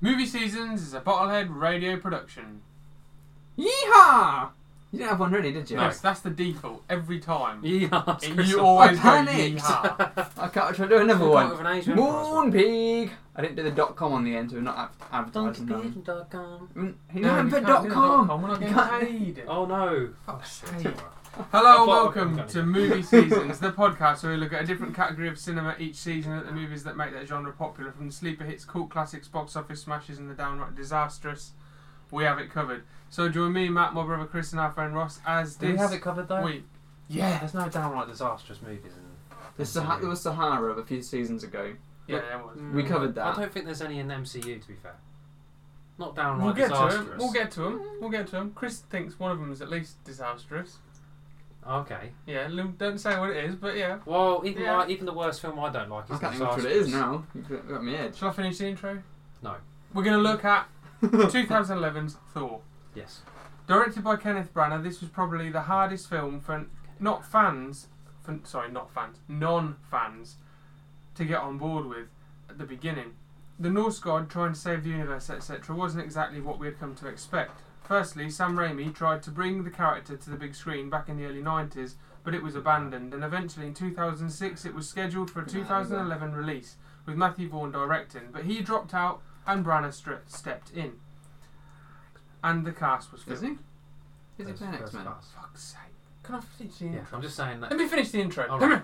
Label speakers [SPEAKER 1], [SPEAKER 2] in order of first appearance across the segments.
[SPEAKER 1] Movie Seasons is a Bottlehead radio production.
[SPEAKER 2] Yeehaw! You didn't have one ready, did you?
[SPEAKER 1] Yes, that's the default every time.
[SPEAKER 3] Yeehaw,
[SPEAKER 1] It-
[SPEAKER 3] Chris.
[SPEAKER 1] you always go
[SPEAKER 2] I panicked.
[SPEAKER 1] yeehaw.
[SPEAKER 2] I can't try to do another
[SPEAKER 3] We've got
[SPEAKER 2] one.
[SPEAKER 3] an Asian
[SPEAKER 2] Moon Pig. I didn't do the dot com on the end, so we're not ad- advertising that.
[SPEAKER 3] DonkeyPigeon.com.
[SPEAKER 2] Mm, He
[SPEAKER 1] No,
[SPEAKER 2] didn't
[SPEAKER 1] you
[SPEAKER 2] put
[SPEAKER 1] can't
[SPEAKER 2] dot
[SPEAKER 1] do
[SPEAKER 2] com.
[SPEAKER 1] We're not
[SPEAKER 2] You
[SPEAKER 1] getting paid.
[SPEAKER 3] Oh no.
[SPEAKER 1] Fuck's
[SPEAKER 3] Shit.
[SPEAKER 1] sake. Hello
[SPEAKER 4] I
[SPEAKER 1] and
[SPEAKER 4] thought I
[SPEAKER 1] welcome
[SPEAKER 4] was
[SPEAKER 1] to
[SPEAKER 4] gonna-
[SPEAKER 1] Movie Seasons, the podcast where we look at a different category of cinema each season at the movies that make that genre popular, from the sleeper hits, cult classics, box office smashes, and the downright disastrous. We have it covered. So join me, Matt, my brother Chris, and our friend Ross as
[SPEAKER 3] Do we
[SPEAKER 1] this
[SPEAKER 3] have it covered though?
[SPEAKER 1] week.
[SPEAKER 3] Yeah. There's no downright disastrous movies. In,
[SPEAKER 2] The Sah- there was Sahara of a few seasons ago.
[SPEAKER 1] Yeah, there was.
[SPEAKER 2] We covered
[SPEAKER 3] Mm, I
[SPEAKER 2] that.
[SPEAKER 3] don't think there's any in the MCU to be fair. Not downright
[SPEAKER 1] We'll get to
[SPEAKER 3] disastrous.
[SPEAKER 1] him. We'll get to him. We'll get to him. Chris thinks one of them is at least disastrous.
[SPEAKER 3] Okay.
[SPEAKER 1] Yeah, l- don't say what it is, but yeah.
[SPEAKER 3] Well, even
[SPEAKER 1] Yeah.
[SPEAKER 3] like, even the worst film I don't like
[SPEAKER 2] I
[SPEAKER 3] is
[SPEAKER 2] can't
[SPEAKER 3] disastrous.
[SPEAKER 2] think what it is now. You got got me edge.
[SPEAKER 1] Shall I finish the intro?
[SPEAKER 3] No.
[SPEAKER 1] We're going to look at 2011's Thor.
[SPEAKER 3] Yes.
[SPEAKER 1] Directed by Kenneth Branagh, this was probably the hardest film for not fans, for, sorry, not fans, non-fans, to get on board with at the beginning. The Norse god trying to save the universe, etc., wasn't exactly what we had come to expect. Firstly, Sam Raimi tried to bring the character to the big screen back in the early 90s, but it was abandoned, and eventually in 2006 it was scheduled for a 2011 release, with Matthew Vaughn directing, but he dropped out and Branagh stre- stepped in. And the cast was
[SPEAKER 2] Is
[SPEAKER 1] filled.
[SPEAKER 2] he? Is he
[SPEAKER 3] First-
[SPEAKER 2] playing
[SPEAKER 3] first
[SPEAKER 2] X Men?
[SPEAKER 3] class.
[SPEAKER 1] Fuck's sake. Can I finish the
[SPEAKER 3] Yeah.
[SPEAKER 1] intro?
[SPEAKER 3] I'm just saying that.
[SPEAKER 1] Let me finish the intro.
[SPEAKER 3] All right.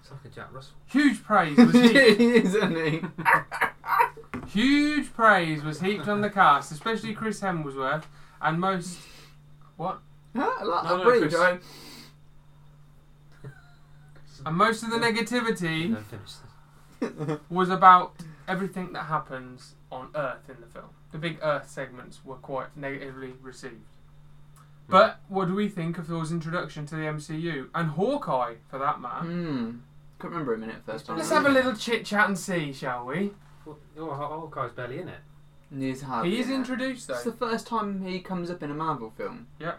[SPEAKER 3] It's like a Jack Russell.
[SPEAKER 1] Huge praise was heaped.
[SPEAKER 2] Isn't he?
[SPEAKER 1] Huge praise was heaped on the cast, especially Chris Hemsworth and most. What?
[SPEAKER 2] Huh? Like
[SPEAKER 3] No,
[SPEAKER 2] that
[SPEAKER 3] no,
[SPEAKER 2] bridge,
[SPEAKER 3] Chris.
[SPEAKER 2] right?
[SPEAKER 1] And most of the negativity
[SPEAKER 3] No, finish this.
[SPEAKER 1] was about everything that happens on Earth in the film. The big Earth segments were quite negatively received. But what do we think of Thor's introduction to the MCU and Hawkeye, for that matter?
[SPEAKER 2] Hmm. Couldn't remember him in it first time.
[SPEAKER 1] Let's have a little chit chat and see, shall we?
[SPEAKER 3] Well, oh, Hawk- Hawkeye's barely in it.
[SPEAKER 2] He's hard.
[SPEAKER 1] He is
[SPEAKER 2] Oh, yeah.
[SPEAKER 1] introduced
[SPEAKER 2] It's the
[SPEAKER 1] though.
[SPEAKER 2] first time he comes up in a Marvel film,
[SPEAKER 3] Yeah.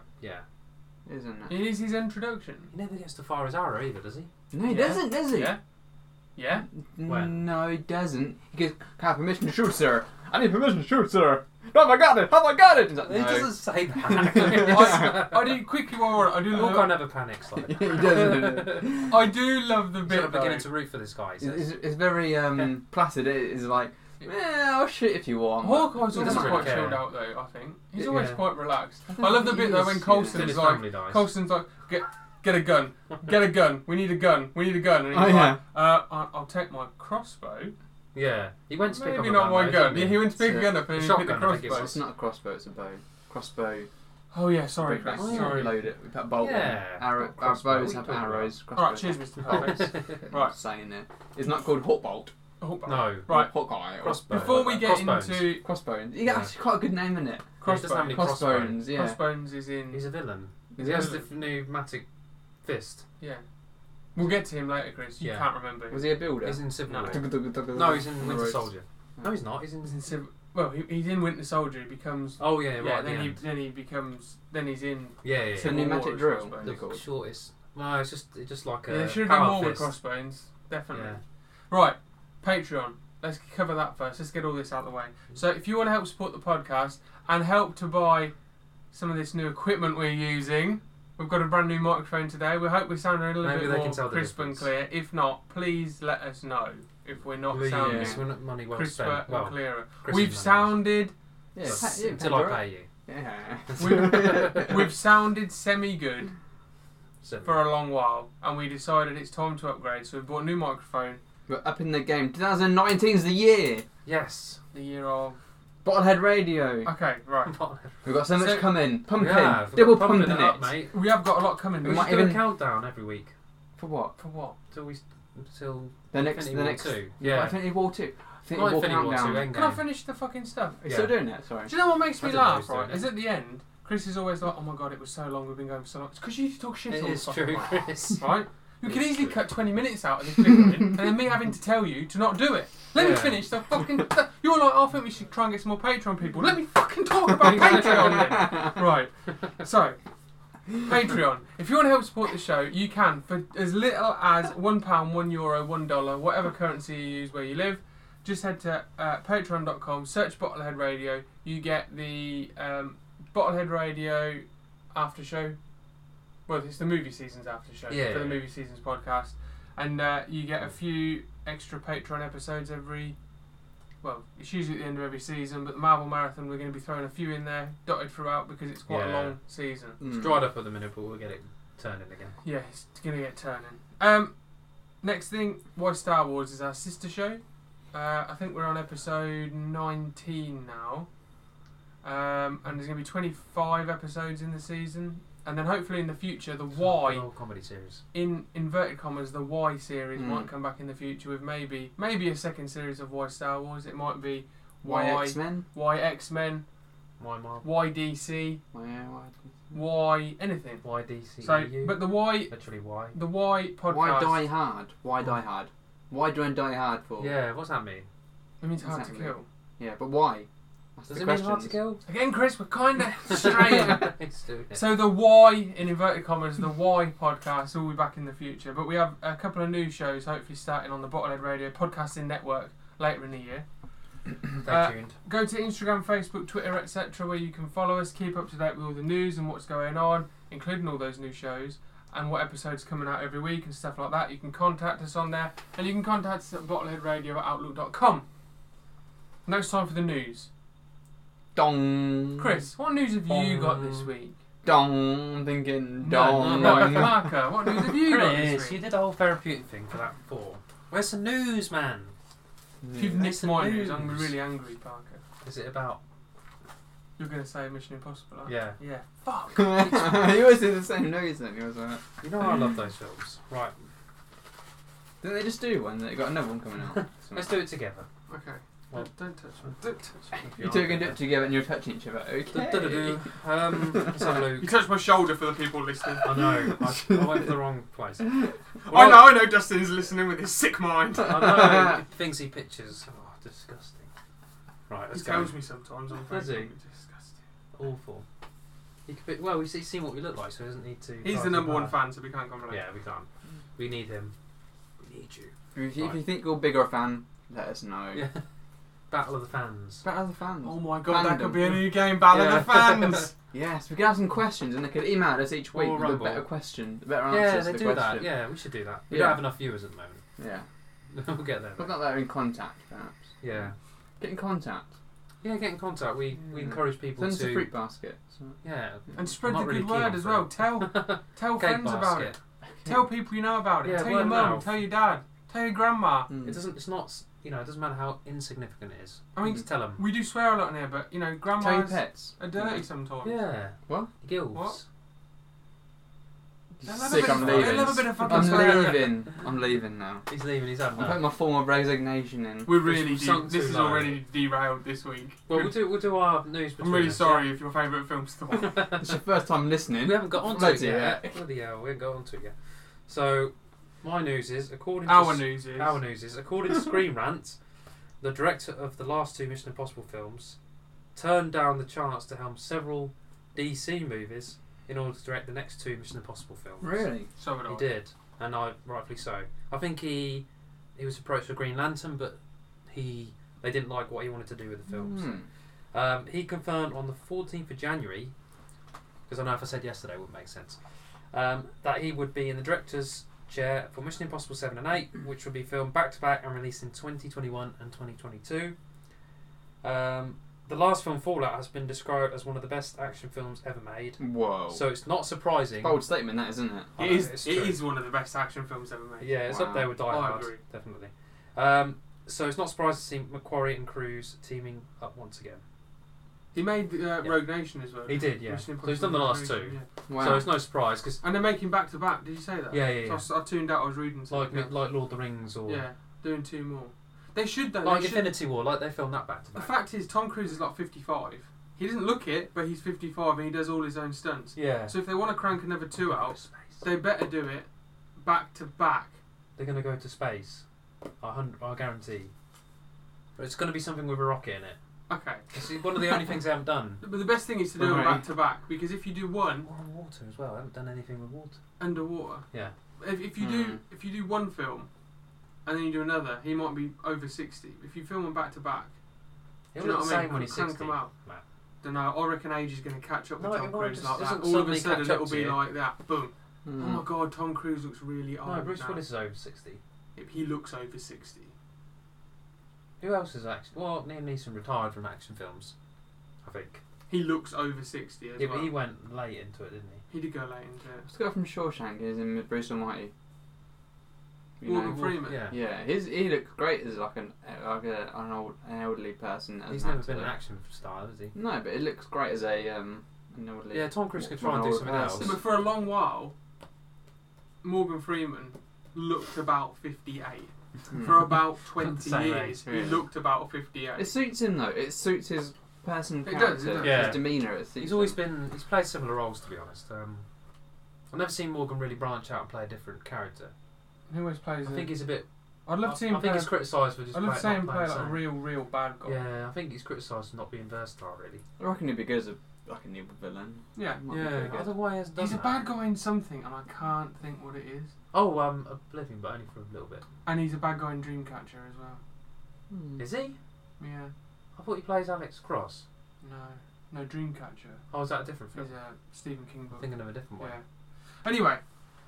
[SPEAKER 2] isn't it?
[SPEAKER 1] It is his introduction.
[SPEAKER 3] He never gets to fire his arrow either, does he?
[SPEAKER 2] No, he
[SPEAKER 1] Yeah.
[SPEAKER 2] doesn't, does he?
[SPEAKER 1] Yeah. Yeah.
[SPEAKER 3] When?
[SPEAKER 2] No, he doesn't. He goes, "Can I have permission to shoot, sir? I need permission to shoot, sir. Have I got it? Have I got it?" He's like,
[SPEAKER 3] He
[SPEAKER 2] "No."
[SPEAKER 3] doesn't say
[SPEAKER 1] I,
[SPEAKER 3] that.
[SPEAKER 1] I do quickly while we're on it, I do
[SPEAKER 3] Hawkeye
[SPEAKER 1] love
[SPEAKER 3] never panics like that.
[SPEAKER 2] he doesn't.
[SPEAKER 1] I do love the
[SPEAKER 3] Sort
[SPEAKER 1] bit
[SPEAKER 3] of beginning
[SPEAKER 1] though.
[SPEAKER 3] to root for this guy. he says.
[SPEAKER 2] It's, it's- it's very um, placid. It is like, yeah, I'll shoot if you want.
[SPEAKER 1] Hawkeye's
[SPEAKER 2] Doesn't
[SPEAKER 1] always
[SPEAKER 3] really
[SPEAKER 1] quite
[SPEAKER 3] care.
[SPEAKER 1] chilled out though, I think. He's
[SPEAKER 3] Yeah.
[SPEAKER 1] always quite relaxed.
[SPEAKER 2] I
[SPEAKER 1] I love the
[SPEAKER 2] think
[SPEAKER 1] bit
[SPEAKER 2] he
[SPEAKER 1] though
[SPEAKER 2] is,
[SPEAKER 1] when
[SPEAKER 2] yeah.
[SPEAKER 3] Then
[SPEAKER 1] Colson's
[SPEAKER 3] his
[SPEAKER 1] like
[SPEAKER 3] family dies.
[SPEAKER 1] Colson's like get get a gun. Get a gun. We need a gun. We need a gun. And he's
[SPEAKER 2] Oh,
[SPEAKER 1] like,
[SPEAKER 2] yeah.
[SPEAKER 1] uh, I- I'll take my crossbow.
[SPEAKER 3] Yeah. He went to pick
[SPEAKER 1] Maybe
[SPEAKER 3] up
[SPEAKER 1] not
[SPEAKER 3] a
[SPEAKER 1] my
[SPEAKER 3] gun.
[SPEAKER 1] gun. Yeah, he went to pick a
[SPEAKER 2] Yeah.
[SPEAKER 1] gun up and he picked the
[SPEAKER 3] Shotgun, I think it
[SPEAKER 2] So
[SPEAKER 1] crossbow.
[SPEAKER 2] it's not a crossbow. It's a bow. Crossbow.
[SPEAKER 1] Oh yeah, sorry,
[SPEAKER 2] Bring back-
[SPEAKER 1] Chris.
[SPEAKER 3] Oh, yeah.
[SPEAKER 1] Sorry.
[SPEAKER 2] Load it. We put a bolt. on.
[SPEAKER 3] Yeah.
[SPEAKER 2] Arrow,
[SPEAKER 3] Not
[SPEAKER 2] our
[SPEAKER 3] crossbow,
[SPEAKER 2] bows
[SPEAKER 3] what are
[SPEAKER 2] have
[SPEAKER 3] you talking
[SPEAKER 2] arrows.
[SPEAKER 1] All right,
[SPEAKER 2] Crossbows.
[SPEAKER 1] cheers, Mr. Perfect. Right.
[SPEAKER 2] Saying there. It's not called hawk bolt.
[SPEAKER 1] Hawkeye.
[SPEAKER 3] No.
[SPEAKER 1] Right.
[SPEAKER 2] Hawkeye. or
[SPEAKER 3] Crossbow.
[SPEAKER 1] Oh, Before we get
[SPEAKER 3] Crossbones.
[SPEAKER 1] into
[SPEAKER 2] Crossbones. You
[SPEAKER 3] Yeah.
[SPEAKER 2] got actually quite a good name in it.
[SPEAKER 3] doesn't have
[SPEAKER 1] crossbones,
[SPEAKER 3] any-
[SPEAKER 2] Crossbones. Yeah.
[SPEAKER 1] crossbones is in
[SPEAKER 3] He's a villain.
[SPEAKER 2] Is
[SPEAKER 3] he
[SPEAKER 2] it-
[SPEAKER 3] has the pneumatic fist.
[SPEAKER 1] Yeah. We'll get to him later, Chris. You
[SPEAKER 3] Yeah.
[SPEAKER 1] can't remember.
[SPEAKER 2] Was he a builder?
[SPEAKER 3] He's in Civil
[SPEAKER 1] No.
[SPEAKER 3] War. No,
[SPEAKER 2] no,
[SPEAKER 3] he's in Winter Soldier. No, he's not. He's in.
[SPEAKER 1] He's in Civ- well, he, he's in Winter Soldier. He becomes.
[SPEAKER 3] Oh yeah, right.
[SPEAKER 1] yeah,
[SPEAKER 3] at the
[SPEAKER 1] then he
[SPEAKER 3] end.
[SPEAKER 1] then he becomes then he's in.
[SPEAKER 3] Yeah, yeah.
[SPEAKER 2] The
[SPEAKER 1] Civil
[SPEAKER 3] yeah.
[SPEAKER 2] pneumatic
[SPEAKER 1] War as
[SPEAKER 2] drill.
[SPEAKER 1] Crossbones.
[SPEAKER 2] They're called.
[SPEAKER 3] The shortest. No, it's just it's just like a.
[SPEAKER 1] Yeah, they should have
[SPEAKER 3] power
[SPEAKER 1] done more with
[SPEAKER 3] fist.
[SPEAKER 1] crossbones, definitely.
[SPEAKER 3] Yeah.
[SPEAKER 1] Right, Patreon. Let's cover that first. Let's get all this out of the way. So, if you want to help support the podcast and help to buy some of this new equipment we're using, we've got a brand new microphone today. We hope we sound a little
[SPEAKER 3] Maybe
[SPEAKER 1] bit
[SPEAKER 3] they
[SPEAKER 1] more
[SPEAKER 3] can tell the
[SPEAKER 1] crisp and clear. If not, please let us know if we're not
[SPEAKER 3] Please,
[SPEAKER 1] sounding
[SPEAKER 2] yeah.
[SPEAKER 3] we're not money well
[SPEAKER 1] crisper
[SPEAKER 3] spent.
[SPEAKER 1] and
[SPEAKER 3] Well,
[SPEAKER 1] clearer.
[SPEAKER 3] Chris
[SPEAKER 1] We've
[SPEAKER 3] and money.
[SPEAKER 1] sounded
[SPEAKER 2] Yeah.
[SPEAKER 3] S-
[SPEAKER 2] yeah,
[SPEAKER 3] until
[SPEAKER 2] Pandora.
[SPEAKER 3] I pay you.
[SPEAKER 2] Yeah.
[SPEAKER 1] We've- We've sounded semi good
[SPEAKER 3] So-
[SPEAKER 1] for a long while, and we decided it's time to upgrade. So we bought a new microphone.
[SPEAKER 2] We're up in the game. 2019 is the year.
[SPEAKER 3] yes.
[SPEAKER 1] The year of
[SPEAKER 2] Bottlehead Radio.
[SPEAKER 1] okay, right.
[SPEAKER 2] We've got so much
[SPEAKER 1] So-
[SPEAKER 2] coming. Pumping.
[SPEAKER 3] Yeah,
[SPEAKER 2] Double
[SPEAKER 3] pumping
[SPEAKER 2] pumping,
[SPEAKER 3] it up,
[SPEAKER 2] it.
[SPEAKER 3] mate.
[SPEAKER 1] We have got a lot coming.
[SPEAKER 2] We
[SPEAKER 3] We
[SPEAKER 2] might
[SPEAKER 3] should do
[SPEAKER 2] even-
[SPEAKER 3] a countdown every week
[SPEAKER 2] For what?
[SPEAKER 1] for what?
[SPEAKER 3] till we until
[SPEAKER 2] The next.
[SPEAKER 3] Infinity
[SPEAKER 2] the
[SPEAKER 3] War
[SPEAKER 2] next.
[SPEAKER 3] two. Yeah.
[SPEAKER 2] Infinity War Two. Infinity
[SPEAKER 3] Not
[SPEAKER 2] War
[SPEAKER 3] Infinity War two.
[SPEAKER 2] countdown.
[SPEAKER 3] Endgame.
[SPEAKER 1] Can I finish the fucking stuff?
[SPEAKER 2] Are you
[SPEAKER 3] Yeah.
[SPEAKER 2] still doing that? Sorry.
[SPEAKER 1] Do you know what makes
[SPEAKER 3] I
[SPEAKER 1] me
[SPEAKER 3] didn't know
[SPEAKER 1] laugh?
[SPEAKER 3] he was doing
[SPEAKER 1] Right,
[SPEAKER 3] it.
[SPEAKER 1] is at the end. Chris is always like, "Oh my god, it was so long. We've been going for so long." It's because you talk shit
[SPEAKER 3] It
[SPEAKER 1] all the
[SPEAKER 3] is
[SPEAKER 1] fucking
[SPEAKER 3] true,
[SPEAKER 1] time,
[SPEAKER 3] Chris.
[SPEAKER 2] Hmm.
[SPEAKER 1] right? You
[SPEAKER 3] It
[SPEAKER 1] could
[SPEAKER 3] is
[SPEAKER 1] easily
[SPEAKER 3] true.
[SPEAKER 1] cut 20 minutes out of this flickering, and then me having to tell you to not do it. Let me
[SPEAKER 3] Yeah.
[SPEAKER 1] finish the fucking. you were like, I think we should try and get some more Patreon people. Let me fucking talk about Patreon then. Right. So, Patreon. If you want to help support the show, you can for as little as one pound, one euro, one dollar, whatever currency you use where you live. just head to uh, patreon.com, search Bottlehead Radio. You get the um, Bottlehead Radio after show. Well, it's the movie season's after show
[SPEAKER 3] Yeah,
[SPEAKER 1] for the
[SPEAKER 3] yeah.
[SPEAKER 1] movie season's podcast, and uh, you get a few extra Patreon episodes every. Well, it's usually at the end of every season, but the Marvel Marathon we're going to be throwing a few in there, dotted throughout because it's quite
[SPEAKER 3] Yeah.
[SPEAKER 1] a long season.
[SPEAKER 2] Mm.
[SPEAKER 3] It's dried up at the minute, but we'll get it turning again.
[SPEAKER 1] Yeah, it's gonna get turning. Um, next thing, why Star Wars is our sister show. Uh, I think we're on episode nineteen now, um, and there's gonna be twenty-five episodes in the season, and then hopefully in the future the
[SPEAKER 3] It's a
[SPEAKER 1] Why
[SPEAKER 3] whole comedy series.
[SPEAKER 1] in inverted commas the Why series
[SPEAKER 2] Mm.
[SPEAKER 1] might come back in the future with maybe maybe a second series of Why Star Wars. It might be
[SPEAKER 2] Why
[SPEAKER 1] Why
[SPEAKER 2] X Men?
[SPEAKER 1] Why X Men,
[SPEAKER 3] Why Marvel?
[SPEAKER 1] Why DC,
[SPEAKER 2] Why? Why?
[SPEAKER 1] Why anything.
[SPEAKER 3] Why DC?
[SPEAKER 1] So, but the Why
[SPEAKER 3] literally why?
[SPEAKER 1] the Why podcast.
[SPEAKER 2] Why Die Hard? Why Die Hard? Why do I die hard for?
[SPEAKER 3] Yeah, what's that mean?
[SPEAKER 1] It means hard
[SPEAKER 2] Exactly.
[SPEAKER 1] to kill.
[SPEAKER 2] Yeah, but why? That's
[SPEAKER 3] Does
[SPEAKER 2] the
[SPEAKER 3] it mean
[SPEAKER 2] question.
[SPEAKER 3] hard to kill?
[SPEAKER 1] Again, Chris, we're kind of straying.
[SPEAKER 3] It's doing it.
[SPEAKER 1] so the Why in inverted commas, the Why podcast will be back in the future, but we have a couple of new shows hopefully starting on the Bottlehead Radio podcasting network later in the year.
[SPEAKER 3] Stay
[SPEAKER 1] uh,
[SPEAKER 3] tuned.
[SPEAKER 1] Go to Instagram, Facebook, Twitter, etc., where you can follow us, keep up to date with all the news and what's going on, including all those new shows and what episodes coming out every week and stuff like that. You can contact us on there, and you can contact us at bottleheadradio at outlook.com. Now it's time for the news.
[SPEAKER 2] Dong.
[SPEAKER 1] Chris, what news have you got this week?
[SPEAKER 2] Dong. I'm thinking.
[SPEAKER 1] No, no,
[SPEAKER 2] Dong.
[SPEAKER 1] no, Marco, what news have you got
[SPEAKER 3] Chris,
[SPEAKER 1] this
[SPEAKER 3] you
[SPEAKER 1] week?
[SPEAKER 3] did the whole therapeutic thing for that form. Where's the news, man?
[SPEAKER 1] If you've
[SPEAKER 3] Yeah.
[SPEAKER 1] nicked my news, I'm gonna be
[SPEAKER 3] News.
[SPEAKER 1] really angry, Parker.
[SPEAKER 3] Is it about?
[SPEAKER 1] You're going to say Mission Impossible, aren't you?
[SPEAKER 3] Yeah.
[SPEAKER 1] Yeah. Fuck.
[SPEAKER 2] you always do the same noise, don't you? As well.
[SPEAKER 3] You know I love those films. Right,
[SPEAKER 2] Didn't they just do one? They got another one coming out.
[SPEAKER 3] let's do it together.
[SPEAKER 1] Okay.
[SPEAKER 3] Well-
[SPEAKER 1] don't, don't touch me. Don't touch me.
[SPEAKER 2] You two can do it together and you're touching each other. Okay.
[SPEAKER 3] Du-du-du-du. Um, let's have a look.
[SPEAKER 1] You touched my shoulder for the people listening.
[SPEAKER 3] I know. I, I went to the wrong place.
[SPEAKER 1] I know, I know Dustin is listening with his sick mind.
[SPEAKER 3] I know. Things he pictures. Oh, disgusting. Right,
[SPEAKER 1] He
[SPEAKER 3] let's go.
[SPEAKER 1] tells me sometimes I'm
[SPEAKER 3] Does
[SPEAKER 1] very
[SPEAKER 3] he?
[SPEAKER 1] disgusting.
[SPEAKER 3] Awful. He could be, well, he's, he's seen what we look like, so he doesn't need to.
[SPEAKER 1] He's
[SPEAKER 3] try
[SPEAKER 1] the
[SPEAKER 3] too
[SPEAKER 1] number one
[SPEAKER 3] hard.
[SPEAKER 1] fan, so we can't complain.
[SPEAKER 3] Yeah, we can't. We need him. We need you.
[SPEAKER 2] If you, if you think you're big or a fan, let us know.
[SPEAKER 3] Yeah. Battle of the fans.
[SPEAKER 2] About other fans.
[SPEAKER 1] Oh my god, that could be a
[SPEAKER 2] Fandom.
[SPEAKER 1] new game, Battle
[SPEAKER 3] Yeah.
[SPEAKER 1] of the Fans!
[SPEAKER 2] Yes, we can have some questions and they could email us each week
[SPEAKER 3] Or
[SPEAKER 2] with a
[SPEAKER 3] Rumble.
[SPEAKER 2] better question, the better
[SPEAKER 3] Yeah,
[SPEAKER 2] answers
[SPEAKER 3] they
[SPEAKER 2] to
[SPEAKER 3] do
[SPEAKER 2] the
[SPEAKER 3] that.
[SPEAKER 2] question.
[SPEAKER 3] Yeah, we should do that. We
[SPEAKER 2] Yeah.
[SPEAKER 3] don't have enough viewers at the moment.
[SPEAKER 2] yeah.
[SPEAKER 3] we'll get there.
[SPEAKER 2] But
[SPEAKER 3] though.
[SPEAKER 2] not that they're in contact, perhaps.
[SPEAKER 3] Yeah.
[SPEAKER 2] Get in contact.
[SPEAKER 3] Yeah, get in contact. We we
[SPEAKER 2] Yeah.
[SPEAKER 3] encourage people
[SPEAKER 2] Mm. Send us a
[SPEAKER 3] to.
[SPEAKER 2] fruit basket. So,
[SPEAKER 3] Yeah.
[SPEAKER 1] And spread
[SPEAKER 3] Not
[SPEAKER 1] the
[SPEAKER 3] really
[SPEAKER 1] good
[SPEAKER 3] keen
[SPEAKER 1] word
[SPEAKER 3] on
[SPEAKER 1] as well.
[SPEAKER 3] fruit.
[SPEAKER 1] Tell tell
[SPEAKER 3] Cake
[SPEAKER 1] friends about
[SPEAKER 3] basket.
[SPEAKER 1] it. Tell people you know about it.
[SPEAKER 3] Yeah,
[SPEAKER 1] tell
[SPEAKER 3] word
[SPEAKER 1] your
[SPEAKER 3] of
[SPEAKER 1] mum,
[SPEAKER 3] mouth.
[SPEAKER 1] tell your dad, tell your grandma.
[SPEAKER 2] mm.
[SPEAKER 3] It doesn't. It's not. s- You know, it doesn't matter how insignificant it is.
[SPEAKER 1] I mean,
[SPEAKER 3] just tell them.
[SPEAKER 1] we do swear a lot in here, but you know,
[SPEAKER 2] Tell your
[SPEAKER 1] grandmas
[SPEAKER 2] pets.
[SPEAKER 1] are dirty sometimes.
[SPEAKER 3] Yeah.
[SPEAKER 2] What?
[SPEAKER 3] Gills.
[SPEAKER 1] What?
[SPEAKER 2] Just
[SPEAKER 1] I love a
[SPEAKER 2] Sick,
[SPEAKER 1] bit
[SPEAKER 2] I'm
[SPEAKER 1] of-
[SPEAKER 2] leaving.
[SPEAKER 1] I love a bit of fucking
[SPEAKER 2] I'm
[SPEAKER 1] swearing.
[SPEAKER 2] leaving. I'm leaving now.
[SPEAKER 3] He's leaving. He's had
[SPEAKER 2] I'm putting
[SPEAKER 3] enough.
[SPEAKER 2] my form of resignation in.
[SPEAKER 1] We're really
[SPEAKER 3] We've
[SPEAKER 1] de-
[SPEAKER 3] sunk
[SPEAKER 1] this
[SPEAKER 3] too
[SPEAKER 1] is
[SPEAKER 3] low.
[SPEAKER 1] already derailed this week.
[SPEAKER 3] Well, we'll do. We'll do our news.
[SPEAKER 1] I'm
[SPEAKER 3] between
[SPEAKER 1] really
[SPEAKER 3] us,
[SPEAKER 1] sorry if your favourite film's the one.
[SPEAKER 2] It's your first time
[SPEAKER 3] yeah?
[SPEAKER 2] listening.
[SPEAKER 3] We haven't got onto it
[SPEAKER 2] Bloody
[SPEAKER 3] yet.
[SPEAKER 2] heck.
[SPEAKER 3] Bloody hell, we haven't got onto it yet. So, my news is according to
[SPEAKER 1] Our
[SPEAKER 3] s-
[SPEAKER 1] news is
[SPEAKER 3] Our news is, according to Screen Rant, the director of the last two Mission Impossible films turned down the chance to helm several DC movies in order to direct the next two Mission Impossible films.
[SPEAKER 2] Really?
[SPEAKER 1] so would I.
[SPEAKER 3] He did, and I rightfully so. I think he he was approached for Green Lantern, but he they didn't like what he wanted to do with the films.
[SPEAKER 2] Hmm.
[SPEAKER 3] Um, he confirmed on the 14th of January, because I know if I said yesterday it wouldn't make sense, um, that he would be in the director's chair for Mission Impossible 7 and 8, which would be filmed back to back and released in 2021 and 2022. Um, the last film, Fallout, has been described as one of the best action films ever made,
[SPEAKER 2] Hmm. Whoa.
[SPEAKER 3] so it's not surprising.
[SPEAKER 2] Bold statement, that isn't it?
[SPEAKER 3] I
[SPEAKER 1] It
[SPEAKER 3] know,
[SPEAKER 1] Oh. is.
[SPEAKER 3] it's
[SPEAKER 1] it
[SPEAKER 3] true.
[SPEAKER 1] is one of the best action films ever made.
[SPEAKER 3] Yeah, it's up
[SPEAKER 2] Wow.
[SPEAKER 3] there with Die
[SPEAKER 1] I
[SPEAKER 3] Hard,
[SPEAKER 1] agree.
[SPEAKER 3] definitely. Um, so it's not surprising to see Macquarie and Cruise teaming up once again.
[SPEAKER 1] He made uh,
[SPEAKER 3] Yeah.
[SPEAKER 1] Rogue Nation as well.
[SPEAKER 3] He did, yeah.
[SPEAKER 1] Mission
[SPEAKER 3] So he's done the
[SPEAKER 1] Impossible
[SPEAKER 3] last
[SPEAKER 1] Rogue Nation,
[SPEAKER 3] two.
[SPEAKER 1] yeah.
[SPEAKER 2] Wow.
[SPEAKER 3] So it's no surprise because
[SPEAKER 1] And they're making back to back. Did you say that?
[SPEAKER 3] Yeah,
[SPEAKER 1] So I
[SPEAKER 3] yeah, yeah.
[SPEAKER 1] s- I, tuned out. I was reading
[SPEAKER 3] like
[SPEAKER 1] something.
[SPEAKER 3] like Lord of the Rings or
[SPEAKER 1] else. yeah, doing two more. They should though.
[SPEAKER 3] like
[SPEAKER 1] they should.
[SPEAKER 3] Infinity War, like they filmed that back to
[SPEAKER 1] The
[SPEAKER 3] back.
[SPEAKER 1] fact is, Tom Cruise is like 55. He doesn't look it, but he's 55 and he does all his own stunts.
[SPEAKER 3] Yeah.
[SPEAKER 1] So if they want to crank another two
[SPEAKER 3] They're gonna go
[SPEAKER 1] out,
[SPEAKER 3] to space.
[SPEAKER 1] they better do it back to back.
[SPEAKER 3] They're gonna go to space. I hun- I guarantee. But it's gonna be something with a rocket in it.
[SPEAKER 1] Okay.
[SPEAKER 3] It's one of the only things they haven't done.
[SPEAKER 1] But the best thing is to do
[SPEAKER 2] Right.
[SPEAKER 1] them back to back because if you do one
[SPEAKER 3] Or on water as well. I haven't done anything with water.
[SPEAKER 1] underwater,
[SPEAKER 3] Yeah.
[SPEAKER 1] if, if you do
[SPEAKER 2] Hmm.
[SPEAKER 1] if you do one film and then you do another, he might be over 60. If you film them back to back,
[SPEAKER 3] He'll
[SPEAKER 1] Do you know
[SPEAKER 3] look the
[SPEAKER 1] what I
[SPEAKER 3] same
[SPEAKER 1] mean?
[SPEAKER 3] when he's
[SPEAKER 1] Crank
[SPEAKER 3] 60.
[SPEAKER 1] 'em out.
[SPEAKER 3] Matt.
[SPEAKER 1] don't know, I reckon age is going to catch up with
[SPEAKER 3] No, it
[SPEAKER 1] Tom
[SPEAKER 3] might
[SPEAKER 1] Cruise
[SPEAKER 3] just-
[SPEAKER 1] like that.
[SPEAKER 3] doesn't
[SPEAKER 1] All of a
[SPEAKER 3] suddenly
[SPEAKER 1] sudden,
[SPEAKER 3] catch
[SPEAKER 1] it'll
[SPEAKER 3] up to
[SPEAKER 1] be
[SPEAKER 3] you. Hmm.
[SPEAKER 1] like that. Boom.
[SPEAKER 2] Mm.
[SPEAKER 1] Oh my god, Tom Cruise looks really old.
[SPEAKER 3] No, Bruce
[SPEAKER 1] now.
[SPEAKER 3] Willis is over 60.
[SPEAKER 1] If He looks over 60.
[SPEAKER 3] Who else is action? Well, Liam Neeson retired from action films, I think.
[SPEAKER 1] He looks over 60 as
[SPEAKER 3] Yeah,
[SPEAKER 1] well.
[SPEAKER 3] but he went late into it, didn't he?
[SPEAKER 1] He did go late into it.
[SPEAKER 2] Let's go from Shawshank is in with Bruce Almighty. You
[SPEAKER 1] Morgan
[SPEAKER 2] know,
[SPEAKER 1] Freeman.
[SPEAKER 3] Yeah.
[SPEAKER 2] yeah, his he looked great as like an like a, an old an elderly person. As
[SPEAKER 3] He's
[SPEAKER 2] an
[SPEAKER 3] never
[SPEAKER 2] actor.
[SPEAKER 3] been an action star, has he?
[SPEAKER 2] No, but it looks great as a um an elderly.
[SPEAKER 3] Yeah, Tom Cruise could
[SPEAKER 2] Well,
[SPEAKER 3] try and do
[SPEAKER 2] well,
[SPEAKER 3] something
[SPEAKER 2] uh,
[SPEAKER 3] else.
[SPEAKER 1] But for a long while, Morgan Freeman looked about 58.
[SPEAKER 2] Hmm.
[SPEAKER 1] For about 20
[SPEAKER 3] Same
[SPEAKER 1] years,
[SPEAKER 2] age, yeah.
[SPEAKER 1] he looked about 58.
[SPEAKER 2] It suits him though. It suits his person
[SPEAKER 1] It does, it
[SPEAKER 2] character,
[SPEAKER 1] does.
[SPEAKER 3] Yeah.
[SPEAKER 2] his demeanour. It suits
[SPEAKER 3] He's always
[SPEAKER 2] him.
[SPEAKER 3] been. He's played similar roles, to be honest. Um, I've never seen Morgan really branch out and play a different character.
[SPEAKER 1] Who always plays
[SPEAKER 3] I think he's a bit.
[SPEAKER 1] I'd love
[SPEAKER 3] I-
[SPEAKER 1] to see him
[SPEAKER 3] I think
[SPEAKER 1] play.
[SPEAKER 3] he's criticised for just.
[SPEAKER 1] I'd love to see
[SPEAKER 3] playing,
[SPEAKER 1] him
[SPEAKER 3] not
[SPEAKER 1] play
[SPEAKER 3] playing
[SPEAKER 1] like a
[SPEAKER 3] the
[SPEAKER 1] real, real bad guy.
[SPEAKER 3] same. Yeah, I think he's criticised for not being versatile, really.
[SPEAKER 2] I reckon he'd be good as a like a new villain.
[SPEAKER 1] Yeah.
[SPEAKER 2] Might be
[SPEAKER 3] yeah,
[SPEAKER 2] pretty good.
[SPEAKER 3] otherwise does
[SPEAKER 1] He's a bad guy in something, and I can't think what it is.
[SPEAKER 3] Oh, um, Oblivion, but only for a little bit.
[SPEAKER 1] And he's a bad guy in Dreamcatcher as well.
[SPEAKER 2] Hmm.
[SPEAKER 3] Is he?
[SPEAKER 1] Yeah.
[SPEAKER 3] I thought he plays Alex Cross.
[SPEAKER 1] No. No, Dreamcatcher.
[SPEAKER 3] Oh, is that a different film?
[SPEAKER 1] He's a Stephen King book.
[SPEAKER 3] Thinking of a different one.
[SPEAKER 1] Yeah. Anyway,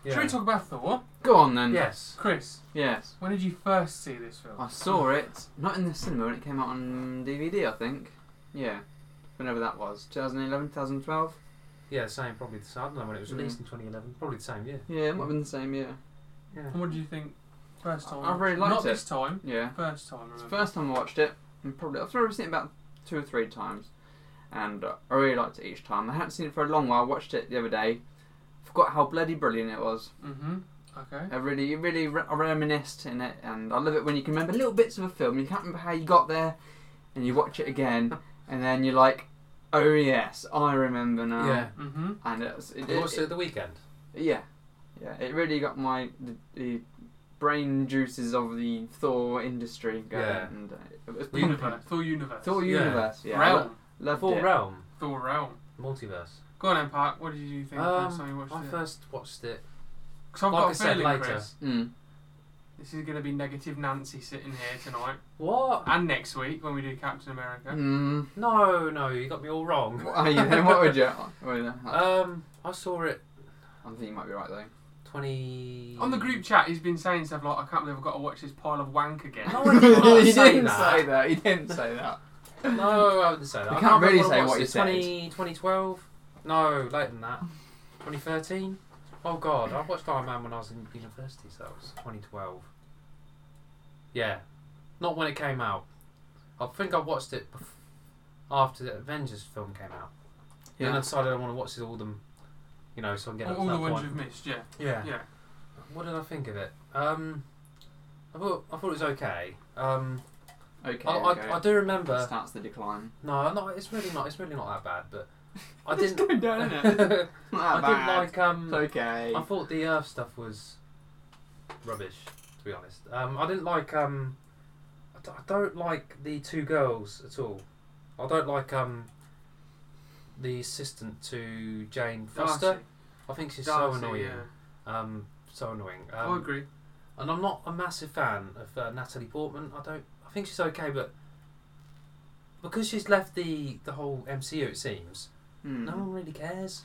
[SPEAKER 3] Yeah.
[SPEAKER 1] should we talk about Thor?
[SPEAKER 2] Go on then.
[SPEAKER 3] Yes.
[SPEAKER 1] Chris,
[SPEAKER 2] Yes.
[SPEAKER 1] when did you first see this film?
[SPEAKER 2] I saw it not in the cinema when it came out on DVD. I think. Yeah. Whenever that was, 2011, 2012.
[SPEAKER 3] Yeah, same. Probably the same. I don't know when it was
[SPEAKER 2] Mm.
[SPEAKER 3] released in 2011. Probably the same year.
[SPEAKER 2] Yeah, it might have been the same. Yeah.
[SPEAKER 3] Yeah.
[SPEAKER 1] And what did you think first time?
[SPEAKER 2] I really liked
[SPEAKER 1] Not
[SPEAKER 2] it.
[SPEAKER 1] this time.
[SPEAKER 2] Yeah.
[SPEAKER 1] First time,
[SPEAKER 2] It's the
[SPEAKER 1] remember?
[SPEAKER 2] first time I watched it, and probably I've probably seen it about two or three times, and uh, I really liked it each time. I hadn't seen it for a long while. I watched it the other day, forgot how bloody brilliant it was.
[SPEAKER 1] Mm-hmm. Okay.
[SPEAKER 2] I really, really re- I reminisced in it, and I love it when you can remember little bits of a film. You can't remember how you got there, and you watch it again, and then you're like, "Oh yes, I remember now."
[SPEAKER 3] Yeah.
[SPEAKER 1] Mm-hmm.
[SPEAKER 2] And it's it,
[SPEAKER 3] You
[SPEAKER 2] it-
[SPEAKER 3] watched it at the weekend.
[SPEAKER 2] yeah, yeah. It really got my the, the brain juices of the Thor industry going,
[SPEAKER 3] Yeah.
[SPEAKER 2] and uh, it was pumping.
[SPEAKER 1] Universe. Thor Universe.
[SPEAKER 2] Thor
[SPEAKER 3] Yeah.
[SPEAKER 2] Universe, yeah.
[SPEAKER 1] Realm.
[SPEAKER 2] Lo- loved
[SPEAKER 3] Full
[SPEAKER 2] it.
[SPEAKER 3] Realm.
[SPEAKER 1] Thor Realm.
[SPEAKER 3] Multiverse.
[SPEAKER 1] Go on, then, Park. What did you think
[SPEAKER 3] Um,
[SPEAKER 1] first time you watched
[SPEAKER 3] I
[SPEAKER 1] it?
[SPEAKER 3] first watched it.
[SPEAKER 1] 'Cause I've
[SPEAKER 3] like
[SPEAKER 1] got
[SPEAKER 3] I
[SPEAKER 1] a
[SPEAKER 3] said
[SPEAKER 1] feeling,
[SPEAKER 3] later.
[SPEAKER 1] Chris,
[SPEAKER 2] Mm.
[SPEAKER 1] this is going to be negative Nancy sitting here tonight
[SPEAKER 3] What?
[SPEAKER 1] and next week when we do Captain America.
[SPEAKER 2] Mm.
[SPEAKER 3] No, no, you got me all wrong.
[SPEAKER 2] What are you then? What would you? Well, no, I
[SPEAKER 3] Um, I saw it
[SPEAKER 2] I think you might be right though.
[SPEAKER 3] 20.
[SPEAKER 1] On the group chat, he's been saying stuff like, "I can't believe I've got to watch this pile of wank again."
[SPEAKER 3] No, I did not
[SPEAKER 2] he
[SPEAKER 3] say
[SPEAKER 2] didn't
[SPEAKER 3] that.
[SPEAKER 2] say that. He didn't say that.
[SPEAKER 3] No, I wouldn't say that.
[SPEAKER 2] You
[SPEAKER 3] I
[SPEAKER 2] can't really
[SPEAKER 3] remember
[SPEAKER 2] say
[SPEAKER 3] it
[SPEAKER 2] what
[SPEAKER 3] was.
[SPEAKER 2] you
[SPEAKER 3] It's 20, 2012? No, later than that. 2013? Oh god, I watched Iron Man when I was in university, so that was 2012. Yeah. Not when it came out. I think I watched it bef- after the Avengers film came out. And then I decided I want to watch it all them, you know, so I can get up to
[SPEAKER 1] All
[SPEAKER 3] that
[SPEAKER 1] the ones
[SPEAKER 3] point.
[SPEAKER 1] you've missed, yeah,
[SPEAKER 3] Yeah.
[SPEAKER 1] yeah.
[SPEAKER 3] What did I think of it? Um, I thought I thought it was okay. Um,
[SPEAKER 2] Okay.
[SPEAKER 3] I,
[SPEAKER 2] okay.
[SPEAKER 3] I, I do remember.
[SPEAKER 2] Starts the decline.
[SPEAKER 3] No, no, it's really not. It's really not that bad. But I
[SPEAKER 2] It's
[SPEAKER 3] didn't.
[SPEAKER 2] going down,
[SPEAKER 3] I
[SPEAKER 2] isn't it? Not that
[SPEAKER 3] didn't
[SPEAKER 2] bad.
[SPEAKER 3] like. Um,
[SPEAKER 2] It's okay.
[SPEAKER 3] I thought the Earth stuff was rubbish. To be honest, um, I didn't like. Um, I, d- I don't like the two girls at all. I don't like um, the assistant to Jane Foster.
[SPEAKER 1] Darcy.
[SPEAKER 3] I think she's
[SPEAKER 1] Darcy,
[SPEAKER 3] so annoying.
[SPEAKER 1] Oh, Yeah.
[SPEAKER 3] Um, so annoying. Um,
[SPEAKER 1] I agree.
[SPEAKER 3] and I'm not a massive fan of uh, Natalie Portman. I don't. I think she's okay, but because she's left the the whole MCU, it seems
[SPEAKER 2] Hmm.
[SPEAKER 3] no one really cares.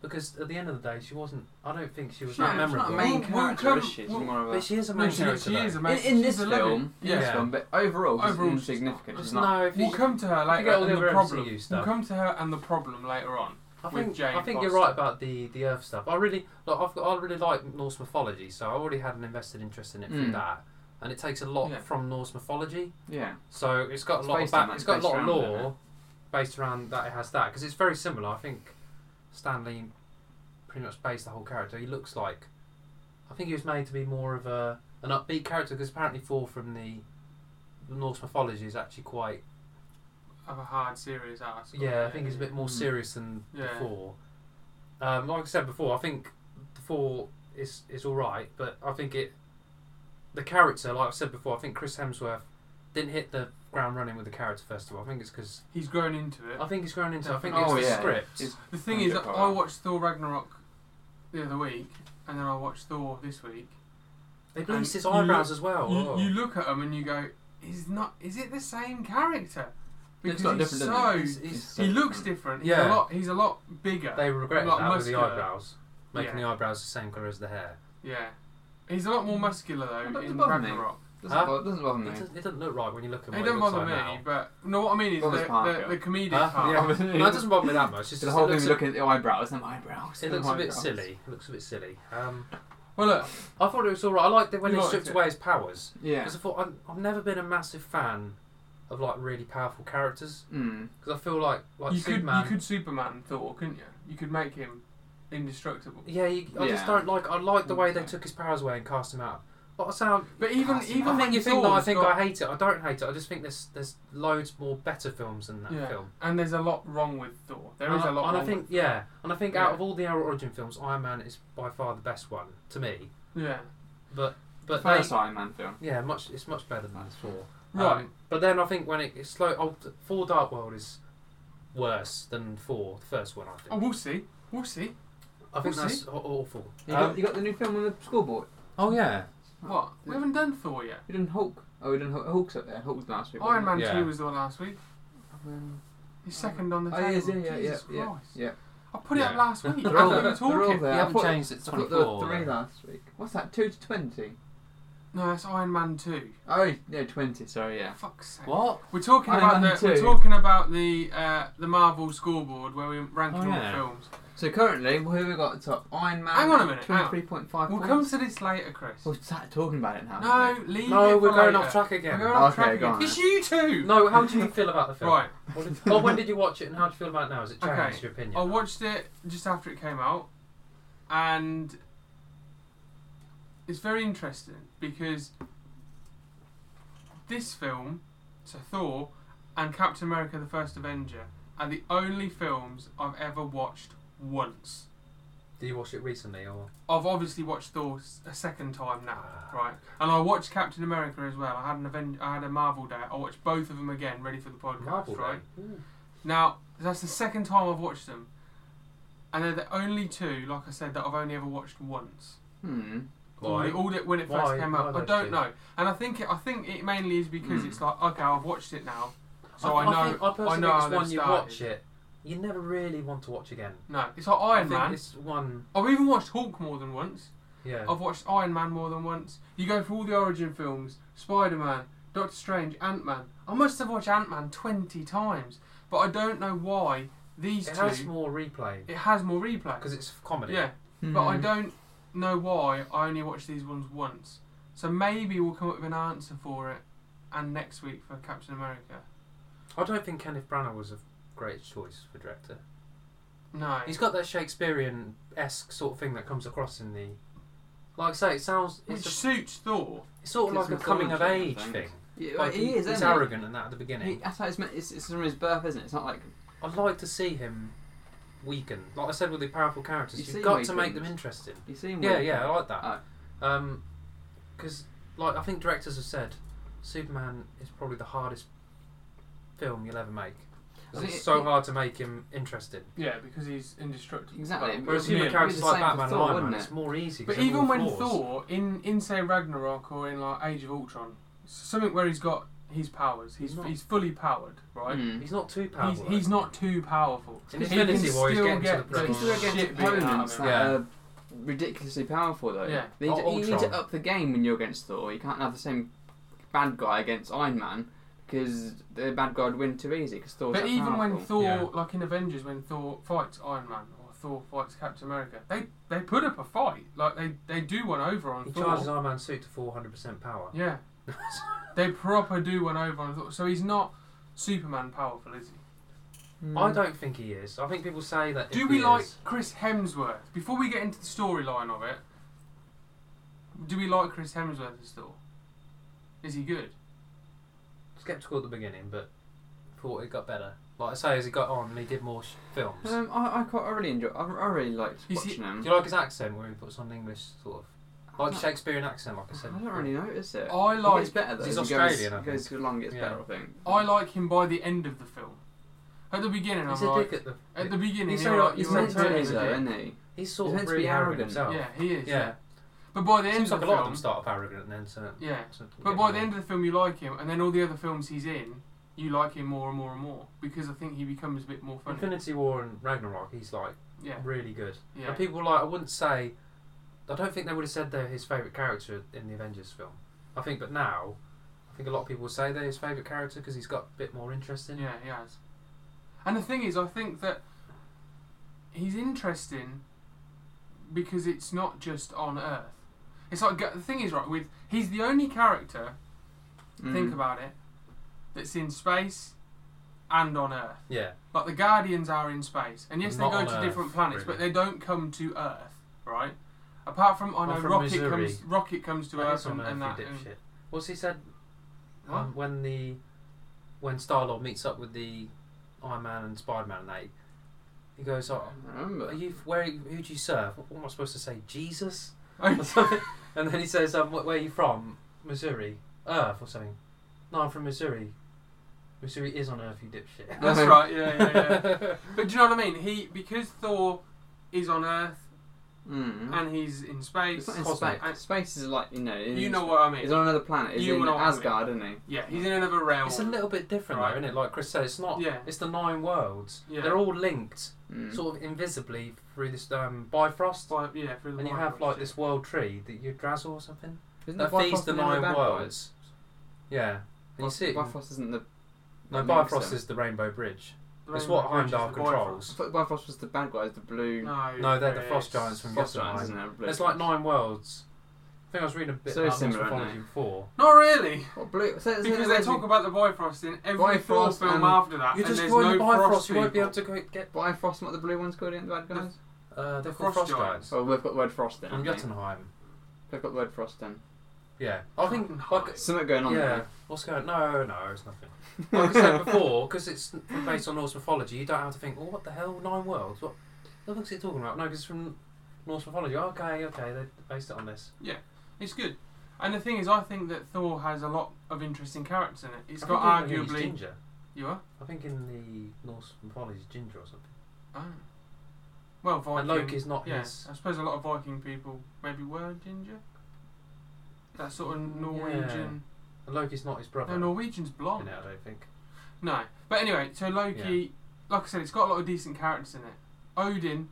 [SPEAKER 3] Because at the end of the day, she wasn't. I don't think she was
[SPEAKER 2] She's
[SPEAKER 3] that
[SPEAKER 2] not- she's not
[SPEAKER 3] memorable.
[SPEAKER 2] a
[SPEAKER 1] We'll-
[SPEAKER 2] main
[SPEAKER 1] we'll
[SPEAKER 2] character,
[SPEAKER 1] come-
[SPEAKER 2] is she? She's
[SPEAKER 1] we'll-
[SPEAKER 2] more of
[SPEAKER 3] but
[SPEAKER 2] a.
[SPEAKER 3] she is a main
[SPEAKER 1] No, she,
[SPEAKER 3] character.
[SPEAKER 1] she is
[SPEAKER 3] though.
[SPEAKER 2] In,
[SPEAKER 1] amazing.
[SPEAKER 2] in this
[SPEAKER 1] She's a lovely-
[SPEAKER 2] film, in this
[SPEAKER 1] yeah.
[SPEAKER 2] film, but overall, she's
[SPEAKER 1] Overall, she's
[SPEAKER 2] insignificant.
[SPEAKER 3] Just
[SPEAKER 2] She's not.
[SPEAKER 3] no, if you,
[SPEAKER 1] We'll come to her
[SPEAKER 3] forget
[SPEAKER 1] later.
[SPEAKER 3] all
[SPEAKER 1] And
[SPEAKER 3] the
[SPEAKER 1] the
[SPEAKER 3] other
[SPEAKER 1] problem.
[SPEAKER 3] MCU stuff.
[SPEAKER 1] We'll come to her and the problem later on.
[SPEAKER 3] I
[SPEAKER 1] with
[SPEAKER 3] think
[SPEAKER 1] Jane
[SPEAKER 3] I think you're
[SPEAKER 1] Foster.
[SPEAKER 3] right about the, the Earth stuff. I really look, I've got, I really like Norse mythology, so I already had an invested interest in it through
[SPEAKER 2] Mm.
[SPEAKER 3] that, and it takes a lot
[SPEAKER 1] Hmm. Yeah.
[SPEAKER 3] from Norse mythology.
[SPEAKER 2] Yeah.
[SPEAKER 3] So it's got
[SPEAKER 2] It's
[SPEAKER 3] a lot of
[SPEAKER 2] based on
[SPEAKER 3] back,
[SPEAKER 2] that,
[SPEAKER 3] it's got a
[SPEAKER 2] based
[SPEAKER 3] lot
[SPEAKER 2] around
[SPEAKER 3] of lore
[SPEAKER 2] it, yeah.
[SPEAKER 3] based around that it has that because it's very similar. I think Stanley pretty much based the whole character. He looks like I think he was made to be more of a an upbeat character because apparently Thor from the Norse mythology is actually quite
[SPEAKER 1] Of a hard series ass.
[SPEAKER 3] yeah I think he's a bit more
[SPEAKER 2] Mm.
[SPEAKER 3] serious than
[SPEAKER 1] Yeah.
[SPEAKER 3] before. Um, like I said before, I think Thor is is all right, but I think it the character like I said before, I think Chris Hemsworth didn't hit the ground running with the character first of all. I think it's because
[SPEAKER 1] He's grown into it.
[SPEAKER 3] I think it's grown into. I think
[SPEAKER 1] Oh,
[SPEAKER 3] it's the
[SPEAKER 1] yeah.
[SPEAKER 3] script.
[SPEAKER 2] It's-
[SPEAKER 1] The thing is, I watched Thor Ragnarok the other week, and then I watched Thor this week,
[SPEAKER 3] They bleached
[SPEAKER 1] And
[SPEAKER 3] his
[SPEAKER 1] you
[SPEAKER 3] eyebrows
[SPEAKER 1] look-
[SPEAKER 3] as well.
[SPEAKER 1] you,
[SPEAKER 3] oh.
[SPEAKER 1] you look at him and you go, "Is not? Is it the same character? Because
[SPEAKER 2] Looks a lot
[SPEAKER 1] he's
[SPEAKER 2] different, doesn't
[SPEAKER 3] He's-
[SPEAKER 1] so
[SPEAKER 3] he's-
[SPEAKER 2] It's so
[SPEAKER 1] he looks
[SPEAKER 2] different.
[SPEAKER 1] different. He's
[SPEAKER 3] Yeah.
[SPEAKER 1] a lot. He's a lot bigger.
[SPEAKER 3] They regret
[SPEAKER 1] Like
[SPEAKER 3] that with
[SPEAKER 1] muscular.
[SPEAKER 3] the eyebrows, making
[SPEAKER 1] Yeah.
[SPEAKER 3] the eyebrows the same colour as the hair.
[SPEAKER 1] yeah, he's a lot more muscular
[SPEAKER 2] That
[SPEAKER 1] though
[SPEAKER 2] doesn't
[SPEAKER 1] in
[SPEAKER 2] bother me.
[SPEAKER 1] Ragnarok.
[SPEAKER 2] Doesn't,
[SPEAKER 3] Huh?
[SPEAKER 2] bother, doesn't bother
[SPEAKER 3] It
[SPEAKER 2] me.
[SPEAKER 3] doesn't, it doesn't look right when you look
[SPEAKER 1] Mm.
[SPEAKER 3] at
[SPEAKER 1] It
[SPEAKER 3] what
[SPEAKER 1] doesn't
[SPEAKER 3] looks
[SPEAKER 1] bother me,
[SPEAKER 3] like now.
[SPEAKER 1] but no, what I mean is the,
[SPEAKER 2] Bothers
[SPEAKER 1] the,
[SPEAKER 2] Parker.
[SPEAKER 1] the comedic
[SPEAKER 3] Huh?
[SPEAKER 1] part.
[SPEAKER 3] Yeah.
[SPEAKER 2] Obviously.
[SPEAKER 3] No, it doesn't bother me that much. It's just
[SPEAKER 2] the whole
[SPEAKER 3] it
[SPEAKER 2] thing
[SPEAKER 3] looks,
[SPEAKER 2] is looking at the eyebrows and the eyebrows. Oh
[SPEAKER 3] it
[SPEAKER 2] the
[SPEAKER 3] looks a bit
[SPEAKER 2] eyebrows.
[SPEAKER 3] silly. It looks a bit silly. Um,
[SPEAKER 1] Well, look,
[SPEAKER 3] I thought it was all right. I liked it when
[SPEAKER 1] You
[SPEAKER 3] they
[SPEAKER 1] liked
[SPEAKER 3] stripped
[SPEAKER 1] it.
[SPEAKER 3] away his powers
[SPEAKER 2] Yeah.
[SPEAKER 3] because I thought I'm, I've never been a massive fan of like really powerful characters
[SPEAKER 2] Mm.
[SPEAKER 3] because I feel like like
[SPEAKER 1] you could
[SPEAKER 3] Superman.
[SPEAKER 1] you could Superman Thor, couldn't you? You could make him indestructible.
[SPEAKER 3] yeah, you, I
[SPEAKER 2] Yeah.
[SPEAKER 3] just don't like. I like the way they
[SPEAKER 2] Okay.
[SPEAKER 3] took his powers away and cast him out. But I sound.
[SPEAKER 1] But even
[SPEAKER 2] Cast him
[SPEAKER 1] even
[SPEAKER 3] I
[SPEAKER 1] when
[SPEAKER 3] think you think that
[SPEAKER 1] Thor's
[SPEAKER 3] I think
[SPEAKER 1] got-
[SPEAKER 3] I hate it. I don't hate it. I just think there's there's loads more better films than that
[SPEAKER 1] yeah,
[SPEAKER 3] film.
[SPEAKER 1] and there's a lot wrong with Thor. There
[SPEAKER 3] and
[SPEAKER 1] is
[SPEAKER 3] I,
[SPEAKER 1] a lot.
[SPEAKER 3] and
[SPEAKER 1] wrong
[SPEAKER 3] I think
[SPEAKER 1] with
[SPEAKER 3] yeah, and I think out
[SPEAKER 1] Yeah.
[SPEAKER 3] of all the Arrow origin films, Iron Man is by far the best one to me.
[SPEAKER 1] Thor. yeah.
[SPEAKER 3] But but
[SPEAKER 2] First
[SPEAKER 3] they,
[SPEAKER 2] Iron Man film.
[SPEAKER 3] yeah, much it's much better than
[SPEAKER 2] That's
[SPEAKER 3] four.
[SPEAKER 1] Right.
[SPEAKER 3] Um, but then I think when it, it's slow, oh, th- four Dark World is worse than four, the first one. I
[SPEAKER 1] Oh,
[SPEAKER 3] think.
[SPEAKER 1] we'll see. We'll see.
[SPEAKER 3] I think
[SPEAKER 1] we'll
[SPEAKER 3] that's aw- awful.
[SPEAKER 2] You,
[SPEAKER 3] Um,
[SPEAKER 2] got, you got the new film on the schoolboy.
[SPEAKER 3] oh yeah,
[SPEAKER 1] What? We haven't done Thor yet.
[SPEAKER 2] We didn't Hulk. Oh, we didn't Hulk. Hulk's up there. Hulk was last week.
[SPEAKER 1] Iron Man
[SPEAKER 3] Yeah.
[SPEAKER 1] 2 was the one last week. He's second on the
[SPEAKER 2] Oh,
[SPEAKER 1] table.
[SPEAKER 2] yeah, yeah, yeah,
[SPEAKER 1] Jesus
[SPEAKER 2] yeah,
[SPEAKER 1] Christ.
[SPEAKER 2] yeah.
[SPEAKER 1] I put it
[SPEAKER 3] Yeah.
[SPEAKER 1] up last week.
[SPEAKER 2] They're
[SPEAKER 1] I
[SPEAKER 2] all
[SPEAKER 1] thought we
[SPEAKER 2] there.
[SPEAKER 1] were
[SPEAKER 2] They're all
[SPEAKER 1] talking.
[SPEAKER 2] there.
[SPEAKER 3] you
[SPEAKER 2] I
[SPEAKER 3] haven't
[SPEAKER 2] thought-
[SPEAKER 3] changed it to
[SPEAKER 2] I thought there were
[SPEAKER 3] 24.
[SPEAKER 2] three
[SPEAKER 3] though.
[SPEAKER 2] last week. What's that? Two to twenty.
[SPEAKER 1] No, that's Iron Man 2.
[SPEAKER 2] Oh no, twenty. Sorry, yeah.
[SPEAKER 1] Fuck's sake.
[SPEAKER 3] What?
[SPEAKER 1] We're talking
[SPEAKER 2] Iron Man
[SPEAKER 1] about the, we're
[SPEAKER 2] 2.
[SPEAKER 1] talking about the uh, the Marvel scoreboard where we're ranking all
[SPEAKER 3] Oh, yeah.
[SPEAKER 1] the films.
[SPEAKER 2] So currently, who have we got at top? Iron Man.
[SPEAKER 1] Hang on a minute, hang on.
[SPEAKER 2] Twenty-three point five.
[SPEAKER 1] We'll come to this later, Chris.
[SPEAKER 2] We're sat talking about it now.
[SPEAKER 1] No, leave it
[SPEAKER 3] No,
[SPEAKER 1] for
[SPEAKER 3] we're going
[SPEAKER 1] later.
[SPEAKER 3] off track
[SPEAKER 1] We're
[SPEAKER 3] again.
[SPEAKER 1] going off
[SPEAKER 2] Okay,
[SPEAKER 1] track
[SPEAKER 2] go
[SPEAKER 1] again.
[SPEAKER 2] on
[SPEAKER 1] It's you two.
[SPEAKER 3] No, how do you feel about the film?
[SPEAKER 1] Right.
[SPEAKER 3] What did, well, when did you watch it, and how do you feel about it now? Has it changed
[SPEAKER 1] Okay. Oh,
[SPEAKER 3] your opinion?
[SPEAKER 1] I watched it just after it came out, and it's very interesting because this film, so Thor and Captain America: The First Avenger, are the only films I've ever watched once.
[SPEAKER 3] Did you watch it recently, or
[SPEAKER 1] I've obviously watched Thor s- a second time now,
[SPEAKER 3] Ah.
[SPEAKER 1] right? And I watched Captain America as well. I had an Aven- I had a Marvel day. I watched both of them again, ready for the podcast,
[SPEAKER 3] Marvel?
[SPEAKER 1] right?
[SPEAKER 3] Day?
[SPEAKER 1] Now, that's the second time I've watched them. And they're the only two, like I said, that I've only ever watched once.
[SPEAKER 2] Hmm.
[SPEAKER 3] Why?
[SPEAKER 1] All the- when it first
[SPEAKER 3] Why-
[SPEAKER 1] came
[SPEAKER 3] why
[SPEAKER 1] out. I
[SPEAKER 3] those
[SPEAKER 1] don't
[SPEAKER 3] two?
[SPEAKER 1] know. And I think it, I think it mainly is because
[SPEAKER 2] Hmm.
[SPEAKER 1] it's like, okay, I've watched it now. So I, know.
[SPEAKER 3] think, I personally
[SPEAKER 1] know
[SPEAKER 3] think
[SPEAKER 1] how
[SPEAKER 3] it's
[SPEAKER 1] they've
[SPEAKER 3] one you
[SPEAKER 1] started.
[SPEAKER 3] watch it, you never really want to watch again.
[SPEAKER 1] No, it's like
[SPEAKER 3] I
[SPEAKER 1] Iron
[SPEAKER 3] think
[SPEAKER 1] Man.
[SPEAKER 3] It's one.
[SPEAKER 1] I've even watched Hulk more than once.
[SPEAKER 3] Yeah.
[SPEAKER 1] I've watched Iron Man more than once. You go through all the origin films Spider Man, Doctor Strange, Ant Man. I must have watched Ant Man 20 times. But I don't know why these
[SPEAKER 3] it
[SPEAKER 1] two.
[SPEAKER 3] has more replay
[SPEAKER 1] it has more replay.
[SPEAKER 3] because it's comedy.
[SPEAKER 1] Yeah. But
[SPEAKER 3] Hmm.
[SPEAKER 1] I don't know why I only watched these ones once. So maybe we'll come up with an answer for it and next week for Captain America.
[SPEAKER 3] I don't think Kenneth Branagh was a great choice for director.
[SPEAKER 1] No.
[SPEAKER 3] He's got that Shakespearean esque sort of thing that comes across in the. Like I say, it sounds.
[SPEAKER 1] Which
[SPEAKER 3] It's, a,
[SPEAKER 1] suits Thor.
[SPEAKER 3] it's sort of
[SPEAKER 2] It's
[SPEAKER 3] like a coming of
[SPEAKER 2] mythology,
[SPEAKER 3] age
[SPEAKER 2] I think.
[SPEAKER 3] thing.
[SPEAKER 2] Yeah,
[SPEAKER 3] Like,
[SPEAKER 2] he is.
[SPEAKER 3] He's
[SPEAKER 2] isn't he?
[SPEAKER 3] arrogant and that at the
[SPEAKER 2] He,
[SPEAKER 3] beginning.
[SPEAKER 2] uh, that's how it's meant. It's, it's from his birth, isn't it? It's not like
[SPEAKER 3] I'd like to see him weaken. Like I said with the powerful characters,
[SPEAKER 2] You
[SPEAKER 3] you
[SPEAKER 2] see
[SPEAKER 3] have got
[SPEAKER 2] him
[SPEAKER 3] to make
[SPEAKER 2] weakened.
[SPEAKER 3] them interesting.
[SPEAKER 2] you see him.
[SPEAKER 3] Yeah,
[SPEAKER 2] with-
[SPEAKER 3] yeah, I like that.
[SPEAKER 2] Oh.
[SPEAKER 3] Um 'cause like I think directors have said, Superman is probably the hardest film you'll ever make. 'Cause
[SPEAKER 2] I think
[SPEAKER 3] it's
[SPEAKER 2] it-
[SPEAKER 3] so
[SPEAKER 2] it-
[SPEAKER 3] hard to make him interesting.
[SPEAKER 1] Yeah, because he's indestructible.
[SPEAKER 2] Exactly. Well,
[SPEAKER 3] Whereas
[SPEAKER 2] it'd be
[SPEAKER 3] human
[SPEAKER 2] the
[SPEAKER 3] characters
[SPEAKER 2] same
[SPEAKER 3] like
[SPEAKER 2] for
[SPEAKER 3] Batman
[SPEAKER 2] Thor,
[SPEAKER 3] and Iron
[SPEAKER 2] wouldn't
[SPEAKER 3] Man,
[SPEAKER 2] it?
[SPEAKER 3] it's more easy. 'cause
[SPEAKER 1] But
[SPEAKER 3] they're
[SPEAKER 1] even
[SPEAKER 3] all
[SPEAKER 1] when
[SPEAKER 3] flaws.
[SPEAKER 1] Thor in in say Ragnarok or in like Age of Ultron, something where he's got his powers, he's
[SPEAKER 3] He's not-
[SPEAKER 1] he's fully powered, right?
[SPEAKER 2] Mm.
[SPEAKER 3] he's not too
[SPEAKER 1] He's,
[SPEAKER 3] powerful.
[SPEAKER 1] he's not too powerful.
[SPEAKER 3] In
[SPEAKER 1] He
[SPEAKER 3] Infinity
[SPEAKER 1] can
[SPEAKER 3] War, he's
[SPEAKER 1] still
[SPEAKER 3] getting to
[SPEAKER 1] get
[SPEAKER 3] the
[SPEAKER 2] It's because they're
[SPEAKER 3] Shit
[SPEAKER 2] against
[SPEAKER 1] shit beaten out
[SPEAKER 2] opponents
[SPEAKER 1] of
[SPEAKER 2] that
[SPEAKER 1] him.
[SPEAKER 3] Yeah.
[SPEAKER 2] are ridiculously powerful, though.
[SPEAKER 1] Yeah.
[SPEAKER 2] You need, to,
[SPEAKER 3] Or
[SPEAKER 2] you need to
[SPEAKER 3] Ultron.
[SPEAKER 2] up the game when you're against Thor. You can't have the same bad guy against Iron Man because the bad guy would win too easy because Thor's
[SPEAKER 1] But
[SPEAKER 2] that
[SPEAKER 1] even when Thor,
[SPEAKER 2] powerful.
[SPEAKER 3] Yeah.
[SPEAKER 1] like in Avengers, when Thor fights Iron Man or Thor fights Captain America, they they put up a fight. Like they they do one over on
[SPEAKER 3] He
[SPEAKER 1] Thor.
[SPEAKER 3] charges Iron Man's suit to 400% power.
[SPEAKER 1] Yeah, they proper do one over on Thor. So he's not Superman powerful, is he?
[SPEAKER 3] I don't think he is. I think people say that.
[SPEAKER 1] Mm. Do
[SPEAKER 3] if
[SPEAKER 1] we
[SPEAKER 3] he
[SPEAKER 1] like
[SPEAKER 3] is-
[SPEAKER 1] Chris Hemsworth? Before we get into the storyline of it, do we like Chris Hemsworth as Thor? Is he good?
[SPEAKER 3] Skeptical at the beginning, but thought it got better. Like I say, as he got on and he did more sh- films.
[SPEAKER 2] Um, I, I quite I really enjoy. I, I really liked
[SPEAKER 1] You see-
[SPEAKER 2] watching him.
[SPEAKER 3] Do you like his accent where he puts on English sort of like
[SPEAKER 2] I
[SPEAKER 3] Shakespearean accent, like I said?
[SPEAKER 2] don't, I don't
[SPEAKER 3] before?
[SPEAKER 2] really notice it.
[SPEAKER 1] I
[SPEAKER 2] It
[SPEAKER 1] like
[SPEAKER 2] gets better though.
[SPEAKER 3] He's
[SPEAKER 2] as it
[SPEAKER 3] Australian, I
[SPEAKER 2] Goes,
[SPEAKER 3] think.
[SPEAKER 2] goes too long, it gets
[SPEAKER 3] Yeah.
[SPEAKER 2] better. I think.
[SPEAKER 1] I like him by the end of the film. At the beginning,
[SPEAKER 3] He's
[SPEAKER 1] I'm
[SPEAKER 3] a
[SPEAKER 1] like,
[SPEAKER 3] dick at the.
[SPEAKER 1] at the beginning,
[SPEAKER 3] He's
[SPEAKER 1] you're
[SPEAKER 3] so-
[SPEAKER 1] like,
[SPEAKER 3] he's
[SPEAKER 1] you're
[SPEAKER 2] He's meant
[SPEAKER 1] like,
[SPEAKER 2] to be
[SPEAKER 1] he's a
[SPEAKER 2] though,
[SPEAKER 1] dick.
[SPEAKER 2] isn't he?
[SPEAKER 3] he's sort
[SPEAKER 2] he's
[SPEAKER 3] of
[SPEAKER 2] meant to
[SPEAKER 3] really
[SPEAKER 2] be
[SPEAKER 3] arrogant
[SPEAKER 2] arrogant.
[SPEAKER 3] himself.
[SPEAKER 1] Yeah, he is.
[SPEAKER 3] Yeah.
[SPEAKER 1] But by the end
[SPEAKER 3] Seems
[SPEAKER 1] of
[SPEAKER 3] like
[SPEAKER 1] the
[SPEAKER 3] a lot of
[SPEAKER 1] film,
[SPEAKER 3] them start off arrogant and then so.
[SPEAKER 1] yeah.
[SPEAKER 3] so-
[SPEAKER 1] But by the end of the film, you like him, and then all the other films he's in, you like him more and more and more because I think he becomes a bit more funny.
[SPEAKER 3] Infinity War and Ragnarok, he's like
[SPEAKER 1] Yeah,
[SPEAKER 3] really good.
[SPEAKER 1] yeah.
[SPEAKER 3] And people were like, I wouldn't say. I don't think they would have said they're his favourite character in the Avengers film. I think, but now, I think a lot of people will say they're his favourite character because he's got a bit more interesting.
[SPEAKER 1] Yeah, he has. And the thing is, I think that he's interesting because it's not just on Earth. It's like the thing is right with he's the only character.
[SPEAKER 3] Mm.
[SPEAKER 1] Think about it. That's in space and on Earth.
[SPEAKER 3] Yeah.
[SPEAKER 1] Like the Guardians are in space, and yes,
[SPEAKER 3] Not
[SPEAKER 1] they
[SPEAKER 3] on
[SPEAKER 1] go to
[SPEAKER 3] Earth,
[SPEAKER 1] different planets, but
[SPEAKER 3] really.
[SPEAKER 1] they don't come to Earth, right? Apart from I
[SPEAKER 3] Well,
[SPEAKER 1] know
[SPEAKER 3] from
[SPEAKER 1] Rocket
[SPEAKER 3] Missouri.
[SPEAKER 1] comes. Rocket comes to
[SPEAKER 3] That
[SPEAKER 1] Earth
[SPEAKER 3] is on
[SPEAKER 1] and,
[SPEAKER 3] Earth,
[SPEAKER 1] and
[SPEAKER 3] you
[SPEAKER 1] that. and-
[SPEAKER 3] dipshit. What's he said?
[SPEAKER 1] What?
[SPEAKER 3] Um, when the when Star Lord meets up with the Iron Man and Spider Man, they he goes, oh,
[SPEAKER 2] I remember.
[SPEAKER 3] "Are you where? Who do you serve? What, am I supposed to say? Jesus?"
[SPEAKER 1] Oh,
[SPEAKER 3] Or something. and then he says, um, "Wh- "Where are you from? Missouri, Earth, or something?" No, I'm from Missouri. Missouri is on Earth, you dipshit.
[SPEAKER 1] That's right. Yeah, yeah, yeah. But do you know what I mean? He because Thor is on Earth
[SPEAKER 3] Hmm?
[SPEAKER 2] Mm.
[SPEAKER 1] and he's in
[SPEAKER 2] it's
[SPEAKER 1] space.
[SPEAKER 2] not in
[SPEAKER 3] cosmic.
[SPEAKER 2] space. Space is like you know.
[SPEAKER 1] You know what I mean?
[SPEAKER 2] He's on another planet. He's
[SPEAKER 1] You
[SPEAKER 2] in
[SPEAKER 1] know what I mean.
[SPEAKER 2] Asgard, isn't he?
[SPEAKER 1] yeah, he's in another realm.
[SPEAKER 3] It's a little bit different,
[SPEAKER 1] Right.
[SPEAKER 3] though, isn't it? Like Chris said, it's not.
[SPEAKER 1] Yeah.
[SPEAKER 3] It's the nine worlds.
[SPEAKER 1] Yeah.
[SPEAKER 3] They're all linked,
[SPEAKER 2] Mm.
[SPEAKER 3] sort of invisibly through this um, Bifrost.
[SPEAKER 1] Like, yeah, through the
[SPEAKER 3] And you
[SPEAKER 1] mind
[SPEAKER 3] have
[SPEAKER 1] watch,
[SPEAKER 3] like this world tree that you drazzle or something.
[SPEAKER 2] Isn't
[SPEAKER 3] That
[SPEAKER 2] Bifrost
[SPEAKER 3] feeds the
[SPEAKER 2] in one of
[SPEAKER 3] nine
[SPEAKER 2] bad guys?
[SPEAKER 3] worlds. Yeah. And you
[SPEAKER 2] Bif-
[SPEAKER 3] see it. in-
[SPEAKER 2] Bifrost isn't the.
[SPEAKER 3] No,
[SPEAKER 2] that makes
[SPEAKER 3] Bifrost
[SPEAKER 2] them.
[SPEAKER 3] is the Rainbow Bridge.
[SPEAKER 1] yeah.
[SPEAKER 3] it's what
[SPEAKER 1] Rainbow Bridge is
[SPEAKER 3] Heimdall
[SPEAKER 1] the
[SPEAKER 2] I
[SPEAKER 3] controls.
[SPEAKER 2] thought Bifrost was the bad guy. Is the blue.
[SPEAKER 1] boyfriend. No,
[SPEAKER 3] No, they're the
[SPEAKER 1] it's-
[SPEAKER 3] frost giants from
[SPEAKER 2] Frost giant,
[SPEAKER 3] Yosemite.
[SPEAKER 2] isn't it? Blue.
[SPEAKER 3] It's like nine worlds. I think I was reading a bit
[SPEAKER 2] So
[SPEAKER 3] about Norse
[SPEAKER 2] similar, aren't
[SPEAKER 3] mythology
[SPEAKER 2] they?
[SPEAKER 3] before.
[SPEAKER 1] Not really,
[SPEAKER 2] What blue? So, so
[SPEAKER 1] because they talk about the Bifrost in every
[SPEAKER 2] Bifrost
[SPEAKER 1] Thor film
[SPEAKER 2] and-
[SPEAKER 1] after that,
[SPEAKER 3] You
[SPEAKER 1] Uh, and
[SPEAKER 3] just
[SPEAKER 1] there's
[SPEAKER 3] join
[SPEAKER 1] no
[SPEAKER 3] the Bifrost, you
[SPEAKER 1] people.
[SPEAKER 3] won't be able to go get.
[SPEAKER 2] Bifrost. What the blue ones called again? The bad guys.
[SPEAKER 3] Uh, they're
[SPEAKER 1] The frost
[SPEAKER 3] called Frost Giants.
[SPEAKER 1] giants.
[SPEAKER 2] Oh, we've got the word frost in.
[SPEAKER 3] From
[SPEAKER 2] haven't we?
[SPEAKER 3] Jotunheim.
[SPEAKER 2] We've got the word frost in.
[SPEAKER 3] Yeah. I think. Like,
[SPEAKER 2] Something going on
[SPEAKER 3] yeah.
[SPEAKER 2] there.
[SPEAKER 3] What's going No, no, it's nothing. Like I said before, because it's based on Norse mythology, you don't have to think, oh, what the hell, nine worlds? What the fuck's it talking about? No, 'cause it's from Norse mythology. Okay, okay, they based it on this.
[SPEAKER 1] It's good. And the thing is, I think that Thor has a lot of interesting characters in it. It's
[SPEAKER 3] I
[SPEAKER 1] got
[SPEAKER 3] think in the movie
[SPEAKER 1] arguably
[SPEAKER 3] he's ginger.
[SPEAKER 1] you are.
[SPEAKER 3] I think in the Norse mythology, he's ginger or something.
[SPEAKER 1] Oh. Well, Viking.
[SPEAKER 3] Ah. And Loki's not
[SPEAKER 1] Oh, Yeah,
[SPEAKER 3] his.
[SPEAKER 1] I suppose a lot of Viking people maybe were ginger. That sort of
[SPEAKER 3] Mm,
[SPEAKER 1] Norwegian.
[SPEAKER 3] And Loki's not his brother.
[SPEAKER 1] No, Norwegian's blonde.
[SPEAKER 3] in it, I don't think.
[SPEAKER 1] No, but anyway, so Loki, like I said, it's got a lot of decent characters in it. Odin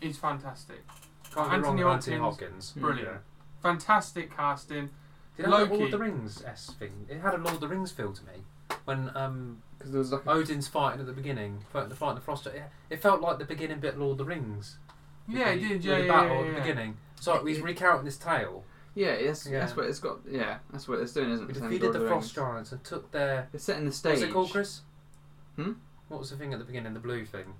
[SPEAKER 1] is fantastic,
[SPEAKER 3] Can't
[SPEAKER 1] Anthony
[SPEAKER 3] be wrong with Anthony
[SPEAKER 1] Hopkins.
[SPEAKER 3] Hopkins.
[SPEAKER 1] Brilliant.
[SPEAKER 3] Yeah.
[SPEAKER 1] fantastic casting.
[SPEAKER 3] Did it have a
[SPEAKER 1] Loki.
[SPEAKER 3] Lord of the Rings s thing? It had a Lord of the Rings feel to me when um,
[SPEAKER 2] Because there was like. A,
[SPEAKER 3] Odin's fighting at the beginning, fighting the fighting the frost. It, it felt like the beginning bit of Lord of the Rings.
[SPEAKER 1] Yeah, it
[SPEAKER 3] With the-
[SPEAKER 1] did.
[SPEAKER 3] with
[SPEAKER 1] Yeah,
[SPEAKER 3] the
[SPEAKER 1] yeah,
[SPEAKER 3] battle
[SPEAKER 1] yeah,
[SPEAKER 3] at the
[SPEAKER 1] yeah.
[SPEAKER 3] beginning. So he's recounting this tale.
[SPEAKER 2] yeah, yes,
[SPEAKER 3] Yeah.
[SPEAKER 2] that's what it's got. Yeah, that's what it's doing, isn't
[SPEAKER 3] We
[SPEAKER 2] it? It's in
[SPEAKER 3] defeated
[SPEAKER 2] Lord
[SPEAKER 3] the
[SPEAKER 2] of
[SPEAKER 3] frost
[SPEAKER 2] Rings.
[SPEAKER 3] giants and took their.
[SPEAKER 2] It's setting the
[SPEAKER 3] What
[SPEAKER 2] stage.
[SPEAKER 3] was it called, Chris?
[SPEAKER 2] Hmm?
[SPEAKER 3] What was the thing at the beginning? The blue thing.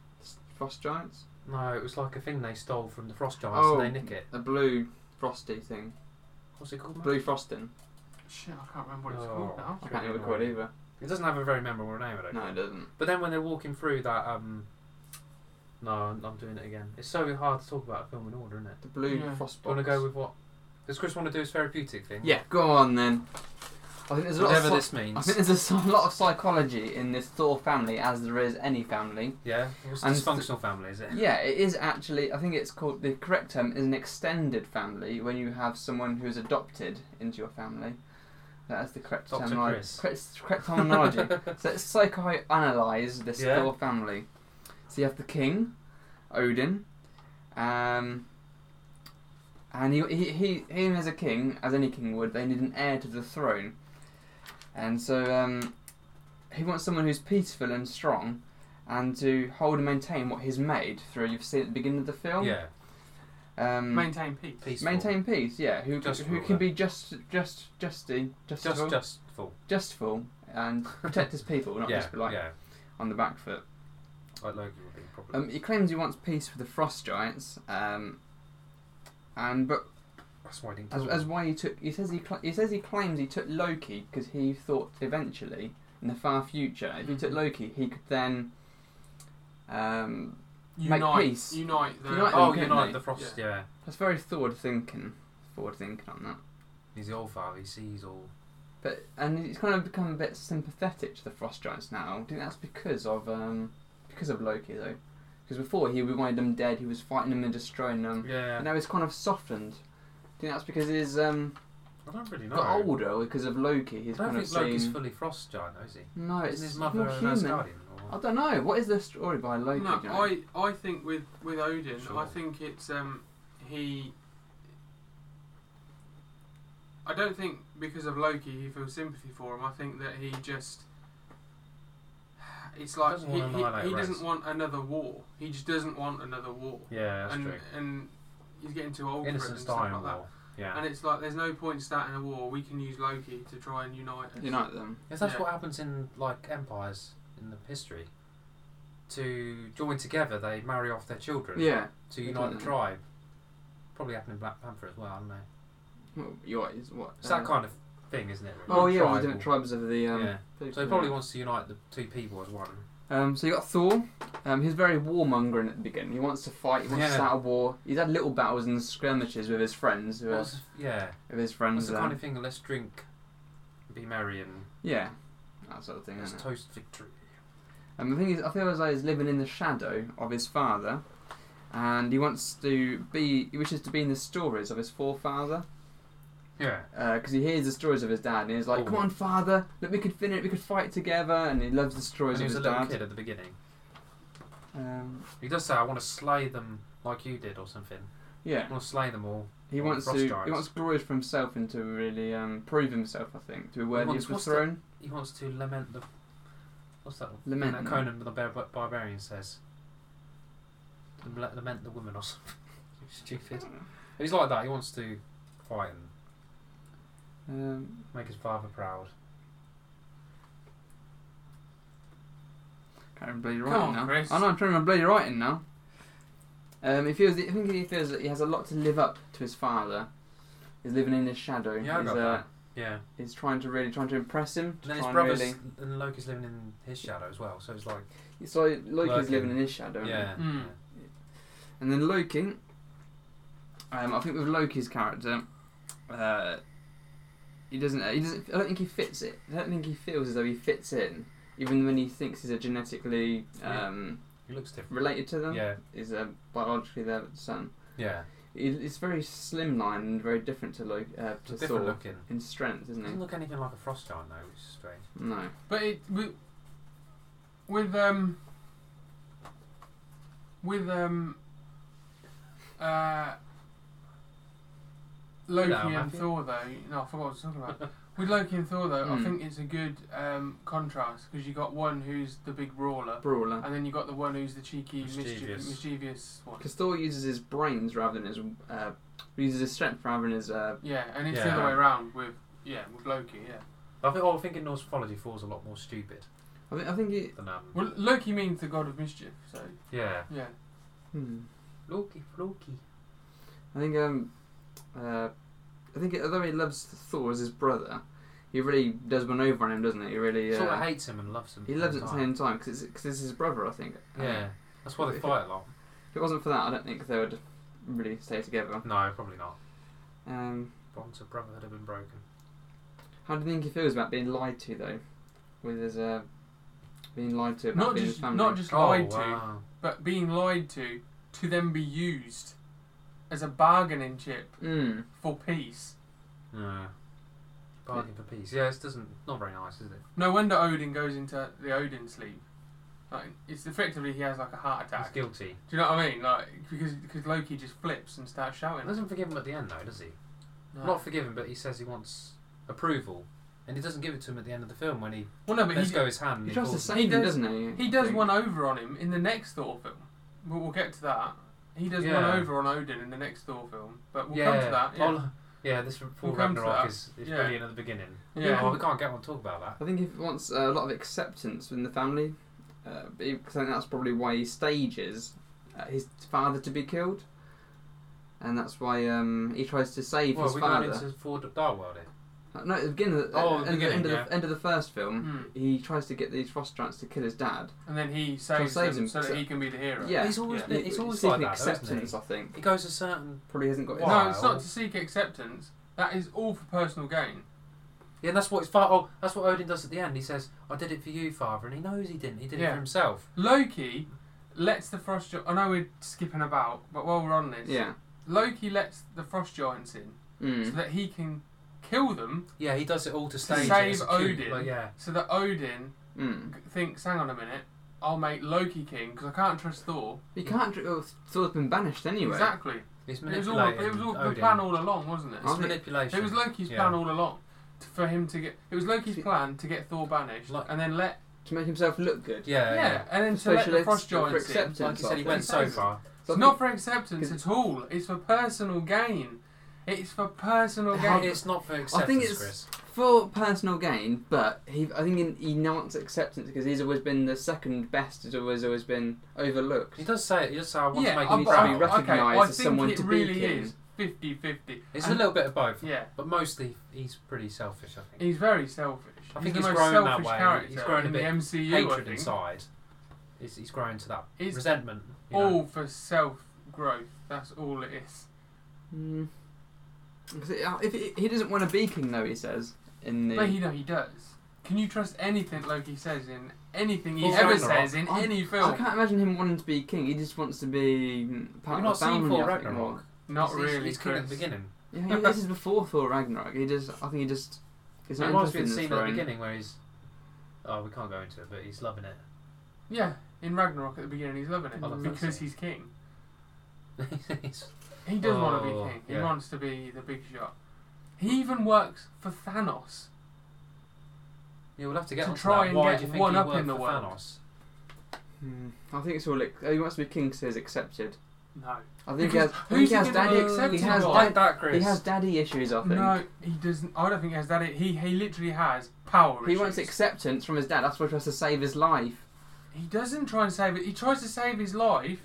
[SPEAKER 2] Frost giants.
[SPEAKER 3] No, it was like a thing they stole from the frost giants
[SPEAKER 2] Oh.
[SPEAKER 3] and they nick it.
[SPEAKER 2] A blue frosty thing.
[SPEAKER 3] What's it called? mate?
[SPEAKER 2] Blue frosting.
[SPEAKER 1] Shit, I can't remember what it's
[SPEAKER 3] Oh.
[SPEAKER 1] called now.
[SPEAKER 2] I can't even record either.
[SPEAKER 3] It doesn't have a very memorable name. I don't
[SPEAKER 2] No,
[SPEAKER 3] think.
[SPEAKER 2] it doesn't.
[SPEAKER 3] But then when they're walking through that, um, no, I'm, I'm doing it again. It's so hard to talk about a film in order, isn't it?
[SPEAKER 2] The blue
[SPEAKER 1] Yeah.
[SPEAKER 2] frost
[SPEAKER 3] Do you want to
[SPEAKER 2] box.
[SPEAKER 3] go with what? Does Chris want to do his therapeutic thing?
[SPEAKER 2] Yeah, go on then. I think there's a lot
[SPEAKER 3] Whatever
[SPEAKER 2] of
[SPEAKER 3] this
[SPEAKER 2] I
[SPEAKER 3] means.
[SPEAKER 2] think there's a s- lot of psychology in this Thor family, as there is any family.
[SPEAKER 3] Yeah. It's a
[SPEAKER 2] And-
[SPEAKER 3] dysfunctional family, is it?
[SPEAKER 2] Yeah, it is actually. I think it's called the correct term is an extended family when you have someone who is adopted into your family. That is the correct
[SPEAKER 3] Dr.
[SPEAKER 2] terminology.
[SPEAKER 3] Chris.
[SPEAKER 2] Correct, correct terminology. so let's psychoanalyze this
[SPEAKER 3] Yeah.
[SPEAKER 2] Thor family. So you have the king, Odin, um, and he, he, he, him as a king, as any king would, they need an heir to the throne. And so um, he wants someone who's peaceful and strong and to hold and maintain what he's made through. You've seen at the beginning of the film.
[SPEAKER 3] Yeah. Mm.
[SPEAKER 2] Um,
[SPEAKER 1] Maintain peace.
[SPEAKER 3] Peaceful.
[SPEAKER 2] maintain peace, yeah. Who,
[SPEAKER 3] Just
[SPEAKER 2] who
[SPEAKER 3] ruler.
[SPEAKER 2] can be just, just, justy,
[SPEAKER 3] Just,
[SPEAKER 2] justful,
[SPEAKER 3] just full.
[SPEAKER 2] justful and protect his people, not
[SPEAKER 3] yeah.
[SPEAKER 2] just be like
[SPEAKER 3] yeah.
[SPEAKER 2] on the back foot.
[SPEAKER 3] Like Loki would be probably.
[SPEAKER 2] Um, he claims he wants peace with the frost giants, um, and but
[SPEAKER 3] That's why I didn't.
[SPEAKER 2] as,
[SPEAKER 3] kill
[SPEAKER 2] as
[SPEAKER 3] him.
[SPEAKER 2] why he took he says he cl- he says he claims he took Loki because he thought eventually in the far future if he took Loki he could then um, Make
[SPEAKER 1] Unite,
[SPEAKER 2] peace.
[SPEAKER 1] unite the.
[SPEAKER 2] Unite them,
[SPEAKER 3] Oh,
[SPEAKER 2] couldn't
[SPEAKER 3] Unite
[SPEAKER 2] they?
[SPEAKER 3] the Frost. Yeah.
[SPEAKER 2] that's very forward thinking forward thinking on that
[SPEAKER 3] He's the old father. He sees all.
[SPEAKER 2] but and he's kind of become a bit sympathetic to the frost giants now I think that's because of um, because of Loki though because before he wanted them dead he was fighting them Um, and destroying them
[SPEAKER 3] Yeah.
[SPEAKER 2] And now he's kind of softened. think that's because he's um,
[SPEAKER 3] I don't really know.
[SPEAKER 2] got older or because of Loki? He's
[SPEAKER 3] I don't
[SPEAKER 2] kind
[SPEAKER 3] think
[SPEAKER 2] of
[SPEAKER 3] Loki's
[SPEAKER 2] seen-
[SPEAKER 3] fully frost giant, though, is he?
[SPEAKER 2] No, it's
[SPEAKER 3] Isn't his
[SPEAKER 2] not
[SPEAKER 3] mother an
[SPEAKER 2] human.
[SPEAKER 3] Asgardian?
[SPEAKER 2] I
[SPEAKER 3] Or...
[SPEAKER 2] don't know. What is the story behind Loki?
[SPEAKER 1] No,
[SPEAKER 2] do you know?
[SPEAKER 1] I, I think with, with Odin,
[SPEAKER 3] Sure.
[SPEAKER 1] I think it's um he. I don't think because of Loki he feels sympathy for him. I think that he just. It's like
[SPEAKER 3] Doesn't
[SPEAKER 1] he,
[SPEAKER 3] wanna annihilate
[SPEAKER 1] he, he
[SPEAKER 3] race.
[SPEAKER 1] doesn't want another war. He just doesn't want another war.
[SPEAKER 3] Yeah, that's
[SPEAKER 1] and
[SPEAKER 3] true.
[SPEAKER 1] and he's getting too old for it
[SPEAKER 3] Innocence
[SPEAKER 1] and stuff
[SPEAKER 3] dying
[SPEAKER 1] like that.
[SPEAKER 3] war. Yeah.
[SPEAKER 1] And it's like there's no point starting a war. We can use Loki to try and unite us.
[SPEAKER 2] Unite them.
[SPEAKER 3] Yes, that's
[SPEAKER 1] Yeah.
[SPEAKER 3] what happens in like empires in the history. To join together, they marry off their children
[SPEAKER 2] Yeah.
[SPEAKER 3] to unite the
[SPEAKER 2] Definitely.
[SPEAKER 3] tribe. Probably happened in Black Panther as well. I don't know.
[SPEAKER 2] Well, You're right. It's what?
[SPEAKER 3] It's
[SPEAKER 2] uh,
[SPEAKER 3] that kind of thing, isn't it?
[SPEAKER 2] Oh yeah, well, the
[SPEAKER 3] Tribal.
[SPEAKER 2] different tribes of the um.
[SPEAKER 3] yeah.
[SPEAKER 2] people,
[SPEAKER 3] So he probably
[SPEAKER 2] yeah.
[SPEAKER 3] wants to unite the two people as one.
[SPEAKER 2] Um, so you got Thor. Um, he's very warmongering at the beginning. He wants to fight. He wants to
[SPEAKER 3] Yeah.
[SPEAKER 2] start a war. He's had little battles and skirmishes with his friends. Who are,
[SPEAKER 3] What's, yeah.
[SPEAKER 2] with his
[SPEAKER 3] That's
[SPEAKER 2] friends.
[SPEAKER 3] the kind
[SPEAKER 2] uh,
[SPEAKER 3] of thing. Let's drink, be merry, and
[SPEAKER 2] Yeah, that sort of thing.
[SPEAKER 3] let's
[SPEAKER 2] isn't it?
[SPEAKER 3] toast victory.
[SPEAKER 2] And Um, the thing is, I feel as though he's living in the shadow of his father, and he wants to be. He wishes to be in the stories of his forefather
[SPEAKER 3] Yeah.
[SPEAKER 2] because Uh, he hears the stories of his dad, and he's like, "Come
[SPEAKER 3] Oh.
[SPEAKER 2] on, father, look, we could finish. We could fight together." And he loves the
[SPEAKER 3] When
[SPEAKER 2] stories
[SPEAKER 3] he
[SPEAKER 2] of
[SPEAKER 3] was a
[SPEAKER 2] his
[SPEAKER 3] little
[SPEAKER 2] dad.
[SPEAKER 3] kid at the beginning.
[SPEAKER 2] Um,
[SPEAKER 3] He does say, "I want to slay them like you did," or something.
[SPEAKER 2] yeah,
[SPEAKER 3] I want to slay them all.
[SPEAKER 2] he
[SPEAKER 3] Or
[SPEAKER 2] wants
[SPEAKER 3] frost
[SPEAKER 2] to.
[SPEAKER 3] giants.
[SPEAKER 2] He wants glory for himself and to really um, prove himself. I think to be worthy
[SPEAKER 3] wants-
[SPEAKER 2] of the
[SPEAKER 3] what's
[SPEAKER 2] throne.
[SPEAKER 3] He wants to lament the. What's that?
[SPEAKER 2] Lament
[SPEAKER 3] that
[SPEAKER 2] them.
[SPEAKER 3] Conan the bar- Bar- Barbarian says. Lame- Lament the woman or something. Stupid. He's like that. He wants to fight and
[SPEAKER 2] Um,
[SPEAKER 3] make his father proud.
[SPEAKER 2] can't remember bloody
[SPEAKER 1] Come
[SPEAKER 2] writing
[SPEAKER 1] on,
[SPEAKER 2] now.
[SPEAKER 1] Chris.
[SPEAKER 2] I know I'm trying to remember bloody writing now. Um, he feels. I think he feels that he has a lot to live up to his father. He's living in his shadow.
[SPEAKER 3] Yeah, I
[SPEAKER 2] he's,
[SPEAKER 3] got
[SPEAKER 2] uh,
[SPEAKER 3] that. Yeah.
[SPEAKER 2] he's trying to really trying to impress him. To
[SPEAKER 3] And then his
[SPEAKER 2] try
[SPEAKER 3] brother's
[SPEAKER 2] Really,
[SPEAKER 3] and Loki's living in his shadow as well. So it's like
[SPEAKER 2] so Loki's
[SPEAKER 3] Lurking.
[SPEAKER 2] living in his shadow. isn't he?
[SPEAKER 3] yeah.
[SPEAKER 1] Mm.
[SPEAKER 3] yeah.
[SPEAKER 2] And then Loki. Um, I think with Loki's character, uh, he doesn't. He doesn't. I don't think he fits it. I don't think he feels as though he fits in, even when he thinks he's a genetically um,
[SPEAKER 3] He looks different.
[SPEAKER 2] related to them.
[SPEAKER 3] Yeah.
[SPEAKER 2] Is uh, biologically their son.
[SPEAKER 3] Yeah.
[SPEAKER 2] He- It's very slimline and very different to Loki uh,
[SPEAKER 3] It's
[SPEAKER 2] to
[SPEAKER 3] a different
[SPEAKER 2] Thor
[SPEAKER 3] looking.
[SPEAKER 2] in strength, isn't
[SPEAKER 3] Doesn't
[SPEAKER 2] he?
[SPEAKER 3] look anything like a frost giant though, which is strange.
[SPEAKER 2] No.
[SPEAKER 1] But it with with um with um uh Loki
[SPEAKER 3] Hello,
[SPEAKER 1] and
[SPEAKER 3] Matthew.
[SPEAKER 1] Thor though. No, I forgot what I was talking about. with Loki and Thor though,
[SPEAKER 2] Mm.
[SPEAKER 1] I
[SPEAKER 3] Hmm.
[SPEAKER 1] think it's a good um contrast because you got one who's the big brawler,
[SPEAKER 2] Brawler.
[SPEAKER 1] and then you got the one who's the cheeky, mischievous,
[SPEAKER 3] Mischievous.
[SPEAKER 1] mischievous one.
[SPEAKER 2] Because Thor uses his brains rather than his uh, uses his strength rather than his uh,
[SPEAKER 1] Yeah, and it's the
[SPEAKER 3] Yeah.
[SPEAKER 1] other way around with yeah with Loki. Yeah.
[SPEAKER 3] I think. Oh, I think in Norse mythology, Thor's a lot more stupid
[SPEAKER 2] I think I think it.
[SPEAKER 3] than um.
[SPEAKER 1] Well, Loki means the god of mischief, so
[SPEAKER 3] yeah.
[SPEAKER 1] yeah.
[SPEAKER 2] Hmm.
[SPEAKER 3] Loki, Loki.
[SPEAKER 2] I think um, uh, I think although he loves Thor as his brother, he really does one over on him, doesn't he? He really. Uh,
[SPEAKER 3] Sort of hates him and loves him.
[SPEAKER 2] he
[SPEAKER 3] at
[SPEAKER 2] loves it at the same
[SPEAKER 3] time.
[SPEAKER 2] time because it's, 'cause it's his brother, I think.
[SPEAKER 3] Yeah,
[SPEAKER 2] Uh,
[SPEAKER 3] that's why they
[SPEAKER 2] If-
[SPEAKER 3] fight a lot.
[SPEAKER 2] if it wasn't for that, I don't think they would really stay together.
[SPEAKER 3] No, probably not.
[SPEAKER 2] Um,
[SPEAKER 3] Bonds of brotherhood have been broken.
[SPEAKER 2] how do you think he feels about being lied to though? With his uh, being lied to about
[SPEAKER 1] Not
[SPEAKER 2] being
[SPEAKER 1] just
[SPEAKER 2] his family.
[SPEAKER 1] not just
[SPEAKER 3] Oh,
[SPEAKER 1] lied to,
[SPEAKER 3] wow.
[SPEAKER 1] but being lied to to then be used as a bargaining chip
[SPEAKER 2] Mm.
[SPEAKER 1] for peace.
[SPEAKER 3] Yeah. Bargain for peace. Yeah, it doesn't. Not very nice, is it?
[SPEAKER 1] No wonder Odin goes into the Odin sleep. Like it's effectively he has like a heart
[SPEAKER 3] He's
[SPEAKER 1] attack. Do
[SPEAKER 3] guilty.
[SPEAKER 1] you know what I mean? Like because because Loki just flips and starts shouting.
[SPEAKER 3] He doesn't forgive him at the end, though, does he?
[SPEAKER 1] No.
[SPEAKER 3] Not forgive him, but he says he wants approval, and he doesn't give it to him at the end of the film when he
[SPEAKER 1] well, no, but
[SPEAKER 3] lets
[SPEAKER 1] he,
[SPEAKER 3] go his hand. And
[SPEAKER 2] He
[SPEAKER 3] he
[SPEAKER 2] tries to
[SPEAKER 3] calls him.
[SPEAKER 2] save
[SPEAKER 1] He
[SPEAKER 2] him,
[SPEAKER 1] does-
[SPEAKER 2] doesn't he?
[SPEAKER 1] he does
[SPEAKER 2] I think.
[SPEAKER 1] one over on him in the next Thor film. But we'll get to that. He does
[SPEAKER 3] Yeah.
[SPEAKER 1] one over on Odin in the next Thor film. But we'll
[SPEAKER 3] yeah.
[SPEAKER 1] come to that. Yeah.
[SPEAKER 3] I'll- yeah, this
[SPEAKER 1] We'll
[SPEAKER 3] before
[SPEAKER 1] come to
[SPEAKER 3] Ragnarok
[SPEAKER 1] that.
[SPEAKER 3] is, is
[SPEAKER 1] Yeah.
[SPEAKER 3] brilliant at the beginning.
[SPEAKER 1] Yeah.
[SPEAKER 3] Oh, we can't get on to talk about that.
[SPEAKER 2] I think he wants a lot of acceptance within the family, uh, because I think that's probably why he stages uh, his father to be killed, and that's why um, he tries to save
[SPEAKER 3] well,
[SPEAKER 2] his
[SPEAKER 3] we're
[SPEAKER 2] father.
[SPEAKER 3] going into for Dark World eh? here.
[SPEAKER 2] Uh, No, at the beginning, of the,
[SPEAKER 3] Oh,
[SPEAKER 2] at
[SPEAKER 3] the
[SPEAKER 2] the
[SPEAKER 3] beginning,
[SPEAKER 2] end, of
[SPEAKER 3] yeah.
[SPEAKER 2] the, end of the first film,
[SPEAKER 1] Hmm.
[SPEAKER 2] he tries to get these frost giants to kill his dad.
[SPEAKER 1] And then he saves,
[SPEAKER 2] saves
[SPEAKER 1] them
[SPEAKER 2] him,
[SPEAKER 1] so that
[SPEAKER 2] so-
[SPEAKER 1] he can be the hero.
[SPEAKER 2] Yeah,
[SPEAKER 3] He's always
[SPEAKER 1] Yeah.
[SPEAKER 3] been- he's
[SPEAKER 2] He-
[SPEAKER 3] always
[SPEAKER 2] seeking
[SPEAKER 3] like that, though, isn't
[SPEAKER 2] acceptance. I think
[SPEAKER 3] He goes a certain.
[SPEAKER 2] probably hasn't got.
[SPEAKER 3] Why?
[SPEAKER 1] No, it's not to seek acceptance. That is all for personal gain.
[SPEAKER 3] Yeah, and that's what it's far. Oh, that's what Odin does at the end. He says, "I did it for you, father," and he knows he didn't. He did it
[SPEAKER 1] Yeah.
[SPEAKER 3] for himself.
[SPEAKER 1] Loki lets the frost. Gi- I know we're skipping about, but while we're on this,
[SPEAKER 2] His, yeah.
[SPEAKER 1] Loki lets the frost giants in so
[SPEAKER 2] Mm.
[SPEAKER 1] that he can kill them,
[SPEAKER 3] Yeah, he does it all to stage
[SPEAKER 1] save
[SPEAKER 3] it. It's cute,
[SPEAKER 1] Odin.
[SPEAKER 3] But yeah,
[SPEAKER 1] so that Odin
[SPEAKER 2] Mm.
[SPEAKER 1] g- thinks, "Hang on a minute, I'll make Loki king because I can't trust Thor."
[SPEAKER 2] You can't. dr- Oh, Thor's been banished anyway.
[SPEAKER 1] Exactly.
[SPEAKER 3] he's
[SPEAKER 1] It was all.
[SPEAKER 3] manipulating.
[SPEAKER 1] It was all the
[SPEAKER 3] Odin.
[SPEAKER 1] plan all along, wasn't it?
[SPEAKER 3] It's
[SPEAKER 2] Wasn't it?
[SPEAKER 3] manipulation.
[SPEAKER 1] It was Loki's
[SPEAKER 3] Yeah.
[SPEAKER 1] plan all along t- for him to get. It was Loki's
[SPEAKER 2] See-
[SPEAKER 1] plan to get Thor banished
[SPEAKER 3] Like- uh,
[SPEAKER 1] and then let
[SPEAKER 2] To make himself look good.
[SPEAKER 3] Yeah,
[SPEAKER 1] yeah,
[SPEAKER 3] yeah.
[SPEAKER 1] and then to
[SPEAKER 2] Especially
[SPEAKER 1] let the frost
[SPEAKER 2] for
[SPEAKER 1] giants in.
[SPEAKER 2] acceptance.
[SPEAKER 3] Like you said, he
[SPEAKER 2] of
[SPEAKER 3] went
[SPEAKER 2] things.
[SPEAKER 3] so far.
[SPEAKER 1] It's not for acceptance at all. It's for personal gain. It's for personal
[SPEAKER 2] How-
[SPEAKER 1] gain.
[SPEAKER 3] It's not for acceptance,
[SPEAKER 2] think it's-
[SPEAKER 3] Chris.
[SPEAKER 2] for personal gain, but he, I think in, he wants acceptance because he's always been the second best. Has always always been overlooked.
[SPEAKER 3] He does say it. He does say, "I want
[SPEAKER 1] yeah,
[SPEAKER 3] to make
[SPEAKER 1] I-
[SPEAKER 3] him
[SPEAKER 1] but-
[SPEAKER 2] proud.
[SPEAKER 1] I-
[SPEAKER 2] Be
[SPEAKER 3] proud."
[SPEAKER 1] okay,
[SPEAKER 2] recognised
[SPEAKER 1] I
[SPEAKER 2] as
[SPEAKER 1] think
[SPEAKER 2] someone
[SPEAKER 1] it
[SPEAKER 2] to be
[SPEAKER 1] really
[SPEAKER 2] king.
[SPEAKER 1] is 50-50.
[SPEAKER 3] It's
[SPEAKER 1] And-
[SPEAKER 3] a little bit of both,
[SPEAKER 1] Yeah,
[SPEAKER 3] but mostly he's pretty selfish. I think
[SPEAKER 1] he's very selfish.
[SPEAKER 3] I
[SPEAKER 1] he's
[SPEAKER 3] think he's
[SPEAKER 1] the most
[SPEAKER 3] grown that
[SPEAKER 1] selfish
[SPEAKER 3] way.
[SPEAKER 1] character
[SPEAKER 3] He's grown a
[SPEAKER 1] in
[SPEAKER 3] bit
[SPEAKER 1] the MCU. I
[SPEAKER 3] hatred
[SPEAKER 1] think
[SPEAKER 3] inside. He's, he's grown to that
[SPEAKER 1] It's
[SPEAKER 3] resentment. you know.
[SPEAKER 1] all for self growth. That's all it is.
[SPEAKER 2] Mm. 'Cause it- uh, If he, he doesn't want to be king, though, he says in the.
[SPEAKER 1] But he no, he does. Can you trust anything Loki says in anything he
[SPEAKER 3] Thor
[SPEAKER 1] ever
[SPEAKER 3] Ragnarok.
[SPEAKER 1] says in
[SPEAKER 2] I-
[SPEAKER 1] any
[SPEAKER 2] I
[SPEAKER 1] film?
[SPEAKER 2] can't imagine him wanting to be king. He just wants to be mm,
[SPEAKER 3] Have
[SPEAKER 2] part
[SPEAKER 3] you
[SPEAKER 2] of
[SPEAKER 3] not
[SPEAKER 2] the
[SPEAKER 3] seen
[SPEAKER 2] family.
[SPEAKER 3] Thor
[SPEAKER 2] I think,
[SPEAKER 3] Ragnarok?
[SPEAKER 2] more.
[SPEAKER 1] Not
[SPEAKER 3] He's- he's-
[SPEAKER 1] really.
[SPEAKER 3] He's king
[SPEAKER 1] Chris.
[SPEAKER 3] at the beginning.
[SPEAKER 2] Yeah, he- this is before Thor Ragnarok. He just, I think he just. He's
[SPEAKER 3] It
[SPEAKER 2] not
[SPEAKER 3] reminds me of the
[SPEAKER 2] interested in
[SPEAKER 3] scene
[SPEAKER 2] the
[SPEAKER 3] at the
[SPEAKER 2] throne.
[SPEAKER 3] beginning where he's. Oh, we can't go into it, but he's loving it.
[SPEAKER 1] Yeah, in Ragnarok at the beginning, he's loving it
[SPEAKER 3] I love that
[SPEAKER 1] because
[SPEAKER 3] scene.
[SPEAKER 1] he's king.
[SPEAKER 3] He's-
[SPEAKER 1] He does want to
[SPEAKER 3] Oh,
[SPEAKER 1] be king. He
[SPEAKER 3] yeah.
[SPEAKER 1] wants to be the big shot. He even works for Thanos.
[SPEAKER 3] yeah, we'll have to get
[SPEAKER 1] To
[SPEAKER 3] onto
[SPEAKER 1] try
[SPEAKER 3] that.
[SPEAKER 1] and
[SPEAKER 3] Why
[SPEAKER 1] get
[SPEAKER 3] do you think
[SPEAKER 1] one
[SPEAKER 3] he
[SPEAKER 1] up
[SPEAKER 3] worked
[SPEAKER 1] in the
[SPEAKER 3] for
[SPEAKER 1] world.
[SPEAKER 3] Thanos?
[SPEAKER 2] Hmm. I think it's all. ac- He wants to be king, so he's accepted.
[SPEAKER 1] No.
[SPEAKER 2] I think he
[SPEAKER 1] Because
[SPEAKER 2] has. I think
[SPEAKER 1] who's
[SPEAKER 2] he
[SPEAKER 1] he
[SPEAKER 2] has
[SPEAKER 1] gonna
[SPEAKER 2] daddy.
[SPEAKER 1] accept
[SPEAKER 2] He
[SPEAKER 1] him
[SPEAKER 2] has,
[SPEAKER 1] for?
[SPEAKER 2] dad,
[SPEAKER 3] that,
[SPEAKER 2] he has daddy issues. I think.
[SPEAKER 1] No, he doesn't. I don't think he has that. He he literally has power.
[SPEAKER 2] He
[SPEAKER 1] issues.
[SPEAKER 2] wants acceptance from his dad. That's why he tries to save his life.
[SPEAKER 1] He doesn't try and save it. He tries to save his life.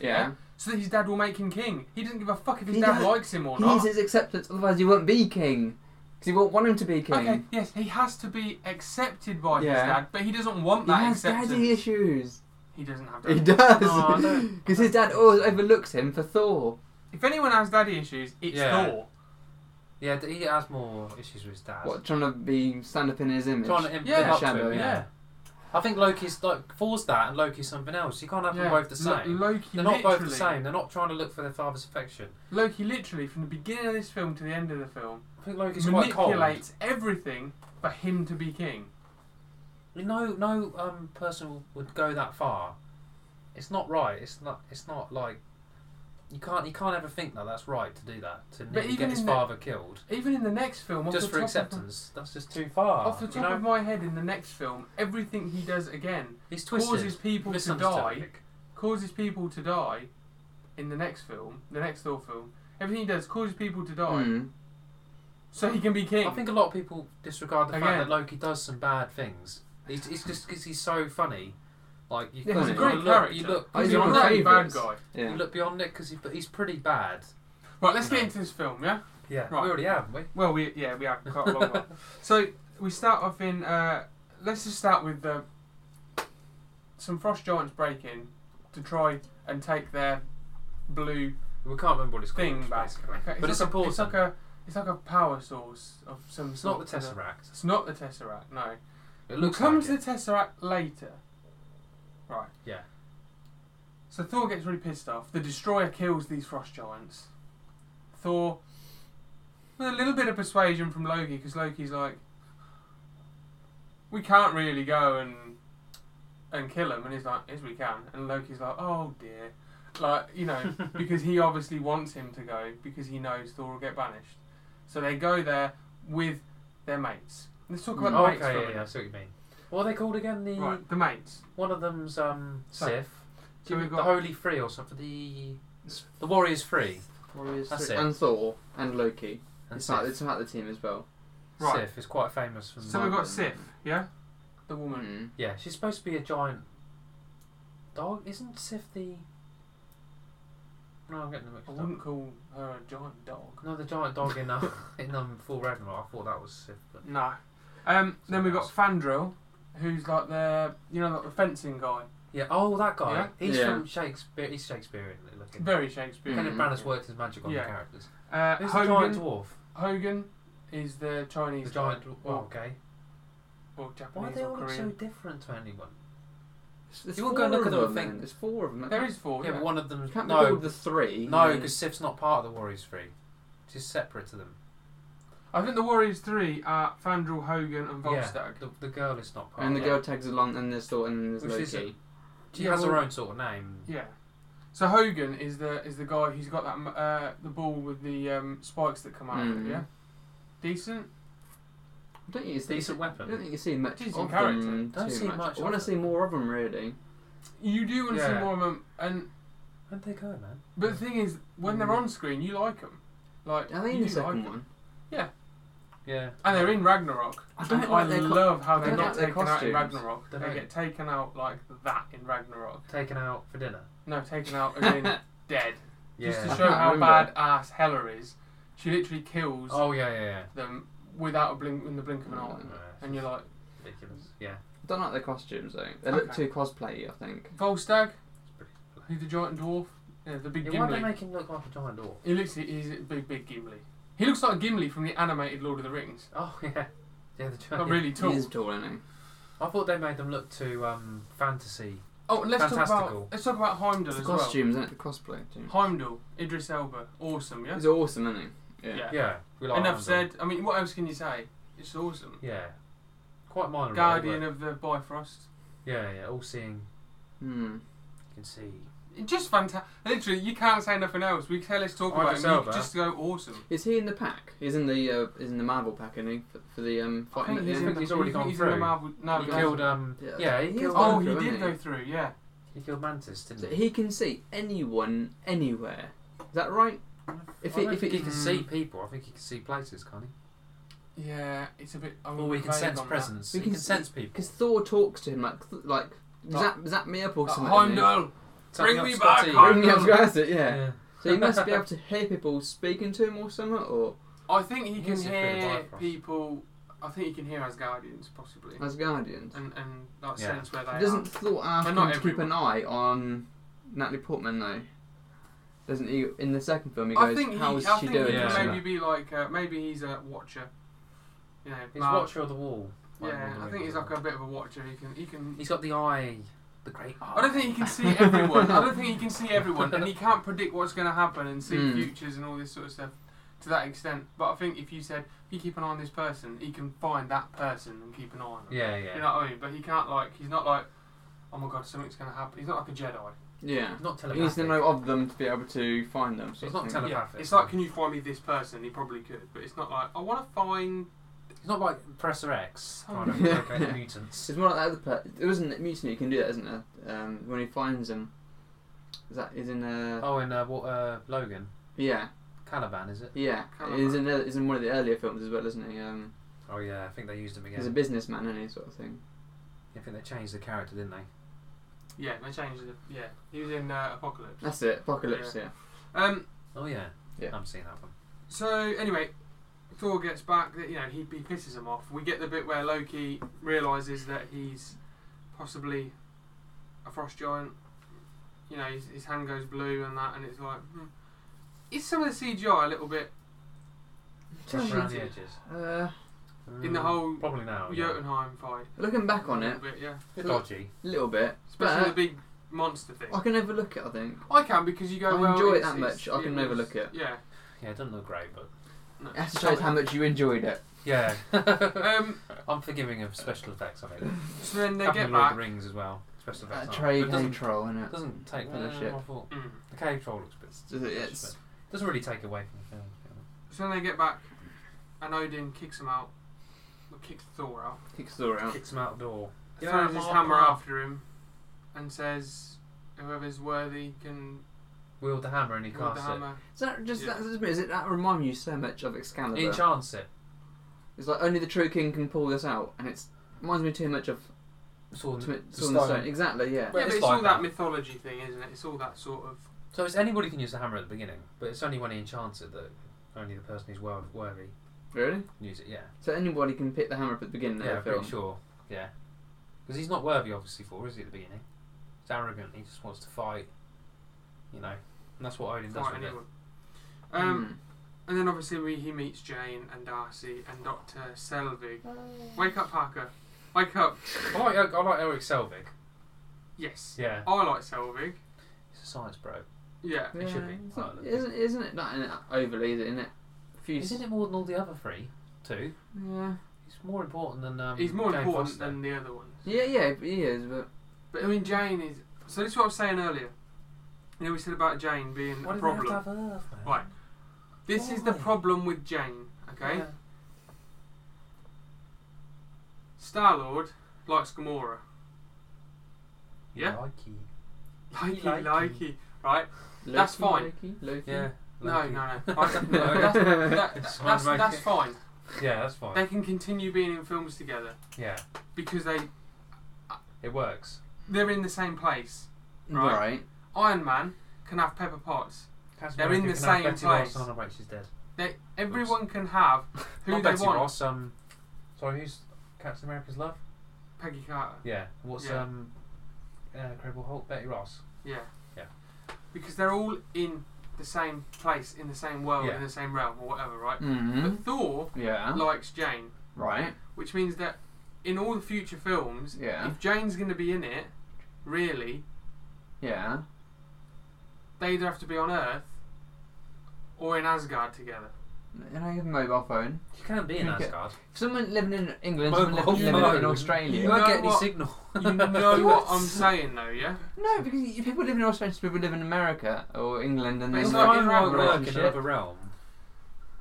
[SPEAKER 1] So that his dad will make him king. He doesn't give a fuck if his
[SPEAKER 2] He
[SPEAKER 1] dad
[SPEAKER 2] does-
[SPEAKER 1] likes him or
[SPEAKER 2] He
[SPEAKER 1] not.
[SPEAKER 2] needs his acceptance, otherwise he won't be king. Because he won't want him to be king.
[SPEAKER 1] Okay, yes, he has to be accepted by his
[SPEAKER 2] Yeah.
[SPEAKER 1] dad, but he doesn't want
[SPEAKER 2] He
[SPEAKER 1] that
[SPEAKER 2] has
[SPEAKER 1] acceptance.
[SPEAKER 2] daddy issues.
[SPEAKER 1] He doesn't have
[SPEAKER 2] He
[SPEAKER 1] daddy.
[SPEAKER 3] No, I
[SPEAKER 2] does.
[SPEAKER 3] don't-
[SPEAKER 2] Because
[SPEAKER 3] I
[SPEAKER 2] his
[SPEAKER 3] don't
[SPEAKER 2] dad oh,
[SPEAKER 3] think
[SPEAKER 2] always
[SPEAKER 3] so.
[SPEAKER 2] overlooks him for Thor.
[SPEAKER 1] If anyone has daddy issues, it's
[SPEAKER 3] Yeah.
[SPEAKER 1] Thor.
[SPEAKER 3] Yeah, th- he has more issues with his dad.
[SPEAKER 2] What, trying to be stand up in his image?
[SPEAKER 3] Trying to imp-
[SPEAKER 1] Yeah.
[SPEAKER 3] live up to
[SPEAKER 2] Shadow,
[SPEAKER 3] him, yeah.
[SPEAKER 1] yeah.
[SPEAKER 3] I think Loki's like forced that, and Loki's something else. You can't have them both the
[SPEAKER 1] Lo-
[SPEAKER 3] same.
[SPEAKER 1] Loki
[SPEAKER 3] They're not both the
[SPEAKER 1] literally-
[SPEAKER 3] same. They're not trying to look for their father's affection.
[SPEAKER 1] Loki literally, from the beginning of this film to the end of the film,
[SPEAKER 3] I think Loki's quite cold.
[SPEAKER 1] manipulates everything for him to be king.
[SPEAKER 3] No, no um, person would go that far. It's not right. It's not. It's not like you can't. You can't ever think that that's right to do that to nearly
[SPEAKER 1] even
[SPEAKER 3] get his
[SPEAKER 1] in the-
[SPEAKER 3] father killed
[SPEAKER 1] Even in the next film, off
[SPEAKER 3] just
[SPEAKER 1] the
[SPEAKER 3] for
[SPEAKER 1] top
[SPEAKER 3] acceptance. That's just too far.
[SPEAKER 1] Of, off the
[SPEAKER 3] you
[SPEAKER 1] top
[SPEAKER 3] know?
[SPEAKER 1] of my head, in the next film, everything he does again
[SPEAKER 3] he's twisted.
[SPEAKER 1] causes people to die.
[SPEAKER 3] misunderstanding.
[SPEAKER 1] Causes people to die. In the next film, the next Thor film, everything he does causes people to die,
[SPEAKER 2] Mm.
[SPEAKER 1] so he can be king.
[SPEAKER 3] I think a lot of people disregard the fact
[SPEAKER 1] Again.
[SPEAKER 3] that Loki does some bad things. He's, it's just because he's so funny. Like you
[SPEAKER 2] Yeah,
[SPEAKER 3] kinda
[SPEAKER 2] he's a
[SPEAKER 3] gotta
[SPEAKER 1] great
[SPEAKER 3] look, You
[SPEAKER 1] character.
[SPEAKER 3] look,
[SPEAKER 2] Oh,
[SPEAKER 1] he's
[SPEAKER 2] he's
[SPEAKER 1] a
[SPEAKER 2] one
[SPEAKER 3] beyond,
[SPEAKER 2] of my
[SPEAKER 1] really bad
[SPEAKER 2] favourites.
[SPEAKER 1] guy.
[SPEAKER 3] you
[SPEAKER 2] Yeah.
[SPEAKER 3] look beyond it because he, but he's pretty bad.
[SPEAKER 1] Right, let's get
[SPEAKER 3] You know.
[SPEAKER 1] into this film, yeah.
[SPEAKER 3] Yeah,
[SPEAKER 1] Right.
[SPEAKER 3] we already have, haven't we?
[SPEAKER 1] Well, we yeah we have quite a long one. So we start off in. Uh, let's just start with the some frost giants break in to try and take their blue
[SPEAKER 3] We can't remember what it's called.
[SPEAKER 1] thing back.
[SPEAKER 3] basically.
[SPEAKER 1] Okay,
[SPEAKER 3] But it's
[SPEAKER 1] like a,
[SPEAKER 3] important.
[SPEAKER 1] It's like a it's like a power source of some
[SPEAKER 3] It's
[SPEAKER 1] sort.
[SPEAKER 3] not the Tesseract.
[SPEAKER 1] It's not the tesseract. No,
[SPEAKER 3] It looks
[SPEAKER 1] we'll come
[SPEAKER 3] like
[SPEAKER 1] to
[SPEAKER 3] it.
[SPEAKER 1] the tesseract later. Right.
[SPEAKER 3] Yeah.
[SPEAKER 1] So Thor gets really pissed off. The destroyer kills these frost giants. Thor, with a little bit of persuasion from Loki, because Loki's like, we can't really go and and kill him, and he's like, yes we can, and Loki's like, oh dear, like you know, because he obviously wants him to go because he knows Thor will get banished. So they go there with their mates. Let's talk about
[SPEAKER 2] Mm.
[SPEAKER 1] the
[SPEAKER 3] Oh,
[SPEAKER 1] mates
[SPEAKER 3] okay,
[SPEAKER 1] for a
[SPEAKER 3] yeah, yeah, I
[SPEAKER 1] minute.
[SPEAKER 3] see what you mean. What are they called again? The
[SPEAKER 1] Right, the mates.
[SPEAKER 3] one of them's um,
[SPEAKER 1] So-
[SPEAKER 3] Sif.
[SPEAKER 1] so we've
[SPEAKER 3] the
[SPEAKER 1] got-
[SPEAKER 3] Holy Free or something. The the Warriors Free. That's it.
[SPEAKER 2] And Thor and Loki.
[SPEAKER 3] And
[SPEAKER 2] it's,
[SPEAKER 3] Sif.
[SPEAKER 2] part, it's part of the team as well.
[SPEAKER 1] Right.
[SPEAKER 3] Sif is quite famous from.
[SPEAKER 1] So we've got Sif, yeah, the woman.
[SPEAKER 2] Mm.
[SPEAKER 3] Yeah, she's supposed to be a giant dog. Isn't Sif the? No, I'm getting them
[SPEAKER 1] I
[SPEAKER 3] mixed up.
[SPEAKER 1] wouldn't call her a giant dog.
[SPEAKER 3] No, the giant dog in um, in um, Full Ragnarok. I thought that was Sif. But
[SPEAKER 1] No. Um, then we
[SPEAKER 3] Someone
[SPEAKER 1] got Fandral, who's like the you know like the fencing guy,
[SPEAKER 3] yeah. Oh, that guy. He's
[SPEAKER 2] Yeah.
[SPEAKER 3] from Shakespeare. He's Shakespearean looking.
[SPEAKER 1] very Shakespearean.
[SPEAKER 3] Kenneth
[SPEAKER 2] Mm.
[SPEAKER 3] Branagh's worked his magic on
[SPEAKER 1] Yeah.
[SPEAKER 3] the characters.
[SPEAKER 1] Uh,
[SPEAKER 3] Who's Mm-hmm. the giant
[SPEAKER 1] Hogan.
[SPEAKER 3] dwarf?
[SPEAKER 1] Hogan is the Chinese
[SPEAKER 3] The giant.
[SPEAKER 1] guy,
[SPEAKER 3] dwarf. Oh,
[SPEAKER 1] or,
[SPEAKER 3] okay.
[SPEAKER 1] or
[SPEAKER 3] Why do
[SPEAKER 1] Japanese
[SPEAKER 3] they
[SPEAKER 1] or
[SPEAKER 3] all look so
[SPEAKER 1] Korean.
[SPEAKER 3] different to anyone?
[SPEAKER 2] There's
[SPEAKER 3] You all
[SPEAKER 2] four
[SPEAKER 3] go look
[SPEAKER 2] of
[SPEAKER 3] at them
[SPEAKER 2] them,
[SPEAKER 3] and think-
[SPEAKER 2] man. There's four of them.
[SPEAKER 1] There is four.
[SPEAKER 3] Yeah, but one of them.
[SPEAKER 2] Can't be
[SPEAKER 3] No,
[SPEAKER 2] called the three.
[SPEAKER 3] no, because Sif's not part of the Warriors Three. She's separate to them.
[SPEAKER 1] I think the Warriors three are Fandral, Hogan, and Volstagg.
[SPEAKER 3] The, the girl is not part
[SPEAKER 2] and the
[SPEAKER 3] of it.
[SPEAKER 2] girl tags along, and there's Thor, and there's
[SPEAKER 3] Which is
[SPEAKER 2] Loki.
[SPEAKER 3] She
[SPEAKER 1] Yeah,
[SPEAKER 3] has her
[SPEAKER 1] well-
[SPEAKER 3] own sort of name.
[SPEAKER 1] Yeah. So Hogan is the is the guy who's got that m- uh, the ball with the um, spikes that come out. of
[SPEAKER 3] Mm-hmm.
[SPEAKER 2] Mhm.
[SPEAKER 1] it, Yeah. Decent.
[SPEAKER 2] I don't think you see.
[SPEAKER 3] Decent
[SPEAKER 2] I don't
[SPEAKER 3] weapon.
[SPEAKER 2] think you see much
[SPEAKER 1] Decent
[SPEAKER 2] of
[SPEAKER 1] character.
[SPEAKER 2] them.
[SPEAKER 3] Don't
[SPEAKER 2] too
[SPEAKER 3] see
[SPEAKER 2] much.
[SPEAKER 3] much
[SPEAKER 2] I want to
[SPEAKER 3] of
[SPEAKER 2] see
[SPEAKER 3] them.
[SPEAKER 2] more of them, really.
[SPEAKER 1] You do want to
[SPEAKER 3] Yeah.
[SPEAKER 1] see more of them, and
[SPEAKER 3] Where'd they go, man?
[SPEAKER 1] but the thing is, when they're on screen, you like them. Like
[SPEAKER 2] Are they in
[SPEAKER 1] you
[SPEAKER 2] the
[SPEAKER 1] like
[SPEAKER 2] second
[SPEAKER 1] 'em.
[SPEAKER 2] one?
[SPEAKER 3] Yeah.
[SPEAKER 1] And they're in Ragnarok.
[SPEAKER 2] I don't
[SPEAKER 1] and
[SPEAKER 2] like
[SPEAKER 1] I
[SPEAKER 2] their co-
[SPEAKER 1] love how
[SPEAKER 2] I
[SPEAKER 1] they're
[SPEAKER 2] don't
[SPEAKER 1] not
[SPEAKER 2] like their
[SPEAKER 1] taken out in
[SPEAKER 2] costumes.
[SPEAKER 1] Ragnarok.
[SPEAKER 3] They
[SPEAKER 1] They,
[SPEAKER 3] don't.
[SPEAKER 1] get taken out like that in Ragnarok.
[SPEAKER 3] Taken out for dinner.
[SPEAKER 1] No, taken out as in dead. Just
[SPEAKER 2] I
[SPEAKER 1] to show
[SPEAKER 2] can't
[SPEAKER 1] how
[SPEAKER 2] remember.
[SPEAKER 1] bad ass Hela is, she literally kills
[SPEAKER 3] Oh yeah, yeah, yeah.
[SPEAKER 1] them without a blink in the blink of an eye.
[SPEAKER 2] Mm.
[SPEAKER 3] Yeah,
[SPEAKER 1] And you're like,
[SPEAKER 3] ridiculous. Yeah.
[SPEAKER 2] I don't like their costumes though. They look
[SPEAKER 1] Okay.
[SPEAKER 2] too cosplay. I think.
[SPEAKER 1] Volstagg,
[SPEAKER 3] It's pretty black.
[SPEAKER 1] who's the giant dwarf, yeah, the big
[SPEAKER 3] Yeah, why'd they
[SPEAKER 1] Gimli.
[SPEAKER 3] make him look like a giant dwarf?
[SPEAKER 1] He looks he's a big big Gimli. He looks like Gimli from the animated Lord of the Rings,
[SPEAKER 3] Oh yeah. Yeah, the giant.
[SPEAKER 1] but really
[SPEAKER 2] He
[SPEAKER 1] tall.
[SPEAKER 2] is tall, isn't he?
[SPEAKER 3] I thought they made them look too um, fantasy.
[SPEAKER 1] Oh, and let's talk
[SPEAKER 3] Fantastical.
[SPEAKER 1] about let's talk about Heimdall
[SPEAKER 2] It's the
[SPEAKER 1] as well.
[SPEAKER 2] costumes, isn't it? The cosplay. Too.
[SPEAKER 1] Heimdall, Idris Elba, awesome, yeah.
[SPEAKER 2] He's awesome, isn't he? Yeah.
[SPEAKER 1] Yeah.
[SPEAKER 3] Yeah. We like
[SPEAKER 1] Enough
[SPEAKER 3] Amazon.
[SPEAKER 1] said. I mean, what else can you say? It's awesome.
[SPEAKER 3] Yeah. Quite minor.
[SPEAKER 1] Guardian
[SPEAKER 3] Role,
[SPEAKER 1] of the Bifrost.
[SPEAKER 3] but yeah, yeah. All seeing.
[SPEAKER 2] Hmm.
[SPEAKER 3] Can see.
[SPEAKER 1] It's Just fantastic. Literally, you can't say nothing else. We tell us talk
[SPEAKER 3] Idris
[SPEAKER 1] about it.
[SPEAKER 3] Elba.
[SPEAKER 1] You just go awesome.
[SPEAKER 2] Is he in the pack? He's in the uh, he's in the Marvel pack, isn't he? For, for the um
[SPEAKER 1] I
[SPEAKER 2] fighting
[SPEAKER 1] think
[SPEAKER 2] at
[SPEAKER 1] he's,
[SPEAKER 2] the
[SPEAKER 1] in
[SPEAKER 2] end.
[SPEAKER 1] the,
[SPEAKER 3] he's
[SPEAKER 1] I
[SPEAKER 3] already
[SPEAKER 1] think
[SPEAKER 3] gone
[SPEAKER 1] he's
[SPEAKER 3] through.
[SPEAKER 1] in the Marvel. No,
[SPEAKER 3] he
[SPEAKER 1] he
[SPEAKER 3] killed um.
[SPEAKER 2] Yeah.
[SPEAKER 3] Yeah. he
[SPEAKER 2] He killed
[SPEAKER 3] killed.
[SPEAKER 1] Oh,
[SPEAKER 2] him,
[SPEAKER 1] he
[SPEAKER 2] didn't
[SPEAKER 1] did
[SPEAKER 2] he?
[SPEAKER 1] go through. Yeah.
[SPEAKER 3] He killed Mantis, didn't
[SPEAKER 2] So
[SPEAKER 3] he?
[SPEAKER 2] he can see anyone anywhere. Is that right? If
[SPEAKER 3] I
[SPEAKER 2] he,
[SPEAKER 3] don't
[SPEAKER 2] if
[SPEAKER 3] think
[SPEAKER 2] he,
[SPEAKER 3] he can
[SPEAKER 1] Mm.
[SPEAKER 3] see people, I think he can see places, can't he?
[SPEAKER 1] Yeah, it's a bit. Oh, I'm
[SPEAKER 3] Well, we can
[SPEAKER 1] vague
[SPEAKER 3] sense
[SPEAKER 1] on that.
[SPEAKER 3] presence.
[SPEAKER 2] We
[SPEAKER 3] We
[SPEAKER 2] can
[SPEAKER 3] can sense people.
[SPEAKER 2] because Thor talks to him like th- like zap zap me up or
[SPEAKER 1] Uh,
[SPEAKER 2] something.
[SPEAKER 1] Heimdall,
[SPEAKER 3] Tapping
[SPEAKER 1] bring
[SPEAKER 3] up
[SPEAKER 1] me
[SPEAKER 3] Scotty.
[SPEAKER 1] back,
[SPEAKER 2] doesn't he?
[SPEAKER 1] Heimdall.
[SPEAKER 2] Yeah, I was gonna say, yeah.
[SPEAKER 3] Yeah.
[SPEAKER 2] So he must be able to hear people speaking to him or something, or
[SPEAKER 1] I think he
[SPEAKER 3] He
[SPEAKER 1] can
[SPEAKER 3] is a bit of
[SPEAKER 1] hear
[SPEAKER 3] Bifrost.
[SPEAKER 1] people. I think he can hear as guardians possibly,
[SPEAKER 2] as guardians.
[SPEAKER 1] and and like
[SPEAKER 3] Yeah.
[SPEAKER 1] sense where they
[SPEAKER 2] Doesn't
[SPEAKER 1] are.
[SPEAKER 2] Thor ask
[SPEAKER 1] But
[SPEAKER 2] him
[SPEAKER 1] not
[SPEAKER 2] to keep
[SPEAKER 1] everyone.
[SPEAKER 2] an eye on Natalie Portman though? Doesn't he? In the second film, he
[SPEAKER 1] I
[SPEAKER 2] goes,
[SPEAKER 1] think he.
[SPEAKER 2] "How is
[SPEAKER 1] I
[SPEAKER 2] she
[SPEAKER 1] think
[SPEAKER 2] doing?"
[SPEAKER 1] he
[SPEAKER 2] or
[SPEAKER 3] Yeah.
[SPEAKER 1] can
[SPEAKER 2] something?
[SPEAKER 1] maybe be like. Uh, maybe he's a watcher. You know,
[SPEAKER 3] He's
[SPEAKER 1] Mark-
[SPEAKER 3] Watcher of the Wall. Might
[SPEAKER 1] Yeah,
[SPEAKER 3] be
[SPEAKER 1] I think he's
[SPEAKER 3] wondering.
[SPEAKER 1] like a bit of a watcher. He can. He can.
[SPEAKER 3] He's got the eye, the great eye.
[SPEAKER 1] I don't think he can see everyone. I don't think he can see everyone, and he can't predict what's going to happen and see
[SPEAKER 2] Mm.
[SPEAKER 1] futures and all this sort of stuff to that extent. But I think if you said if you keep an eye on this person, he can find that person and keep an eye on them.
[SPEAKER 3] Yeah, yeah.
[SPEAKER 1] You know what I mean? But he can't like he's not like oh my god something's going to happen. He's not like a Jedi.
[SPEAKER 2] Yeah.
[SPEAKER 3] He's not
[SPEAKER 2] He needs
[SPEAKER 3] telepathic.
[SPEAKER 2] to know of them to be able to find them. sort
[SPEAKER 3] He's
[SPEAKER 2] of
[SPEAKER 3] not
[SPEAKER 2] thing.
[SPEAKER 3] tele-
[SPEAKER 1] Yeah,
[SPEAKER 3] Telepathic.
[SPEAKER 1] it's like can you find me this person? He probably could, but it's not like I want to find.
[SPEAKER 3] He's not like Professor X.
[SPEAKER 1] Oh,
[SPEAKER 3] Kind of
[SPEAKER 2] yeah.
[SPEAKER 3] okay, the mutants.
[SPEAKER 2] It's more like that other per- It wasn't it Mutiny who can do that, isn't it? Um, when he finds him. Is that is in uh
[SPEAKER 3] Oh, and uh, what, uh, Logan.
[SPEAKER 2] yeah
[SPEAKER 3] Caliban, is it?
[SPEAKER 2] yeah
[SPEAKER 1] Can't
[SPEAKER 2] he's in the- he's in one of the earlier films as well isn't he um
[SPEAKER 3] Oh, yeah, I think they used him again.
[SPEAKER 2] he's a businessman and he sort of thing
[SPEAKER 3] I think they changed the character, didn't they?
[SPEAKER 1] Yeah, they changed it. Yeah, he was in uh, Apocalypse.
[SPEAKER 2] that's it apocalypse yeah,
[SPEAKER 1] Um,
[SPEAKER 3] Oh, yeah.
[SPEAKER 2] Yeah.
[SPEAKER 3] I'm seeing that one.
[SPEAKER 1] So anyway, Thor gets back. that You know, he, he pisses him off. We get the bit where Loki realizes that he's possibly a frost giant. You know, his, his hand goes blue and that, and it's like, hmm. is some of the CGI a little bit
[SPEAKER 3] Just around the
[SPEAKER 2] Totally.
[SPEAKER 3] edges.
[SPEAKER 2] Uh,
[SPEAKER 3] Mm,
[SPEAKER 1] in the whole
[SPEAKER 3] Probably now. Oh, Yeah.
[SPEAKER 1] Jotunheim fight?
[SPEAKER 2] looking back on
[SPEAKER 1] a
[SPEAKER 2] it
[SPEAKER 1] little bit, yeah.
[SPEAKER 3] Bit dodgy.
[SPEAKER 2] a little bit,
[SPEAKER 1] Especially the
[SPEAKER 2] but
[SPEAKER 1] big monster thing.
[SPEAKER 2] I can overlook it. I think
[SPEAKER 1] I can because you go.
[SPEAKER 2] I
[SPEAKER 1] well,
[SPEAKER 2] enjoy it
[SPEAKER 1] it's-
[SPEAKER 2] that
[SPEAKER 1] it's-
[SPEAKER 2] much, I can
[SPEAKER 1] was-
[SPEAKER 2] overlook it.
[SPEAKER 1] Yeah.
[SPEAKER 3] Yeah, it doesn't look great, but.
[SPEAKER 1] No.
[SPEAKER 2] that shows how much you enjoyed it.
[SPEAKER 3] Yeah.
[SPEAKER 1] Um,
[SPEAKER 3] I'm forgiving of special effects, I mean.
[SPEAKER 1] so then they
[SPEAKER 3] Happened
[SPEAKER 1] get
[SPEAKER 3] in Lord of the
[SPEAKER 1] back.
[SPEAKER 3] Rings as well. Special
[SPEAKER 2] That
[SPEAKER 3] effects.
[SPEAKER 2] trade
[SPEAKER 3] aren't- but it doesn't,
[SPEAKER 2] troll, isn't it?
[SPEAKER 3] doesn't take
[SPEAKER 2] Full of
[SPEAKER 3] no,
[SPEAKER 2] shit.
[SPEAKER 3] I thought
[SPEAKER 1] Mm.
[SPEAKER 3] The cave troll looks a bit.
[SPEAKER 2] It's- it's-
[SPEAKER 3] doesn't really take away from the film. to
[SPEAKER 1] So then they get back, and Odin kicks him out. Well, kicks Thor out.
[SPEAKER 2] Kicks Thor
[SPEAKER 3] be honest.
[SPEAKER 2] out.
[SPEAKER 3] Kicks him out the door.
[SPEAKER 1] throws
[SPEAKER 3] Yeah,
[SPEAKER 1] his
[SPEAKER 3] Mark
[SPEAKER 1] hammer
[SPEAKER 3] Rudd.
[SPEAKER 1] after him and says, "Whoever's worthy can
[SPEAKER 3] Wield the hammer and he
[SPEAKER 1] wield the
[SPEAKER 3] casts it.
[SPEAKER 1] hammer."
[SPEAKER 2] Is that just
[SPEAKER 1] Yeah.
[SPEAKER 2] that? Is it that remind you so much of Excalibur?
[SPEAKER 3] He enchants it.
[SPEAKER 2] It's like only the true king can pull this out, and it's reminds me too much of Sword
[SPEAKER 3] Sword and-
[SPEAKER 2] and
[SPEAKER 3] the
[SPEAKER 2] Stone.
[SPEAKER 3] stone.
[SPEAKER 2] Exactly, yeah.
[SPEAKER 3] Well,
[SPEAKER 1] yeah, but
[SPEAKER 3] it's
[SPEAKER 1] it's
[SPEAKER 3] like
[SPEAKER 1] all that.
[SPEAKER 3] that.
[SPEAKER 1] mythology thing, isn't it? It's all that sort of.
[SPEAKER 3] So it's anybody can use the hammer at the beginning, but it's only when he enchants it that only the person who's world worthy
[SPEAKER 2] Really?
[SPEAKER 3] can use it. Yeah.
[SPEAKER 2] So anybody can pick the hammer up at the beginning
[SPEAKER 3] yeah, I'm
[SPEAKER 2] of the film.
[SPEAKER 3] pretty sure. Yeah. Because he's not worthy, obviously, for is he at the beginning? He's arrogant. He just wants to fight. You know, and that's what Odin does
[SPEAKER 1] Fight
[SPEAKER 3] with
[SPEAKER 1] anyone. Um,
[SPEAKER 3] Hmm.
[SPEAKER 1] And then obviously we, he meets Jane and Darcy and Doctor Selvig. Wake up, Parker. Wake up.
[SPEAKER 3] it. I like I like Eric Selvig.
[SPEAKER 1] Yes.
[SPEAKER 3] Yeah.
[SPEAKER 1] I like Selvig.
[SPEAKER 3] He's a science bro.
[SPEAKER 1] Yeah.
[SPEAKER 2] Hmm.
[SPEAKER 3] it should
[SPEAKER 2] Yeah,
[SPEAKER 3] be
[SPEAKER 2] it's not-
[SPEAKER 3] Ireland.
[SPEAKER 2] Isn't isn't it not in it overly? Is it in it? Few
[SPEAKER 3] Isn't it more than all the other three? too.
[SPEAKER 2] Yeah.
[SPEAKER 3] He's more important than. Um,
[SPEAKER 1] He's more
[SPEAKER 3] Jane
[SPEAKER 1] important
[SPEAKER 3] Foster.
[SPEAKER 1] than the other ones.
[SPEAKER 2] Yeah, yeah, he is, but
[SPEAKER 1] But I mean, Jane is. So this is what I was saying earlier. You know, we said about Jane being
[SPEAKER 3] Why
[SPEAKER 1] a
[SPEAKER 3] do they have
[SPEAKER 1] problem.
[SPEAKER 3] to have Earth, man?
[SPEAKER 1] Right. This is the
[SPEAKER 3] Why?
[SPEAKER 1] problem with Jane. Okay.
[SPEAKER 3] Yeah.
[SPEAKER 1] Star Lord likes Gamora. Yeah.
[SPEAKER 3] Likey.
[SPEAKER 1] Likey,
[SPEAKER 3] likey.
[SPEAKER 1] likey, right? That's fine.
[SPEAKER 2] Loki, Loki.
[SPEAKER 3] Yeah.
[SPEAKER 1] No,
[SPEAKER 3] likey.
[SPEAKER 1] no, no. I, no that's, that,
[SPEAKER 3] Just
[SPEAKER 1] that's,
[SPEAKER 3] wanna make
[SPEAKER 1] that's
[SPEAKER 3] it-
[SPEAKER 1] fine.
[SPEAKER 3] Yeah, that's fine.
[SPEAKER 1] They can continue being in films together
[SPEAKER 3] yeah,
[SPEAKER 1] because they
[SPEAKER 3] it works.
[SPEAKER 1] they're in the same place.
[SPEAKER 2] Right.
[SPEAKER 1] Right. Iron Man can have Pepper Potts. They're in
[SPEAKER 3] America
[SPEAKER 1] the same
[SPEAKER 3] can have Betty
[SPEAKER 1] place.
[SPEAKER 3] Ross on- oh, wait, she's dead.
[SPEAKER 1] They everyone can have who
[SPEAKER 3] Not
[SPEAKER 1] they
[SPEAKER 3] Betty
[SPEAKER 1] want.
[SPEAKER 3] Ross. Um, sorry, who's Captain America's love?
[SPEAKER 1] Peggy Carter.
[SPEAKER 3] Yeah. What's
[SPEAKER 1] Yeah.
[SPEAKER 3] um, uh, Incredible Hulk? Betty Ross.
[SPEAKER 1] Yeah.
[SPEAKER 3] Yeah.
[SPEAKER 1] Because they're all in the same place, in the same world,
[SPEAKER 3] Yeah.
[SPEAKER 1] in the same realm, or whatever, right?
[SPEAKER 2] Mm-hmm.
[SPEAKER 1] But Thor
[SPEAKER 2] Yeah.
[SPEAKER 1] likes Jane,
[SPEAKER 2] right.
[SPEAKER 1] which means that in all the future films,
[SPEAKER 2] Yeah.
[SPEAKER 1] if Jane's going to be in it, really,
[SPEAKER 2] Yeah.
[SPEAKER 1] they either have to be on Earth or in Asgard together.
[SPEAKER 2] And I have a mobile phone.
[SPEAKER 3] You can be in
[SPEAKER 2] Okay.
[SPEAKER 3] Asgard.
[SPEAKER 2] If someone living in England,
[SPEAKER 3] Mobile
[SPEAKER 2] someone living, living in
[SPEAKER 3] phone.
[SPEAKER 2] Australia.
[SPEAKER 1] You
[SPEAKER 3] You won't
[SPEAKER 1] know
[SPEAKER 3] get any
[SPEAKER 1] what?
[SPEAKER 3] signal.
[SPEAKER 1] You know what
[SPEAKER 2] What?
[SPEAKER 3] um,
[SPEAKER 2] Mm-hmm.
[SPEAKER 1] I'm saying, though, yeah?
[SPEAKER 2] No, because you- people live in Australia, people live in America or England, and
[SPEAKER 1] But
[SPEAKER 2] they
[SPEAKER 1] it's
[SPEAKER 3] It's
[SPEAKER 1] not
[SPEAKER 2] work
[SPEAKER 1] in
[SPEAKER 2] in
[SPEAKER 1] our
[SPEAKER 2] a
[SPEAKER 3] not work in
[SPEAKER 2] relationship.
[SPEAKER 3] another realm.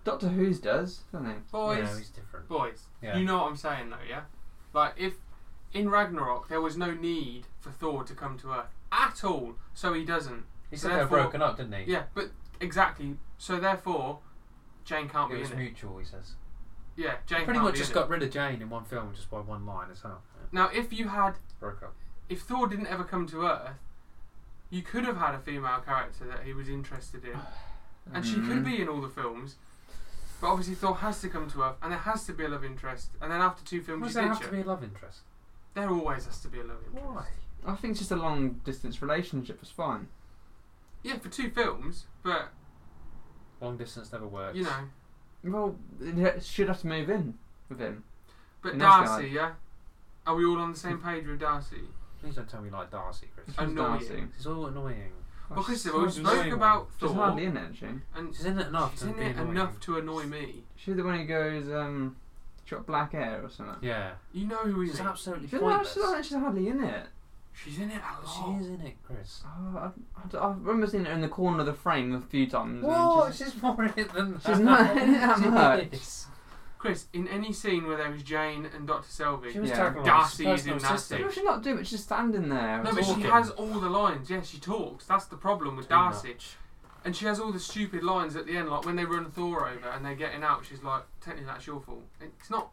[SPEAKER 2] Doctor Who's does, doesn't he?
[SPEAKER 1] Boys,
[SPEAKER 3] No, he's different.
[SPEAKER 1] boys,
[SPEAKER 3] Yeah.
[SPEAKER 1] you know what I'm saying, though, yeah? Like, if in Ragnarok there was no need for Thor to come to Earth at all, so he doesn't.
[SPEAKER 3] He said they're
[SPEAKER 1] Therefore-
[SPEAKER 3] broken up, didn't he?
[SPEAKER 1] Yeah, but exactly. So therefore, Jane can't
[SPEAKER 3] It
[SPEAKER 1] be in
[SPEAKER 3] was
[SPEAKER 1] it.
[SPEAKER 3] mutual, he says.
[SPEAKER 1] Yeah, Jane
[SPEAKER 3] Pretty
[SPEAKER 1] can't
[SPEAKER 3] much
[SPEAKER 1] be
[SPEAKER 3] just
[SPEAKER 1] in
[SPEAKER 3] got rid of Jane in one film just by one line as well. Yeah.
[SPEAKER 1] it. Now, if you had,
[SPEAKER 3] Broke up.
[SPEAKER 1] if Thor didn't ever come to Earth, you could have had a female character that he was interested in, and she could
[SPEAKER 3] Mm-hmm.
[SPEAKER 2] Mhm.
[SPEAKER 1] be in all the films. But obviously, Thor has to come to Earth, and there has to be a love interest. And then after two
[SPEAKER 3] Why
[SPEAKER 1] films,
[SPEAKER 3] does
[SPEAKER 1] you
[SPEAKER 3] there have
[SPEAKER 1] ditch
[SPEAKER 3] to
[SPEAKER 1] her.
[SPEAKER 3] be a love interest?
[SPEAKER 1] There always has to be a love interest.
[SPEAKER 3] Why?
[SPEAKER 2] I think it's just a long distance relationship is fine.
[SPEAKER 1] Yeah, for two films, but
[SPEAKER 3] Long distance never works.
[SPEAKER 1] you know,
[SPEAKER 2] Well, they should have to move in with him.
[SPEAKER 1] but
[SPEAKER 2] In Asgard.
[SPEAKER 1] Darcy, yeah. Are we all on the same page with Darcy?
[SPEAKER 3] Please don't tell me you like Darcy, Chris.
[SPEAKER 2] She's
[SPEAKER 1] Annoying.
[SPEAKER 2] dancing.
[SPEAKER 3] This is all annoying.
[SPEAKER 1] Well,
[SPEAKER 2] she's
[SPEAKER 1] Christopher, we
[SPEAKER 2] hardly-
[SPEAKER 3] she's not-
[SPEAKER 1] spoke about
[SPEAKER 2] She's
[SPEAKER 1] Thor,
[SPEAKER 2] hardly in it, is she?
[SPEAKER 1] and
[SPEAKER 3] She's in it enough
[SPEAKER 1] She's
[SPEAKER 3] to
[SPEAKER 1] in
[SPEAKER 3] be
[SPEAKER 1] it
[SPEAKER 3] annoying.
[SPEAKER 1] enough to annoy me.
[SPEAKER 2] She's the one who goes, um, shot black hair or something.
[SPEAKER 3] Yeah.
[SPEAKER 1] You know who is
[SPEAKER 3] She's
[SPEAKER 1] it?
[SPEAKER 3] absolutely
[SPEAKER 2] She's, not,
[SPEAKER 3] pointless.
[SPEAKER 2] she's, not, she's hardly in it.
[SPEAKER 1] She's in it a
[SPEAKER 3] She
[SPEAKER 1] lot.
[SPEAKER 3] is in it, Chris.
[SPEAKER 2] Oh, I, I, d- I remember seeing her in the corner of the frame a few times.
[SPEAKER 3] Whoa,
[SPEAKER 2] And she's,
[SPEAKER 3] she's, more in it than that.
[SPEAKER 2] She's not in it that much.
[SPEAKER 3] Jeez.
[SPEAKER 1] Chris, in any scene where there was Jane and Dr. Selvig,
[SPEAKER 3] She was
[SPEAKER 2] Yeah.
[SPEAKER 3] terrible.
[SPEAKER 1] Darcy
[SPEAKER 3] She's
[SPEAKER 1] is in
[SPEAKER 3] personal
[SPEAKER 1] that
[SPEAKER 3] assistant.
[SPEAKER 2] no, she's not doing it. She's standing there.
[SPEAKER 1] no, but she
[SPEAKER 3] talking.
[SPEAKER 1] has all the lines. Yeah, she talks. That's the problem with
[SPEAKER 3] Too
[SPEAKER 1] Darcy.
[SPEAKER 3] much.
[SPEAKER 1] And she has all the stupid lines at the end, like when they run Thor over and they're getting out. She's like, "Technically, that's your fault." It's not.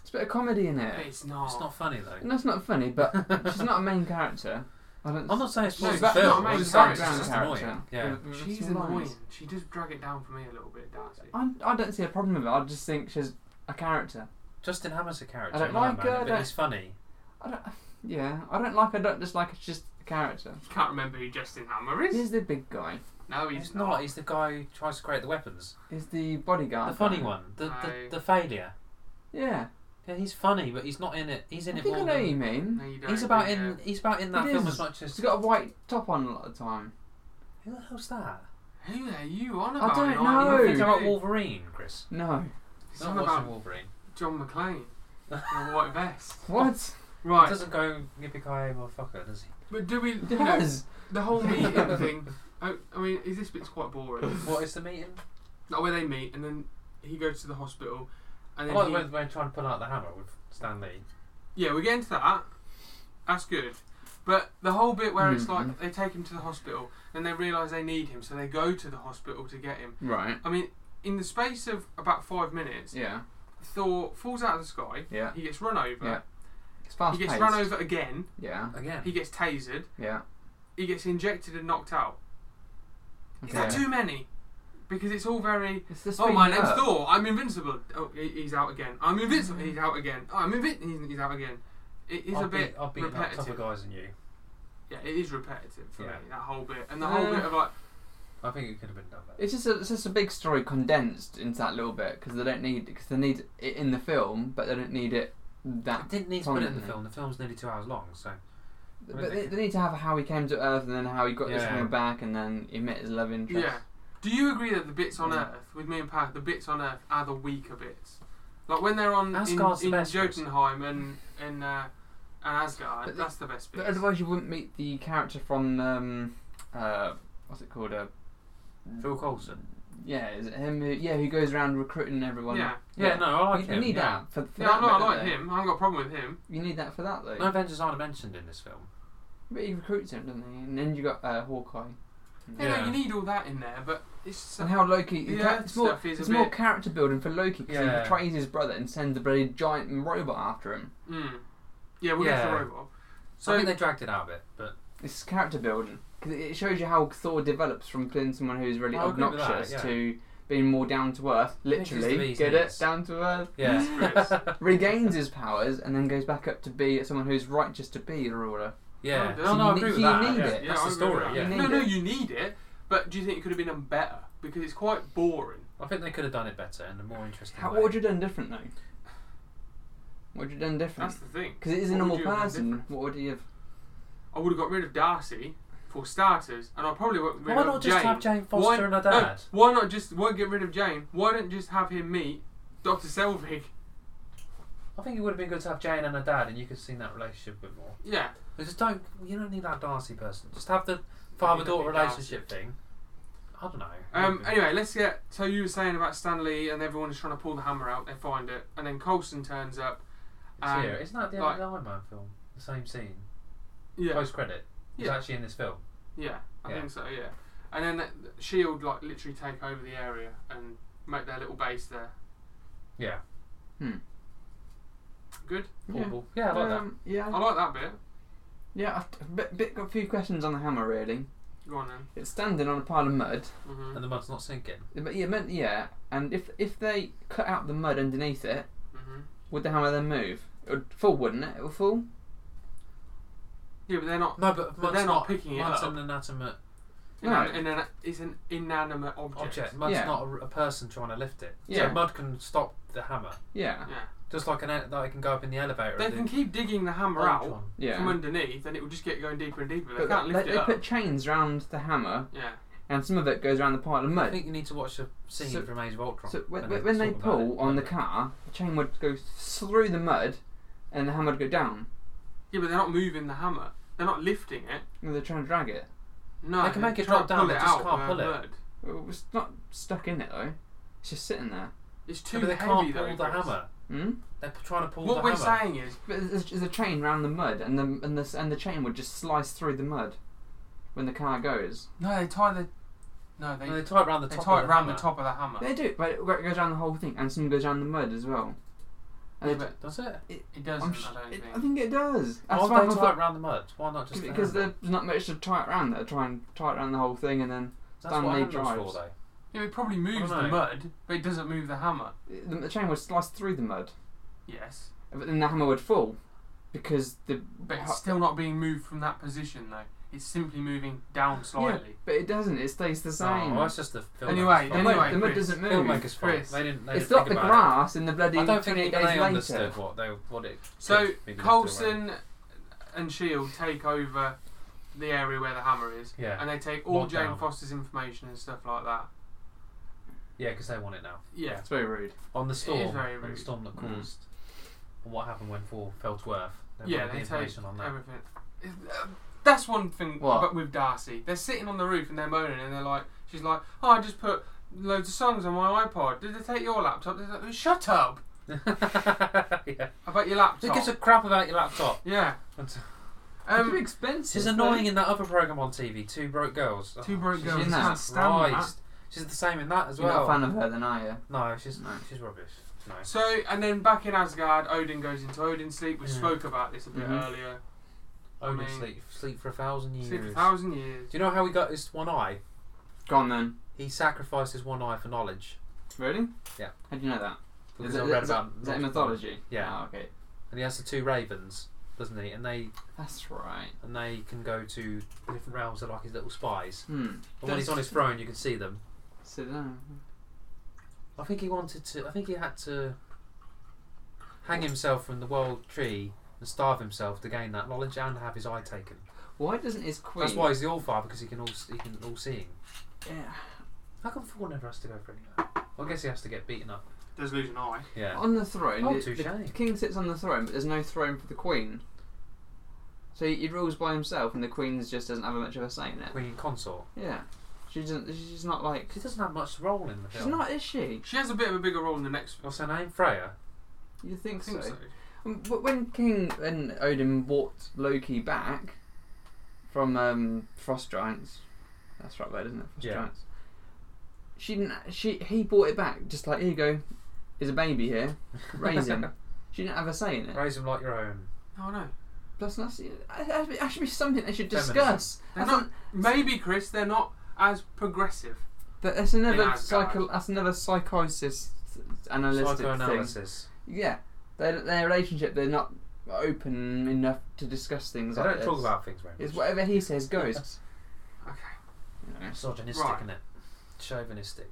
[SPEAKER 2] It's a bit of comedy in it.
[SPEAKER 1] It's not.
[SPEAKER 3] It's not funny though.
[SPEAKER 2] And that's not funny, but she's not a main character. I don't.
[SPEAKER 3] I'm not saying it's
[SPEAKER 1] No,
[SPEAKER 3] not
[SPEAKER 1] that's
[SPEAKER 3] film.
[SPEAKER 1] not a main
[SPEAKER 3] I'm just saying it's
[SPEAKER 1] background
[SPEAKER 3] just
[SPEAKER 2] character.
[SPEAKER 3] annoying. Yeah.
[SPEAKER 2] With- with
[SPEAKER 1] She's
[SPEAKER 2] small
[SPEAKER 1] annoying.
[SPEAKER 2] lines.
[SPEAKER 1] She does drag it down for me a little bit, Darcy.
[SPEAKER 2] I, I don't see a problem with it. I just think she's a character.
[SPEAKER 3] Justin Hammer's a character.
[SPEAKER 2] I don't
[SPEAKER 3] in Iron
[SPEAKER 2] like
[SPEAKER 3] Man,
[SPEAKER 2] her, I
[SPEAKER 3] but
[SPEAKER 2] don't-
[SPEAKER 3] he's funny.
[SPEAKER 2] I don't. Yeah, I don't like. her, I don't dislike. her, She's just a character.
[SPEAKER 1] You can't remember who Justin Hammer is.
[SPEAKER 2] He's the big guy.
[SPEAKER 1] no, he's,
[SPEAKER 3] He's not. He's the guy who tries to create the weapons.
[SPEAKER 2] He's the bodyguard.
[SPEAKER 3] The funny
[SPEAKER 2] guy.
[SPEAKER 3] one. The
[SPEAKER 1] No.
[SPEAKER 3] the, the failure.
[SPEAKER 2] Yeah.
[SPEAKER 3] Yeah, he's funny, but he's not in it. He's in
[SPEAKER 2] I
[SPEAKER 3] it
[SPEAKER 2] think I
[SPEAKER 3] more
[SPEAKER 2] know what you
[SPEAKER 3] than.
[SPEAKER 2] mean.
[SPEAKER 1] No, you don't.
[SPEAKER 3] He's about
[SPEAKER 1] yeah.
[SPEAKER 3] in. He's about in that
[SPEAKER 2] It
[SPEAKER 3] film
[SPEAKER 2] is.
[SPEAKER 3] as much as.
[SPEAKER 2] She's got a white top on a lot of the time.
[SPEAKER 3] Who the hell's that?
[SPEAKER 1] Who are you on
[SPEAKER 2] I
[SPEAKER 1] about?
[SPEAKER 2] don't
[SPEAKER 1] Nigel?
[SPEAKER 2] know.
[SPEAKER 3] You're thinking
[SPEAKER 1] Who?
[SPEAKER 3] about Wolverine, Chris.
[SPEAKER 2] No.
[SPEAKER 1] He's
[SPEAKER 3] He's not
[SPEAKER 1] on
[SPEAKER 3] watching
[SPEAKER 1] about
[SPEAKER 3] Wolverine.
[SPEAKER 1] John McClane in a white vest.
[SPEAKER 2] What?
[SPEAKER 3] He
[SPEAKER 1] Right,
[SPEAKER 3] doesn't go yippee ki motherfucker, does he?
[SPEAKER 1] but do we?
[SPEAKER 2] It
[SPEAKER 1] You know,
[SPEAKER 2] does.
[SPEAKER 1] the whole meeting thing. I, I mean, is this bit's quite boring?
[SPEAKER 3] What is the meeting?
[SPEAKER 1] Like where they meet, and then he goes to the hospital, and
[SPEAKER 3] I
[SPEAKER 1] then
[SPEAKER 2] Oh,
[SPEAKER 3] like
[SPEAKER 1] he,
[SPEAKER 3] when they're trying to pull out the hammer with Stan Lee.
[SPEAKER 1] yeah, we're getting to that. That's good. But the whole bit where it's
[SPEAKER 2] Mhm.
[SPEAKER 1] like they take him to the hospital, and they realise they need him, so they go to the hospital to get him.
[SPEAKER 2] Right.
[SPEAKER 1] I mean, in the space of about five minutes,
[SPEAKER 2] Yeah.
[SPEAKER 1] Thor falls out of the sky.
[SPEAKER 2] Yeah.
[SPEAKER 1] He gets run over.
[SPEAKER 2] Yeah. It's fast
[SPEAKER 1] He gets
[SPEAKER 2] paced.
[SPEAKER 1] run over again.
[SPEAKER 2] Yeah.
[SPEAKER 3] Again.
[SPEAKER 1] He gets tasered.
[SPEAKER 2] Yeah.
[SPEAKER 1] He gets injected and knocked out. Is
[SPEAKER 2] Okay.
[SPEAKER 1] that too many? Because it's all very.
[SPEAKER 2] It's the
[SPEAKER 1] Oh, my
[SPEAKER 2] speeding
[SPEAKER 1] name's
[SPEAKER 2] up.
[SPEAKER 1] Thor. I'm invincible. Oh, he- he's out again. I'm invincible. He's out again. Oh, I'm invincible. He's, he's out again. It is
[SPEAKER 3] I'll
[SPEAKER 1] a bit
[SPEAKER 3] Be, I'll be tougher
[SPEAKER 1] repetitive.
[SPEAKER 3] guys than you.
[SPEAKER 1] Yeah, it is repetitive for me.
[SPEAKER 3] Yeah.
[SPEAKER 1] That whole bit and the whole
[SPEAKER 2] Uh,
[SPEAKER 1] bit of like.
[SPEAKER 3] I think it could have been done better.
[SPEAKER 2] It's just a, it's just a big story condensed into that little bit because they don't need because they need it in the film, but they don't need it
[SPEAKER 3] I
[SPEAKER 2] that.
[SPEAKER 3] didn't need to put it in the
[SPEAKER 2] prominently.
[SPEAKER 3] film. The film's nearly two hours long, so
[SPEAKER 2] But they, they need to have how he came to Earth and then how he got this
[SPEAKER 3] Yeah.
[SPEAKER 2] woman back and then he met his love interest.
[SPEAKER 1] Yeah. Do you agree that the bits on
[SPEAKER 2] Yeah.
[SPEAKER 1] Earth, with me and Pat, the bits on Earth are the weaker bits? Like when they're on in,
[SPEAKER 3] Asgard's the
[SPEAKER 1] in
[SPEAKER 3] best bit.
[SPEAKER 1] Jotunheim and in uh, and Asgard,
[SPEAKER 2] But the-
[SPEAKER 1] that's the best bit.
[SPEAKER 2] But otherwise, you wouldn't meet the character from um, uh, what's it called? Uh,
[SPEAKER 3] Phil Coulson.
[SPEAKER 2] yeah, is it him? Who, yeah, who goes around recruiting everyone.
[SPEAKER 1] yeah,
[SPEAKER 3] Yeah, no, I like
[SPEAKER 2] you,
[SPEAKER 3] him,
[SPEAKER 2] You need
[SPEAKER 3] yeah.
[SPEAKER 2] that for, for
[SPEAKER 1] yeah,
[SPEAKER 2] that.
[SPEAKER 1] I, know, I
[SPEAKER 2] bit,
[SPEAKER 1] like
[SPEAKER 2] though.
[SPEAKER 1] him. I haven't got a problem with him.
[SPEAKER 2] You need that for that though.
[SPEAKER 3] No Avengers aren't mentioned in this film.
[SPEAKER 2] But he recruits him, doesn't he? And then you got uh, Hawkeye.
[SPEAKER 1] Yeah,
[SPEAKER 3] Yeah.
[SPEAKER 1] No, you need all that in there, but it's just,
[SPEAKER 2] And how Loki?
[SPEAKER 1] the
[SPEAKER 2] the cha-
[SPEAKER 1] Earth
[SPEAKER 2] it's more,
[SPEAKER 1] stuff is a
[SPEAKER 2] it's more
[SPEAKER 1] bit-
[SPEAKER 2] character building for Loki because
[SPEAKER 3] Yeah.
[SPEAKER 2] he betrays his brother and sends a bloody giant robot after him.
[SPEAKER 1] Mm. Yeah, we'll get to the
[SPEAKER 3] Yeah.
[SPEAKER 1] robot.
[SPEAKER 3] So I
[SPEAKER 1] So-
[SPEAKER 3] think they dragged it out a bit, but
[SPEAKER 2] It's character building 'Cause it shows you how Thor develops from being someone who's really
[SPEAKER 1] Oh,
[SPEAKER 3] I agree with that,
[SPEAKER 2] obnoxious
[SPEAKER 3] yeah.
[SPEAKER 2] to being more down to earth.
[SPEAKER 3] Pinches the
[SPEAKER 2] Literally,
[SPEAKER 3] bee's
[SPEAKER 2] get
[SPEAKER 3] knees.
[SPEAKER 2] it down to earth.
[SPEAKER 3] yeah.
[SPEAKER 2] Regains his powers and then goes back up to be someone who's righteous to be a ruler.
[SPEAKER 3] Yeah.
[SPEAKER 1] No,
[SPEAKER 3] No, no,
[SPEAKER 2] you
[SPEAKER 3] I
[SPEAKER 2] need-
[SPEAKER 3] agree with
[SPEAKER 2] you
[SPEAKER 3] that.
[SPEAKER 2] need
[SPEAKER 3] yeah.
[SPEAKER 1] I
[SPEAKER 2] it.
[SPEAKER 3] That's the
[SPEAKER 1] agree with
[SPEAKER 3] story,
[SPEAKER 1] that.
[SPEAKER 3] yeah.
[SPEAKER 2] You
[SPEAKER 1] No,
[SPEAKER 2] need
[SPEAKER 1] no,
[SPEAKER 2] it.
[SPEAKER 1] you need it, but do you think it could have been done better? Because it's quite boring.
[SPEAKER 3] I think they could have done it better in a more interesting
[SPEAKER 2] How,
[SPEAKER 3] way.
[SPEAKER 2] what would you have done different though? What would you have done different?
[SPEAKER 1] That's the thing.
[SPEAKER 2] Because it is a
[SPEAKER 1] What would
[SPEAKER 2] normal
[SPEAKER 1] you have done
[SPEAKER 2] person.
[SPEAKER 1] different?
[SPEAKER 2] What would he have?
[SPEAKER 1] I would have got rid of Darcy for starters, and I probably would
[SPEAKER 3] Why not just
[SPEAKER 1] Jane.
[SPEAKER 3] have Jane Foster
[SPEAKER 1] Why-
[SPEAKER 3] and her
[SPEAKER 1] no,
[SPEAKER 3] dad?
[SPEAKER 1] why not just why get rid of Jane? Why don't just have him meet Doctor Selvig?
[SPEAKER 3] I think it would have been good to have Jane and her dad, and you could have seen that relationship a bit more.
[SPEAKER 1] Yeah,
[SPEAKER 3] But just don't. You don't need that Darcy person. Just have the father-daughter
[SPEAKER 1] need Darcy.
[SPEAKER 3] relationship thing. I don't know.
[SPEAKER 1] Um, anyway, let's get. So you were saying about Stanley and everyone is trying to pull the hammer out. They find it, and then Colson turns up.
[SPEAKER 3] It's
[SPEAKER 1] um,
[SPEAKER 3] here. Isn't that the
[SPEAKER 1] like-
[SPEAKER 3] end of the Iron Man film? The same scene.
[SPEAKER 1] Yeah,
[SPEAKER 3] Post credit. It's
[SPEAKER 1] Yeah.
[SPEAKER 3] actually in this film.
[SPEAKER 1] yeah, I
[SPEAKER 3] Yeah.
[SPEAKER 1] think so. Yeah, and then th- Shield like literally take over the area and make their little base there.
[SPEAKER 3] Yeah.
[SPEAKER 2] Hmm.
[SPEAKER 1] Good.
[SPEAKER 3] Portable. Yeah, I like that.
[SPEAKER 2] Um, Yeah.
[SPEAKER 1] I like that bit.
[SPEAKER 2] Yeah, I've a bit, bit got a few questions on the hammer really.
[SPEAKER 1] Go on then.
[SPEAKER 2] It's standing on a pile of mud.
[SPEAKER 1] Mm-hmm.
[SPEAKER 3] And the mud's not sinking.
[SPEAKER 2] But yeah, meant, yeah. And if if they cut out the mud underneath it,
[SPEAKER 1] Mm-hmm.
[SPEAKER 2] would the hammer then move? It would fall, wouldn't it? It would fall.
[SPEAKER 1] Yeah, but they're not.
[SPEAKER 3] No, but,
[SPEAKER 1] But
[SPEAKER 3] mud's
[SPEAKER 1] they're not
[SPEAKER 3] not
[SPEAKER 1] picking it
[SPEAKER 3] Mud's
[SPEAKER 1] up.
[SPEAKER 3] an inanimate
[SPEAKER 2] No.
[SPEAKER 1] Inan- inan- it's an inanimate object.
[SPEAKER 3] object. Mud's
[SPEAKER 2] Yeah.
[SPEAKER 3] not a, a person trying to lift it.
[SPEAKER 2] Yeah.
[SPEAKER 3] So mud can stop the hammer.
[SPEAKER 2] Yeah.
[SPEAKER 1] Yeah.
[SPEAKER 3] Just like an e- like it can go up in the elevator.
[SPEAKER 1] They
[SPEAKER 3] and
[SPEAKER 1] can
[SPEAKER 3] the
[SPEAKER 1] keep digging the hammer out
[SPEAKER 3] Ultron.
[SPEAKER 2] Yeah.
[SPEAKER 1] from underneath, and it will just get going deeper and deeper. They
[SPEAKER 2] But
[SPEAKER 1] can't lift
[SPEAKER 2] they,
[SPEAKER 1] it
[SPEAKER 2] they
[SPEAKER 1] up.
[SPEAKER 2] put chains round the hammer,
[SPEAKER 1] yeah.
[SPEAKER 2] and some of it goes around the pile of
[SPEAKER 3] I
[SPEAKER 2] mud.
[SPEAKER 3] think you need to watch the scene
[SPEAKER 2] So-
[SPEAKER 3] from Age of Ultron.
[SPEAKER 2] So when, when, when they
[SPEAKER 3] talk about
[SPEAKER 2] pull
[SPEAKER 3] it.
[SPEAKER 2] on the car, the chain would go through the mud, and the hammer would go down.
[SPEAKER 1] Yeah, but they're not moving the hammer. They're not lifting it.
[SPEAKER 2] And they're trying to drag it.
[SPEAKER 1] No,
[SPEAKER 3] They can make
[SPEAKER 1] they're
[SPEAKER 3] it
[SPEAKER 1] trying
[SPEAKER 3] drop
[SPEAKER 1] to
[SPEAKER 3] down,
[SPEAKER 1] pull
[SPEAKER 3] they
[SPEAKER 1] it
[SPEAKER 3] just
[SPEAKER 1] out
[SPEAKER 3] can't
[SPEAKER 1] by
[SPEAKER 3] pull it.
[SPEAKER 1] mud.
[SPEAKER 2] Well, It's not stuck in it though. It's just sitting there.
[SPEAKER 1] It's too
[SPEAKER 3] Yeah, but they
[SPEAKER 1] heavy
[SPEAKER 3] can't
[SPEAKER 1] though.
[SPEAKER 3] pull the
[SPEAKER 1] Chris.
[SPEAKER 3] hammer.
[SPEAKER 2] Hmm.
[SPEAKER 3] They're p- trying to pull
[SPEAKER 1] What
[SPEAKER 3] the
[SPEAKER 1] we're
[SPEAKER 3] hammer.
[SPEAKER 1] saying is,
[SPEAKER 2] But there's, there's a chain round the mud, and the and the and the chain would just slice through the mud when the car goes.
[SPEAKER 1] no, they tie the, no, they
[SPEAKER 3] No, they tie it around the
[SPEAKER 1] they
[SPEAKER 3] top.
[SPEAKER 1] tie
[SPEAKER 3] of
[SPEAKER 1] it
[SPEAKER 3] the
[SPEAKER 1] round the
[SPEAKER 3] hammer.
[SPEAKER 1] top of the hammer.
[SPEAKER 2] They do, but it go- goes around the whole thing, and some goes around the mud as well. And
[SPEAKER 1] Yeah,
[SPEAKER 2] it-
[SPEAKER 1] but
[SPEAKER 3] Does it?
[SPEAKER 1] it doesn't.
[SPEAKER 2] I'm sh-
[SPEAKER 1] I don't
[SPEAKER 2] it-
[SPEAKER 1] think.
[SPEAKER 2] I think it does. That's
[SPEAKER 3] Why
[SPEAKER 2] why
[SPEAKER 3] would
[SPEAKER 2] I
[SPEAKER 3] they tie it
[SPEAKER 2] thought,
[SPEAKER 3] round the mud? Why not just the
[SPEAKER 2] because
[SPEAKER 3] handle?
[SPEAKER 2] there's not much to tie it around. They try and tie it around the whole thing, and then
[SPEAKER 3] That's
[SPEAKER 2] Stanley
[SPEAKER 3] what handles
[SPEAKER 2] drives.
[SPEAKER 3] for,
[SPEAKER 1] yeah, it probably moves the
[SPEAKER 3] know.
[SPEAKER 1] mud, but it doesn't move the hammer.
[SPEAKER 2] the, the chain would slice through the mud,
[SPEAKER 1] Yes,
[SPEAKER 2] but then the hammer would fall because the
[SPEAKER 1] but it's still not being moved from that position though. It's simply moving down slightly.
[SPEAKER 2] but it doesn't. It stays the
[SPEAKER 3] though. Oh,
[SPEAKER 2] same.
[SPEAKER 3] well, that's just the film.
[SPEAKER 1] Anyway,
[SPEAKER 2] the, mud,
[SPEAKER 1] anyway,
[SPEAKER 2] the mud
[SPEAKER 1] Chris,
[SPEAKER 2] doesn't move.
[SPEAKER 3] filmmakers' fault.
[SPEAKER 1] Chris,
[SPEAKER 3] They didn't. They
[SPEAKER 2] It's
[SPEAKER 3] didn't
[SPEAKER 2] not the
[SPEAKER 3] think about it.
[SPEAKER 2] grass in the bloody
[SPEAKER 3] I don't think
[SPEAKER 2] 28
[SPEAKER 3] they
[SPEAKER 2] days later.
[SPEAKER 3] understood what they what it.
[SPEAKER 1] So
[SPEAKER 3] could be lifted around.
[SPEAKER 1] Colson and Shield take over the area where the hammer is,
[SPEAKER 3] Yeah.
[SPEAKER 1] and they take all
[SPEAKER 3] Lockdown.
[SPEAKER 1] Jane Foster's information and stuff like that.
[SPEAKER 3] Yeah, because they want it now.
[SPEAKER 1] Yeah,
[SPEAKER 2] It's very rude.
[SPEAKER 3] On the
[SPEAKER 1] is
[SPEAKER 3] storm,
[SPEAKER 1] very
[SPEAKER 3] on the
[SPEAKER 1] rude.
[SPEAKER 3] storm that
[SPEAKER 2] Mm.
[SPEAKER 3] caused, and what happened when Thor fell to Earth. They
[SPEAKER 1] yeah,
[SPEAKER 3] wanted
[SPEAKER 1] they
[SPEAKER 3] the
[SPEAKER 1] take
[SPEAKER 3] information on that.
[SPEAKER 1] everything. uh, That's one thing.
[SPEAKER 2] What?
[SPEAKER 1] But with Darcy, they're sitting on the roof and they're moaning, and they're like, she's like, "Oh, I just put loads of songs on my iPod. Did they take your laptop?" They're like, Shut up
[SPEAKER 3] yeah.
[SPEAKER 1] about your
[SPEAKER 3] Who
[SPEAKER 1] laptop.
[SPEAKER 3] gives a crap about your laptop?
[SPEAKER 1] yeah.
[SPEAKER 2] it's
[SPEAKER 1] Um,
[SPEAKER 2] expensive.
[SPEAKER 3] She's annoying in that other program on TV, Two Broke Girls.
[SPEAKER 1] Two Broke
[SPEAKER 3] she's
[SPEAKER 2] Girls,
[SPEAKER 3] in
[SPEAKER 2] I
[SPEAKER 3] that.
[SPEAKER 1] can't stand
[SPEAKER 3] Christ. She's the same in that as
[SPEAKER 2] You're
[SPEAKER 3] well.
[SPEAKER 2] not a fan of her, then are you?
[SPEAKER 3] No, she's
[SPEAKER 2] No.
[SPEAKER 3] she's rubbish. No.
[SPEAKER 1] so, and then back in Asgard, Odin goes into Odin sleep. We
[SPEAKER 3] Yeah. Mm-hmm.
[SPEAKER 1] spoke about this a bit
[SPEAKER 2] Mhm.
[SPEAKER 1] earlier.
[SPEAKER 3] Only
[SPEAKER 1] mean-
[SPEAKER 3] sleep sleep for a thousand years.
[SPEAKER 1] Sleep for a thousand years.
[SPEAKER 3] Do you know how he got his one eye?
[SPEAKER 2] Go on then.
[SPEAKER 3] He sacrificed his one eye for knowledge.
[SPEAKER 2] Really?
[SPEAKER 3] Yeah.
[SPEAKER 2] How do you know that?
[SPEAKER 3] Because
[SPEAKER 2] is
[SPEAKER 3] I
[SPEAKER 2] it,
[SPEAKER 3] read
[SPEAKER 2] is
[SPEAKER 3] about
[SPEAKER 2] it- is that mythology?
[SPEAKER 3] Yeah.
[SPEAKER 2] Oh, okay.
[SPEAKER 3] And he has the two ravens, doesn't he? And they
[SPEAKER 2] That's right.
[SPEAKER 3] and they can go to different realms. They're like his little spies.
[SPEAKER 2] Hmm.
[SPEAKER 3] And when he's on his throne, you can see them.
[SPEAKER 2] Sit down.
[SPEAKER 3] I think he wanted to. I think he had to hang himself from the world tree and starve himself to gain that knowledge and have his eye taken.
[SPEAKER 2] Why doesn't his queen?
[SPEAKER 3] That's why he's the All Father because he can all he can all seeing.
[SPEAKER 2] Yeah.
[SPEAKER 3] How come Thor never has to go for any of that? Well, I guess he has to get beaten up.
[SPEAKER 1] does lose an eye.
[SPEAKER 3] Yeah.
[SPEAKER 2] On the throne,
[SPEAKER 3] Oh,
[SPEAKER 2] it- the,
[SPEAKER 3] touche.
[SPEAKER 2] king sits on the throne, but there's no throne for the queen. So he, he rules by himself, and the queen just doesn't have much of a say in it.
[SPEAKER 3] Queen consort.
[SPEAKER 2] Yeah, she doesn't. She's not like.
[SPEAKER 3] She doesn't have much role in the
[SPEAKER 2] She's
[SPEAKER 3] film.
[SPEAKER 2] not, is she?
[SPEAKER 1] She has a bit of a bigger role in the next film.
[SPEAKER 3] What's her name? Freya.
[SPEAKER 2] You
[SPEAKER 1] I
[SPEAKER 2] think,
[SPEAKER 1] think so.
[SPEAKER 2] Um, but when King and Odin brought Loki back from um, Frost Giants, that's right, word, isn't it? Frost
[SPEAKER 3] Yeah.
[SPEAKER 2] Giants. She didn't. She he brought it back just like here you go. There's a baby here. Raise him. she didn't have a say in it.
[SPEAKER 3] Raise them like your own.
[SPEAKER 1] Oh no.
[SPEAKER 2] Plus, that's, that should be- that should be something they should
[SPEAKER 3] Feminism.
[SPEAKER 2] discuss.
[SPEAKER 1] They're
[SPEAKER 2] That's
[SPEAKER 1] not- Maybe Chris, they're not as progressive.
[SPEAKER 2] But that's another
[SPEAKER 1] Yeah,
[SPEAKER 2] psycho.
[SPEAKER 1] God.
[SPEAKER 2] That's another psychosis analytic thing.
[SPEAKER 3] Psychoanalysis.
[SPEAKER 2] Yeah, their their relationship. They're not open enough to discuss things
[SPEAKER 3] They
[SPEAKER 2] like
[SPEAKER 3] don't talk
[SPEAKER 2] this.
[SPEAKER 3] about things very much.
[SPEAKER 2] It's whatever he says goes.
[SPEAKER 1] Okay.
[SPEAKER 2] You know,
[SPEAKER 3] misogynistic,
[SPEAKER 1] Right.
[SPEAKER 3] isn't it? Chauvinistic.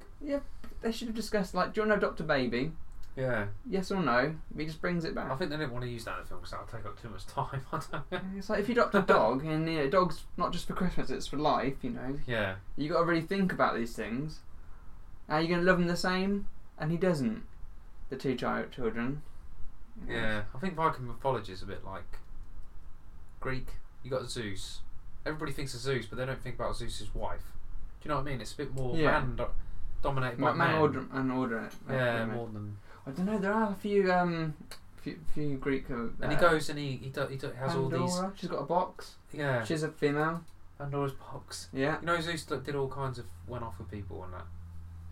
[SPEAKER 2] they should have discussed like, do you want to adopt a baby?
[SPEAKER 3] Yeah.
[SPEAKER 2] Yes or no? He just brings it
[SPEAKER 3] I
[SPEAKER 2] back.
[SPEAKER 3] think they didn't want to use that in the film because that would take up too much time. I don't know.
[SPEAKER 2] It's like if you adopt a dog, and you know, dog's not just for Christmas; it's for life. You know,
[SPEAKER 3] Yeah.
[SPEAKER 2] you got to really think about these things. Are you going to love him the same? And he doesn't. The two child children. You know.
[SPEAKER 3] Yeah. I think Viking mythology is a bit like Greek. You got Zeus. Everybody thinks of Zeus, but they don't think about Zeus's wife. Do you know what I mean? It's a bit more
[SPEAKER 2] Yeah.
[SPEAKER 3] man do- dominated by
[SPEAKER 2] Ma- man
[SPEAKER 3] men.
[SPEAKER 2] order and order it.
[SPEAKER 3] Yeah, more than.
[SPEAKER 2] I don't know. There are a few um, few, few Greek. Uh,
[SPEAKER 3] And he goes and he he, do, he do, has all these.
[SPEAKER 2] Pandora, She's got a box.
[SPEAKER 3] Yeah.
[SPEAKER 2] She's a female.
[SPEAKER 3] Pandora's box.
[SPEAKER 2] Yeah.
[SPEAKER 3] You know Zeus d- did all kinds of went off with people and that.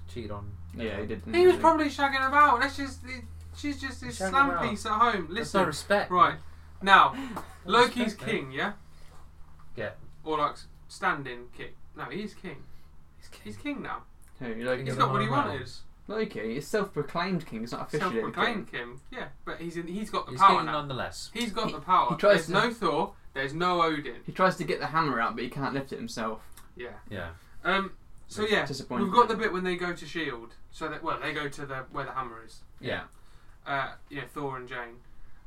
[SPEAKER 3] Cheated on.
[SPEAKER 2] Yeah, he did. didn't
[SPEAKER 1] He was probably shagging about. That's just she's just this
[SPEAKER 3] Shagging
[SPEAKER 1] slam
[SPEAKER 3] about.
[SPEAKER 1] piece at home.
[SPEAKER 3] There's no
[SPEAKER 1] Listen,
[SPEAKER 3] respect.
[SPEAKER 1] right now,
[SPEAKER 3] No
[SPEAKER 1] Loki's
[SPEAKER 3] respect, mate.
[SPEAKER 1] king, yeah.
[SPEAKER 3] Yeah.
[SPEAKER 1] Or like standing king. No, he is king.
[SPEAKER 3] He's king.
[SPEAKER 1] He's king now.
[SPEAKER 2] Who
[SPEAKER 3] He's
[SPEAKER 2] Loki?
[SPEAKER 1] He's
[SPEAKER 3] the
[SPEAKER 1] not what he
[SPEAKER 3] man.
[SPEAKER 1] wanted.
[SPEAKER 2] Loki is self-proclaimed king. It's not officially a
[SPEAKER 1] Self-proclaimed king. Yeah, but he's in, he's got the
[SPEAKER 3] He's
[SPEAKER 1] power
[SPEAKER 3] king
[SPEAKER 1] now.
[SPEAKER 3] nonetheless.
[SPEAKER 1] He's got
[SPEAKER 2] He-
[SPEAKER 1] the power.
[SPEAKER 2] he tries
[SPEAKER 1] there's
[SPEAKER 2] to-
[SPEAKER 1] no Thor. There's no Odin.
[SPEAKER 2] He tries to get the hammer out, but he can't lift it himself.
[SPEAKER 1] Yeah.
[SPEAKER 3] Yeah.
[SPEAKER 1] Um. So yeah,
[SPEAKER 2] Disappointing.
[SPEAKER 1] we've got the bit when they go to Shield. E So that well, they go to the where the hammer is.
[SPEAKER 3] Yeah.
[SPEAKER 1] Uh. Yeah. Thor and Jane.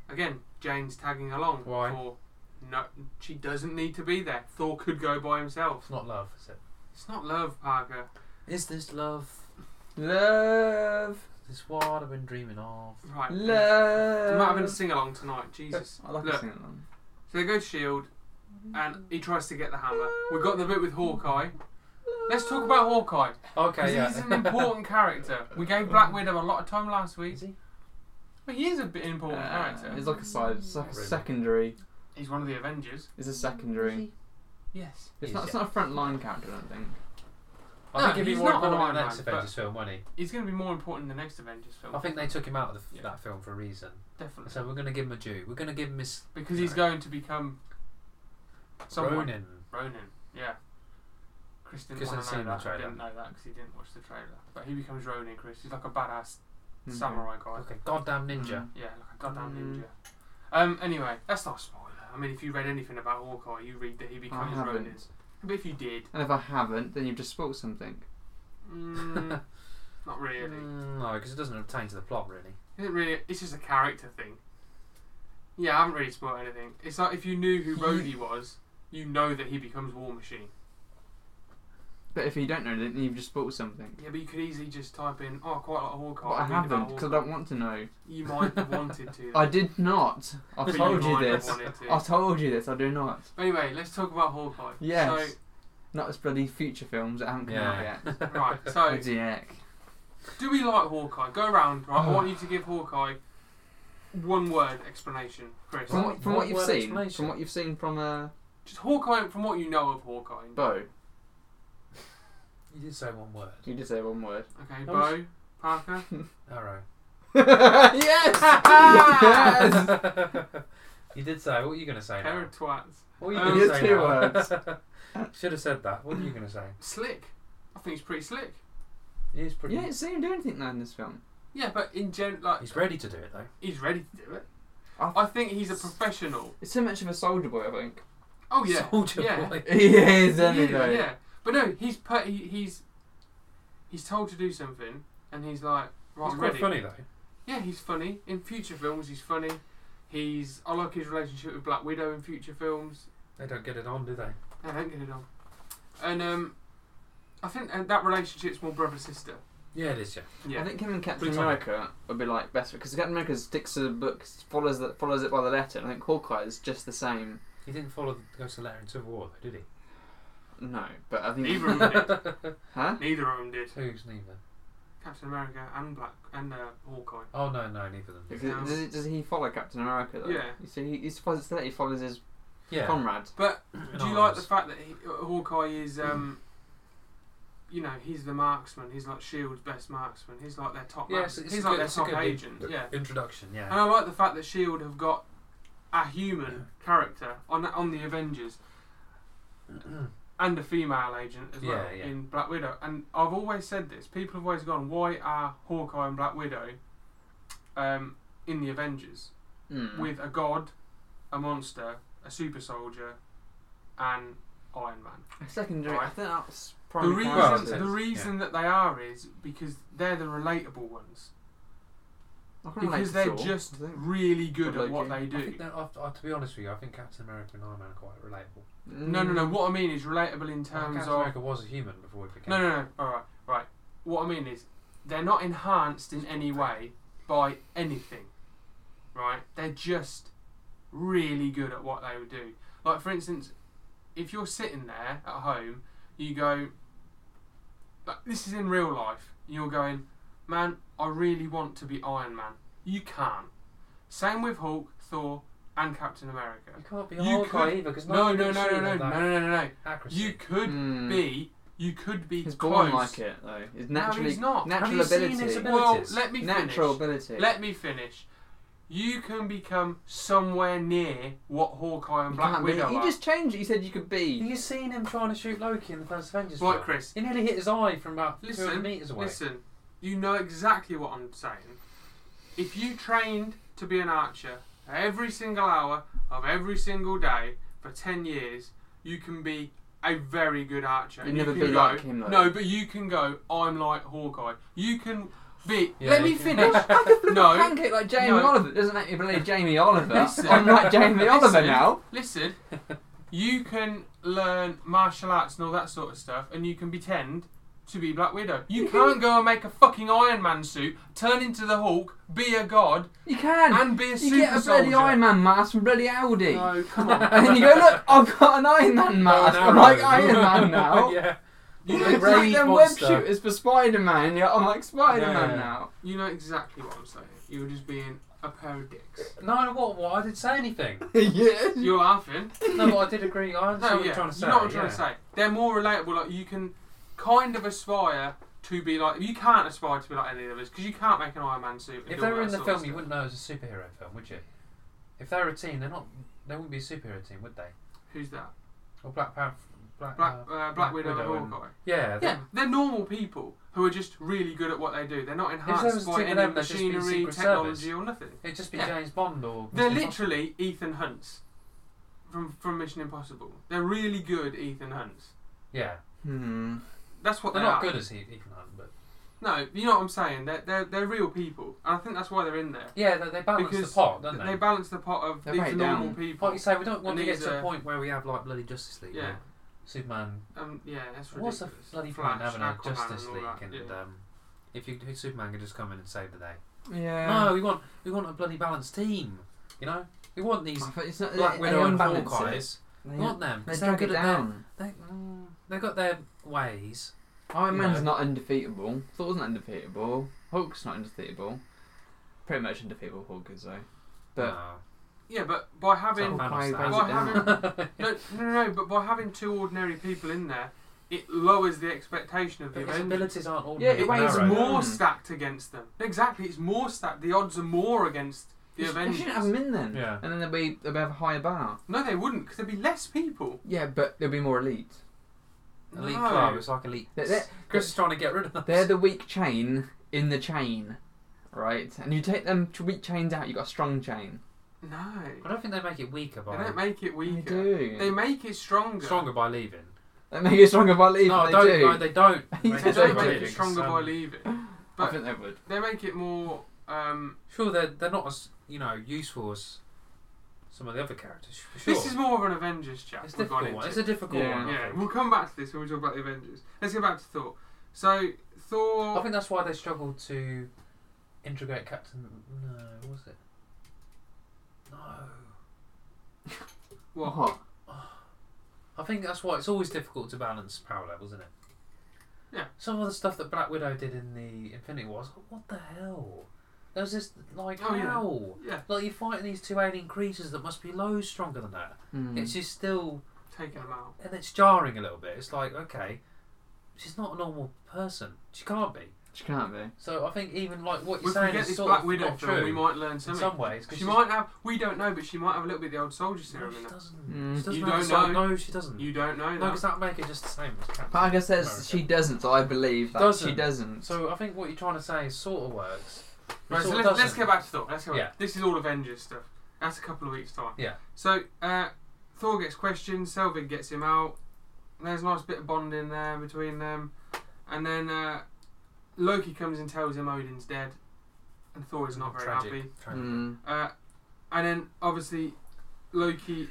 [SPEAKER 1] Again, Jane's tagging along.
[SPEAKER 3] Why?
[SPEAKER 1] For no, she doesn't need to be there. Thor could go by himself.
[SPEAKER 3] It's not love, is it?
[SPEAKER 1] It's not love, Parker.
[SPEAKER 3] Is this love?
[SPEAKER 2] Love,
[SPEAKER 3] Is this what I've been dreaming of?
[SPEAKER 1] Right.
[SPEAKER 2] love.
[SPEAKER 1] There might have been a sing along tonight. Jesus.
[SPEAKER 2] I like
[SPEAKER 1] Look.
[SPEAKER 2] to sing along.
[SPEAKER 1] So they go to Shield, E and he tries to get the hammer. We've got the bit with Hawkeye. Let's talk about Hawkeye.
[SPEAKER 3] Okay,
[SPEAKER 1] Because
[SPEAKER 3] yeah.
[SPEAKER 1] he's an important character. We gave Black Widow a lot of time last week.
[SPEAKER 3] Is he?
[SPEAKER 1] But he is a bit important character.
[SPEAKER 2] Uh, it's like a side. It's like a
[SPEAKER 3] Really?
[SPEAKER 2] secondary.
[SPEAKER 1] He's one of the Avengers.
[SPEAKER 2] It's a secondary.
[SPEAKER 1] Yes.
[SPEAKER 2] It's
[SPEAKER 3] He's-
[SPEAKER 2] not. It's not a front line character. I don't think.
[SPEAKER 3] I
[SPEAKER 1] No,
[SPEAKER 3] think he'd be
[SPEAKER 1] he's
[SPEAKER 3] more
[SPEAKER 1] not
[SPEAKER 3] important in
[SPEAKER 1] Iron
[SPEAKER 3] the
[SPEAKER 1] Man,
[SPEAKER 3] next
[SPEAKER 1] but-
[SPEAKER 3] Avengers film, won't he?
[SPEAKER 1] He's going to be more important in the next Avengers film.
[SPEAKER 3] I think they took him out of the, f
[SPEAKER 1] Yeah.
[SPEAKER 3] that film for a reason.
[SPEAKER 1] Definitely.
[SPEAKER 3] So we're going to give him a due. We're going to give him his
[SPEAKER 1] Because he's going to become. Someone.
[SPEAKER 3] Ronin.
[SPEAKER 1] Ronin. Yeah. Chris didn't
[SPEAKER 3] Chris
[SPEAKER 1] want to know
[SPEAKER 3] hasn't seen the
[SPEAKER 1] that. I
[SPEAKER 3] trailer.
[SPEAKER 1] didn't know that because he didn't watch the trailer. But he becomes Ronin, Chris. He's like a badass
[SPEAKER 3] Hmm.
[SPEAKER 1] Hmm.
[SPEAKER 2] Mhm.
[SPEAKER 1] samurai guy.
[SPEAKER 3] Like a goddamn ninja.
[SPEAKER 1] Yeah, like a goddamn
[SPEAKER 2] Mm.
[SPEAKER 3] Hmm.
[SPEAKER 1] ninja. Um, anyway, that's not a spoiler. I mean, if you read anything about Hawkeye, you read that he becomes
[SPEAKER 2] haven't.
[SPEAKER 1] Ronin. But if you did,
[SPEAKER 2] And if I haven't, then you've just spoilt something.
[SPEAKER 1] mm, not really.
[SPEAKER 3] Mm, no, because it doesn't pertain to the plot, really.
[SPEAKER 1] It isn't really. It's just a character thing. Yeah, I haven't really spoiled anything. It's like if you knew who Rhodey was, you know that he becomes War Machine.
[SPEAKER 2] But if you don't know, then you've just spoiled something.
[SPEAKER 1] Yeah, but you could easily just type in, "Oh, I quite like Hawkeye."
[SPEAKER 2] But I
[SPEAKER 1] read about
[SPEAKER 2] haven't because I
[SPEAKER 1] Hawkeye."
[SPEAKER 2] don't want to know.
[SPEAKER 1] You might have wanted to.
[SPEAKER 2] I did not. I
[SPEAKER 1] but
[SPEAKER 2] told you
[SPEAKER 1] might have
[SPEAKER 2] this.
[SPEAKER 1] wanted to.
[SPEAKER 2] I told you this. I do not.
[SPEAKER 1] But anyway, let's talk about Hawkeye.
[SPEAKER 2] Yes. Not as bloody future films that haven't come out yet.
[SPEAKER 1] So, right. So
[SPEAKER 2] Bloody heck.
[SPEAKER 1] Do we like Hawkeye? Go around, right?
[SPEAKER 2] Uh.
[SPEAKER 1] I want you to give Hawkeye one word explanation, Chris.
[SPEAKER 2] From what, from
[SPEAKER 3] What
[SPEAKER 2] what you've
[SPEAKER 3] word
[SPEAKER 2] seen,
[SPEAKER 3] explanation?
[SPEAKER 2] from what you've seen from uh,
[SPEAKER 1] Just Hawkeye, from what you know of Hawkeye.
[SPEAKER 2] Bo,
[SPEAKER 3] You did say one word.
[SPEAKER 2] you did say one word.
[SPEAKER 1] Okay,
[SPEAKER 3] That was-
[SPEAKER 1] Bo, Parker.
[SPEAKER 3] Arrow.
[SPEAKER 2] yes, yes.
[SPEAKER 3] you did say. What are you going to say
[SPEAKER 1] Pair
[SPEAKER 3] now?
[SPEAKER 1] of twats.
[SPEAKER 3] What are you
[SPEAKER 1] Um,
[SPEAKER 3] going to say
[SPEAKER 2] Two
[SPEAKER 3] now? Should have said that. What are you going to say?
[SPEAKER 1] Slick. I think he's pretty slick.
[SPEAKER 3] He is pretty.
[SPEAKER 2] You didn't see him do anything though in this film.
[SPEAKER 1] Yeah, but in gen, like
[SPEAKER 3] He's ready to do it though.
[SPEAKER 1] he's ready to do it.
[SPEAKER 2] I-
[SPEAKER 1] I think he's a professional.
[SPEAKER 2] It's so much of a soldier boy, I think.
[SPEAKER 1] Oh yeah,
[SPEAKER 3] Soldier
[SPEAKER 1] yeah.
[SPEAKER 3] boy.
[SPEAKER 2] He is,
[SPEAKER 1] Yeah,
[SPEAKER 2] isn't he? Though?
[SPEAKER 1] yeah. But no, he's per- he, he's he's told to do something, and he's like, right,
[SPEAKER 3] He's
[SPEAKER 1] I'm
[SPEAKER 3] quite
[SPEAKER 1] ready.
[SPEAKER 3] funny though.
[SPEAKER 1] Yeah, he's funny. In future films, he's funny. He's I like his relationship with Black Widow in future films.
[SPEAKER 3] They don't get it on, do they?
[SPEAKER 1] I don't get it on. And um, I think uh, that relationship's more brother sister.
[SPEAKER 3] Yeah, it is. Yeah.
[SPEAKER 1] Yeah.
[SPEAKER 2] I think him and Captain
[SPEAKER 3] Pretty
[SPEAKER 2] America would be like best because Captain America sticks to the book, follows the, follows it by the letter. And I think Hawkeye is just the same.
[SPEAKER 3] He didn't follow the Ghost of Letter in Civil War, though, did he?
[SPEAKER 2] No, but I think
[SPEAKER 1] Neither of them did.
[SPEAKER 2] huh?
[SPEAKER 1] Neither of them did.
[SPEAKER 3] Who's neither?
[SPEAKER 1] Captain America and Black and uh, Hawkeye.
[SPEAKER 3] Oh no, no, neither of them.
[SPEAKER 2] Because it- does, it- does he follow Captain America though?
[SPEAKER 1] Yeah.
[SPEAKER 2] You see, he, he follows that he follows his
[SPEAKER 3] Yeah.
[SPEAKER 2] comrade.
[SPEAKER 1] But
[SPEAKER 3] In
[SPEAKER 1] do you
[SPEAKER 3] other
[SPEAKER 1] like the
[SPEAKER 3] words.
[SPEAKER 1] fact that he, uh, Hawkeye is, um, you know, he's the marksman. He's like Shield's E best marksman. He's like their top.
[SPEAKER 3] Yeah,
[SPEAKER 1] man.
[SPEAKER 3] it's- it's
[SPEAKER 1] he's
[SPEAKER 3] a
[SPEAKER 1] like
[SPEAKER 3] good-
[SPEAKER 1] their
[SPEAKER 3] it's a
[SPEAKER 1] top
[SPEAKER 3] good
[SPEAKER 1] agent. Yeah.
[SPEAKER 3] Introduction. Yeah.
[SPEAKER 1] And I like the fact that Shield have got a human character on on the Avengers and a female agent as well
[SPEAKER 3] Yeah, yeah.
[SPEAKER 1] in Black Widow. And I've always said this: people have always gone, "Why are Hawkeye and Black Widow um, in the Avengers
[SPEAKER 2] Mm.
[SPEAKER 1] with a god, a monster, a super soldier, and Iron Man?"
[SPEAKER 2] secondary, I
[SPEAKER 1] Right.
[SPEAKER 2] think that's
[SPEAKER 1] The
[SPEAKER 2] probably
[SPEAKER 1] reason
[SPEAKER 3] Well,
[SPEAKER 1] the reason that they are is because they're the relatable ones. Because they're just really good
[SPEAKER 2] Or
[SPEAKER 1] at what
[SPEAKER 2] Loki.
[SPEAKER 1] they
[SPEAKER 3] I
[SPEAKER 1] do.
[SPEAKER 3] think that, after, uh, to be honest with you, I think Captain America and Iron Man are quite relatable.
[SPEAKER 1] No, no, no.
[SPEAKER 2] Mm.
[SPEAKER 1] What I mean is relatable in
[SPEAKER 3] Well,
[SPEAKER 1] terms
[SPEAKER 3] Captain
[SPEAKER 1] of.
[SPEAKER 3] America was a human before he became.
[SPEAKER 1] No, no, no. All right, right. What I mean is they're not enhanced in any way by anything, right? They're just really good at what they would do. Like, for instance, if you're sitting there at home, you go, like, this is in real life. You're going, man, I really want to be Iron Man. You can't. Same with Hulk, Thor, and Captain America.
[SPEAKER 3] You can't be
[SPEAKER 1] You
[SPEAKER 3] Hawkeye
[SPEAKER 1] could-
[SPEAKER 3] either because
[SPEAKER 1] No, no, no, no, no, no, no, no, no, no.
[SPEAKER 3] Accuracy.
[SPEAKER 1] You could
[SPEAKER 2] Mm.
[SPEAKER 1] be, you could be
[SPEAKER 2] He's
[SPEAKER 1] close.
[SPEAKER 2] born like it though. His naturally
[SPEAKER 1] no, he's not.
[SPEAKER 2] natural
[SPEAKER 3] Have you seen
[SPEAKER 2] ability.
[SPEAKER 3] his ability?
[SPEAKER 1] Well,
[SPEAKER 3] abilities?
[SPEAKER 1] let me
[SPEAKER 2] natural
[SPEAKER 1] finish.
[SPEAKER 2] ability.
[SPEAKER 1] Let me finish. You can become somewhere near what Hawkeye and
[SPEAKER 2] You
[SPEAKER 1] Black
[SPEAKER 2] can't be-
[SPEAKER 1] Widow
[SPEAKER 2] you
[SPEAKER 1] are.
[SPEAKER 2] just changed it. You said you could
[SPEAKER 3] Have
[SPEAKER 2] be.
[SPEAKER 3] you seen him trying to shoot Loki in the first Avengers?
[SPEAKER 1] Right,
[SPEAKER 3] film?
[SPEAKER 1] Chris.
[SPEAKER 3] He nearly hit his eye from about
[SPEAKER 1] Listen,
[SPEAKER 3] 200 metres away.
[SPEAKER 1] Listen, you know exactly what I'm saying. If you trained to be an archer every single hour of every single day for 10 years, you can be a very good archer.
[SPEAKER 2] You'd
[SPEAKER 1] You
[SPEAKER 2] never
[SPEAKER 1] can
[SPEAKER 2] be
[SPEAKER 1] go-
[SPEAKER 2] like him, though.
[SPEAKER 1] No, but you can go, I'm like Hawkeye. You can be.
[SPEAKER 3] Yeah,
[SPEAKER 1] let
[SPEAKER 3] you
[SPEAKER 1] me
[SPEAKER 3] can-
[SPEAKER 1] finish.
[SPEAKER 2] I could flip
[SPEAKER 1] No.
[SPEAKER 2] a pancake like Jamie
[SPEAKER 1] No.
[SPEAKER 2] Oliver. It doesn't make me believe Jamie Oliver.
[SPEAKER 1] Listen.
[SPEAKER 2] I'm like Jamie Oliver
[SPEAKER 1] Listen.
[SPEAKER 2] now.
[SPEAKER 1] Listen, you can learn martial arts and all that sort of stuff, and you can pretend to be Black Widow. You can't go and make a fucking Iron Man suit, turn into the Hulk, be a god,
[SPEAKER 2] You can.
[SPEAKER 1] and be a
[SPEAKER 2] you
[SPEAKER 1] super
[SPEAKER 2] get a
[SPEAKER 1] soldier.
[SPEAKER 2] bloody Iron Man mask from bloody Aldi.
[SPEAKER 1] No, Oh, come on.
[SPEAKER 2] And you go, look, I've got an Iron Man mask.
[SPEAKER 3] no,
[SPEAKER 2] I'm like
[SPEAKER 3] no.
[SPEAKER 2] Iron Man now.
[SPEAKER 3] yeah.
[SPEAKER 1] You know,
[SPEAKER 2] You know, it's
[SPEAKER 1] exa-
[SPEAKER 2] like
[SPEAKER 3] Rage
[SPEAKER 2] them web
[SPEAKER 3] monster.
[SPEAKER 2] shooters for Spider Man. Yeah, I'm like Spider Man
[SPEAKER 3] Yeah.
[SPEAKER 2] now.
[SPEAKER 1] you know exactly what I'm saying. You're just being a pair of dicks.
[SPEAKER 3] No, what? What? I didn't say anything.
[SPEAKER 2] yes.
[SPEAKER 1] You're laughing.
[SPEAKER 3] No, but I did agree. I understand
[SPEAKER 1] No,
[SPEAKER 3] what
[SPEAKER 1] Oh, yeah,
[SPEAKER 3] you're trying to say.
[SPEAKER 1] you know what I'm trying
[SPEAKER 3] yeah.
[SPEAKER 1] to say. They're more relatable. Like you can kind of aspire to be like. You can't aspire to be like any of us because you can't make an Iron Man suit. and
[SPEAKER 3] If
[SPEAKER 1] do
[SPEAKER 3] they
[SPEAKER 1] all that
[SPEAKER 3] were in the
[SPEAKER 1] sort of
[SPEAKER 3] film,
[SPEAKER 1] stuff.
[SPEAKER 3] you wouldn't know it was a superhero film, would you? If they were a team, they're not. They wouldn't be a superhero team, would they?
[SPEAKER 1] Who's that?
[SPEAKER 3] Or Black Panther. Black,
[SPEAKER 1] Black,
[SPEAKER 3] uh,
[SPEAKER 1] uh, Black, Widow, and Hawkeye.
[SPEAKER 3] Yeah.
[SPEAKER 1] Yeah, they're normal people who are just really good at what they do. They're not
[SPEAKER 3] there was
[SPEAKER 1] enhanced
[SPEAKER 3] a
[SPEAKER 1] by
[SPEAKER 3] team of
[SPEAKER 1] any
[SPEAKER 3] them, they'd just be
[SPEAKER 1] machinery,
[SPEAKER 3] Secret
[SPEAKER 1] technology,
[SPEAKER 3] Service.
[SPEAKER 1] or nothing.
[SPEAKER 3] It'd just be
[SPEAKER 1] Yeah.
[SPEAKER 3] James Bond or.
[SPEAKER 1] They're
[SPEAKER 3] Mr.
[SPEAKER 1] literally Ethan Hunts from from Mission Impossible. They're really good Ethan Hunts.
[SPEAKER 3] Yeah.
[SPEAKER 2] Hmm.
[SPEAKER 1] That's what
[SPEAKER 3] They're
[SPEAKER 1] they
[SPEAKER 3] not
[SPEAKER 1] are.
[SPEAKER 3] good as he, Ethan Hunt, but
[SPEAKER 1] No, you know what I'm saying. They're, they're they're real people, and I think that's why they're in there.
[SPEAKER 3] yeah, they, they balance
[SPEAKER 1] Because
[SPEAKER 3] the pot, don't they?
[SPEAKER 1] They balance the pot of
[SPEAKER 2] They
[SPEAKER 1] these
[SPEAKER 2] break
[SPEAKER 1] are
[SPEAKER 2] down.
[SPEAKER 1] normal
[SPEAKER 3] like
[SPEAKER 1] people.
[SPEAKER 3] you say, we don't want
[SPEAKER 1] And
[SPEAKER 3] to get
[SPEAKER 1] these
[SPEAKER 3] to a
[SPEAKER 1] are-
[SPEAKER 3] point where we have like bloody Justice League,
[SPEAKER 1] Yeah.
[SPEAKER 3] or Superman.
[SPEAKER 1] Um, yeah, that's ridiculous.
[SPEAKER 3] What's the bloody point
[SPEAKER 1] Flash,
[SPEAKER 3] in having a
[SPEAKER 1] Aquaman,
[SPEAKER 3] Justice
[SPEAKER 1] and all
[SPEAKER 3] League
[SPEAKER 1] that,
[SPEAKER 3] and
[SPEAKER 1] yeah.
[SPEAKER 3] um, if you if Superman could just come in and save the day?
[SPEAKER 2] Yeah.
[SPEAKER 3] No, we want we want a bloody balanced team. You know, we want these
[SPEAKER 2] I thought It's not
[SPEAKER 3] Black
[SPEAKER 2] Uh, they-
[SPEAKER 3] Widow
[SPEAKER 2] they
[SPEAKER 3] and
[SPEAKER 2] unbalance it.
[SPEAKER 3] Hawkeyes.
[SPEAKER 2] They-
[SPEAKER 3] We want them.
[SPEAKER 2] They
[SPEAKER 3] because They're
[SPEAKER 2] drag it
[SPEAKER 3] good at their,
[SPEAKER 2] down.
[SPEAKER 3] they mm, they got their ways.
[SPEAKER 2] Iron
[SPEAKER 3] you
[SPEAKER 2] Man's
[SPEAKER 3] know.
[SPEAKER 2] not undefeatable. Thor's not undefeatable. Hulk's not undefeatable. Pretty much undefeatable Hulk is though. But
[SPEAKER 3] No.
[SPEAKER 1] Yeah, but by having
[SPEAKER 3] Thanos
[SPEAKER 2] Hawkeye
[SPEAKER 3] stands
[SPEAKER 2] weighs
[SPEAKER 1] it
[SPEAKER 3] out.
[SPEAKER 1] No, no, no, no, but by having two ordinary people in there, it lowers the expectation of the
[SPEAKER 3] His
[SPEAKER 1] Avengers.
[SPEAKER 3] abilities aren't all.
[SPEAKER 2] Yeah, it
[SPEAKER 1] It
[SPEAKER 2] weighs
[SPEAKER 1] weighs
[SPEAKER 2] narrow.
[SPEAKER 1] more
[SPEAKER 2] Mm.
[SPEAKER 1] stacked against them. Exactly, it's more stacked. The odds are more against the
[SPEAKER 2] you sh- you
[SPEAKER 1] Avengers.
[SPEAKER 2] shouldn't have them in then.
[SPEAKER 3] Yeah.
[SPEAKER 2] And then they'll be they'll have a higher bar.
[SPEAKER 1] No, they wouldn't, because there'd be less people.
[SPEAKER 2] Yeah, but they'll be more elite.
[SPEAKER 3] Elite
[SPEAKER 1] No.
[SPEAKER 3] club. It's like elite.
[SPEAKER 2] They're- they're-
[SPEAKER 3] Chris is trying to get rid of us.
[SPEAKER 2] They're the weak chain in the chain, right? And you take them ch- weak chains out, you got a strong chain.
[SPEAKER 1] No,
[SPEAKER 3] I don't think they make it weaker
[SPEAKER 1] they
[SPEAKER 3] by
[SPEAKER 1] don't make it weaker.
[SPEAKER 2] They do.
[SPEAKER 1] They make it stronger.
[SPEAKER 3] stronger by leaving.
[SPEAKER 2] They make it stronger by leaving.
[SPEAKER 3] no,
[SPEAKER 2] they
[SPEAKER 3] don't.
[SPEAKER 2] do.
[SPEAKER 3] No, they don't.
[SPEAKER 2] They
[SPEAKER 1] They
[SPEAKER 2] do.
[SPEAKER 1] don't
[SPEAKER 2] by
[SPEAKER 1] make
[SPEAKER 2] leaving,
[SPEAKER 1] it stronger
[SPEAKER 3] um,
[SPEAKER 1] by leaving.
[SPEAKER 2] I
[SPEAKER 1] But
[SPEAKER 2] think they would.
[SPEAKER 1] they make it more. Um,
[SPEAKER 3] Sure, they're they're not as you know useful as some of the other characters. For sure.
[SPEAKER 1] This is more of an Avengers chat.
[SPEAKER 3] It's a
[SPEAKER 1] we've gone
[SPEAKER 3] difficult one. It's
[SPEAKER 1] into.
[SPEAKER 3] a difficult
[SPEAKER 2] Yeah.
[SPEAKER 3] one. I
[SPEAKER 1] yeah,
[SPEAKER 3] think.
[SPEAKER 1] we'll come back to this when we talk about the Avengers. Let's go back to Thor. So
[SPEAKER 3] I
[SPEAKER 1] Thor.
[SPEAKER 3] think that's why they struggled to integrate Captain. No, what was it? No.
[SPEAKER 1] What?
[SPEAKER 3] I think that's why it's always difficult to balance power levels, isn't it?
[SPEAKER 1] Yeah.
[SPEAKER 3] Some of the stuff that Black Widow did in the Infinity Wars, what the hell? There was this like
[SPEAKER 1] Oh, yeah.
[SPEAKER 3] how?
[SPEAKER 1] Yeah,
[SPEAKER 3] Like you're fighting these two alien creatures that must be loads stronger than that.
[SPEAKER 2] Mm.
[SPEAKER 3] It's just still
[SPEAKER 1] taking them out.
[SPEAKER 3] and it's jarring a little bit. It's like, okay, she's not a normal person. She can't be.
[SPEAKER 2] She can't be.
[SPEAKER 3] So I think even like what you're
[SPEAKER 1] If we
[SPEAKER 3] saying
[SPEAKER 1] get
[SPEAKER 3] is
[SPEAKER 1] this
[SPEAKER 3] sort
[SPEAKER 1] Black
[SPEAKER 3] of
[SPEAKER 1] Widow
[SPEAKER 3] not
[SPEAKER 1] film,
[SPEAKER 3] true
[SPEAKER 1] we might learn
[SPEAKER 3] in
[SPEAKER 1] something.
[SPEAKER 3] some ways. 'cause
[SPEAKER 1] she
[SPEAKER 3] she's-
[SPEAKER 1] might have. We don't know, but she might have a little bit of the old soldier
[SPEAKER 3] No,
[SPEAKER 1] serum
[SPEAKER 3] she
[SPEAKER 1] in her.
[SPEAKER 2] Mm.
[SPEAKER 3] doesn't. She doesn't
[SPEAKER 1] You
[SPEAKER 3] have
[SPEAKER 1] don't
[SPEAKER 3] the sol-
[SPEAKER 1] know.
[SPEAKER 3] No, she doesn't.
[SPEAKER 1] You don't know
[SPEAKER 3] no,
[SPEAKER 1] that.
[SPEAKER 3] because that would make it just the same as Captain
[SPEAKER 2] But I guess that's,
[SPEAKER 3] America.
[SPEAKER 2] she doesn't, so I believe that
[SPEAKER 3] Doesn't.
[SPEAKER 2] she doesn't.
[SPEAKER 3] So I think what you're trying to say sort of works. but
[SPEAKER 1] Right,
[SPEAKER 3] it
[SPEAKER 1] so
[SPEAKER 3] sort of
[SPEAKER 1] let's, let's
[SPEAKER 3] doesn't.
[SPEAKER 1] get back to Thor. Let's go back.
[SPEAKER 3] Yeah.
[SPEAKER 1] This is all Avengers stuff. That's a couple of weeks' time.
[SPEAKER 3] Yeah.
[SPEAKER 1] So uh, Thor gets questioned. Selvig gets him out. There's a nice bit of bonding there between them, and then uh, Loki comes and tells him Odin's dead, and Thor is not very
[SPEAKER 3] Tragic.
[SPEAKER 1] happy.
[SPEAKER 3] Tragic.
[SPEAKER 2] mm.
[SPEAKER 1] Uh, and then obviously Loki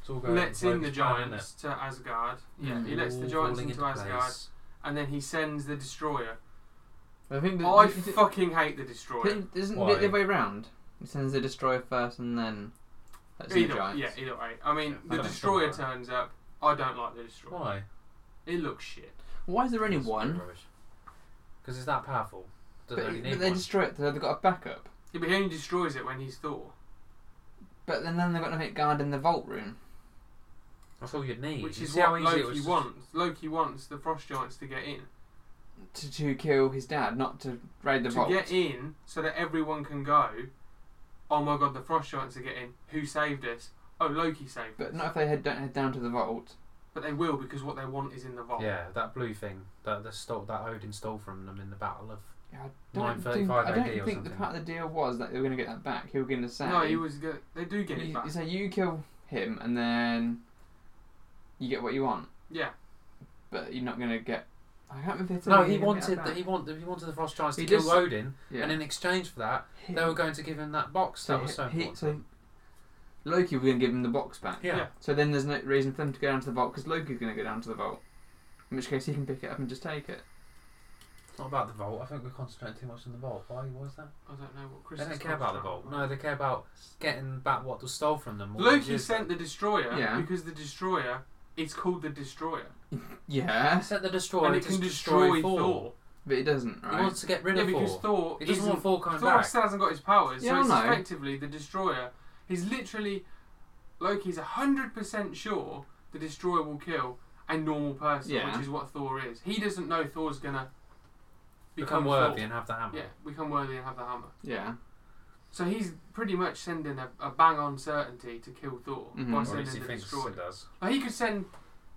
[SPEAKER 3] It's all going
[SPEAKER 1] lets in the
[SPEAKER 3] Loki's plan,
[SPEAKER 1] giants to Asgard. Yeah, he
[SPEAKER 2] Mm.
[SPEAKER 3] isn't it?
[SPEAKER 1] lets the
[SPEAKER 3] All
[SPEAKER 1] giants
[SPEAKER 3] falling
[SPEAKER 1] into
[SPEAKER 3] into
[SPEAKER 1] Asgard,
[SPEAKER 3] place.
[SPEAKER 1] and then he sends the destroyer.
[SPEAKER 2] I think that-
[SPEAKER 1] I
[SPEAKER 2] d- d-
[SPEAKER 1] fucking hate the destroyer.
[SPEAKER 2] d- Isn't
[SPEAKER 3] Why?
[SPEAKER 2] it the other way round? He sends the destroyer first and then. That's the
[SPEAKER 1] Either,
[SPEAKER 2] giants.
[SPEAKER 1] yeah, either way. I mean,
[SPEAKER 3] Yeah, I
[SPEAKER 1] the
[SPEAKER 3] don't
[SPEAKER 1] destroyer
[SPEAKER 3] understand
[SPEAKER 1] turns up. I don't like the destroyer.
[SPEAKER 3] Why?
[SPEAKER 1] It looks shit.
[SPEAKER 2] Why is there only one?
[SPEAKER 3] Because it's that powerful. Does
[SPEAKER 2] But,
[SPEAKER 3] only
[SPEAKER 2] but
[SPEAKER 3] need
[SPEAKER 2] they
[SPEAKER 3] one.
[SPEAKER 2] destroy it, so they've got a backup.
[SPEAKER 1] Yeah, but he only destroys it when he's Thor,
[SPEAKER 2] But then, then they've got nothing guard in the vault room.
[SPEAKER 3] That's all you'd need.
[SPEAKER 1] which
[SPEAKER 3] you
[SPEAKER 1] is
[SPEAKER 3] see how
[SPEAKER 1] what
[SPEAKER 3] easy it was
[SPEAKER 1] Loki
[SPEAKER 3] to-
[SPEAKER 1] wants. Loki wants the frost giants to get in,
[SPEAKER 2] To, to kill his dad, not to raid the
[SPEAKER 1] to
[SPEAKER 2] vault.
[SPEAKER 1] get in, so that everyone can go. Oh my god, the frost giants are getting. Who saved us? Oh, Loki saved.
[SPEAKER 2] But
[SPEAKER 1] us.
[SPEAKER 2] not if they head, don't head down to the vault.
[SPEAKER 1] But they will because what they want is in the vault.
[SPEAKER 3] Yeah, that blue thing that the stole, that Odin stole from them in the Battle of.
[SPEAKER 2] I don't think,
[SPEAKER 3] 9:35
[SPEAKER 2] I don't
[SPEAKER 3] AD or
[SPEAKER 2] think the
[SPEAKER 3] something.
[SPEAKER 2] part of the deal was that they were going to get that back. He was going to say.
[SPEAKER 1] No, he was. go- They do get it
[SPEAKER 2] You,
[SPEAKER 1] back.
[SPEAKER 2] so you kill him and then you get what you want,
[SPEAKER 1] Yeah,
[SPEAKER 2] but you're not going to get. I can't remember. if they said
[SPEAKER 3] No,
[SPEAKER 2] they were gonna
[SPEAKER 3] he
[SPEAKER 2] get
[SPEAKER 3] wanted
[SPEAKER 2] that
[SPEAKER 3] the, he
[SPEAKER 2] back.
[SPEAKER 3] wanted he wanted the Frost Giants
[SPEAKER 2] He
[SPEAKER 3] to kill
[SPEAKER 2] just-
[SPEAKER 3] Odin,
[SPEAKER 2] Yeah.
[SPEAKER 3] and in exchange for that,
[SPEAKER 2] He-
[SPEAKER 3] they were going to give him that box. That was so
[SPEAKER 2] he-
[SPEAKER 3] important.
[SPEAKER 2] so Loki was going to give him the box back.
[SPEAKER 3] yeah.
[SPEAKER 1] Yeah.
[SPEAKER 2] So then there's no reason for them to go down to the vault because Loki's going to go down to the vault. In which case he can pick it up and just take it.
[SPEAKER 3] it's not about the vault. I think we're concentrating too much on the vault. Why was that?
[SPEAKER 1] I don't know what Chris.
[SPEAKER 3] They
[SPEAKER 1] is
[SPEAKER 3] don't care about the vault.
[SPEAKER 1] talking
[SPEAKER 3] No, they care about getting back what was stole from them. all those
[SPEAKER 1] Loki
[SPEAKER 3] years
[SPEAKER 1] sent
[SPEAKER 3] ago.
[SPEAKER 1] the destroyer
[SPEAKER 2] Yeah.
[SPEAKER 1] because the destroyer. It's called the destroyer,
[SPEAKER 2] Yeah,
[SPEAKER 3] He sent the destroyer
[SPEAKER 1] and it
[SPEAKER 3] to
[SPEAKER 1] can
[SPEAKER 3] destroy, Thor.
[SPEAKER 2] but it doesn't,
[SPEAKER 3] He
[SPEAKER 2] right?
[SPEAKER 3] wants to get rid
[SPEAKER 1] Yeah,
[SPEAKER 3] of
[SPEAKER 1] because
[SPEAKER 3] Thor.
[SPEAKER 1] Thor
[SPEAKER 3] He doesn't want
[SPEAKER 1] isn't-
[SPEAKER 3] Thor coming
[SPEAKER 1] Thor
[SPEAKER 3] back.
[SPEAKER 1] still hasn't got his powers,
[SPEAKER 2] Yeah, I
[SPEAKER 1] so it's
[SPEAKER 2] know.
[SPEAKER 1] effectively the destroyer. He's literally Loki's hundred percent sure the destroyer will kill a normal person,
[SPEAKER 2] Yeah.
[SPEAKER 1] which is what Thor is. He doesn't know Thor's gonna become
[SPEAKER 3] Become, worthy
[SPEAKER 1] Thor.
[SPEAKER 3] and have the hammer.
[SPEAKER 1] Yeah, become worthy and have the hammer.
[SPEAKER 2] Yeah.
[SPEAKER 1] So he's pretty much sending a, a bang on certainty to kill Thor
[SPEAKER 2] Mhm.
[SPEAKER 1] by
[SPEAKER 2] Or
[SPEAKER 3] Or at
[SPEAKER 1] sending
[SPEAKER 3] least he
[SPEAKER 1] the
[SPEAKER 3] thinks
[SPEAKER 1] destroyer.
[SPEAKER 3] he does.
[SPEAKER 1] But he could send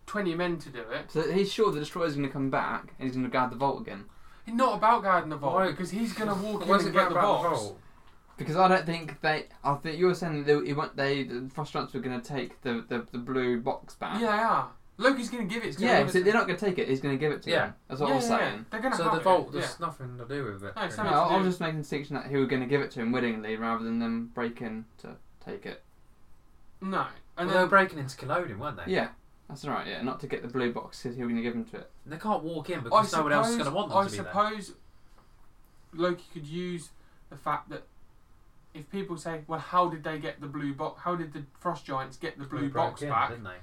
[SPEAKER 1] twenty men to do it.
[SPEAKER 2] So he's sure the destroyer's going to come back and he's going to guard the vault again.
[SPEAKER 1] He's not about guarding the vault
[SPEAKER 3] Why?
[SPEAKER 1] because he's gonna walk in
[SPEAKER 3] Why does
[SPEAKER 1] and
[SPEAKER 3] it
[SPEAKER 1] get the
[SPEAKER 3] about
[SPEAKER 1] box.
[SPEAKER 3] vault?
[SPEAKER 2] Because I don't think they. I think you were saying that they, he want- they the Frostants were going to take the, the, the blue box back.
[SPEAKER 1] Yeah, they are. Loki's gonna give it. he's gonna
[SPEAKER 2] Yeah,
[SPEAKER 1] give it
[SPEAKER 2] so
[SPEAKER 1] to
[SPEAKER 2] they're not going to take it. He's going to give it to
[SPEAKER 3] Yeah.
[SPEAKER 2] them. That's what I was saying.
[SPEAKER 1] They're gonna
[SPEAKER 3] So
[SPEAKER 1] have
[SPEAKER 3] the
[SPEAKER 1] it,
[SPEAKER 3] vault,
[SPEAKER 1] yeah.
[SPEAKER 3] there's nothing to do with it.
[SPEAKER 1] No, it's
[SPEAKER 3] really.
[SPEAKER 1] something-
[SPEAKER 2] No,
[SPEAKER 1] to
[SPEAKER 2] I was
[SPEAKER 1] do.
[SPEAKER 2] just making the distinction that he was going to give it to him willingly rather than them breaking to take it.
[SPEAKER 1] No, and
[SPEAKER 3] Well, they were
[SPEAKER 1] then
[SPEAKER 3] breaking into Kilodin, weren't they?
[SPEAKER 2] Yeah, that's right. Yeah, not to get the blue box because he was going to give them to it.
[SPEAKER 3] They can't walk in
[SPEAKER 1] I
[SPEAKER 3] because
[SPEAKER 1] suppose
[SPEAKER 3] no one else is going to want them
[SPEAKER 1] I
[SPEAKER 3] to be there.
[SPEAKER 1] suppose Loki could use the fact that if people say, "Well, how did they get the blue box? How did the frost giants get the blue
[SPEAKER 3] They broke
[SPEAKER 1] box
[SPEAKER 3] in,
[SPEAKER 1] back?
[SPEAKER 3] didn't they?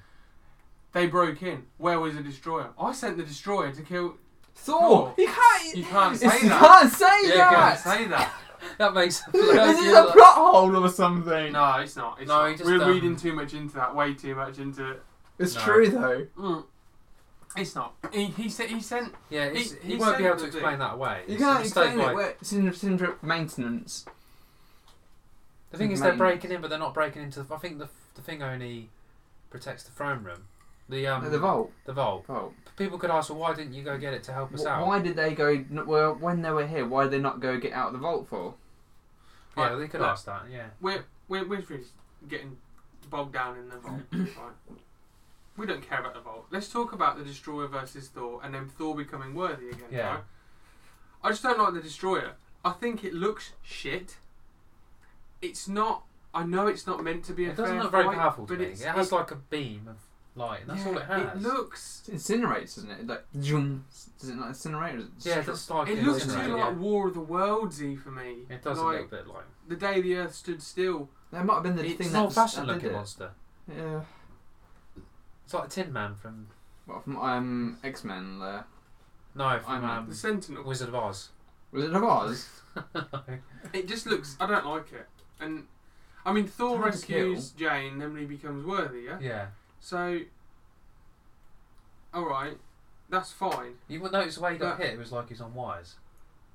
[SPEAKER 1] They broke in. Where was the destroyer? I sent the destroyer to kill.
[SPEAKER 2] Thor,
[SPEAKER 1] Thor.
[SPEAKER 2] you Oh, can't.
[SPEAKER 1] You can't say
[SPEAKER 2] It's- you
[SPEAKER 1] that.
[SPEAKER 2] can't say
[SPEAKER 1] You
[SPEAKER 2] that.
[SPEAKER 1] can't say that.
[SPEAKER 3] That makes
[SPEAKER 2] this is a plot hole or something.
[SPEAKER 1] No, it's not. It's
[SPEAKER 3] No,
[SPEAKER 1] not.
[SPEAKER 3] he just,
[SPEAKER 1] we're
[SPEAKER 3] um,
[SPEAKER 1] reading too much into that. Way too much into it.
[SPEAKER 2] it's
[SPEAKER 3] No.
[SPEAKER 2] true though.
[SPEAKER 1] Mm. It's not. He he, said, he sent
[SPEAKER 3] Yeah,
[SPEAKER 1] He-
[SPEAKER 3] he's, he,
[SPEAKER 1] he
[SPEAKER 3] won't be
[SPEAKER 1] said
[SPEAKER 3] able to
[SPEAKER 1] that they-
[SPEAKER 3] explain that away.
[SPEAKER 2] You
[SPEAKER 3] It's a
[SPEAKER 2] can't
[SPEAKER 3] mistake
[SPEAKER 2] explain
[SPEAKER 3] by-
[SPEAKER 2] it. Where, it's in, it's in direct maintenance.
[SPEAKER 3] The thing is, they're
[SPEAKER 2] Main-
[SPEAKER 3] breaking in, but they're not breaking into. The, I think the the thing only protects the throne room. The um
[SPEAKER 2] No, the vault.
[SPEAKER 3] The vault.
[SPEAKER 2] Vault.
[SPEAKER 3] People could ask, well, why didn't you go get it to help us
[SPEAKER 2] Wh-
[SPEAKER 3] out?
[SPEAKER 2] Why did they go? n- Well, when they were here, why did they not go get out of the vault for?
[SPEAKER 3] Yeah,
[SPEAKER 1] Right,
[SPEAKER 3] they could
[SPEAKER 1] look.
[SPEAKER 3] ask that. Yeah.
[SPEAKER 1] we're we're we're really getting bogged down in the vault. right? We don't care about the vault. Let's talk about the destroyer versus Thor, and then Thor becoming worthy again.
[SPEAKER 3] Yeah.
[SPEAKER 1] right? I just don't like the destroyer. I think it looks shit. It's not. I know it's not meant to be a
[SPEAKER 3] It doesn't
[SPEAKER 1] fair
[SPEAKER 3] look very
[SPEAKER 1] fight,
[SPEAKER 3] powerful to
[SPEAKER 1] but
[SPEAKER 3] me. It
[SPEAKER 1] It's,
[SPEAKER 3] has
[SPEAKER 1] it-
[SPEAKER 3] like a beam of light. That's
[SPEAKER 1] Yeah,
[SPEAKER 3] all it has.
[SPEAKER 1] It looks.
[SPEAKER 2] It incinerates, doesn't it? It, Like, zoom. Does it not incinerate? Or is it
[SPEAKER 3] yeah,
[SPEAKER 2] just-
[SPEAKER 3] that's like
[SPEAKER 1] It
[SPEAKER 3] an
[SPEAKER 1] looks too
[SPEAKER 3] incinerator,
[SPEAKER 1] like
[SPEAKER 3] yeah.
[SPEAKER 1] War of the Worldsy for me.
[SPEAKER 3] It does
[SPEAKER 1] like,
[SPEAKER 3] a little bit like
[SPEAKER 1] The day the Earth stood still.
[SPEAKER 2] that might have been the
[SPEAKER 3] it's
[SPEAKER 2] thing
[SPEAKER 3] an
[SPEAKER 2] that,
[SPEAKER 3] old fashioned
[SPEAKER 2] that did
[SPEAKER 3] looking
[SPEAKER 2] it.
[SPEAKER 3] monster.
[SPEAKER 2] Yeah.
[SPEAKER 3] It's like a Tin Man from
[SPEAKER 2] Well, from um, X Men, there.
[SPEAKER 3] no from
[SPEAKER 2] Iron Man.
[SPEAKER 3] um,
[SPEAKER 1] The Sentinel.
[SPEAKER 3] Wizard of Oz.
[SPEAKER 2] Was it Oz?
[SPEAKER 1] It just looks. I don't like it. And I mean, Thor
[SPEAKER 2] It's hard to
[SPEAKER 1] rescues Jane, then he becomes worthy. Yeah.
[SPEAKER 3] yeah,
[SPEAKER 1] So. All right, that's fine.
[SPEAKER 3] you would notice the way he got hit. It was like he's on wires.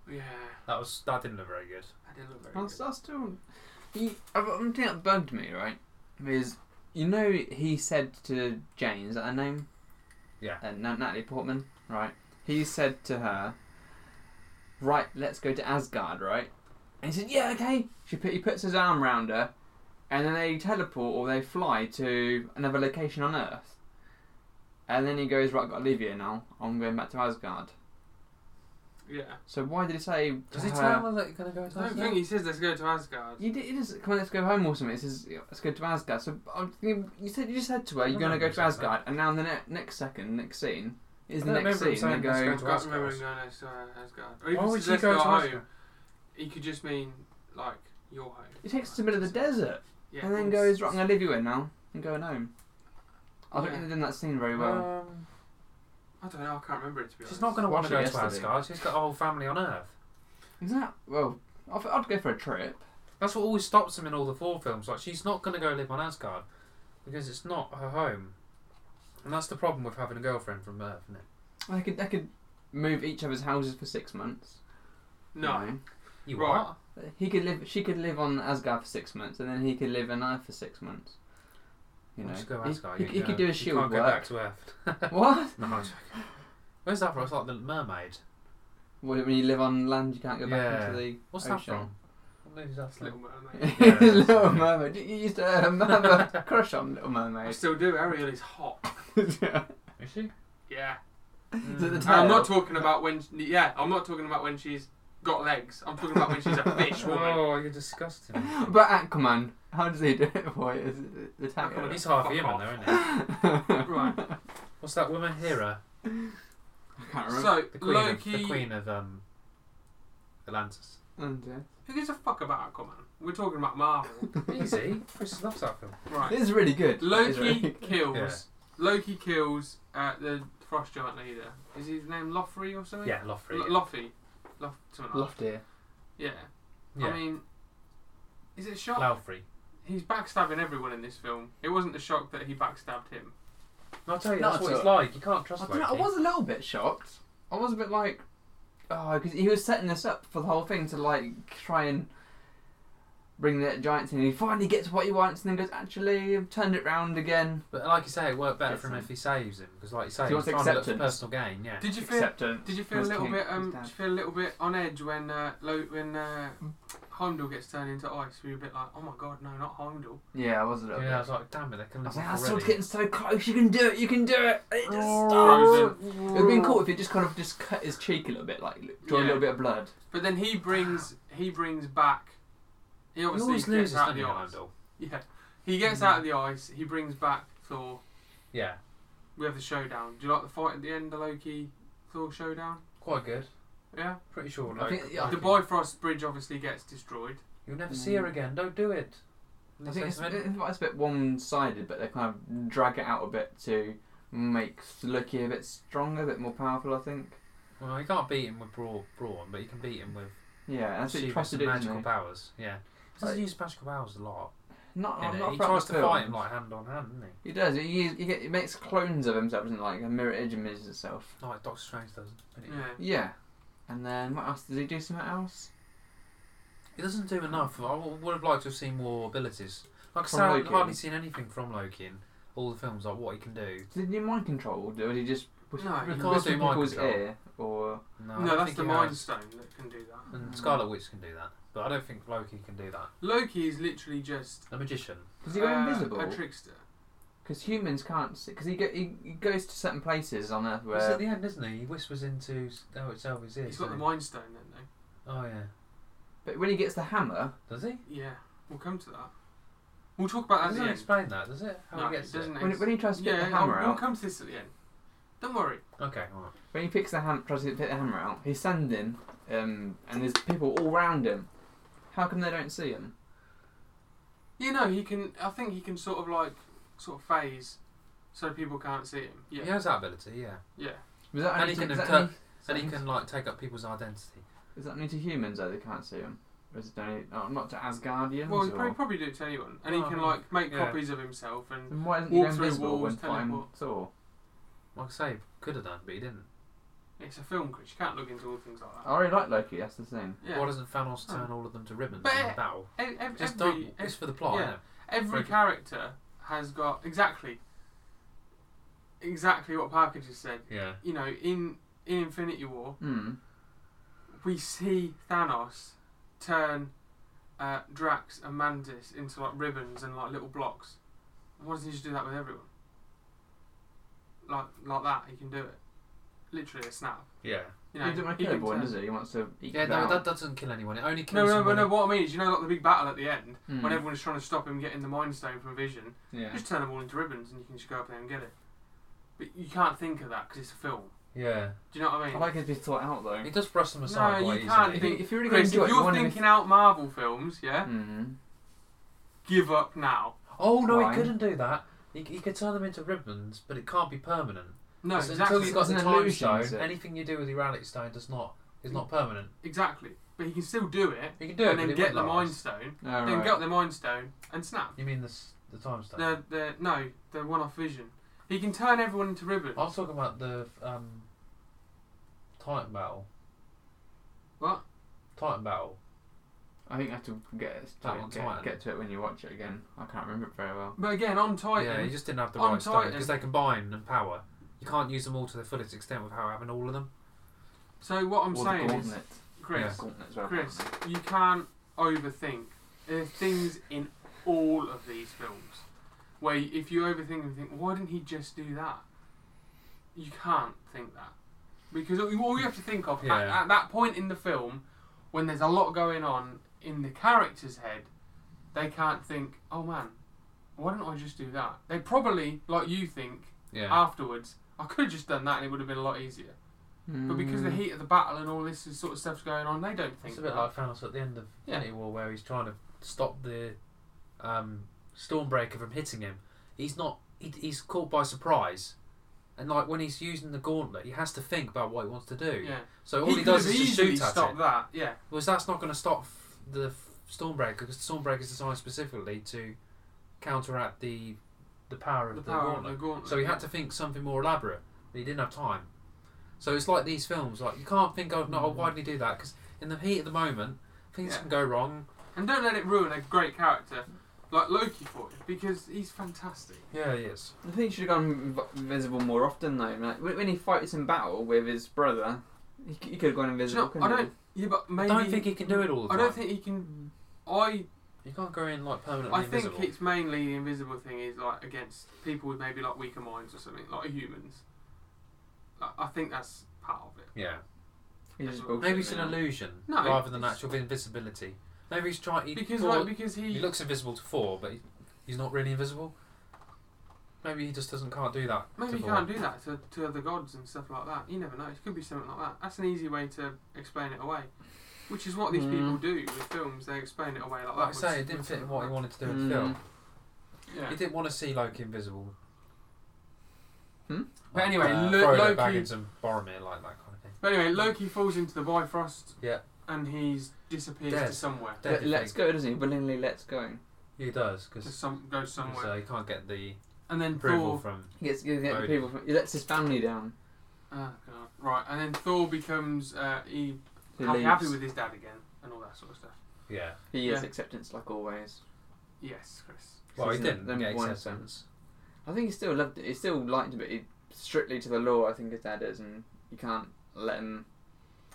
[SPEAKER 1] Yeah,
[SPEAKER 3] That was that didn't look very good.
[SPEAKER 1] I didn't look very
[SPEAKER 2] That's,
[SPEAKER 1] good.
[SPEAKER 2] that's still. He, uh, one thing that bugged me, right? Is you know he said to Jane, is that her name?
[SPEAKER 3] Yeah.
[SPEAKER 2] Uh, Na- Natalie Portman, right? He said to her, "Right, let's go to Asgard, right?" And he said, "Yeah, okay." She put, he puts his arm round her, and then they teleport or they fly to another location on Earth. And then he goes, "Right, I've got to leave here now. I'm going back to Asgard."
[SPEAKER 1] Yeah.
[SPEAKER 2] So why did he say?
[SPEAKER 3] Does
[SPEAKER 2] to
[SPEAKER 3] he
[SPEAKER 2] her-
[SPEAKER 3] tell her that you're gonna go
[SPEAKER 1] I don't
[SPEAKER 3] to
[SPEAKER 1] think
[SPEAKER 3] Asgard?
[SPEAKER 1] he says let's go to Asgard.
[SPEAKER 2] You did, it is come on, let's go home or something. It says let's go to Asgard. So I'm thinking, you said you just said to her
[SPEAKER 3] I
[SPEAKER 2] you're
[SPEAKER 3] don't
[SPEAKER 2] going to go
[SPEAKER 3] remember
[SPEAKER 2] to
[SPEAKER 3] saying that.
[SPEAKER 2] Asgard, and now in the ne- next second, next scene is
[SPEAKER 3] I
[SPEAKER 2] the
[SPEAKER 3] don't
[SPEAKER 2] next
[SPEAKER 3] remember him
[SPEAKER 2] scene. They
[SPEAKER 3] saying,
[SPEAKER 2] go,
[SPEAKER 3] "Let's
[SPEAKER 1] I
[SPEAKER 3] go
[SPEAKER 1] can't
[SPEAKER 3] Asgard.
[SPEAKER 1] remember him going next to Asgard. Or
[SPEAKER 3] Why
[SPEAKER 1] even
[SPEAKER 3] would
[SPEAKER 1] says,
[SPEAKER 3] she
[SPEAKER 1] let's
[SPEAKER 3] go
[SPEAKER 1] go,
[SPEAKER 3] to
[SPEAKER 1] home.
[SPEAKER 3] Asgard?
[SPEAKER 1] He could just mean like your home.
[SPEAKER 2] it takes us to the middle of the desert,
[SPEAKER 1] Yeah.
[SPEAKER 2] and then goes, right, I'm going to leave you in now and going home. I don't
[SPEAKER 1] Yeah.
[SPEAKER 2] think they've done that scene very well.
[SPEAKER 3] Um,
[SPEAKER 1] I don't know. I can't remember it to be honest.
[SPEAKER 3] she's not gonna want to
[SPEAKER 2] Watched
[SPEAKER 3] go
[SPEAKER 2] it
[SPEAKER 3] to
[SPEAKER 2] yesterday.
[SPEAKER 3] Asgard. She's got a whole family on Earth.
[SPEAKER 2] is that well? I'd, I'd go for a trip.
[SPEAKER 3] That's what always stops him in all the four films. Like she's not going to go live on Asgard because it's not her home, and that's the problem with having a girlfriend from Earth, isn't it?
[SPEAKER 2] They could they could move each other's houses for six months. you
[SPEAKER 1] No.
[SPEAKER 2] know.
[SPEAKER 3] You
[SPEAKER 1] Right.
[SPEAKER 3] are.
[SPEAKER 2] He could live. She could live on Asgard for six months, and then he could live in Earth for six months. You know,
[SPEAKER 3] Well, just go
[SPEAKER 2] He-
[SPEAKER 3] Asgard.
[SPEAKER 2] he,
[SPEAKER 3] you
[SPEAKER 2] he
[SPEAKER 3] know,
[SPEAKER 2] could do
[SPEAKER 3] you
[SPEAKER 2] his shield
[SPEAKER 3] can't
[SPEAKER 2] work.
[SPEAKER 3] go back to Earth.
[SPEAKER 2] What?
[SPEAKER 3] no, I'm joking. Where's that from? It's like the Mermaid.
[SPEAKER 2] What, when you live on land, you can't go back
[SPEAKER 3] Yeah.
[SPEAKER 2] into the
[SPEAKER 3] What's that
[SPEAKER 2] ocean.
[SPEAKER 3] from? What movie is that
[SPEAKER 1] It's Little
[SPEAKER 3] from?
[SPEAKER 1] Mermaid.
[SPEAKER 3] Yeah, that's
[SPEAKER 2] Little
[SPEAKER 3] right.
[SPEAKER 2] Mermaid. You you used to um, have a mother crush on Little
[SPEAKER 1] I
[SPEAKER 2] Mermaid.
[SPEAKER 1] still do. Ariel is hot.
[SPEAKER 2] yeah.
[SPEAKER 3] Is she?
[SPEAKER 1] Yeah.
[SPEAKER 2] Is it the
[SPEAKER 3] Mm.
[SPEAKER 1] And I'm not
[SPEAKER 2] tail?
[SPEAKER 1] talking about when. Yeah, I'm not talking about when she's got legs. I'm talking about when she's a fish woman.
[SPEAKER 3] Oh, you're disgusting.
[SPEAKER 2] But Aquaman, how does he do it for you? Is it the tail?
[SPEAKER 1] Aquaman
[SPEAKER 3] He's half
[SPEAKER 1] Fuck
[SPEAKER 3] human,
[SPEAKER 1] off.
[SPEAKER 3] though, isn't he?
[SPEAKER 1] Right.
[SPEAKER 3] What's that woman? Hera,
[SPEAKER 2] I can't remember.
[SPEAKER 1] So
[SPEAKER 3] the queen, of,
[SPEAKER 1] Loki.
[SPEAKER 3] the queen of um, Atlantis.
[SPEAKER 2] And, uh,
[SPEAKER 1] Who gives a fuck about Aquaman? We're talking about Marvel,
[SPEAKER 3] Easy. Chris loves that film.
[SPEAKER 1] right?
[SPEAKER 2] It is really good. It is really
[SPEAKER 1] Loki
[SPEAKER 2] good.
[SPEAKER 1] kills.
[SPEAKER 3] Yeah.
[SPEAKER 1] Loki kills uh, the frost giant leader. Is his name Lothry or something?
[SPEAKER 3] Yeah, Lothry.
[SPEAKER 1] L- Loffy. Lof- something like
[SPEAKER 2] Lofty.
[SPEAKER 1] that. Yeah.
[SPEAKER 3] yeah.
[SPEAKER 1] I mean, is it a shock?
[SPEAKER 3] Laufrey.
[SPEAKER 1] He's backstabbing everyone in this film. It wasn't a shock that he backstabbed him.
[SPEAKER 3] No, I tell you,
[SPEAKER 2] Not
[SPEAKER 3] that's what
[SPEAKER 2] at
[SPEAKER 3] it's
[SPEAKER 2] all.
[SPEAKER 3] like. You can't trust
[SPEAKER 2] I,
[SPEAKER 3] Loki.
[SPEAKER 2] don't know, I was a little bit shocked. I was a bit like, oh, because he was setting this up for the whole thing to like try and bring the giants in. He finally gets what he wants, and then goes, actually, I've turned it round again.
[SPEAKER 3] But like you say, it worked better
[SPEAKER 2] It's
[SPEAKER 3] for him
[SPEAKER 2] fine.
[SPEAKER 3] if he saves him because, like you say,
[SPEAKER 2] He
[SPEAKER 3] he's
[SPEAKER 2] wants
[SPEAKER 3] trying to look for
[SPEAKER 2] acceptance.
[SPEAKER 3] personal gain. Yeah.
[SPEAKER 1] Did you feel?
[SPEAKER 2] Acceptance.
[SPEAKER 1] Did you feel a
[SPEAKER 2] His
[SPEAKER 1] little
[SPEAKER 2] king,
[SPEAKER 1] bit?
[SPEAKER 2] his
[SPEAKER 1] Um, did
[SPEAKER 2] dad.
[SPEAKER 1] you feel a little bit on edge when uh, Lo- when uh, Heimdall gets turned into ice? Were you a bit like, oh my god, no, not Heimdall? Yeah,
[SPEAKER 2] Yeah, I was a little
[SPEAKER 3] Yeah, I
[SPEAKER 2] bit.
[SPEAKER 3] was like, damn it, they can
[SPEAKER 2] I
[SPEAKER 3] live
[SPEAKER 2] was like,
[SPEAKER 3] off
[SPEAKER 2] that sword's
[SPEAKER 3] already.
[SPEAKER 2] getting so close. You can do it. You can do it. It just
[SPEAKER 1] Frozen.
[SPEAKER 3] Oh.
[SPEAKER 2] stops. It would have been cool if he just kind of just cut his cheek a little bit, like draw a
[SPEAKER 1] Yeah.
[SPEAKER 2] little bit of blood.
[SPEAKER 1] But then he brings he brings back. He
[SPEAKER 3] He
[SPEAKER 1] obviously
[SPEAKER 3] always
[SPEAKER 1] gets
[SPEAKER 3] loses,
[SPEAKER 1] out of
[SPEAKER 3] doesn't
[SPEAKER 1] the
[SPEAKER 3] he,
[SPEAKER 1] ice.
[SPEAKER 3] Heimdall? Mm.
[SPEAKER 1] Yeah, he gets out of the ice. He brings back Thor.
[SPEAKER 3] Yeah,
[SPEAKER 1] We have the showdown. Do you like the fight at the end, the Loki Thor showdown?
[SPEAKER 3] quite good.
[SPEAKER 1] Yeah.
[SPEAKER 3] Pretty sure.
[SPEAKER 2] I
[SPEAKER 3] Like,
[SPEAKER 2] think- yeah,
[SPEAKER 1] The
[SPEAKER 2] I think-
[SPEAKER 1] Bifrost Bridge obviously gets destroyed.
[SPEAKER 3] You'll never see her
[SPEAKER 2] Mm.
[SPEAKER 3] again. Don't do it.
[SPEAKER 2] I think it's,
[SPEAKER 3] Something-
[SPEAKER 2] it's a bit one-sided, but they kind of drag it out a bit to make Loki a bit stronger, a bit more powerful. I think.
[SPEAKER 3] well, you can't beat him with bra- brawn, but you can beat him with
[SPEAKER 2] Yeah, and that's what he
[SPEAKER 3] achieving
[SPEAKER 2] tries to
[SPEAKER 3] some
[SPEAKER 2] do. Isn't
[SPEAKER 3] magical
[SPEAKER 2] he?
[SPEAKER 3] powers. Yeah. He doesn't
[SPEAKER 2] Like-
[SPEAKER 3] use magical powers a lot.
[SPEAKER 2] Not,
[SPEAKER 3] innit?
[SPEAKER 2] not
[SPEAKER 3] he
[SPEAKER 2] throughout
[SPEAKER 3] tries
[SPEAKER 2] the
[SPEAKER 3] to fight him
[SPEAKER 2] films.
[SPEAKER 3] like hand on hand, doesn't he?
[SPEAKER 2] He does. He, he, get, he makes clones of himself, doesn't he? like a mirror image of himself.
[SPEAKER 3] Not like Doctor Strange doesn't. doesn't he?
[SPEAKER 1] Yeah.
[SPEAKER 2] Yeah. And then what else does he do? Something else?
[SPEAKER 3] He doesn't do enough. I w- would have liked to have seen more abilities. Like I
[SPEAKER 2] From
[SPEAKER 3] said, I've
[SPEAKER 2] Loki.
[SPEAKER 3] hardly seen anything from Loki in all the films, like what he can do.
[SPEAKER 2] Did he do mind control, or did he just push,
[SPEAKER 1] No,
[SPEAKER 3] he
[SPEAKER 2] push
[SPEAKER 3] can't do mind
[SPEAKER 2] people's
[SPEAKER 3] control.
[SPEAKER 2] ear? Or
[SPEAKER 3] No, I
[SPEAKER 1] No,
[SPEAKER 3] don't
[SPEAKER 1] that's
[SPEAKER 3] think
[SPEAKER 1] the
[SPEAKER 3] he
[SPEAKER 1] Mind
[SPEAKER 3] has.
[SPEAKER 1] Stone that can do that.
[SPEAKER 3] And Scarlet Witch can do that, but I don't think Loki can do that.
[SPEAKER 1] Loki is literally just
[SPEAKER 3] The magician.
[SPEAKER 2] does he go
[SPEAKER 1] uh,
[SPEAKER 2] invisible?
[SPEAKER 1] A trickster.
[SPEAKER 2] Because humans can't. Because he, go, he he goes to certain places on Earth
[SPEAKER 3] It's at
[SPEAKER 2] where.
[SPEAKER 3] the end, isn't he? He whispers into s- oh, it's Elvis' ear.
[SPEAKER 1] He's got the
[SPEAKER 3] doesn't
[SPEAKER 1] Mind Stone, then though.
[SPEAKER 3] he? Oh yeah.
[SPEAKER 2] But when he gets the hammer,
[SPEAKER 3] Does he?
[SPEAKER 1] Yeah, we'll come to that. We'll talk about that
[SPEAKER 3] It
[SPEAKER 1] at the
[SPEAKER 3] doesn't Oh,
[SPEAKER 1] end.
[SPEAKER 3] explain that, does it? How
[SPEAKER 1] No,
[SPEAKER 3] he gets
[SPEAKER 1] it doesn't.
[SPEAKER 3] It?
[SPEAKER 2] When,
[SPEAKER 1] ex-
[SPEAKER 2] when he tries to get
[SPEAKER 1] yeah,
[SPEAKER 2] the hammer
[SPEAKER 1] I'll- we'll
[SPEAKER 2] out,
[SPEAKER 1] come to this at the end. Don't worry.
[SPEAKER 3] Okay, alright.
[SPEAKER 2] when he picks the hand, tries to pick the hammer out, he's standing, um, and there's people all round him. How come they don't see him?
[SPEAKER 1] You know, he can. I think he can sort of like sort of phase, so people can't see him. Yeah,
[SPEAKER 3] He
[SPEAKER 1] yeah.
[SPEAKER 3] has that ability, yeah.
[SPEAKER 2] Was that
[SPEAKER 3] And
[SPEAKER 2] only
[SPEAKER 3] he
[SPEAKER 2] to,
[SPEAKER 3] can
[SPEAKER 2] is that
[SPEAKER 3] inter-
[SPEAKER 2] only, is that
[SPEAKER 3] Then he
[SPEAKER 2] only-
[SPEAKER 3] can like take up people's identity.
[SPEAKER 2] is that only to humans though? They can't see him. Or is it only oh, not to Asgardians?
[SPEAKER 1] Well, he
[SPEAKER 2] or-
[SPEAKER 1] probably, probably do to anyone, and he
[SPEAKER 3] Oh,
[SPEAKER 1] can like make
[SPEAKER 3] yeah.
[SPEAKER 1] copies of himself and
[SPEAKER 2] Then why isn't
[SPEAKER 1] walk
[SPEAKER 2] he
[SPEAKER 1] through
[SPEAKER 2] invisible
[SPEAKER 1] walls,
[SPEAKER 2] when fighting
[SPEAKER 1] teleport.
[SPEAKER 2] Thor?
[SPEAKER 3] Like I say, could have done, but he didn't.
[SPEAKER 1] it's a film, Chris. You can't look into all things like that.
[SPEAKER 2] I really like Loki. That's the thing.
[SPEAKER 1] Yeah. Oh.
[SPEAKER 3] Why doesn't Thanos turn all of them to ribbons
[SPEAKER 1] But-
[SPEAKER 3] in battle?
[SPEAKER 1] E- ev-
[SPEAKER 3] Just
[SPEAKER 1] every
[SPEAKER 3] don't. It's
[SPEAKER 1] ev-
[SPEAKER 3] for the plot.
[SPEAKER 1] yeah.
[SPEAKER 3] isn't it?
[SPEAKER 1] every
[SPEAKER 3] Freaking-
[SPEAKER 1] character has got exactly exactly what Parker just said.
[SPEAKER 3] Yeah.
[SPEAKER 1] You know, in in Infinity War,
[SPEAKER 2] Hmm.
[SPEAKER 1] we see Thanos turn uh, Drax and Mantis into like ribbons and like little blocks. Why doesn't he just do that with everyone? Like like that, he can do it. Literally a snap.
[SPEAKER 3] Yeah.
[SPEAKER 1] You know,
[SPEAKER 2] he doesn't want to kill
[SPEAKER 1] can
[SPEAKER 2] everyone,
[SPEAKER 1] turn-
[SPEAKER 2] does he? He wants to eat
[SPEAKER 3] Yeah.
[SPEAKER 2] it
[SPEAKER 3] No,
[SPEAKER 2] out.
[SPEAKER 3] that doesn't kill anyone. It only
[SPEAKER 1] No,
[SPEAKER 3] kills.
[SPEAKER 1] no,
[SPEAKER 3] them
[SPEAKER 1] but
[SPEAKER 3] when
[SPEAKER 1] no.
[SPEAKER 3] it-
[SPEAKER 1] What I mean is, you know, like the big battle at the end
[SPEAKER 2] Hmm.
[SPEAKER 1] when everyone's trying to stop him getting the Mind Stone from Vision.
[SPEAKER 2] Yeah.
[SPEAKER 1] Just turn them all into ribbons, and you can just go up there and get it. But you can't think of that because it's a film.
[SPEAKER 3] Yeah.
[SPEAKER 1] Do you know what I mean?
[SPEAKER 2] I like it to be thought out though.
[SPEAKER 3] He does brush them
[SPEAKER 1] No,
[SPEAKER 3] aside
[SPEAKER 1] you
[SPEAKER 3] quite
[SPEAKER 1] can't
[SPEAKER 3] easily.
[SPEAKER 1] think-
[SPEAKER 2] If you're really
[SPEAKER 1] Chris, if
[SPEAKER 2] gonna enjoy it, you
[SPEAKER 1] you're
[SPEAKER 2] want him to-
[SPEAKER 1] thinking out Marvel films, yeah,
[SPEAKER 2] Mm.
[SPEAKER 1] give up now.
[SPEAKER 3] Oh no,
[SPEAKER 2] Why?
[SPEAKER 3] he couldn't do that. He, he could turn them into ribbons, but it can't be permanent.
[SPEAKER 1] No,
[SPEAKER 3] So
[SPEAKER 1] exactly,
[SPEAKER 3] Until you've got
[SPEAKER 2] It's
[SPEAKER 3] the
[SPEAKER 2] an
[SPEAKER 3] time
[SPEAKER 2] illusion, is
[SPEAKER 3] stone,
[SPEAKER 2] it?
[SPEAKER 3] anything you do with the reality stone does not is not permanent.
[SPEAKER 1] exactly. But he can still do it,
[SPEAKER 3] Mm. You can do it,
[SPEAKER 1] and
[SPEAKER 3] but
[SPEAKER 1] then
[SPEAKER 3] it
[SPEAKER 1] get the
[SPEAKER 3] won't
[SPEAKER 1] Mind
[SPEAKER 3] last.
[SPEAKER 1] Stone,
[SPEAKER 2] Oh,
[SPEAKER 1] then
[SPEAKER 2] right.
[SPEAKER 1] get the Mind Stone and snap.
[SPEAKER 3] You mean the s- the time stone?
[SPEAKER 1] The the no, the one-off Vision. He can turn everyone into ribbons.
[SPEAKER 3] I was talking about the um, Titan battle.
[SPEAKER 1] What?
[SPEAKER 3] Titan battle.
[SPEAKER 2] I think I have to get
[SPEAKER 3] That
[SPEAKER 2] to
[SPEAKER 3] one's
[SPEAKER 2] it, get,
[SPEAKER 3] Titan.
[SPEAKER 2] get to it when you watch it again. I can't remember it very well.
[SPEAKER 1] But again, on
[SPEAKER 3] Yeah,
[SPEAKER 1] Titan,
[SPEAKER 3] you just didn't have the
[SPEAKER 1] On
[SPEAKER 3] right stone
[SPEAKER 1] Titan-
[SPEAKER 3] because they combine and power. You can't use them all to their fullest extent without having all of them.
[SPEAKER 1] so what I'm
[SPEAKER 2] or
[SPEAKER 1] saying
[SPEAKER 2] the
[SPEAKER 1] is,
[SPEAKER 2] gauntlet.
[SPEAKER 1] Chris,
[SPEAKER 3] Yeah.
[SPEAKER 2] Gauntlet's very
[SPEAKER 1] Chris,
[SPEAKER 2] popular.
[SPEAKER 1] you can't overthink. There's things in all of these films where if you overthink and think, why didn't he just do that? You can't think that. Because all you all you have to think of at,
[SPEAKER 3] Yeah.
[SPEAKER 1] at that point in the film, when there's a lot going on in the character's head, they can't think, oh man, why didn't I just do that? They probably, like you think,
[SPEAKER 3] Yeah.
[SPEAKER 1] afterwards, I could have just done that and it would have been a lot easier. But because the
[SPEAKER 2] Mm.
[SPEAKER 1] heat of the battle and all this sort of stuff's going on, they don't think
[SPEAKER 3] It's a bit
[SPEAKER 1] that.
[SPEAKER 3] like Thanos at the end of
[SPEAKER 1] Yeah.
[SPEAKER 3] Infinity War where he's trying to stop the um, Stormbreaker from hitting him. He's not. He, he's caught by surprise, and like when he's using the gauntlet, he has to think about what he wants to do.
[SPEAKER 1] Yeah.
[SPEAKER 3] So all he,
[SPEAKER 1] could
[SPEAKER 3] does
[SPEAKER 1] have
[SPEAKER 3] is just
[SPEAKER 1] easily
[SPEAKER 3] shoot at
[SPEAKER 1] stopped
[SPEAKER 3] it.
[SPEAKER 1] that. Yeah.
[SPEAKER 3] Because that's not going to stop f- the f- Stormbreaker because the Stormbreaker is designed specifically to counteract the the power of
[SPEAKER 1] The
[SPEAKER 3] the,
[SPEAKER 1] power of
[SPEAKER 3] gauntlet.
[SPEAKER 1] the gauntlet.
[SPEAKER 3] So he had to think something more elaborate. But he didn't have time. So it's like these films. Like you can't think, oh no, why did he do that? Because in the heat of the moment, things
[SPEAKER 1] Yeah.
[SPEAKER 3] can go wrong.
[SPEAKER 1] And don't let it ruin a great character like Loki for you because he's fantastic.
[SPEAKER 3] Yeah, he is.
[SPEAKER 2] I think he should have gone inv- invisible more often though. Like, when when he fights in battle with his brother, he, c- he could have gone
[SPEAKER 1] Do you know,
[SPEAKER 2] invisible.
[SPEAKER 1] I
[SPEAKER 2] couldn't
[SPEAKER 1] don't. Yeah, but maybe.
[SPEAKER 3] I don't think he can do it all the
[SPEAKER 1] I
[SPEAKER 3] time.
[SPEAKER 1] don't think he can. I
[SPEAKER 3] you can't go in like permanently
[SPEAKER 1] I think
[SPEAKER 3] Mm. invisible.
[SPEAKER 1] it's mainly the invisible thing is like against people with maybe like weaker minds or something like humans. Like, I think that's part of it.
[SPEAKER 3] yeah,
[SPEAKER 2] he? He's just
[SPEAKER 1] Maybe
[SPEAKER 2] bullshitting
[SPEAKER 3] maybe it's an
[SPEAKER 2] now.
[SPEAKER 3] illusion
[SPEAKER 1] No,
[SPEAKER 3] rather than
[SPEAKER 1] it's-
[SPEAKER 3] actual invisibility. Maybe he's trying. He
[SPEAKER 1] Because
[SPEAKER 3] thought-
[SPEAKER 1] like because he.
[SPEAKER 3] He looks invisible to four, but he, he's not really invisible. Maybe he just doesn't can't do that.
[SPEAKER 1] Maybe
[SPEAKER 3] to
[SPEAKER 1] you
[SPEAKER 3] Thor.
[SPEAKER 1] can't do that to, to other gods and stuff like that. You never know. It could be something like that. That's an easy way to explain it away, which is what these
[SPEAKER 2] Mm.
[SPEAKER 1] people do with films. They explain it away like that.
[SPEAKER 3] Hmm. Like I
[SPEAKER 1] with-
[SPEAKER 3] say, it didn't
[SPEAKER 1] with
[SPEAKER 3] fit in
[SPEAKER 1] something
[SPEAKER 3] what he
[SPEAKER 1] like
[SPEAKER 3] wanted to do in
[SPEAKER 2] Mm.
[SPEAKER 3] the film.
[SPEAKER 1] that. Yeah.
[SPEAKER 3] He didn't want to see Loki invisible.
[SPEAKER 2] Hmm?
[SPEAKER 1] But anyway,
[SPEAKER 3] uh,
[SPEAKER 1] Lo-
[SPEAKER 3] Frodo
[SPEAKER 1] Loki-
[SPEAKER 3] Baggins and Boromir like that kind of thing.
[SPEAKER 1] But anyway, Loki falls into the Bifrost.
[SPEAKER 3] Yeah.
[SPEAKER 1] And he's disappears
[SPEAKER 3] Dead.
[SPEAKER 1] to somewhere.
[SPEAKER 2] Let,
[SPEAKER 3] Don't you
[SPEAKER 2] let's
[SPEAKER 3] think?
[SPEAKER 2] go, doesn't he? Willingly, let's go.
[SPEAKER 3] He does
[SPEAKER 1] To
[SPEAKER 3] because
[SPEAKER 1] some goes somewhere.
[SPEAKER 3] uh, he can't get the
[SPEAKER 1] and then
[SPEAKER 3] approval
[SPEAKER 1] Thor.
[SPEAKER 3] from.
[SPEAKER 2] He gets, he gets the
[SPEAKER 3] Odin.
[SPEAKER 2] people. From, he lets his family down.
[SPEAKER 1] Oh god. Right. And then Thor becomes uh, he
[SPEAKER 2] He
[SPEAKER 1] happy,
[SPEAKER 2] leaves.
[SPEAKER 1] happy with his dad again and all that sort of stuff.
[SPEAKER 3] Yeah.
[SPEAKER 2] He is
[SPEAKER 1] Yeah.
[SPEAKER 2] acceptance like always.
[SPEAKER 1] Yes, Chris.
[SPEAKER 3] Well, he
[SPEAKER 2] Isn't it
[SPEAKER 3] didn't
[SPEAKER 2] them
[SPEAKER 3] get
[SPEAKER 2] one
[SPEAKER 3] acceptance.
[SPEAKER 2] I think he still loved it. He still liked it, but he, strictly to the law, I think his dad is, and you can't let him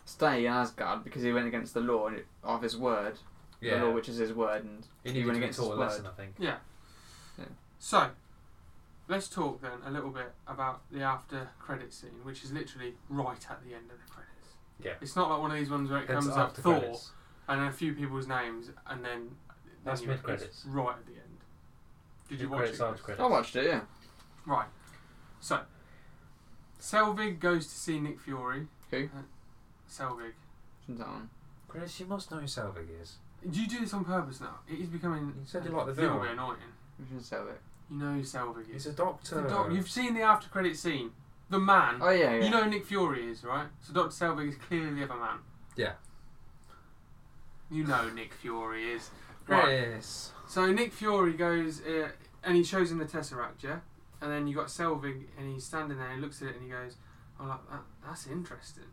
[SPEAKER 2] stay in Asgard because he went against the law and it, of his word,
[SPEAKER 3] Yeah.
[SPEAKER 2] the law which is his word, and
[SPEAKER 3] he
[SPEAKER 2] he
[SPEAKER 3] needed
[SPEAKER 2] went
[SPEAKER 3] to be
[SPEAKER 2] against his
[SPEAKER 3] taught a
[SPEAKER 2] word.
[SPEAKER 3] lesson, I think.
[SPEAKER 1] Yeah.
[SPEAKER 2] Yeah.
[SPEAKER 1] So, let's talk then a little bit about the after credit scene, which is literally right at the end of the credits.
[SPEAKER 3] Yeah.
[SPEAKER 1] It's not like one of these ones where it
[SPEAKER 3] Hence
[SPEAKER 1] comes up
[SPEAKER 3] after
[SPEAKER 1] Thor
[SPEAKER 3] credits.
[SPEAKER 1] and a few people's names and then. then
[SPEAKER 3] That's
[SPEAKER 1] you-
[SPEAKER 3] mid-credits.
[SPEAKER 1] it's Right at the end. Did you watch it? Oh,
[SPEAKER 3] Credits, credits.
[SPEAKER 2] I watched it. Yeah.
[SPEAKER 1] Right. So, Selvig goes to see Nick Fury. Uh,
[SPEAKER 2] Who?
[SPEAKER 1] Selvig.
[SPEAKER 2] Isn't that one?
[SPEAKER 3] Chris, you must know who Selvig is.
[SPEAKER 1] Do you do this on purpose now? It is becoming
[SPEAKER 3] You said you
[SPEAKER 1] a
[SPEAKER 3] liked the
[SPEAKER 1] little
[SPEAKER 3] villain.
[SPEAKER 1] bit annoying.
[SPEAKER 2] We should sell it.
[SPEAKER 1] You know who Selvig is.
[SPEAKER 3] He's a doctor.
[SPEAKER 1] The doc- You've seen the after credit scene. The man.
[SPEAKER 2] Oh yeah. yeah.
[SPEAKER 1] You know who Nick Fury is, right? So Dr. Selvig is clearly the other man.
[SPEAKER 3] Yeah.
[SPEAKER 1] You know who Nick Fury is. Right.
[SPEAKER 3] Chris.
[SPEAKER 1] So Nick Fury goes uh, and he shows him the Tesseract, yeah? And then you got Selvig and he's standing there and he looks at it and he goes, Oh, like, that, that's interesting.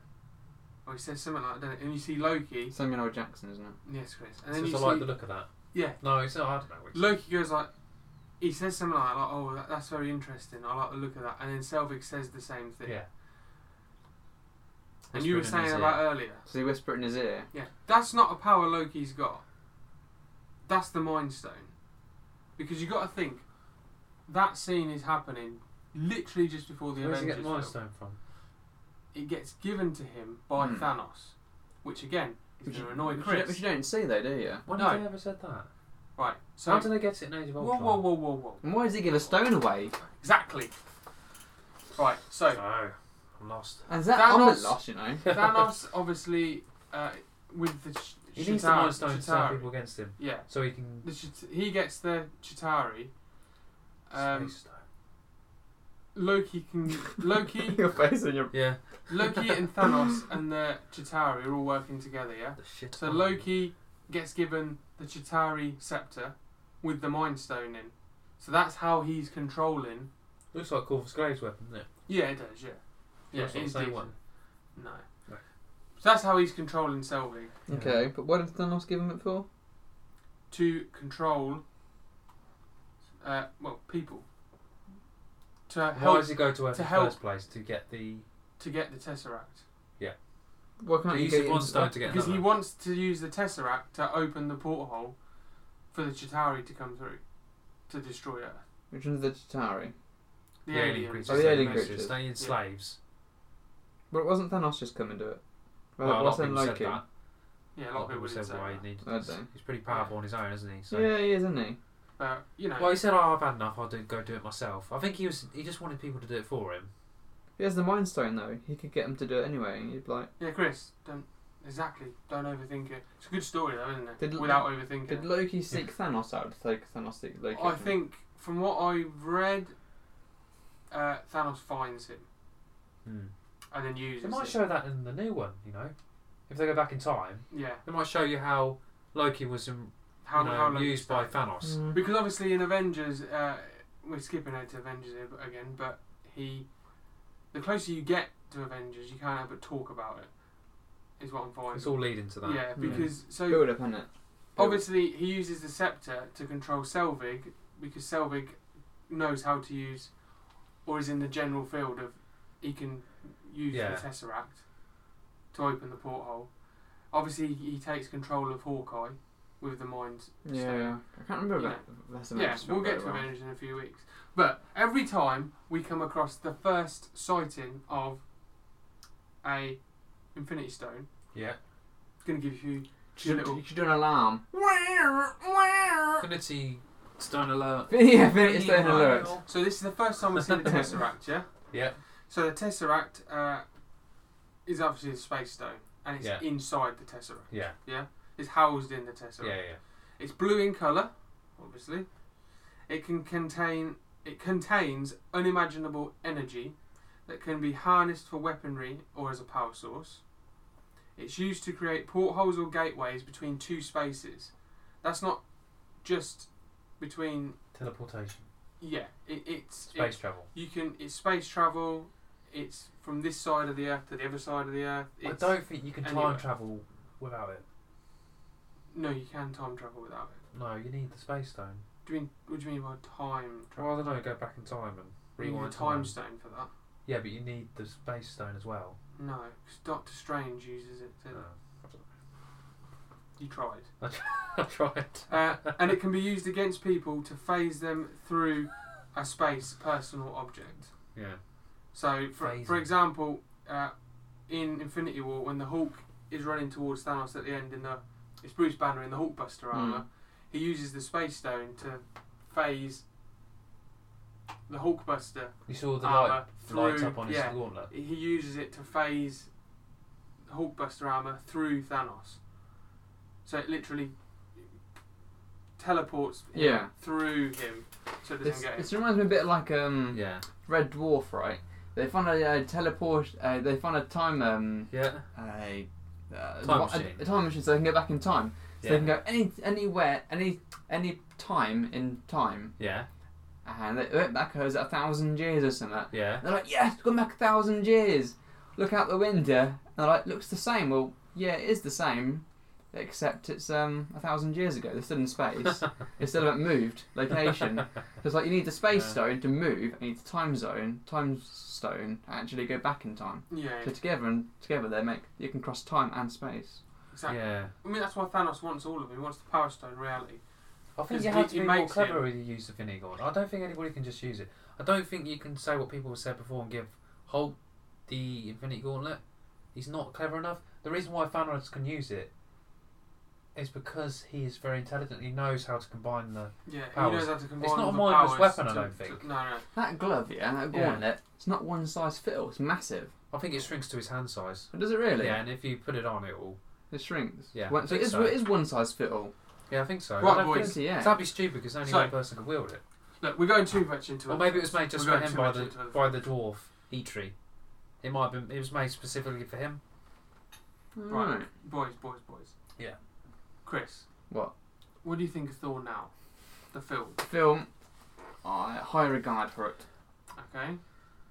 [SPEAKER 1] Or he says something like that. And you see Loki.
[SPEAKER 2] Samuel L. Jackson, isn't it?
[SPEAKER 1] Yes, Chris. And
[SPEAKER 3] So
[SPEAKER 1] then you
[SPEAKER 3] I
[SPEAKER 1] see,
[SPEAKER 3] like the look of that.
[SPEAKER 1] Yeah.
[SPEAKER 3] No, it's not hard to know. Which
[SPEAKER 1] Loki goes like, he says something like, like "Oh, that, that's very interesting. I like the look of that." And then Selvig says the same thing.
[SPEAKER 3] Yeah.
[SPEAKER 1] And you were
[SPEAKER 3] Whispering in
[SPEAKER 1] saying
[SPEAKER 3] his
[SPEAKER 1] about
[SPEAKER 3] ear.
[SPEAKER 1] earlier.
[SPEAKER 2] So he whispered in his ear.
[SPEAKER 1] Yeah, that's not a power Loki's got. That's the Mind Stone, because you got to think that scene is happening literally just before the
[SPEAKER 3] Where does he
[SPEAKER 1] Avengers.
[SPEAKER 3] get the
[SPEAKER 1] film.
[SPEAKER 3] milestone from?
[SPEAKER 1] It gets given to him by
[SPEAKER 2] Hmm.
[SPEAKER 1] Thanos, which again is
[SPEAKER 2] Which
[SPEAKER 1] going
[SPEAKER 2] you-
[SPEAKER 1] to annoy
[SPEAKER 2] which you don't-
[SPEAKER 1] Chris.
[SPEAKER 2] Which you don't see though, do you?
[SPEAKER 3] When
[SPEAKER 1] No.
[SPEAKER 3] have they ever said that?
[SPEAKER 1] Right. So
[SPEAKER 3] How did they get it in Age of
[SPEAKER 1] whoa,
[SPEAKER 3] Ultron?
[SPEAKER 1] whoa, whoa, whoa, whoa.
[SPEAKER 2] And why does he give a stone away?
[SPEAKER 1] Exactly. Right. So
[SPEAKER 3] No, I'm lost.
[SPEAKER 2] And is that
[SPEAKER 1] Thanos-
[SPEAKER 2] on the loss, you know?
[SPEAKER 1] Thanos obviously uh, with the ch-
[SPEAKER 3] He needs the
[SPEAKER 1] Chitauri-
[SPEAKER 3] Mind Stone to turn
[SPEAKER 1] Chitauri.
[SPEAKER 3] people against him,
[SPEAKER 1] Yeah,
[SPEAKER 3] so he can.
[SPEAKER 1] the chit he gets the Chitari. Um,
[SPEAKER 3] Space Stone.
[SPEAKER 1] Loki can Loki,
[SPEAKER 2] your face and your
[SPEAKER 3] Yeah.
[SPEAKER 1] Loki and Thanos and the Chitari are all working together. Yeah,
[SPEAKER 3] The shit.
[SPEAKER 1] so
[SPEAKER 3] on.
[SPEAKER 1] Loki gets given the Chitari scepter with the Mind Stone in. So that's how he's controlling.
[SPEAKER 3] looks like Corvus Graves' weapon, doesn't it?
[SPEAKER 1] Yeah, it does. Yeah, yeah,
[SPEAKER 3] Looks like
[SPEAKER 1] it
[SPEAKER 3] the
[SPEAKER 1] is
[SPEAKER 3] same
[SPEAKER 1] decent.
[SPEAKER 3] one.
[SPEAKER 1] No.
[SPEAKER 3] Right.
[SPEAKER 1] So that's how he's controlling Selvig.
[SPEAKER 2] Okay, but what did Thanos give him it for?
[SPEAKER 1] to control, uh, well, people. To
[SPEAKER 3] Why
[SPEAKER 1] help
[SPEAKER 3] does he go to Earth
[SPEAKER 1] to
[SPEAKER 3] in the
[SPEAKER 1] help-
[SPEAKER 3] first place to get the?
[SPEAKER 1] to get the Tesseract.
[SPEAKER 2] Why
[SPEAKER 3] To
[SPEAKER 2] can't you
[SPEAKER 3] use
[SPEAKER 2] get
[SPEAKER 3] it one stone to get
[SPEAKER 1] Because he
[SPEAKER 3] another.
[SPEAKER 1] wants to use the Tesseract to open the porthole for the Chitauri to come through to destroy Earth.
[SPEAKER 2] Which one's the Chitari?
[SPEAKER 1] The
[SPEAKER 3] The alien
[SPEAKER 1] aliens.
[SPEAKER 3] creatures.
[SPEAKER 2] Oh, the
[SPEAKER 3] they
[SPEAKER 2] alien
[SPEAKER 3] basically
[SPEAKER 2] creatures.
[SPEAKER 3] Stay in slaves.
[SPEAKER 2] But wasn't Thanos just come and do it? Well,
[SPEAKER 3] Well, a lot of
[SPEAKER 2] wasn't
[SPEAKER 3] people said
[SPEAKER 2] Loki?
[SPEAKER 3] that.
[SPEAKER 1] Yeah, a lot of people
[SPEAKER 3] said
[SPEAKER 1] did say
[SPEAKER 3] why
[SPEAKER 1] that.
[SPEAKER 3] he needed
[SPEAKER 2] I
[SPEAKER 3] this.
[SPEAKER 2] don't.
[SPEAKER 3] He's pretty powerful on his own, isn't he? So.
[SPEAKER 2] Yeah, he is, isn't he?
[SPEAKER 1] But you know,
[SPEAKER 3] Well, he said, "Oh, I've had enough. I'll do, go do it myself." I think he was. He just wanted people to do it for him.
[SPEAKER 2] He has the Mind Stone though. He could get him to do it anyway. He'd be like,
[SPEAKER 1] yeah, Chris, don't exactly, don't overthink it. It's a good story though, isn't it?
[SPEAKER 2] Did-
[SPEAKER 1] Without overthinking.
[SPEAKER 2] did
[SPEAKER 1] it.
[SPEAKER 2] Loki seek Thanos out? Did Thanos seek Loki?
[SPEAKER 1] I
[SPEAKER 2] out?
[SPEAKER 1] think from what I've read, uh, Thanos finds him and then uses
[SPEAKER 3] They might
[SPEAKER 1] it.
[SPEAKER 3] show that in the new one. You know, if they go back in time,
[SPEAKER 1] yeah,
[SPEAKER 3] they might show you how Loki was um,
[SPEAKER 1] how
[SPEAKER 3] you know,
[SPEAKER 1] how long
[SPEAKER 3] used by Thanos.
[SPEAKER 2] Mm.
[SPEAKER 1] Because obviously in Avengers, uh, we're skipping ahead to Avengers here but- again, but he, the closer you get to Avengers, you can't help but talk about it. Is what I'm finding.
[SPEAKER 3] It's all leading to that. Mm.
[SPEAKER 1] yeah,
[SPEAKER 2] Hmm.
[SPEAKER 1] because so
[SPEAKER 2] build up on it.
[SPEAKER 1] obviously he uses the scepter to control Selvig because Selvig knows how to use, or is in the general field of, he can use
[SPEAKER 3] Yeah.
[SPEAKER 1] the Tesseract to open the porthole. Obviously, he takes control of Hawkeye with the mind
[SPEAKER 2] Yeah, I can't remember
[SPEAKER 1] Yeah.
[SPEAKER 2] about that's
[SPEAKER 1] yeah,
[SPEAKER 2] Avengers
[SPEAKER 1] we'll
[SPEAKER 2] very
[SPEAKER 1] get to
[SPEAKER 2] well.
[SPEAKER 1] Avengers in a few weeks. But every time we come across the first sighting of a Infinity Stone,
[SPEAKER 3] Yeah.
[SPEAKER 1] it's going to give you
[SPEAKER 2] Should,
[SPEAKER 1] little-
[SPEAKER 2] should do an alarm.
[SPEAKER 3] Infinity Stone alert.
[SPEAKER 2] yeah, it's an alert.
[SPEAKER 1] So this is the first time we've seen the Tesseract, yeah.
[SPEAKER 3] Yeah.
[SPEAKER 1] So the Tesseract uh, is obviously the Space Stone, and it's
[SPEAKER 3] Yeah.
[SPEAKER 1] inside the Tesseract.
[SPEAKER 3] Yeah.
[SPEAKER 1] It's housed in the
[SPEAKER 3] Yeah.
[SPEAKER 1] Tesseract.
[SPEAKER 3] Yeah.
[SPEAKER 1] It's blue in colour, obviously. It can contain it contains unimaginable energy that can be harnessed for weaponry or as a power source. It's used to create portholes or gateways between two spaces. That's not just between
[SPEAKER 3] Teleportation.
[SPEAKER 1] yeah, it, it's it-
[SPEAKER 3] Space travel.
[SPEAKER 1] you can it's space travel. It's from this side of the earth to the other side of the earth.
[SPEAKER 3] I
[SPEAKER 1] It's,
[SPEAKER 3] don't think you can time
[SPEAKER 1] anyway.
[SPEAKER 3] travel without it.
[SPEAKER 1] No, you can time travel without it.
[SPEAKER 3] No, you need the space stone.
[SPEAKER 1] Do you mean what do you mean by time travel?
[SPEAKER 3] Well, I don't know. Go back in time and
[SPEAKER 1] you need a
[SPEAKER 3] rewind
[SPEAKER 1] time stone for that.
[SPEAKER 3] Yeah, but you need the space stone as well. Uh,
[SPEAKER 1] No, because Doctor Strange uses it. Too.
[SPEAKER 3] Ah.
[SPEAKER 1] You tried.
[SPEAKER 3] I tried.
[SPEAKER 1] Uh, and it can be used against people to phase them through a space personal object.
[SPEAKER 3] Yeah.
[SPEAKER 1] So, for, for
[SPEAKER 3] Phasing.
[SPEAKER 1] example, uh, in Infinity War, when the Hulk is running towards Thanos at the end, in the
[SPEAKER 3] Hmm.
[SPEAKER 1] it's Bruce Banner in the Hulkbuster armor, he uses the Space Stone to phase the Hulkbuster
[SPEAKER 3] You saw the light,
[SPEAKER 1] armor
[SPEAKER 3] light
[SPEAKER 1] Ah, uh, through-
[SPEAKER 3] up on his
[SPEAKER 1] yeah.
[SPEAKER 3] gauntlet.
[SPEAKER 1] he uses it to phase Hulkbuster armor through Thanos. So it literally teleports him
[SPEAKER 2] Yeah.
[SPEAKER 1] through him so it
[SPEAKER 2] This,
[SPEAKER 1] doesn't get him.
[SPEAKER 2] this reminds me a bit like um
[SPEAKER 3] Yeah.
[SPEAKER 2] Red Dwarf, right? They find a uh, teleport. Uh, they find a time um
[SPEAKER 3] Yeah.
[SPEAKER 2] a, uh,
[SPEAKER 3] Time
[SPEAKER 2] a-
[SPEAKER 3] machine.
[SPEAKER 2] A, time machine, so they can go back in time. So
[SPEAKER 3] Yeah.
[SPEAKER 2] they can go any anywhere, any any time in time,
[SPEAKER 3] Yeah.
[SPEAKER 2] and they, oh, that goes a thousand years or something.
[SPEAKER 3] Yeah.
[SPEAKER 2] They're like, yes, gone back a thousand years. Look out the window, and they're like, looks the same. Well, yeah, it is the same, except it's um a thousand years ago. They're still in space. they still haven't moved location. It's like you need the space
[SPEAKER 3] Yeah.
[SPEAKER 2] stone to move, and you need the time zone, time stone to actually go back in time.
[SPEAKER 1] Yeah,
[SPEAKER 2] So together and together they make you can cross time and space.
[SPEAKER 1] exactly.
[SPEAKER 3] Yeah.
[SPEAKER 1] I mean, that's why Thanos wants all of them. He wants the Power Stone reality.
[SPEAKER 3] I think
[SPEAKER 1] Because
[SPEAKER 3] you have
[SPEAKER 1] it-
[SPEAKER 3] to be
[SPEAKER 1] it
[SPEAKER 3] more
[SPEAKER 1] makes
[SPEAKER 3] clever with the use of Finnegan. I don't think anybody can just use it. I don't think you can say what people have said before and give Hulk the Infinity Gauntlet. He's not clever enough. The reason why Thanos can use it is because he is very intelligent. He knows how to combine the.
[SPEAKER 1] Yeah,
[SPEAKER 3] Powers.
[SPEAKER 1] he knows how to combine
[SPEAKER 3] It's not a
[SPEAKER 1] the
[SPEAKER 3] mindless
[SPEAKER 1] powers
[SPEAKER 3] weapon, I
[SPEAKER 1] to-
[SPEAKER 3] don't
[SPEAKER 1] to-
[SPEAKER 3] think.
[SPEAKER 1] no, no.
[SPEAKER 2] That glove, yeah, that
[SPEAKER 3] Yeah.
[SPEAKER 2] gauntlet, it's not one size fit all, it's massive.
[SPEAKER 3] I think it shrinks to his hand size.
[SPEAKER 2] But does it really?
[SPEAKER 3] Yeah, and if you put it on, it will.
[SPEAKER 2] It shrinks.
[SPEAKER 3] Yeah, I
[SPEAKER 2] Well, so
[SPEAKER 3] think
[SPEAKER 2] it, is,
[SPEAKER 3] so.
[SPEAKER 2] it is one size fit all.
[SPEAKER 3] Yeah, I think so.
[SPEAKER 1] Right,
[SPEAKER 3] I don't
[SPEAKER 1] boys.
[SPEAKER 3] think-
[SPEAKER 2] Plenty, yeah.
[SPEAKER 3] That'd be stupid because only
[SPEAKER 1] So-
[SPEAKER 3] one person could wield it.
[SPEAKER 1] Look, we're going too much into
[SPEAKER 3] Or
[SPEAKER 1] it.
[SPEAKER 3] maybe it was made just
[SPEAKER 1] We're
[SPEAKER 3] for
[SPEAKER 1] going
[SPEAKER 3] him
[SPEAKER 1] too
[SPEAKER 3] by
[SPEAKER 1] much
[SPEAKER 3] the
[SPEAKER 1] into it.
[SPEAKER 3] by the dwarf Eitri. It might have been. It was made specifically for him.
[SPEAKER 2] "Mm,
[SPEAKER 1] Right. Boys, boys, boys.
[SPEAKER 3] Yeah.
[SPEAKER 1] Chris,
[SPEAKER 2] What?
[SPEAKER 1] what do you think of Thor now? The film,
[SPEAKER 2] Film, I high regard for it.
[SPEAKER 1] okay?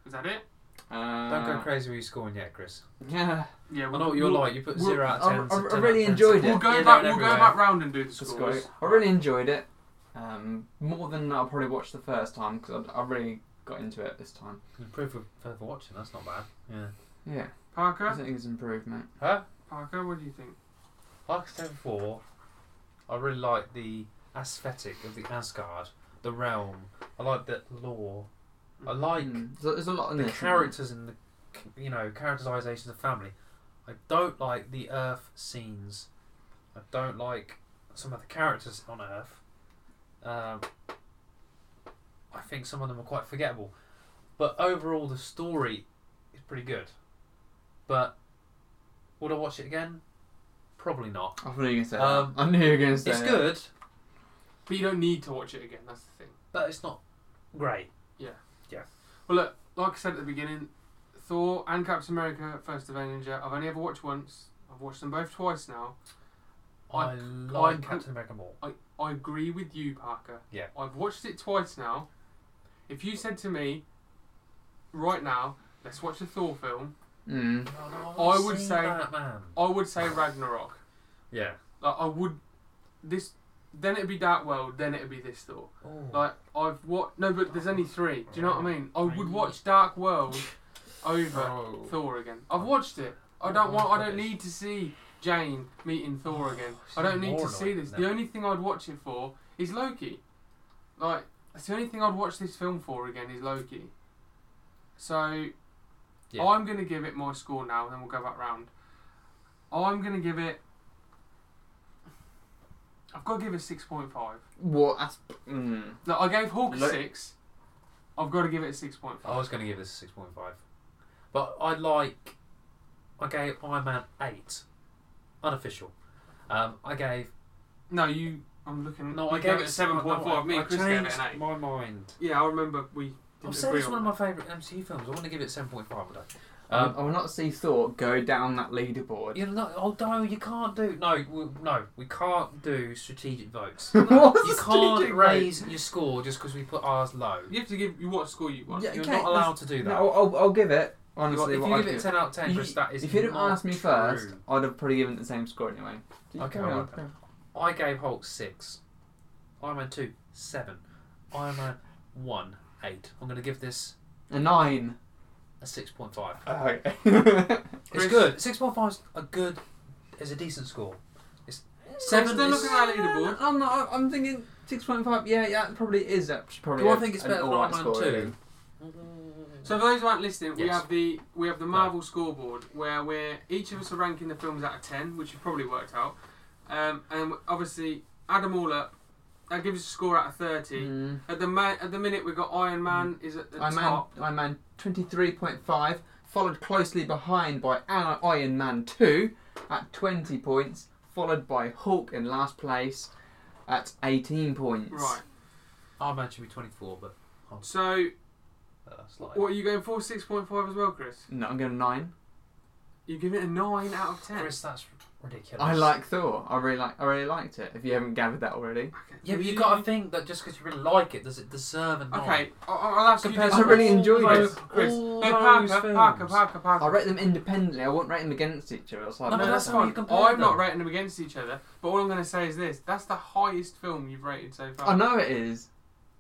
[SPEAKER 1] Is that it?
[SPEAKER 2] Uh,
[SPEAKER 3] Don't go crazy with your scoring yet, Chris.
[SPEAKER 2] Yeah.
[SPEAKER 1] Yeah,
[SPEAKER 3] I know what you're
[SPEAKER 1] we'll-
[SPEAKER 3] like. You put
[SPEAKER 1] we'll-
[SPEAKER 3] zero out of
[SPEAKER 2] I-
[SPEAKER 3] ten.
[SPEAKER 2] I- I
[SPEAKER 3] 10 out of
[SPEAKER 2] really
[SPEAKER 3] 10.
[SPEAKER 2] enjoyed
[SPEAKER 1] We'll
[SPEAKER 2] it.
[SPEAKER 1] go
[SPEAKER 3] Yeah,
[SPEAKER 1] back.
[SPEAKER 3] they're
[SPEAKER 1] We'll go
[SPEAKER 3] everywhere.
[SPEAKER 1] back round and do the
[SPEAKER 2] It's
[SPEAKER 1] scores.
[SPEAKER 2] great. I really enjoyed it. Um, more than I probably watched the first time because I, I really got into it this time.
[SPEAKER 3] Proof of for for watching. That's not bad. Yeah.
[SPEAKER 2] Yeah. I
[SPEAKER 1] Parker,
[SPEAKER 2] think it's improved, mate.
[SPEAKER 3] Huh?
[SPEAKER 1] Parker, what do you think?
[SPEAKER 3] Like I said before, I really like the aesthetic of the Asgard, the realm. I like the lore. I like
[SPEAKER 2] Mm, there's, there's a lot in
[SPEAKER 3] the
[SPEAKER 2] this. isn't
[SPEAKER 3] characters and the c- you know characterizations of family. I don't like the Earth scenes. I don't like some of the characters on Earth. Um, I think some of them are quite forgettable, but overall the story is pretty good. But would I watch it again? Probably not.
[SPEAKER 2] there? I thought you were going to say
[SPEAKER 3] Um,
[SPEAKER 2] that. I knew you were going to say
[SPEAKER 3] It's
[SPEAKER 2] that.
[SPEAKER 3] good,
[SPEAKER 1] But you don't need to watch it again. That's the thing.
[SPEAKER 3] but it's not great.
[SPEAKER 1] Well, look, like I said at the beginning, Thor and Captain America: First Avenger. I've only ever watched once. I've watched them both twice now.
[SPEAKER 3] I,
[SPEAKER 1] I-
[SPEAKER 3] like
[SPEAKER 1] I-
[SPEAKER 3] Captain America more.
[SPEAKER 1] I agree with you, Parker.
[SPEAKER 3] Yeah.
[SPEAKER 1] I've watched it twice now. If you said to me, right now, let's watch a Thor film,
[SPEAKER 2] Mm.
[SPEAKER 1] I would
[SPEAKER 3] See
[SPEAKER 1] say-
[SPEAKER 3] Batman.
[SPEAKER 1] I would say Ragnarok.
[SPEAKER 3] Yeah.
[SPEAKER 1] Like I would, this, then it'd be Dark World, then it'd be this Thor.
[SPEAKER 3] Ooh.
[SPEAKER 1] Like I've what? No, but there's only three. Do you know what I mean? I would watch Dark World over
[SPEAKER 3] Oh.
[SPEAKER 1] Thor again. I've watched it. I don't want. I don't need to see Jane meeting
[SPEAKER 3] Oh,
[SPEAKER 1] Thor again. I don't need to see this. The only thing I'd watch it for is Loki. Like that's the only thing I'd watch this film for again is Loki. So
[SPEAKER 3] Yeah.
[SPEAKER 1] I'm gonna give it my score now, and then we'll go back round. I'm gonna give it. I've got to give it six point five.
[SPEAKER 2] What? That's. Mm.
[SPEAKER 1] Look, I gave Hulk
[SPEAKER 2] Lo-
[SPEAKER 1] a six. I've got to give it a six point
[SPEAKER 3] I
[SPEAKER 1] five.
[SPEAKER 3] was going to give this a six point five, but I like. I gave Iron Man eight, unofficial. Um, I gave
[SPEAKER 1] No, you. I'm looking. you
[SPEAKER 3] no, I gave,
[SPEAKER 1] it a seven point
[SPEAKER 3] no, I-
[SPEAKER 1] five. Me
[SPEAKER 3] I
[SPEAKER 1] and Chris gave
[SPEAKER 3] changed
[SPEAKER 1] it an eight.
[SPEAKER 3] my mind.
[SPEAKER 1] Yeah, I remember we.
[SPEAKER 3] I'm
[SPEAKER 1] Didn't
[SPEAKER 3] saying
[SPEAKER 1] agree
[SPEAKER 3] it's
[SPEAKER 1] on
[SPEAKER 3] one of
[SPEAKER 1] that.
[SPEAKER 3] my favourite MCU films. I want to give it seven point five. I don't.
[SPEAKER 2] I
[SPEAKER 3] Um,
[SPEAKER 2] will- I will not see Thor go down that leaderboard.
[SPEAKER 3] you know, oh no, you can't do no, we, no, we can't do strategic votes.
[SPEAKER 2] What's
[SPEAKER 3] you
[SPEAKER 2] a
[SPEAKER 3] can't
[SPEAKER 2] strategic
[SPEAKER 3] raise your score just because we put ours low.
[SPEAKER 1] You have to give you what score you want.
[SPEAKER 2] Yeah,
[SPEAKER 3] You're
[SPEAKER 2] okay,
[SPEAKER 3] not allowed to do
[SPEAKER 2] vote?
[SPEAKER 3] that.
[SPEAKER 2] No, I'll, I'll, I'll give it. Honestly,
[SPEAKER 3] if
[SPEAKER 2] what
[SPEAKER 3] you
[SPEAKER 2] I'd
[SPEAKER 3] give it a ten out of ten,
[SPEAKER 2] If
[SPEAKER 3] Chris,
[SPEAKER 2] you-
[SPEAKER 3] that is
[SPEAKER 2] if you didn't
[SPEAKER 3] not
[SPEAKER 2] ask me
[SPEAKER 3] true.
[SPEAKER 2] first, I'd have probably given it the same score anyway. You
[SPEAKER 3] Okay,
[SPEAKER 2] carry on.
[SPEAKER 3] alright I gave Hulk six. Iron Man two seven. Iron Man one eight. I'm going to give this
[SPEAKER 2] A nine.
[SPEAKER 3] a six point five.
[SPEAKER 2] Okay.
[SPEAKER 3] It's
[SPEAKER 1] Chris-
[SPEAKER 3] good. Six point five is a good. Is a decent score. It's
[SPEAKER 1] Chris,
[SPEAKER 3] seven.
[SPEAKER 1] don't
[SPEAKER 3] Is,
[SPEAKER 1] look at that leaderboard.
[SPEAKER 2] I'm not. I'm thinking six point five. Yeah, yeah, it probably is. That's probably.
[SPEAKER 3] Do I
[SPEAKER 2] a-
[SPEAKER 3] think it's
[SPEAKER 2] an
[SPEAKER 3] better than
[SPEAKER 2] alright
[SPEAKER 3] Iron Man
[SPEAKER 2] score,
[SPEAKER 3] two?
[SPEAKER 2] really.
[SPEAKER 1] So for those who aren't listening, we
[SPEAKER 3] Yes.
[SPEAKER 1] have the we have the Marvel scoreboard where we're each of us are ranking the films out of ten, which you've probably worked out. Um, and obviously add them all up, That gives us a score out of thirty.
[SPEAKER 2] Mm.
[SPEAKER 1] At the ma- at the minute, we've got Iron Man
[SPEAKER 3] Mm.
[SPEAKER 1] is at the
[SPEAKER 2] Iron Man,
[SPEAKER 1] top.
[SPEAKER 2] Iron Man 23.5, followed closely behind by Iron Iron Man 2 at 20 points, followed by Hulk in last place at 18 points.
[SPEAKER 1] Right.
[SPEAKER 3] Iron Man should be 24, but
[SPEAKER 1] So
[SPEAKER 3] uh, slightly.
[SPEAKER 1] what are you going for? Six point five as well, Chris.
[SPEAKER 2] No, I'm going 9.
[SPEAKER 1] You give it a nine out of ten.
[SPEAKER 3] Chris, that's ridiculous.
[SPEAKER 2] I like Thor. I really like. I really liked it. If you haven't gathered that already,
[SPEAKER 1] Okay.
[SPEAKER 3] Yeah, but you got to think that just because you really like it, does it deserve a nine?
[SPEAKER 1] Okay, I- I'll ask you
[SPEAKER 3] Compared
[SPEAKER 1] this.
[SPEAKER 2] I really
[SPEAKER 1] Chris.
[SPEAKER 2] enjoyed
[SPEAKER 3] all
[SPEAKER 2] it.
[SPEAKER 1] Chris,
[SPEAKER 3] those-
[SPEAKER 1] Chris. No,
[SPEAKER 3] all those
[SPEAKER 1] Parker,
[SPEAKER 3] films.
[SPEAKER 1] Parker, Parker,
[SPEAKER 2] I
[SPEAKER 1] Parker.
[SPEAKER 2] rate them independently. I won't rate them against each other. It's like
[SPEAKER 3] No,
[SPEAKER 1] No,
[SPEAKER 3] but
[SPEAKER 1] that's
[SPEAKER 3] that's how you
[SPEAKER 1] fine.
[SPEAKER 3] compare
[SPEAKER 1] I'm not
[SPEAKER 3] them.
[SPEAKER 1] rating them against each other, but all I'm going to say is this: that's the highest film you've rated so far.
[SPEAKER 2] I know it is.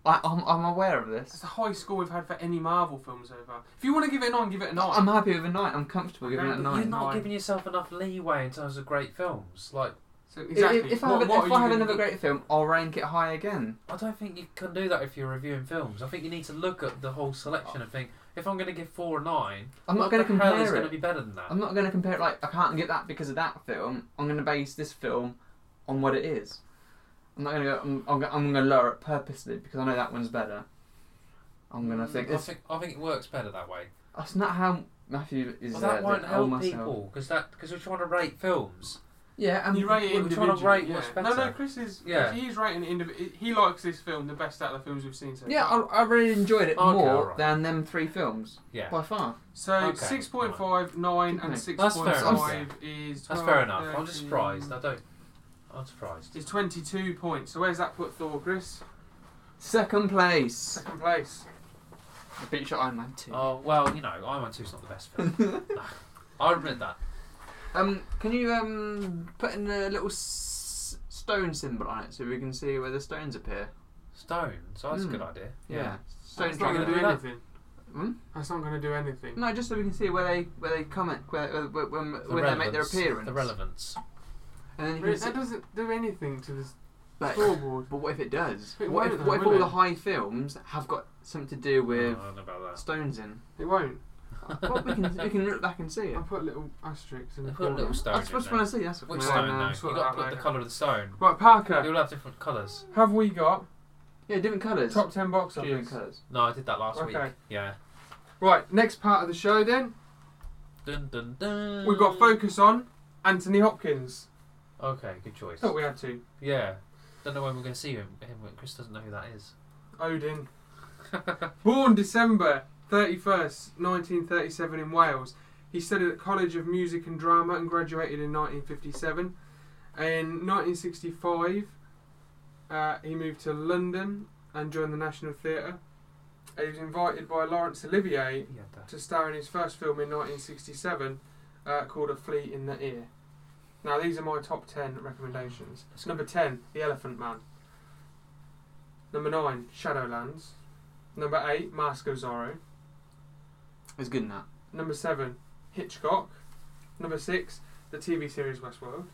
[SPEAKER 2] I, I'm, I'm aware of
[SPEAKER 1] That's
[SPEAKER 2] this.
[SPEAKER 1] the highest score we've had for any Marvel film so far. If you want to give it a nine, give it a 9
[SPEAKER 2] I'm happy with a nine. I'm comfortable giving
[SPEAKER 1] Okay,
[SPEAKER 2] it a
[SPEAKER 1] but
[SPEAKER 3] You're
[SPEAKER 2] nine.
[SPEAKER 3] not
[SPEAKER 1] Nine.
[SPEAKER 3] giving yourself enough leeway in terms of great films. Like,
[SPEAKER 1] so
[SPEAKER 2] If-
[SPEAKER 1] exactly.
[SPEAKER 2] If, I
[SPEAKER 1] What-
[SPEAKER 2] have,
[SPEAKER 1] what are
[SPEAKER 2] if I
[SPEAKER 1] you
[SPEAKER 2] have
[SPEAKER 1] gonna
[SPEAKER 2] another
[SPEAKER 1] give-
[SPEAKER 2] great film, I'll rank it high again.
[SPEAKER 3] I don't think you can do that if you're reviewing films. I think you need to look at the whole selection and think, if I'm going to give four or nine,
[SPEAKER 2] I'm
[SPEAKER 3] what
[SPEAKER 2] not going to
[SPEAKER 3] the hell is
[SPEAKER 2] compare
[SPEAKER 3] going to
[SPEAKER 2] it.
[SPEAKER 3] be better than that?
[SPEAKER 2] I'm not going to compare it. Like I can't get that because of that film. I'm going to base this film on what it is. I'm not going to go. I'm, I'm, go- I'm going to lower it purposely because I know that one's better. I'm going to
[SPEAKER 3] Mm,
[SPEAKER 2] think.
[SPEAKER 3] I
[SPEAKER 2] It's,
[SPEAKER 3] think I think it works better that way.
[SPEAKER 2] that's not how Matthew is.
[SPEAKER 3] Well,
[SPEAKER 2] uh,
[SPEAKER 3] that won't
[SPEAKER 2] I
[SPEAKER 3] help
[SPEAKER 2] myself.
[SPEAKER 3] people because that because we're trying to rate films.
[SPEAKER 2] Yeah, and
[SPEAKER 1] You rate it
[SPEAKER 3] we're trying to
[SPEAKER 1] individually,
[SPEAKER 3] rate what's
[SPEAKER 1] yeah. No, no,
[SPEAKER 3] better.
[SPEAKER 1] Chris is.
[SPEAKER 3] Yeah.
[SPEAKER 1] he's rating it indiv- He likes this film the best out of the films we've seen so
[SPEAKER 2] Yeah,
[SPEAKER 1] far.
[SPEAKER 2] I, I really enjoyed it
[SPEAKER 3] Okay,
[SPEAKER 2] more
[SPEAKER 3] alright.
[SPEAKER 2] than them three films
[SPEAKER 3] Yeah,
[SPEAKER 2] by far.
[SPEAKER 1] So
[SPEAKER 3] Okay.
[SPEAKER 1] six point five, nine, and
[SPEAKER 2] That's
[SPEAKER 1] six
[SPEAKER 3] fair
[SPEAKER 1] point
[SPEAKER 3] enough.
[SPEAKER 1] five is.
[SPEAKER 3] that's
[SPEAKER 1] 12,
[SPEAKER 3] fair enough. I'm just
[SPEAKER 1] 13.
[SPEAKER 3] surprised. I don't. I'm surprised.
[SPEAKER 1] It's twenty-two points. So where's that put Thor, Chris?
[SPEAKER 2] Second place.
[SPEAKER 1] Second place.
[SPEAKER 2] I beat your Iron Man two.
[SPEAKER 3] Oh well, you know, Iron Man 2's not the best film. I admit that.
[SPEAKER 2] Um, can you um put in a little s- stone symbol on it so we can see where the stones appear?
[SPEAKER 3] Stone. So that's
[SPEAKER 2] Mm.
[SPEAKER 3] a good idea.
[SPEAKER 2] Stone
[SPEAKER 1] That's not going
[SPEAKER 2] dragon.
[SPEAKER 1] to do
[SPEAKER 3] that.
[SPEAKER 1] anything.
[SPEAKER 2] Hmm?
[SPEAKER 1] That's not going to do anything.
[SPEAKER 2] No, just so we can see where they where they come at, where, where, where, when,
[SPEAKER 3] The
[SPEAKER 2] when they make their
[SPEAKER 3] relevance-
[SPEAKER 2] appearance.
[SPEAKER 3] The relevance.
[SPEAKER 2] And then you
[SPEAKER 1] Really,
[SPEAKER 2] can see,
[SPEAKER 1] that doesn't do anything to this
[SPEAKER 2] but,
[SPEAKER 1] scoreboard.
[SPEAKER 2] but what if it does?
[SPEAKER 1] It
[SPEAKER 2] what
[SPEAKER 1] won't
[SPEAKER 2] if,
[SPEAKER 1] though,
[SPEAKER 2] what if
[SPEAKER 1] will
[SPEAKER 2] all the
[SPEAKER 1] it?
[SPEAKER 2] high films have got something to do with
[SPEAKER 3] Oh, I don't know about that.
[SPEAKER 2] stones in?
[SPEAKER 1] It won't.
[SPEAKER 2] well, we can we can look back and see it.
[SPEAKER 1] I'll put little asterisks in the
[SPEAKER 3] They put a
[SPEAKER 1] corner.
[SPEAKER 3] little stone.
[SPEAKER 2] That's
[SPEAKER 3] in
[SPEAKER 2] what
[SPEAKER 3] there.
[SPEAKER 2] I see. That's uh, what
[SPEAKER 3] Which
[SPEAKER 1] No,
[SPEAKER 3] stone?
[SPEAKER 1] no,
[SPEAKER 3] though?
[SPEAKER 1] sort
[SPEAKER 3] you
[SPEAKER 1] that
[SPEAKER 3] got to put
[SPEAKER 1] later.
[SPEAKER 3] the colour of the stone.
[SPEAKER 1] Right, Parker,
[SPEAKER 3] You'll have different colours.
[SPEAKER 1] have we got
[SPEAKER 2] Yeah, different colours.
[SPEAKER 1] top 10 box
[SPEAKER 2] different
[SPEAKER 1] office?
[SPEAKER 2] colours.
[SPEAKER 3] No, I did that last week.
[SPEAKER 1] Okay.
[SPEAKER 3] Yeah.
[SPEAKER 1] Right, next part of the show then.
[SPEAKER 3] Dun dun dun.
[SPEAKER 1] We've got Focus on Anthony Hopkins.
[SPEAKER 3] Okay, good choice.
[SPEAKER 1] Thought Oh, we had to.
[SPEAKER 3] Yeah. Don't know when we're going to see him. him when Chris doesn't know who that is.
[SPEAKER 1] Odin. Born December 31st, 1937 in Wales. He studied at College of Music and Drama and graduated in 1957. In 1965, uh, he moved to London and joined the National Theatre. He was invited by Laurence Olivier
[SPEAKER 3] Yeah, that.
[SPEAKER 1] to star in his first film in 1967 uh, called A Flea in the Ear. Now, these are my top 10 recommendations.
[SPEAKER 3] That's
[SPEAKER 1] Number 10, The Elephant Man. Number 9, Shadowlands. Number 8, Mask of Zorro.
[SPEAKER 2] It's good in that.
[SPEAKER 1] Number 7, Hitchcock. Number 6, the TV series Westworld.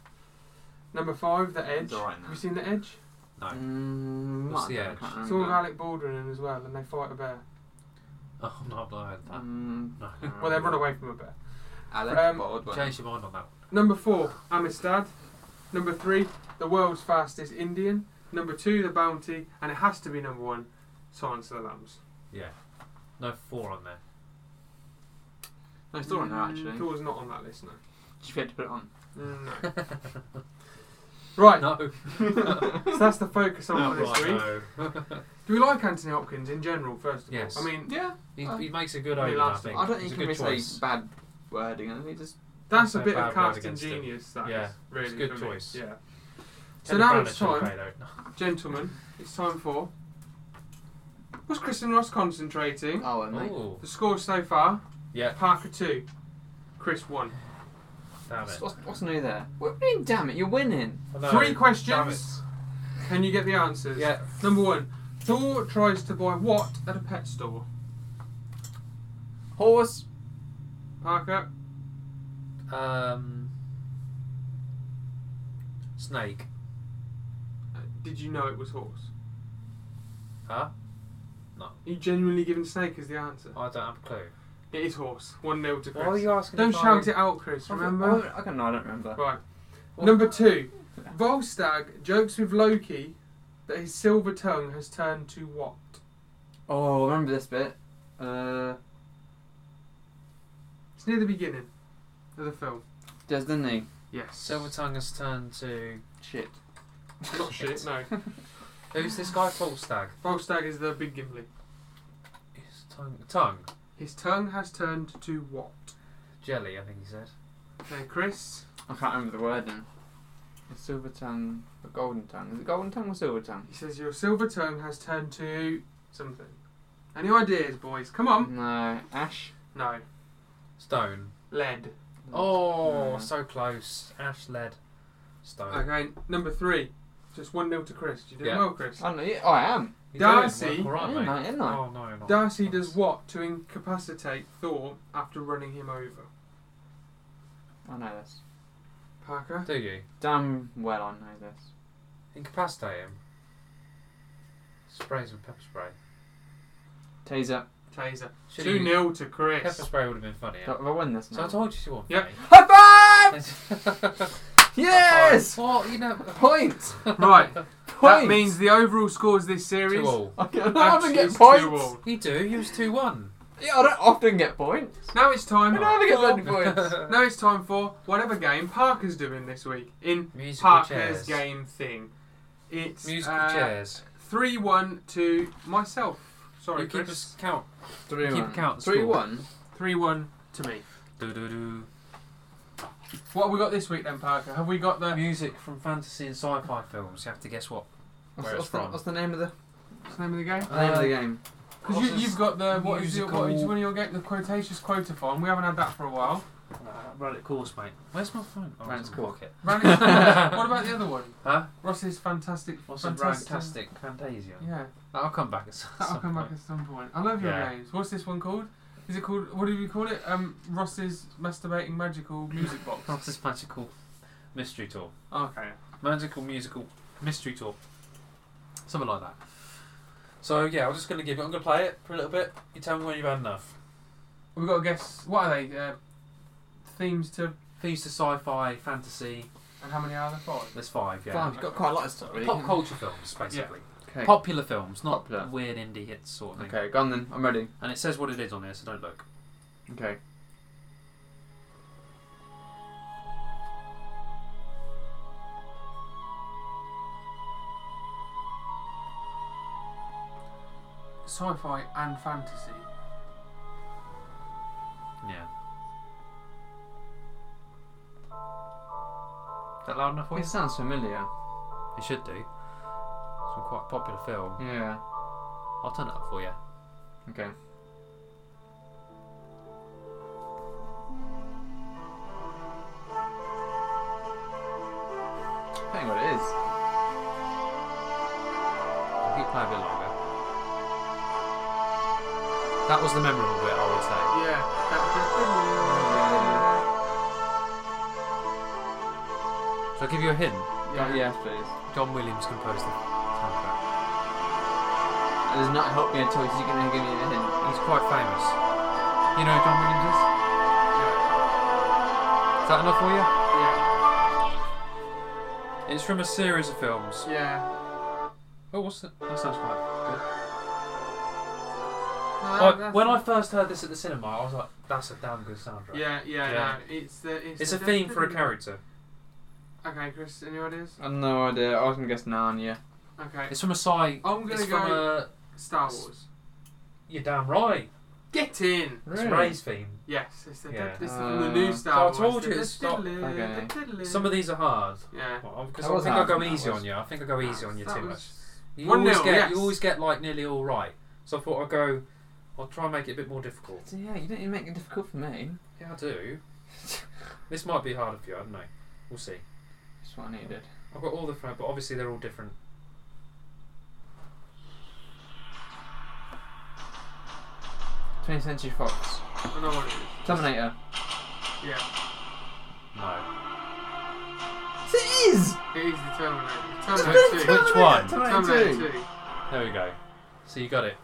[SPEAKER 1] Number 5, The Edge.
[SPEAKER 2] It's alright now.
[SPEAKER 1] Have you seen The Edge?
[SPEAKER 3] No.
[SPEAKER 2] Mm,
[SPEAKER 3] What's
[SPEAKER 2] might
[SPEAKER 3] the
[SPEAKER 2] have, I
[SPEAKER 3] edge?
[SPEAKER 2] can't
[SPEAKER 1] It's all with
[SPEAKER 2] remember.
[SPEAKER 1] Alec Baldwin in as well, and they fight a bear.
[SPEAKER 3] Oh, I'm not blind. That.
[SPEAKER 1] Mm.
[SPEAKER 2] Um,
[SPEAKER 3] No.
[SPEAKER 2] can't
[SPEAKER 1] Well, they run
[SPEAKER 2] remember.
[SPEAKER 1] away from a bear.
[SPEAKER 2] Alec
[SPEAKER 1] Um,
[SPEAKER 2] Baldwin.
[SPEAKER 3] Change your mind on that one.
[SPEAKER 1] Number four, Amistad. Number three, the world's fastest Indian. Number two, the Bounty, and it has to be number one, Silence of the Lambs.
[SPEAKER 3] Yeah. No four on there.
[SPEAKER 2] No, it's still on there actually.
[SPEAKER 1] Mm, Thor's not on that list, no.
[SPEAKER 2] She forgot to put it on.
[SPEAKER 1] No. right,
[SPEAKER 3] Mm. No.
[SPEAKER 1] so that's the focus on
[SPEAKER 3] No,
[SPEAKER 1] for this
[SPEAKER 3] right,
[SPEAKER 1] week.
[SPEAKER 3] no.
[SPEAKER 1] Do we like Anthony Hopkins in general? First of
[SPEAKER 3] Yes.
[SPEAKER 1] all, I mean
[SPEAKER 2] Yeah,
[SPEAKER 3] He,
[SPEAKER 2] Uh,
[SPEAKER 3] he makes a good
[SPEAKER 1] I mean,
[SPEAKER 3] opener, I
[SPEAKER 1] last-
[SPEAKER 3] think.
[SPEAKER 2] I don't
[SPEAKER 3] It's
[SPEAKER 2] think
[SPEAKER 3] a
[SPEAKER 2] you can
[SPEAKER 3] good
[SPEAKER 2] really
[SPEAKER 3] choice.
[SPEAKER 2] say bad wording. I think just
[SPEAKER 1] that's a
[SPEAKER 3] No
[SPEAKER 1] bit
[SPEAKER 3] bad
[SPEAKER 1] of
[SPEAKER 3] word
[SPEAKER 1] casting
[SPEAKER 3] against him.
[SPEAKER 1] genius. That is
[SPEAKER 3] Yeah.
[SPEAKER 1] really
[SPEAKER 3] It's a good
[SPEAKER 1] for me.
[SPEAKER 3] choice.
[SPEAKER 1] Yeah. So
[SPEAKER 3] Kenneth
[SPEAKER 1] now
[SPEAKER 3] Branagh
[SPEAKER 1] it's
[SPEAKER 3] should have
[SPEAKER 1] time,
[SPEAKER 3] played out. No.
[SPEAKER 1] gentlemen. It's time for. Was Kristen Ross concentrating?
[SPEAKER 2] oh, well, mate.
[SPEAKER 3] Ooh.
[SPEAKER 1] The score so far:
[SPEAKER 3] Yeah.
[SPEAKER 1] Parker two, Chris one.
[SPEAKER 3] Damn it.
[SPEAKER 2] What's, what's new there? What do you mean, damn it? You're winning.
[SPEAKER 3] I know.
[SPEAKER 1] Three
[SPEAKER 3] Damn it.
[SPEAKER 1] questions. Can you get the answers?
[SPEAKER 3] Yeah.
[SPEAKER 1] Number one, Thor tries to buy what at a pet store?
[SPEAKER 2] Horse.
[SPEAKER 1] Parker,
[SPEAKER 3] Um, snake.
[SPEAKER 1] uh, did you know it was horse?
[SPEAKER 3] Huh?
[SPEAKER 1] Are you genuinely giving snake as the answer?
[SPEAKER 3] I don't have a clue.
[SPEAKER 1] It is horse. One nil to Chris.
[SPEAKER 3] asking?
[SPEAKER 1] Don't shout it out, Chris. Remember.
[SPEAKER 2] Oh, I, can, no, I don't remember.
[SPEAKER 1] Right.
[SPEAKER 3] What?
[SPEAKER 1] Number two, Volstagg jokes with Loki that his silver tongue has turned to what?
[SPEAKER 2] Oh, I remember this bit. Uh,
[SPEAKER 1] It's near the beginning of the film.
[SPEAKER 2] does didn't he?
[SPEAKER 1] Yes.
[SPEAKER 3] Silver tongue has turned to
[SPEAKER 2] Shit.
[SPEAKER 1] Not shit, no.
[SPEAKER 3] who's this guy? Falstag.
[SPEAKER 1] Volstagg is the big Gimli.
[SPEAKER 3] His tongue, tongue,
[SPEAKER 1] His tongue has turned to what?
[SPEAKER 3] jelly. I think he said.
[SPEAKER 1] Okay, Chris.
[SPEAKER 2] I can't remember the word now. A silver tongue, a golden tongue. Is it golden tongue or silver tongue?
[SPEAKER 1] He says your silver tongue has turned to something. Any ideas, boys? Come on.
[SPEAKER 2] No, ash.
[SPEAKER 1] No.
[SPEAKER 3] Stone.
[SPEAKER 1] Lead.
[SPEAKER 3] Oh,
[SPEAKER 2] No.
[SPEAKER 3] so close. Ash lead. Stone.
[SPEAKER 1] Okay, number three. Just one nil to Chris. You did
[SPEAKER 3] Yeah.
[SPEAKER 1] well, Chris.
[SPEAKER 2] I, don't know, yeah, oh, I am.
[SPEAKER 3] You're doing
[SPEAKER 1] Darcy-
[SPEAKER 3] well, all right,
[SPEAKER 2] yeah,
[SPEAKER 3] mate.
[SPEAKER 2] no, yeah, no.
[SPEAKER 3] Oh no, not
[SPEAKER 1] Darcy does what to incapacitate Thor after running him over?
[SPEAKER 2] I know this.
[SPEAKER 1] Parker.
[SPEAKER 3] Do you
[SPEAKER 2] Damn well I know this.
[SPEAKER 3] incapacitate him? Sprays with pepper spray.
[SPEAKER 2] Taser.
[SPEAKER 1] Taser.
[SPEAKER 3] Should
[SPEAKER 1] Two
[SPEAKER 3] you-
[SPEAKER 1] nil to Chris.
[SPEAKER 3] Pepper spray would have been funnier.
[SPEAKER 2] Have I won this
[SPEAKER 3] So I
[SPEAKER 2] now?
[SPEAKER 3] told you she won.
[SPEAKER 1] Yeah.
[SPEAKER 2] High five! Yes!
[SPEAKER 3] Well, you know,
[SPEAKER 2] Point!
[SPEAKER 1] Right.
[SPEAKER 2] Point!
[SPEAKER 1] that means the overall scores this series.
[SPEAKER 3] two all.
[SPEAKER 2] I don't
[SPEAKER 1] Actually
[SPEAKER 2] often get
[SPEAKER 1] is
[SPEAKER 2] points.
[SPEAKER 1] two all.
[SPEAKER 3] You do. You was two one.
[SPEAKER 2] Yeah, I don't often get points.
[SPEAKER 1] Now it's time.
[SPEAKER 2] I never get
[SPEAKER 1] for-
[SPEAKER 2] bloody points.
[SPEAKER 1] Now it's time for whatever game Parker's doing this week in
[SPEAKER 3] Musical
[SPEAKER 1] Parker's
[SPEAKER 3] chairs.
[SPEAKER 1] game Uh, thing. It's
[SPEAKER 3] Musical chairs.
[SPEAKER 1] three one to myself. Sorry,
[SPEAKER 3] you keep
[SPEAKER 1] Chris.
[SPEAKER 3] us count.
[SPEAKER 2] Three
[SPEAKER 3] Keep
[SPEAKER 2] one.
[SPEAKER 3] account,
[SPEAKER 2] Three
[SPEAKER 3] score.
[SPEAKER 2] one.
[SPEAKER 1] Three one to me.
[SPEAKER 3] Do do do.
[SPEAKER 1] What have we got this week then, Parker? Have we got the
[SPEAKER 3] Music from fantasy and sci-fi films. You have to guess what.
[SPEAKER 2] What's,
[SPEAKER 3] Where
[SPEAKER 2] what's,
[SPEAKER 3] it's
[SPEAKER 2] the,
[SPEAKER 3] from.
[SPEAKER 2] what's the name of the
[SPEAKER 1] what's the name of the game?
[SPEAKER 2] name of
[SPEAKER 3] Uh,
[SPEAKER 2] the game?
[SPEAKER 1] Because you, you've got the what is your what is
[SPEAKER 3] Musical-
[SPEAKER 1] one of your game the quotations quota form. We haven't had that for a while.
[SPEAKER 3] Run it course, mate. Where's my phone? Oh,
[SPEAKER 2] Run it
[SPEAKER 3] it's in my
[SPEAKER 2] course.
[SPEAKER 3] pocket.
[SPEAKER 1] Ran it- what about the other one?
[SPEAKER 3] Huh?
[SPEAKER 1] Ross's fantastic.
[SPEAKER 3] What's a
[SPEAKER 1] fantastic.
[SPEAKER 3] fantastic fantasia?
[SPEAKER 1] Yeah,
[SPEAKER 3] That'll come back at some
[SPEAKER 1] that'll come back
[SPEAKER 3] point.
[SPEAKER 1] at some point. I love your
[SPEAKER 3] Yeah.
[SPEAKER 1] names. What's this one called? Is it called? What do you call it? Um, Ross's masturbating magical music box.
[SPEAKER 3] What's this magical mystery tour?
[SPEAKER 1] Okay.
[SPEAKER 3] Magical musical mystery tour. Something like that. So yeah, I'm just gonna give it. I'm gonna play it for a little bit. You tell me when you've had enough.
[SPEAKER 1] We've got to guess what are they? Uh, themes to
[SPEAKER 3] These to sci-fi, fantasy.
[SPEAKER 1] and how many are there? Five.
[SPEAKER 3] There's five. Yeah.
[SPEAKER 2] Five. You've got quite a lot of stuff. Really.
[SPEAKER 3] Pop culture films, basically.
[SPEAKER 2] Okay.
[SPEAKER 3] Popular films, not
[SPEAKER 2] Popular.
[SPEAKER 3] weird indie hits sort of thing.
[SPEAKER 2] Okay, go on then. I'm ready.
[SPEAKER 3] And it says what it is on there, so don't look.
[SPEAKER 2] Okay.
[SPEAKER 1] Sci-fi and fantasy.
[SPEAKER 3] Yeah. Is that loud enough for you?
[SPEAKER 2] It sounds familiar.
[SPEAKER 3] It should do. It's a quite popular film.
[SPEAKER 2] Yeah.
[SPEAKER 3] I'll turn it up for you.
[SPEAKER 2] Okay. I think what it is.
[SPEAKER 3] I'll keep playing a bit longer. That was the memorable bit, I would say.
[SPEAKER 1] Yeah.
[SPEAKER 3] Shall I give you a hint?
[SPEAKER 2] Yeah.
[SPEAKER 1] yeah.
[SPEAKER 2] Yes, please.
[SPEAKER 3] John Williams composed the soundtrack.
[SPEAKER 2] It does not help me at all. 'cause You're gonna give me a hint.
[SPEAKER 3] He's quite famous. You know who John Williams is? Is that enough for you?
[SPEAKER 1] Yeah.
[SPEAKER 3] It's from a series of films.
[SPEAKER 1] Yeah.
[SPEAKER 3] Oh, what's that? That sounds quite good.
[SPEAKER 1] No, Ah,
[SPEAKER 3] Like,
[SPEAKER 1] that's-
[SPEAKER 3] when I first heard this at the cinema, I was like, that's a damn good soundtrack.
[SPEAKER 1] Yeah, yeah,
[SPEAKER 3] Yeah.
[SPEAKER 1] No, it's the. It's,
[SPEAKER 3] It's
[SPEAKER 1] the-
[SPEAKER 3] a theme for a character.
[SPEAKER 1] Okay, Chris, any ideas?
[SPEAKER 2] I have no idea. I was gonna guess Narnia.
[SPEAKER 1] Okay.
[SPEAKER 3] It's from a sci.
[SPEAKER 1] I'm gonna
[SPEAKER 3] it's
[SPEAKER 1] go
[SPEAKER 3] from uh, a.
[SPEAKER 1] Star Wars.
[SPEAKER 3] You're damn right.
[SPEAKER 1] Get in.
[SPEAKER 3] It's Ray's theme.
[SPEAKER 1] Yes, it's the,
[SPEAKER 3] Yeah.
[SPEAKER 1] it's the,
[SPEAKER 2] Uh,
[SPEAKER 1] the new
[SPEAKER 3] so I
[SPEAKER 1] Star Wars.
[SPEAKER 3] told you it's not-
[SPEAKER 2] Okay.
[SPEAKER 3] Some of these are hard.
[SPEAKER 1] Yeah.
[SPEAKER 3] Because
[SPEAKER 2] That
[SPEAKER 3] I
[SPEAKER 2] was
[SPEAKER 3] think I
[SPEAKER 2] hard,
[SPEAKER 3] go
[SPEAKER 2] that
[SPEAKER 3] easy
[SPEAKER 2] was.
[SPEAKER 3] on you. I think I go easy on you
[SPEAKER 1] That
[SPEAKER 3] too much.
[SPEAKER 1] was-
[SPEAKER 3] You
[SPEAKER 1] One
[SPEAKER 3] always
[SPEAKER 1] nil,
[SPEAKER 3] get
[SPEAKER 1] yes.
[SPEAKER 3] you always get like nearly all right. So I thought I'd go. I'll try and make it a bit more difficult.
[SPEAKER 2] So yeah, you don't even make it difficult for me.
[SPEAKER 3] Yeah, I do. this might be harder for you. I don't know. We'll see.
[SPEAKER 2] That's what I needed.
[SPEAKER 3] I've got all the front, but obviously they're all different.
[SPEAKER 2] Twentieth Century Fox.
[SPEAKER 1] I know what it is.
[SPEAKER 2] Terminator.
[SPEAKER 1] Yeah.
[SPEAKER 3] No.
[SPEAKER 2] It is.
[SPEAKER 1] It is the Terminator.
[SPEAKER 3] Which
[SPEAKER 1] Terminator 2.
[SPEAKER 3] one?
[SPEAKER 2] Terminator
[SPEAKER 1] Terminator 2.
[SPEAKER 2] two.
[SPEAKER 3] There we go. So you got it.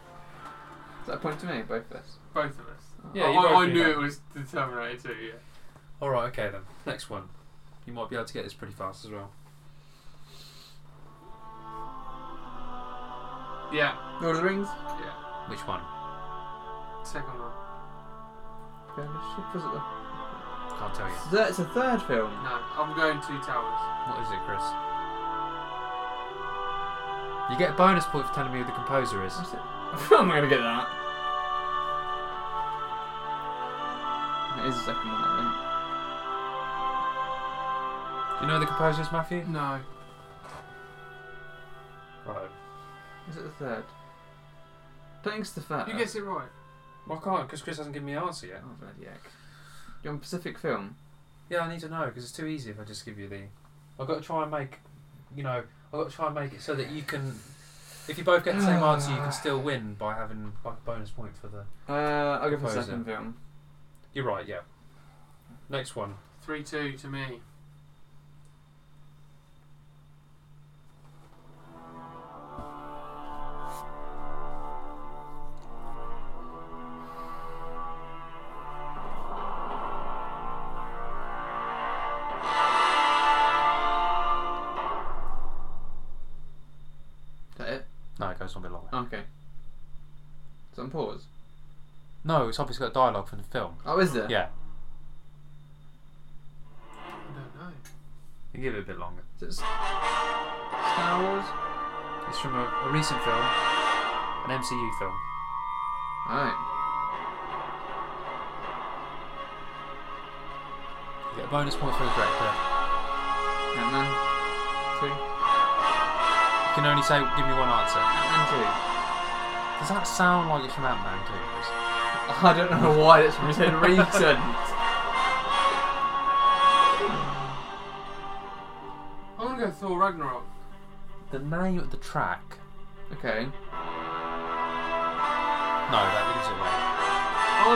[SPEAKER 2] Is that a point to me? Both of us.
[SPEAKER 1] Both of us.
[SPEAKER 3] Yeah,
[SPEAKER 1] I,
[SPEAKER 3] you both
[SPEAKER 1] I, I
[SPEAKER 3] knew
[SPEAKER 1] knew
[SPEAKER 3] that.
[SPEAKER 1] it was the Terminator 2, yeah.
[SPEAKER 3] All right. Okay then. Next one. You might be able to get this pretty fast as well.
[SPEAKER 1] Yeah,
[SPEAKER 2] Lord of the Rings.
[SPEAKER 1] yeah.
[SPEAKER 3] Which one?
[SPEAKER 1] Second one.
[SPEAKER 2] Fellowship, was it the-
[SPEAKER 3] Can't tell you.
[SPEAKER 2] It's a- It's a third film.
[SPEAKER 1] No, I'm going Two Towers.
[SPEAKER 3] What is it, Chris? You get a bonus point for telling me who the composer is.
[SPEAKER 2] What's it? I'm not gonna get that. It is the second one, I
[SPEAKER 3] Do you know who the composer is, Matthew?
[SPEAKER 1] No.
[SPEAKER 3] Right.
[SPEAKER 2] think. Is it the third? Don't think it's the third.
[SPEAKER 1] Who gets it right?
[SPEAKER 3] Well, I can't, because Chris hasn't given me an answer yet.
[SPEAKER 2] Oh bloody heck! You're on Pacific Film.
[SPEAKER 3] Yeah, I need to know because it's too easy if I just give you the. I've got to try and make, you know, I've got to try and make it so that you can, if you both get the same answer, you can still win by having like a bonus point for the.
[SPEAKER 2] Uh, I'll go for
[SPEAKER 3] Composer.
[SPEAKER 2] the second film.
[SPEAKER 3] You're right. Yeah. Next one.
[SPEAKER 1] Three two to me.
[SPEAKER 2] Is that it?
[SPEAKER 3] No, it goes on a bit longer.
[SPEAKER 2] Okay. It's on pause.
[SPEAKER 3] No, it's obviously got dialogue from the film.
[SPEAKER 2] Oh, is there?
[SPEAKER 3] Yeah.
[SPEAKER 1] I don't know.
[SPEAKER 3] You give it a bit longer.
[SPEAKER 2] Is it S- Star Wars?
[SPEAKER 3] It's from a, a recent film, an MCU film.
[SPEAKER 2] Alright.
[SPEAKER 3] You get a bonus point for the director.
[SPEAKER 2] Ant-Man. Two.
[SPEAKER 3] You can only say, give me one answer.
[SPEAKER 2] Ant-Man
[SPEAKER 3] Does that sound like it's from Ant Man too? Chris?
[SPEAKER 2] two. I don't know why it's written recent.
[SPEAKER 1] I'm gonna go Thor Ragnarok.
[SPEAKER 3] The name of the track.
[SPEAKER 2] Okay.
[SPEAKER 3] No, that gives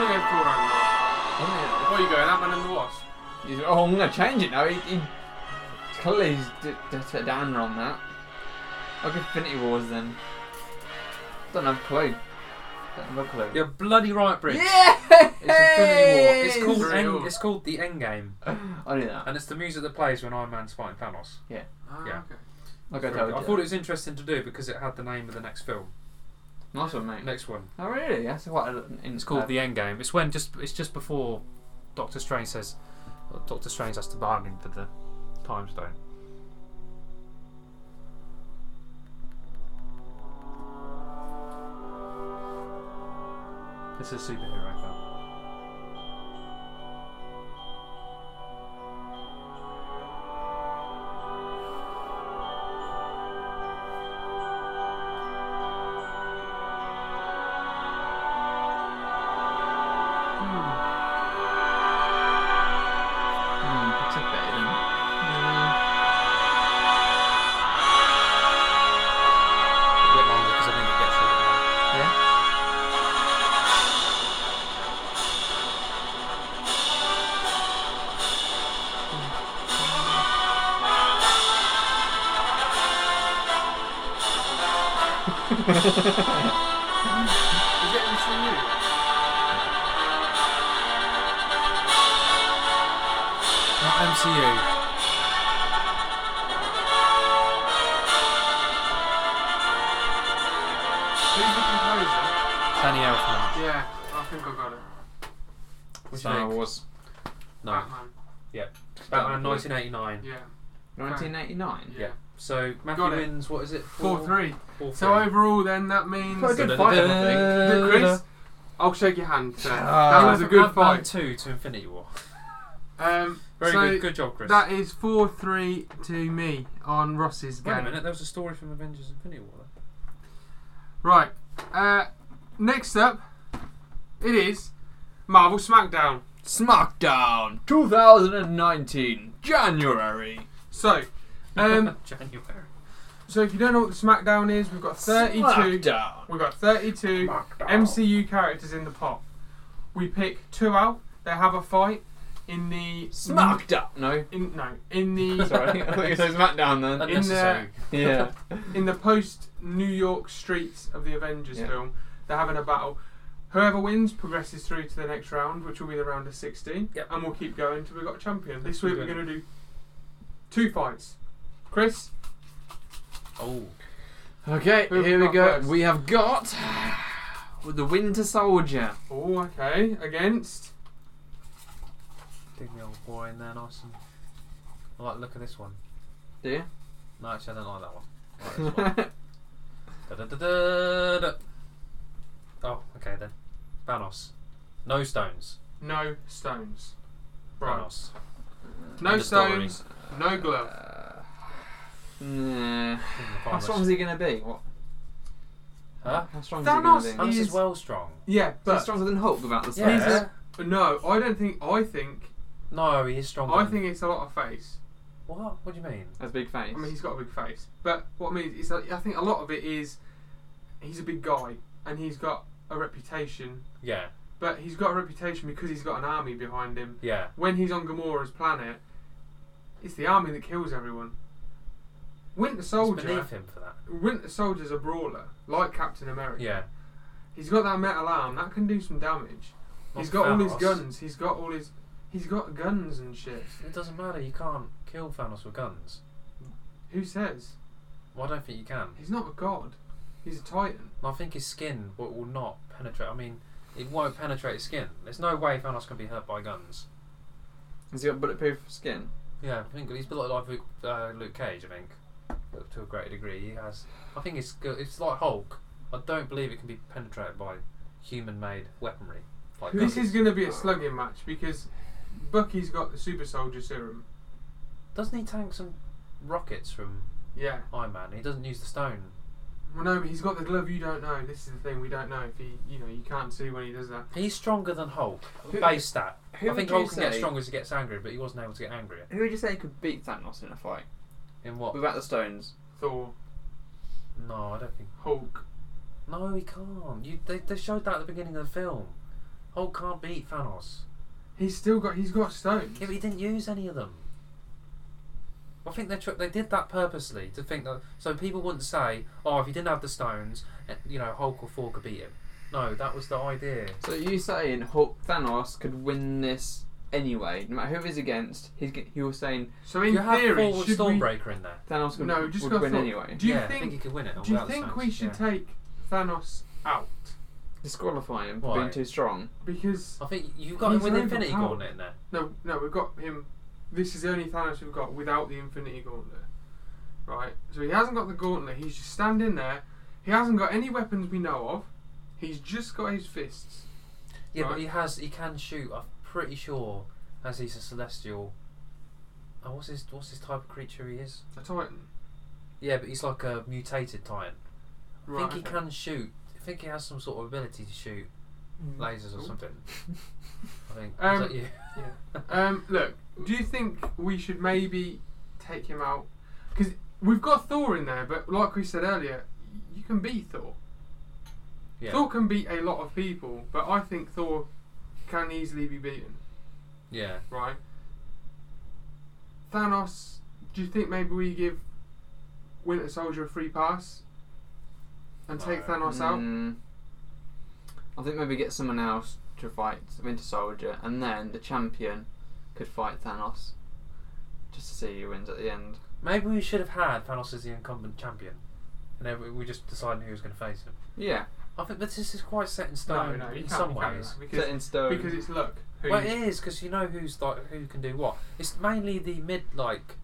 [SPEAKER 3] it away.
[SPEAKER 1] I'm gonna go Thor Ragnarok.
[SPEAKER 2] Yeah.
[SPEAKER 1] Where you going? Ant Man and the Wasp.
[SPEAKER 2] He's- oh, I'm gonna change it now. He, he clearly he's d- d- d- down on that. I'll give Infinity Wars then. Don't have a clue. Don't have a clue.
[SPEAKER 3] You're bloody right, Briggs.
[SPEAKER 2] Yeah!
[SPEAKER 3] It's Infinity War. It's called
[SPEAKER 1] Very
[SPEAKER 3] end,
[SPEAKER 1] old.
[SPEAKER 3] it's called the Endgame,
[SPEAKER 2] I knew that.
[SPEAKER 3] and it's the music that plays when Iron Man's fighting Thanos.
[SPEAKER 1] Ah,
[SPEAKER 3] Yeah.
[SPEAKER 1] Okay.
[SPEAKER 2] Like I
[SPEAKER 3] Very
[SPEAKER 2] told you.
[SPEAKER 3] good. I thought it was interesting to do because it had the name of the next film.
[SPEAKER 2] Nice one, mate.
[SPEAKER 3] Next one.
[SPEAKER 2] Oh, really? That's quite a, in,
[SPEAKER 3] It's called the Endgame. It's when just it's just before Doctor Strange says well, Doctor Strange has to bargain for the time stone. It's a superhero film.
[SPEAKER 1] Hmm.
[SPEAKER 2] Hmm, it's a bit, isn't it?
[SPEAKER 1] Yeah.
[SPEAKER 3] A bit longer because I think it gets a bit more.
[SPEAKER 2] Yeah?
[SPEAKER 1] Is it MCU?
[SPEAKER 3] Not MCU.
[SPEAKER 1] Who's the composer?
[SPEAKER 3] Danny Elfman.
[SPEAKER 1] Yeah, I think I got it.
[SPEAKER 3] Which
[SPEAKER 2] Star
[SPEAKER 3] make?
[SPEAKER 2] Wars.
[SPEAKER 3] No.
[SPEAKER 1] Batman.
[SPEAKER 3] Batman 1989.
[SPEAKER 1] Yeah.
[SPEAKER 2] 1989?
[SPEAKER 1] Yeah.
[SPEAKER 3] So Matthew
[SPEAKER 1] Got it.
[SPEAKER 3] wins. What is it?
[SPEAKER 1] Four three.
[SPEAKER 3] Four,
[SPEAKER 1] So overall, then that means
[SPEAKER 2] Quite a good
[SPEAKER 1] that
[SPEAKER 2] fight, I think.
[SPEAKER 1] Chris. I'll shake your hand. Sir.
[SPEAKER 2] Ah.
[SPEAKER 1] that was a good
[SPEAKER 3] Batman
[SPEAKER 1] fight.
[SPEAKER 3] Two to Infinity War.
[SPEAKER 1] Um,
[SPEAKER 3] Very
[SPEAKER 1] so
[SPEAKER 3] good. Good job, Chris.
[SPEAKER 1] That is four three to me on Ross's
[SPEAKER 3] Wait a
[SPEAKER 1] game.
[SPEAKER 3] minute. There was a story from Avengers: Infinity War. though.
[SPEAKER 1] Right. Uh, next up, it is Marvel SmackDown.
[SPEAKER 2] SmackDown 2019, January.
[SPEAKER 1] So, um,
[SPEAKER 3] January.
[SPEAKER 1] so if you don't know what the SmackDown is, we've got thirty-two.
[SPEAKER 2] SmackDown.
[SPEAKER 1] We've got thirty-two MCU characters in the pot. We pick two out. They have a fight in the
[SPEAKER 2] SmackDown. No.
[SPEAKER 1] In, no, in the
[SPEAKER 2] Sorry, I thought you said SmackDown then.
[SPEAKER 3] Unnecessary.
[SPEAKER 2] Yeah.
[SPEAKER 1] in the post New York streets of the Avengers
[SPEAKER 2] Yeah.
[SPEAKER 1] film, they're having a battle. Whoever wins progresses through to the next round, which will be the round of 16.
[SPEAKER 3] Yep.
[SPEAKER 1] And we'll keep going until we've got a champion. This week we're
[SPEAKER 3] Good.
[SPEAKER 1] going to do two fights. Chris,
[SPEAKER 3] Oh.
[SPEAKER 2] Okay,
[SPEAKER 1] Who have
[SPEAKER 2] here
[SPEAKER 1] we got
[SPEAKER 2] we go.
[SPEAKER 1] first?
[SPEAKER 2] We have got the Winter Soldier.
[SPEAKER 1] Oh, okay. Against.
[SPEAKER 3] Dig the old boy in there, nice and. I like the look of this one.
[SPEAKER 2] Do you?
[SPEAKER 3] No, actually, I don't like that one. I like this one. Da-da-da-da-da. Oh, okay then. Thanos. No stones.
[SPEAKER 1] No stones. Right.
[SPEAKER 3] Thanos.
[SPEAKER 1] No
[SPEAKER 3] End of story.
[SPEAKER 1] stones. No glove.
[SPEAKER 2] Uh, nah.
[SPEAKER 3] Give him the
[SPEAKER 2] How
[SPEAKER 3] Thanos.
[SPEAKER 2] strong is he going to be? What?
[SPEAKER 3] Huh?
[SPEAKER 2] How strong
[SPEAKER 1] Thanos
[SPEAKER 2] is he going to be?
[SPEAKER 3] Thanos is
[SPEAKER 1] He's-
[SPEAKER 3] well strong.
[SPEAKER 1] Yeah,
[SPEAKER 2] He's
[SPEAKER 1] but
[SPEAKER 2] stronger than Hulk without the
[SPEAKER 3] Yeah.
[SPEAKER 2] stones.
[SPEAKER 1] He's a- no, I don't think. I think.
[SPEAKER 3] No, he is stronger.
[SPEAKER 1] I
[SPEAKER 3] than-
[SPEAKER 1] think it's a lot of face.
[SPEAKER 3] What? What do you mean?
[SPEAKER 2] That's a big face.
[SPEAKER 1] I mean, he's got a big face, but what I mean is, that I think a lot of it is he's a big guy and he's got a reputation,
[SPEAKER 3] Yeah,
[SPEAKER 1] but he's got a reputation because he's got an army behind him.
[SPEAKER 3] yeah.
[SPEAKER 1] When he's on Gamora's planet, it's the army that kills everyone. Winter
[SPEAKER 3] It's
[SPEAKER 1] Soldier.
[SPEAKER 3] beneath him for that.
[SPEAKER 1] Winter Soldier's a brawler, like Captain America.
[SPEAKER 3] Yeah.
[SPEAKER 1] He's got that metal arm that can do some damage.
[SPEAKER 3] Not
[SPEAKER 1] he's got all his
[SPEAKER 3] Thanos.
[SPEAKER 1] guns. He's got all his. He's got guns and shit.
[SPEAKER 3] It doesn't matter. You can't kill Thanos with guns.
[SPEAKER 1] Who says?
[SPEAKER 3] Well, I don't think you can.
[SPEAKER 1] He's not a god. He's a titan.
[SPEAKER 3] I think his skin will, will not penetrate. I mean, it won't penetrate his skin. There's no way Thanos can be hurt by guns.
[SPEAKER 2] Has he got bulletproof skin?
[SPEAKER 3] Yeah, I think he's a lot like Luke, uh, Luke Cage. I think, But to a great degree, he has. I think it's go- it's like Hulk. I don't believe it can be penetrated by human-made weaponry. Like
[SPEAKER 1] This
[SPEAKER 3] guns.
[SPEAKER 1] is going to be a slugging match because Bucky's got the super soldier serum.
[SPEAKER 3] Doesn't he tank some rockets from
[SPEAKER 1] Yeah.
[SPEAKER 3] Iron Man? He doesn't use the stone.
[SPEAKER 1] Well, no, but he's got the glove. You don't know. This is the thing. We don't know if he, you know, you can't see when he does that.
[SPEAKER 3] He's stronger than Hulk.
[SPEAKER 2] Who-
[SPEAKER 3] Base stat.
[SPEAKER 2] who
[SPEAKER 3] I
[SPEAKER 2] would
[SPEAKER 3] think
[SPEAKER 2] you
[SPEAKER 3] Hulk can get
[SPEAKER 2] say-
[SPEAKER 3] stronger as he gets angry, but he wasn't able to get angrier.
[SPEAKER 2] Who would you say could beat Thanos in a fight
[SPEAKER 3] In what?
[SPEAKER 2] without the stones?
[SPEAKER 1] Thor,
[SPEAKER 3] No, I don't think.
[SPEAKER 1] Hulk.
[SPEAKER 3] No, he can't. You, they, they showed that at the beginning of the film. Hulk can't beat Thanos.
[SPEAKER 1] He's still got. He's got stones.
[SPEAKER 3] Yeah, but he didn't use any of them. I think they tr- they did that purposely to think that so people wouldn't say, oh, if he didn't have the stones, eh, you know, Hulk or Thor could beat him. No, that was the idea.
[SPEAKER 2] So you saying Hulk Thanos could win this anyway? No matter who he's against, he's g- he was saying
[SPEAKER 1] So in
[SPEAKER 3] you have
[SPEAKER 1] theory,
[SPEAKER 3] Thor with
[SPEAKER 1] should we?
[SPEAKER 3] Stormbreaker in there.
[SPEAKER 2] Thanos could,
[SPEAKER 1] No, just
[SPEAKER 2] would
[SPEAKER 1] got
[SPEAKER 2] win
[SPEAKER 1] Thor.
[SPEAKER 2] anyway.
[SPEAKER 1] Do you
[SPEAKER 3] yeah, I
[SPEAKER 1] think-
[SPEAKER 3] think he could win it?
[SPEAKER 1] Do you
[SPEAKER 3] without the
[SPEAKER 1] think
[SPEAKER 3] stones,
[SPEAKER 1] we should
[SPEAKER 3] yeah.
[SPEAKER 1] take Thanos out
[SPEAKER 2] Disqualify him for
[SPEAKER 3] Why?
[SPEAKER 2] being too strong.
[SPEAKER 1] because
[SPEAKER 3] I think you've got
[SPEAKER 1] He's
[SPEAKER 3] him with
[SPEAKER 1] overpowered.
[SPEAKER 3] Infinity Gauntlet in there.
[SPEAKER 1] no, no, we've got him. This is the only Thanos we've got without the Infinity Gauntlet, right? So he hasn't got the gauntlet. He's just standing there. He hasn't got any weapons we know of. He's just got his fists.
[SPEAKER 3] Yeah,
[SPEAKER 1] Right.
[SPEAKER 3] but he has. He can shoot. I'm pretty sure, as he's a celestial. Oh, what's his What's his type of creature he is?
[SPEAKER 1] A Titan.
[SPEAKER 3] Yeah, but he's like a mutated titan. I
[SPEAKER 1] Right.
[SPEAKER 3] think he
[SPEAKER 1] okay.
[SPEAKER 3] can shoot. I think he has some sort of ability to shoot lasers or
[SPEAKER 1] Cool.
[SPEAKER 3] something. I think.
[SPEAKER 1] Mm. Um,
[SPEAKER 3] is that you?
[SPEAKER 1] Um, look, do you think we should maybe take him out? Because we've got Thor in there, but like we said earlier, you can beat Thor.
[SPEAKER 3] Yeah.
[SPEAKER 1] Thor can beat a lot of people, but I think Thor can easily be beaten,
[SPEAKER 3] Yeah.
[SPEAKER 1] right? Thanos, do you think maybe we give Winter Soldier a free pass and take
[SPEAKER 3] No.
[SPEAKER 1] Thanos out?
[SPEAKER 2] Mm, I think maybe get someone else to fight Winter Soldier, and then the champion could fight Thanos, just to see who wins at the end.
[SPEAKER 3] Maybe we should have had Thanos as the incumbent champion, and then we- we just decided who was going to face him.
[SPEAKER 2] Yeah,
[SPEAKER 3] I think but this is quite set in
[SPEAKER 1] No,
[SPEAKER 3] stone
[SPEAKER 1] no, you
[SPEAKER 3] in
[SPEAKER 1] can't,
[SPEAKER 3] some
[SPEAKER 1] you can't do
[SPEAKER 3] ways.
[SPEAKER 1] that
[SPEAKER 2] set in stone.
[SPEAKER 1] because, because it's luck. Who
[SPEAKER 3] Well,
[SPEAKER 1] you-
[SPEAKER 3] it is because you know who's like who can do what. It's mainly the mid like.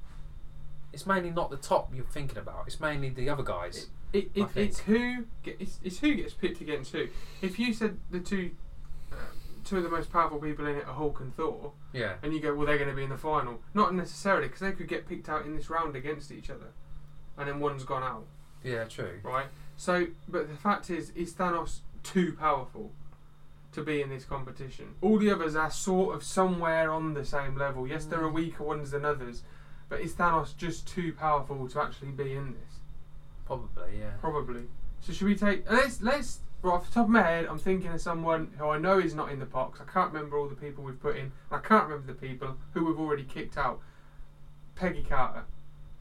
[SPEAKER 3] It's mainly not the top you're thinking about. It's mainly the other guys.
[SPEAKER 1] It,
[SPEAKER 3] I
[SPEAKER 1] it,
[SPEAKER 3] think.
[SPEAKER 1] it's who ge- it's, it's who gets picked against who. If you said the two uh, two of the most powerful people in it are Hulk and Thor,
[SPEAKER 3] Yeah.
[SPEAKER 1] and you go, well, they're going to be in the final. Not necessarily, because they could get picked out in this round against each other, and then one's gone out,
[SPEAKER 3] Yeah. True.
[SPEAKER 1] right? So, but the fact is, is Thanos too powerful to be in this competition? All the others are sort of somewhere on the same level. Yes, there are
[SPEAKER 3] Mm.
[SPEAKER 1] weaker ones than others, but is Thanos just too powerful to actually be in this?
[SPEAKER 3] Probably. Yeah.
[SPEAKER 1] Probably. So should we take? Let's let's. Right off the top of my head, I'm thinking of someone who I know is not in the pot 'cause I can't remember all the people we've put in. I can't remember the people who we've already kicked out. Peggy Carter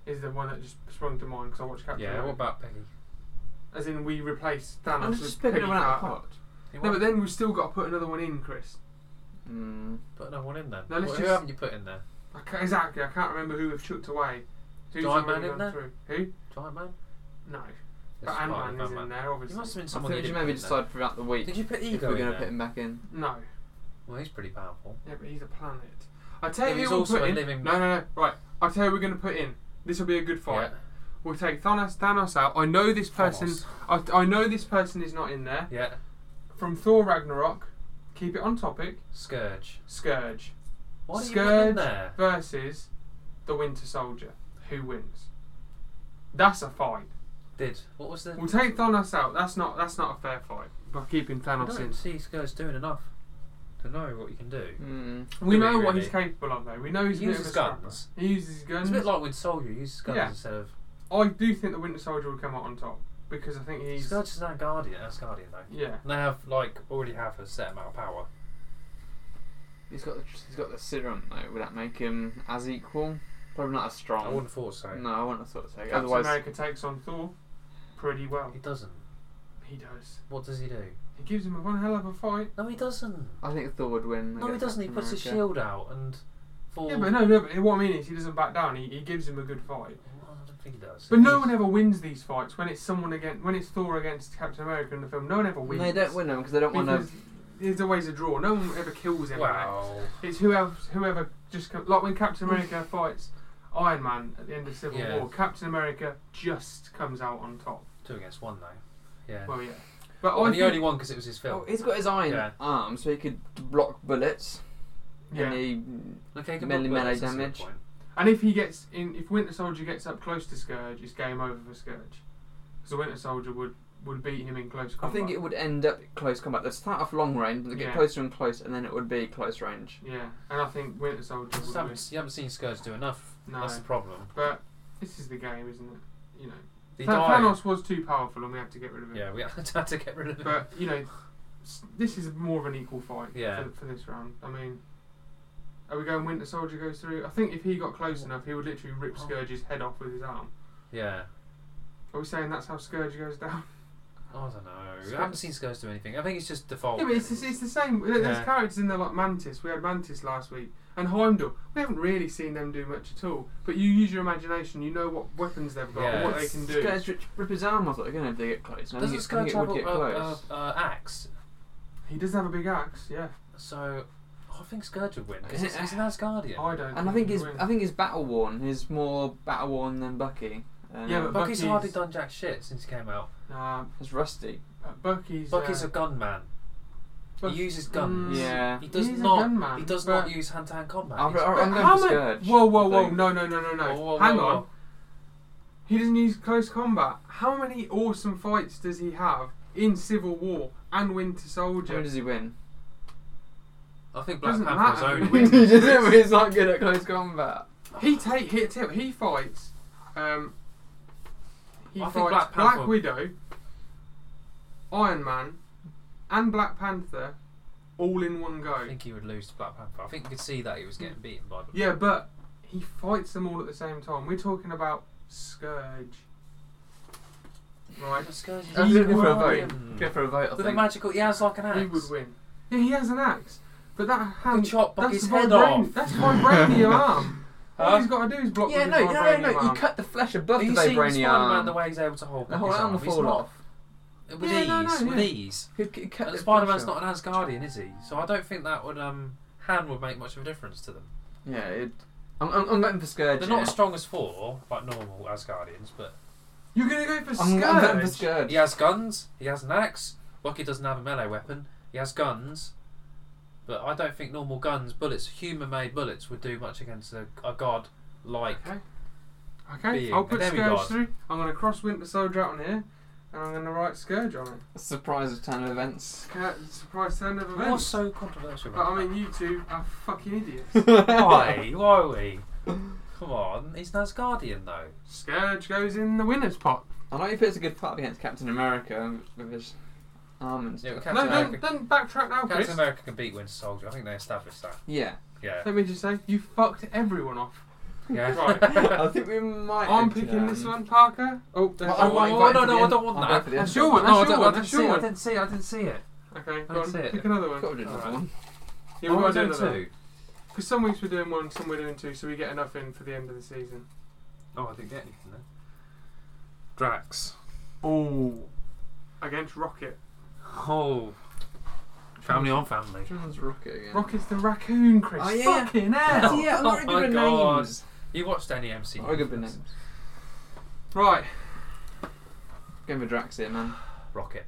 [SPEAKER 1] is the one that just sprung to mind because I watched Captain.
[SPEAKER 3] Yeah.
[SPEAKER 1] America.
[SPEAKER 3] What about Peggy?
[SPEAKER 1] As in, we replace Thanos
[SPEAKER 2] I'm
[SPEAKER 1] with
[SPEAKER 2] just
[SPEAKER 1] Peggy
[SPEAKER 2] picking one out of the
[SPEAKER 1] Carter.
[SPEAKER 2] pot.
[SPEAKER 1] No, but then we've still got to put another one in, Chris.
[SPEAKER 2] Mm.
[SPEAKER 3] put another one in there.
[SPEAKER 1] No, let's
[SPEAKER 3] Who
[SPEAKER 1] just-
[SPEAKER 3] haven't you put in there?
[SPEAKER 1] I ca exactly. I can't remember who we've chucked away.
[SPEAKER 3] Giant Man
[SPEAKER 1] already
[SPEAKER 3] in
[SPEAKER 1] gone
[SPEAKER 3] there?
[SPEAKER 1] Through? Who?
[SPEAKER 3] Giant Man.
[SPEAKER 1] No. But
[SPEAKER 3] That's
[SPEAKER 1] Ant
[SPEAKER 3] part of
[SPEAKER 1] Man is in
[SPEAKER 3] Ant-Man.
[SPEAKER 1] there,
[SPEAKER 3] You
[SPEAKER 1] obviously.
[SPEAKER 3] must have been
[SPEAKER 2] I
[SPEAKER 3] someone.
[SPEAKER 2] think we
[SPEAKER 3] you
[SPEAKER 2] should
[SPEAKER 3] didn't put
[SPEAKER 2] maybe
[SPEAKER 3] in there.
[SPEAKER 2] decide throughout the week
[SPEAKER 3] Did you put
[SPEAKER 2] if
[SPEAKER 3] Ego
[SPEAKER 2] we're
[SPEAKER 3] in
[SPEAKER 2] going to
[SPEAKER 3] there?
[SPEAKER 2] put him back in.
[SPEAKER 1] No.
[SPEAKER 3] Well, he's pretty powerful.
[SPEAKER 1] Yeah, but he's a planet. I tell you,
[SPEAKER 3] He's
[SPEAKER 1] who we'll
[SPEAKER 3] also
[SPEAKER 1] put
[SPEAKER 3] a
[SPEAKER 1] in.
[SPEAKER 3] living-
[SPEAKER 1] No, no, no. Right. I tell you, who we're going to put in. This will be a good fight. We'll take Thanos, Thanos out. I know this person.
[SPEAKER 3] Thanos.
[SPEAKER 1] I, I know this person is not in there.
[SPEAKER 3] Yeah.
[SPEAKER 1] From Thor Ragnarok. Keep it on topic.
[SPEAKER 3] Scourge.
[SPEAKER 1] Scourge
[SPEAKER 3] Why did you put him in
[SPEAKER 1] Scourge
[SPEAKER 3] there?
[SPEAKER 1] versus the Winter Soldier. Who wins? That's a fight.
[SPEAKER 3] Did what was the?
[SPEAKER 1] We'll take Thanos out. That's not. That's not a fair fight. By keeping
[SPEAKER 3] I
[SPEAKER 1] Thanos
[SPEAKER 3] don't
[SPEAKER 1] in.
[SPEAKER 3] see Scourge doing enough to know what you can do.
[SPEAKER 1] Hmm.
[SPEAKER 2] Mm.
[SPEAKER 1] We
[SPEAKER 3] Do
[SPEAKER 1] know
[SPEAKER 3] we
[SPEAKER 1] what
[SPEAKER 3] really?
[SPEAKER 1] he's capable of, though. We know he's
[SPEAKER 3] He
[SPEAKER 1] a bit of
[SPEAKER 3] uses
[SPEAKER 1] a scrapper.
[SPEAKER 3] guns.
[SPEAKER 1] He uses guns.
[SPEAKER 3] It's a bit like with Soldier. He uses guns
[SPEAKER 1] Yeah.
[SPEAKER 3] instead of.
[SPEAKER 1] I do think the Winter Soldier will come out on top because I think he's
[SPEAKER 3] Scourge is now Guardian. That's Guardian though.
[SPEAKER 1] yeah.
[SPEAKER 3] And they have like already have a set amount of power.
[SPEAKER 2] He's got the, he's got the serum though. Would that make him as equal? Probably not as strong.
[SPEAKER 3] I wouldn't thought so.
[SPEAKER 2] No, I wouldn't have thought so.
[SPEAKER 1] Captain
[SPEAKER 2] Otherwise,
[SPEAKER 1] America takes on Thor pretty well.
[SPEAKER 3] He doesn't.
[SPEAKER 1] He does.
[SPEAKER 3] What does he do?
[SPEAKER 1] He gives him one hell of a fight.
[SPEAKER 3] No, he doesn't.
[SPEAKER 2] I think Thor would win.
[SPEAKER 3] No, he
[SPEAKER 2] against
[SPEAKER 3] Oh, doesn't. He
[SPEAKER 2] Captain
[SPEAKER 3] puts his
[SPEAKER 2] America.
[SPEAKER 3] shield out and. Falls.
[SPEAKER 1] Yeah, but no, no. But what I mean is, he doesn't back down. He, he gives him a good fight.
[SPEAKER 3] I don't think he does.
[SPEAKER 1] But no
[SPEAKER 3] He's-
[SPEAKER 1] one ever wins these fights. When it's someone against, when it's Thor against Captain America in the film, no one ever wins.
[SPEAKER 2] They don't win them because they don't want to.
[SPEAKER 1] Because there's always a draw. No one ever kills anyone.
[SPEAKER 3] Wow.
[SPEAKER 1] It's whoever, whoever just co- like when Captain America fights Iron Man at the end of Civil
[SPEAKER 3] Yeah.
[SPEAKER 1] War. Captain America just comes out on top.
[SPEAKER 3] Two against one though. Yeah.
[SPEAKER 1] Well, yeah. But I
[SPEAKER 3] and he
[SPEAKER 1] think-
[SPEAKER 3] only won because it was his film.
[SPEAKER 2] Oh, he's got his iron
[SPEAKER 3] Yeah.
[SPEAKER 2] arm, so he could block bullets.
[SPEAKER 1] Yeah.
[SPEAKER 2] And he,
[SPEAKER 1] Oh,
[SPEAKER 3] Okay, good
[SPEAKER 2] Melee-
[SPEAKER 3] luck, well,
[SPEAKER 2] melee
[SPEAKER 3] that's a
[SPEAKER 2] damage.
[SPEAKER 3] good point.
[SPEAKER 1] And if he gets in, if Winter Soldier gets up close to Scourge, it's game over for Scourge. Because the Winter Soldier would would beat him in close
[SPEAKER 2] I
[SPEAKER 1] combat.
[SPEAKER 2] think it would end up close combat. They'd start off long range, they'd get
[SPEAKER 1] Yeah.
[SPEAKER 2] closer and closer, and then it would be close range.
[SPEAKER 1] Yeah, and I think Winter Soldier
[SPEAKER 3] Just
[SPEAKER 1] would win.
[SPEAKER 3] haven't, you haven't seen Scourge do enough.
[SPEAKER 1] No.
[SPEAKER 3] That's the problem.
[SPEAKER 1] But this is the game, isn't it? You know,
[SPEAKER 3] He
[SPEAKER 1] Tha-
[SPEAKER 3] died.
[SPEAKER 1] Thanos was too powerful, and we had to get rid of him.
[SPEAKER 3] Yeah, we had to get rid of him.
[SPEAKER 1] But you know, s- this is more of an equal fight.
[SPEAKER 3] Yeah.
[SPEAKER 1] For, for this round, I mean, are we going Winter Soldier goes through? I think if he got close enough, he would literally rip Scourge's head off with his arm.
[SPEAKER 3] yeah.
[SPEAKER 1] Are we saying that's how Scourge goes down?
[SPEAKER 3] I don't know.
[SPEAKER 1] Scourge-
[SPEAKER 3] I haven't seen Scourge do anything. I think it's just default.
[SPEAKER 1] Yeah, but it's, the- it's the same. There- There's
[SPEAKER 3] Oh. Yeah.
[SPEAKER 1] characters in there like Mantis. We had Mantis last week. And Heimdall. We haven't really seen them do much at all. But you use your imagination. You know what weapons they've got
[SPEAKER 3] Yeah.
[SPEAKER 1] and what they can do.
[SPEAKER 2] Scourge rip, rip his arm off, they're going to if they get close. And I
[SPEAKER 3] Doesn't
[SPEAKER 2] think it, I
[SPEAKER 3] Scourge
[SPEAKER 2] think it
[SPEAKER 3] have
[SPEAKER 2] would
[SPEAKER 3] a,
[SPEAKER 2] get
[SPEAKER 3] a,
[SPEAKER 2] close.
[SPEAKER 3] a, a uh, axe?
[SPEAKER 1] He does have a big axe, yeah.
[SPEAKER 3] So I think Scourge would win. Because
[SPEAKER 2] Isn't
[SPEAKER 3] he's
[SPEAKER 2] it-
[SPEAKER 3] he's an Asgardian.
[SPEAKER 1] I don't.
[SPEAKER 2] and I think
[SPEAKER 1] he
[SPEAKER 2] he's,
[SPEAKER 1] wins.
[SPEAKER 2] I think he's battle worn. He's more battle worn than Bucky. Um,
[SPEAKER 1] Yeah, but-
[SPEAKER 3] Bucky's
[SPEAKER 1] Bucky's-
[SPEAKER 3] hardly done jack shit since he came out.
[SPEAKER 1] Nah,
[SPEAKER 2] it's rusty.
[SPEAKER 1] uh, Bucky's.
[SPEAKER 3] Bucky's
[SPEAKER 1] uh,
[SPEAKER 3] a gunman.
[SPEAKER 1] Buck-
[SPEAKER 3] he uses guns.
[SPEAKER 1] Mm,
[SPEAKER 2] Yeah.
[SPEAKER 3] He does
[SPEAKER 1] He's a
[SPEAKER 3] not.
[SPEAKER 1] gunman,
[SPEAKER 3] he does
[SPEAKER 1] but-
[SPEAKER 3] not use hand-to-hand combat.
[SPEAKER 2] I'll-
[SPEAKER 3] He's-
[SPEAKER 2] I'll- I'm
[SPEAKER 1] But
[SPEAKER 2] going
[SPEAKER 1] how
[SPEAKER 2] for
[SPEAKER 1] ma-
[SPEAKER 2] Scourge,
[SPEAKER 1] Whoa, whoa,
[SPEAKER 2] I
[SPEAKER 1] whoa!
[SPEAKER 2] think.
[SPEAKER 1] No, no, no, no, no!
[SPEAKER 3] Whoa, whoa,
[SPEAKER 1] Hang
[SPEAKER 3] whoa,
[SPEAKER 1] on.
[SPEAKER 3] whoa.
[SPEAKER 1] He doesn't use close combat. How many awesome fights does he have in Civil War and Winter
[SPEAKER 2] How
[SPEAKER 1] Soldier?
[SPEAKER 2] does he win?
[SPEAKER 3] I think Black
[SPEAKER 1] Doesn't
[SPEAKER 3] Panther was
[SPEAKER 1] matter.
[SPEAKER 3] only
[SPEAKER 2] he
[SPEAKER 1] Wins.
[SPEAKER 3] winning.
[SPEAKER 2] doesn't win, he's not good at close combat.
[SPEAKER 1] He take hit tip. He fights. Um, he
[SPEAKER 3] I
[SPEAKER 1] fights
[SPEAKER 3] think Black
[SPEAKER 1] Black,
[SPEAKER 3] Panther-
[SPEAKER 1] Widow, Iron Man, and Black Panther, all in one
[SPEAKER 3] I
[SPEAKER 1] go.
[SPEAKER 3] think he would lose to Black Panther. I think you could see that he was getting beaten by. Black
[SPEAKER 1] Yeah, but he fights them all at the same time. We're talking about Scourge, right?
[SPEAKER 3] Panther. Scourge is
[SPEAKER 1] I'm
[SPEAKER 2] He's
[SPEAKER 1] looking
[SPEAKER 2] good for a
[SPEAKER 1] Wolverine.
[SPEAKER 2] vote. Good for a vote, I
[SPEAKER 3] With a
[SPEAKER 2] think.
[SPEAKER 3] magical, he has like an axe.
[SPEAKER 1] He would win. Yeah, he has an axe, but that
[SPEAKER 3] He could
[SPEAKER 1] hand.
[SPEAKER 3] chop Bucky's
[SPEAKER 1] Um, That's
[SPEAKER 3] head
[SPEAKER 1] vibranium.
[SPEAKER 3] off.
[SPEAKER 1] That's vibranium arm. All
[SPEAKER 3] Huh?
[SPEAKER 1] he's got to do is block.
[SPEAKER 2] Yeah,
[SPEAKER 1] with
[SPEAKER 2] no,
[SPEAKER 1] his
[SPEAKER 2] no, no,
[SPEAKER 1] vibranium
[SPEAKER 2] no, you
[SPEAKER 1] arm.
[SPEAKER 2] cut the flesh above
[SPEAKER 3] Have
[SPEAKER 2] the
[SPEAKER 3] you seen
[SPEAKER 2] vibranium
[SPEAKER 3] Spider-Man
[SPEAKER 2] arm.
[SPEAKER 3] the way he's able to
[SPEAKER 1] Oh,
[SPEAKER 3] hold
[SPEAKER 2] The whole
[SPEAKER 3] Bucky's
[SPEAKER 2] arm will
[SPEAKER 3] arm? He's
[SPEAKER 2] fall
[SPEAKER 3] not-
[SPEAKER 2] off.
[SPEAKER 3] With
[SPEAKER 1] Yeah,
[SPEAKER 3] ease,
[SPEAKER 1] no, no,
[SPEAKER 3] with
[SPEAKER 1] yeah.
[SPEAKER 3] ease.
[SPEAKER 2] Who c- cut
[SPEAKER 3] And
[SPEAKER 2] the
[SPEAKER 3] Spider-Man's
[SPEAKER 2] flesh
[SPEAKER 3] not an Asgardian, is he? So I don't think that would um hand would make much of a difference to them.
[SPEAKER 2] off? Yeah, it, I'm, I'm, I'm going for Scourge.
[SPEAKER 3] They're
[SPEAKER 2] yeah.
[SPEAKER 3] not as strong as four, like normal Asgardians, but
[SPEAKER 1] You're gonna go for
[SPEAKER 2] I'm, I'm going for
[SPEAKER 1] Scourge.
[SPEAKER 2] Scourge.
[SPEAKER 3] he has guns. He has an axe. Bucky doesn't have a melee weapon. He has guns, but I don't think normal guns, bullets, human-made bullets, would do much against a, a god like.
[SPEAKER 1] Okay. Okay,
[SPEAKER 3] being
[SPEAKER 1] I'll
[SPEAKER 3] a
[SPEAKER 1] put
[SPEAKER 3] demigod.
[SPEAKER 1] Scourge through. I'm going to cross Winter Soldier out on here, and I'm going to write Scourge on it.
[SPEAKER 2] Surprise turn of events.
[SPEAKER 1] Ca- Surprise turn of
[SPEAKER 3] What's
[SPEAKER 1] events.
[SPEAKER 3] so controversial?
[SPEAKER 1] But I
[SPEAKER 3] about
[SPEAKER 1] mean, you two are fucking idiots.
[SPEAKER 3] Why? Why are we? Come on, he's an Asgardian though.
[SPEAKER 1] Scourge goes in the winner's pot.
[SPEAKER 2] I know he puts a good part against Captain America with his arm and
[SPEAKER 3] Yeah,
[SPEAKER 2] stuff.
[SPEAKER 3] Captain
[SPEAKER 1] no, don't,
[SPEAKER 3] America-
[SPEAKER 1] don't backtrack now,
[SPEAKER 3] Captain
[SPEAKER 1] Chris.
[SPEAKER 3] America can beat Winter Soldier. I think they established that.
[SPEAKER 2] Yeah.
[SPEAKER 3] Yeah.
[SPEAKER 1] Let me just say, you fucked everyone off.
[SPEAKER 3] Yeah.
[SPEAKER 1] Right.
[SPEAKER 2] I think we might.
[SPEAKER 1] I'm
[SPEAKER 2] have
[SPEAKER 1] picking
[SPEAKER 2] done.
[SPEAKER 1] this one, Parker. Oh, there's
[SPEAKER 2] Well,
[SPEAKER 1] the
[SPEAKER 2] I
[SPEAKER 3] Oh,
[SPEAKER 2] might
[SPEAKER 1] one.
[SPEAKER 3] oh,
[SPEAKER 2] vote
[SPEAKER 3] no,
[SPEAKER 2] for
[SPEAKER 3] no,
[SPEAKER 2] the
[SPEAKER 3] I don't
[SPEAKER 2] un-
[SPEAKER 3] want
[SPEAKER 2] I'll
[SPEAKER 3] that.
[SPEAKER 2] vote for the
[SPEAKER 1] That's
[SPEAKER 2] un-
[SPEAKER 1] your one.
[SPEAKER 3] no, I
[SPEAKER 1] That's your
[SPEAKER 3] don't,
[SPEAKER 1] one.
[SPEAKER 3] I didn't
[SPEAKER 1] That's
[SPEAKER 3] see.
[SPEAKER 1] your
[SPEAKER 3] it, I
[SPEAKER 1] one.
[SPEAKER 3] didn't see. it, I didn't see it.
[SPEAKER 1] Okay,
[SPEAKER 3] I
[SPEAKER 1] go on.
[SPEAKER 3] see it.
[SPEAKER 1] Pick another one.
[SPEAKER 2] Got rid of
[SPEAKER 3] Alright.
[SPEAKER 2] another one.
[SPEAKER 1] Yeah, we've got
[SPEAKER 3] Oh, we're
[SPEAKER 1] to do
[SPEAKER 3] doing
[SPEAKER 1] another one.
[SPEAKER 3] two.
[SPEAKER 1] Because some weeks we're doing one, some we're doing two, so we get enough in for the end of the season.
[SPEAKER 3] Oh, I didn't get anything there. Drax.
[SPEAKER 1] Oh, against Rocket.
[SPEAKER 3] Oh. Family on family.
[SPEAKER 2] John's Rocket again.
[SPEAKER 1] Rocket's the raccoon, Chris.
[SPEAKER 2] Oh, yeah.
[SPEAKER 1] Fucking hell.
[SPEAKER 2] yeah, I'm not
[SPEAKER 3] Oh
[SPEAKER 2] very good
[SPEAKER 3] my
[SPEAKER 2] with
[SPEAKER 3] God.
[SPEAKER 2] names.
[SPEAKER 3] You watched any MC?
[SPEAKER 2] Not very good with names.
[SPEAKER 1] Right,
[SPEAKER 2] Going for Drax here, man.
[SPEAKER 3] Rocket.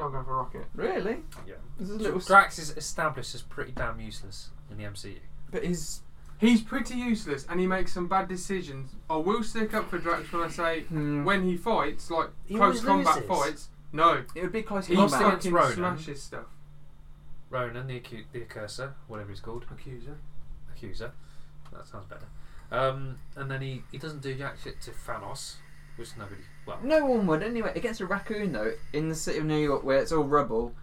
[SPEAKER 1] I'll go for Rocket.
[SPEAKER 2] Really?
[SPEAKER 3] Yeah.
[SPEAKER 2] This is a little.
[SPEAKER 3] Drax is established as pretty damn useless in the MCU.
[SPEAKER 2] but he's.
[SPEAKER 1] He's pretty useless and he makes some bad decisions. I will stick up for Drax when I say
[SPEAKER 2] Hmm.
[SPEAKER 1] when he fights, like
[SPEAKER 3] He
[SPEAKER 1] close
[SPEAKER 3] always
[SPEAKER 1] combat
[SPEAKER 3] loses.
[SPEAKER 1] fights. No,
[SPEAKER 2] It would be close
[SPEAKER 1] he
[SPEAKER 3] He
[SPEAKER 2] combat.
[SPEAKER 3] starts
[SPEAKER 1] fucking
[SPEAKER 3] Ronan.
[SPEAKER 1] smashes stuff.
[SPEAKER 3] Ronan, the, acu- the accursor, whatever he's called,
[SPEAKER 1] Accuser.
[SPEAKER 3] accuser. That sounds better. Um, and then he, he doesn't do jack shit to Thanos, which nobody. Well,
[SPEAKER 2] No one would anyway. Against a raccoon though, in the city of New York where it's all rubble.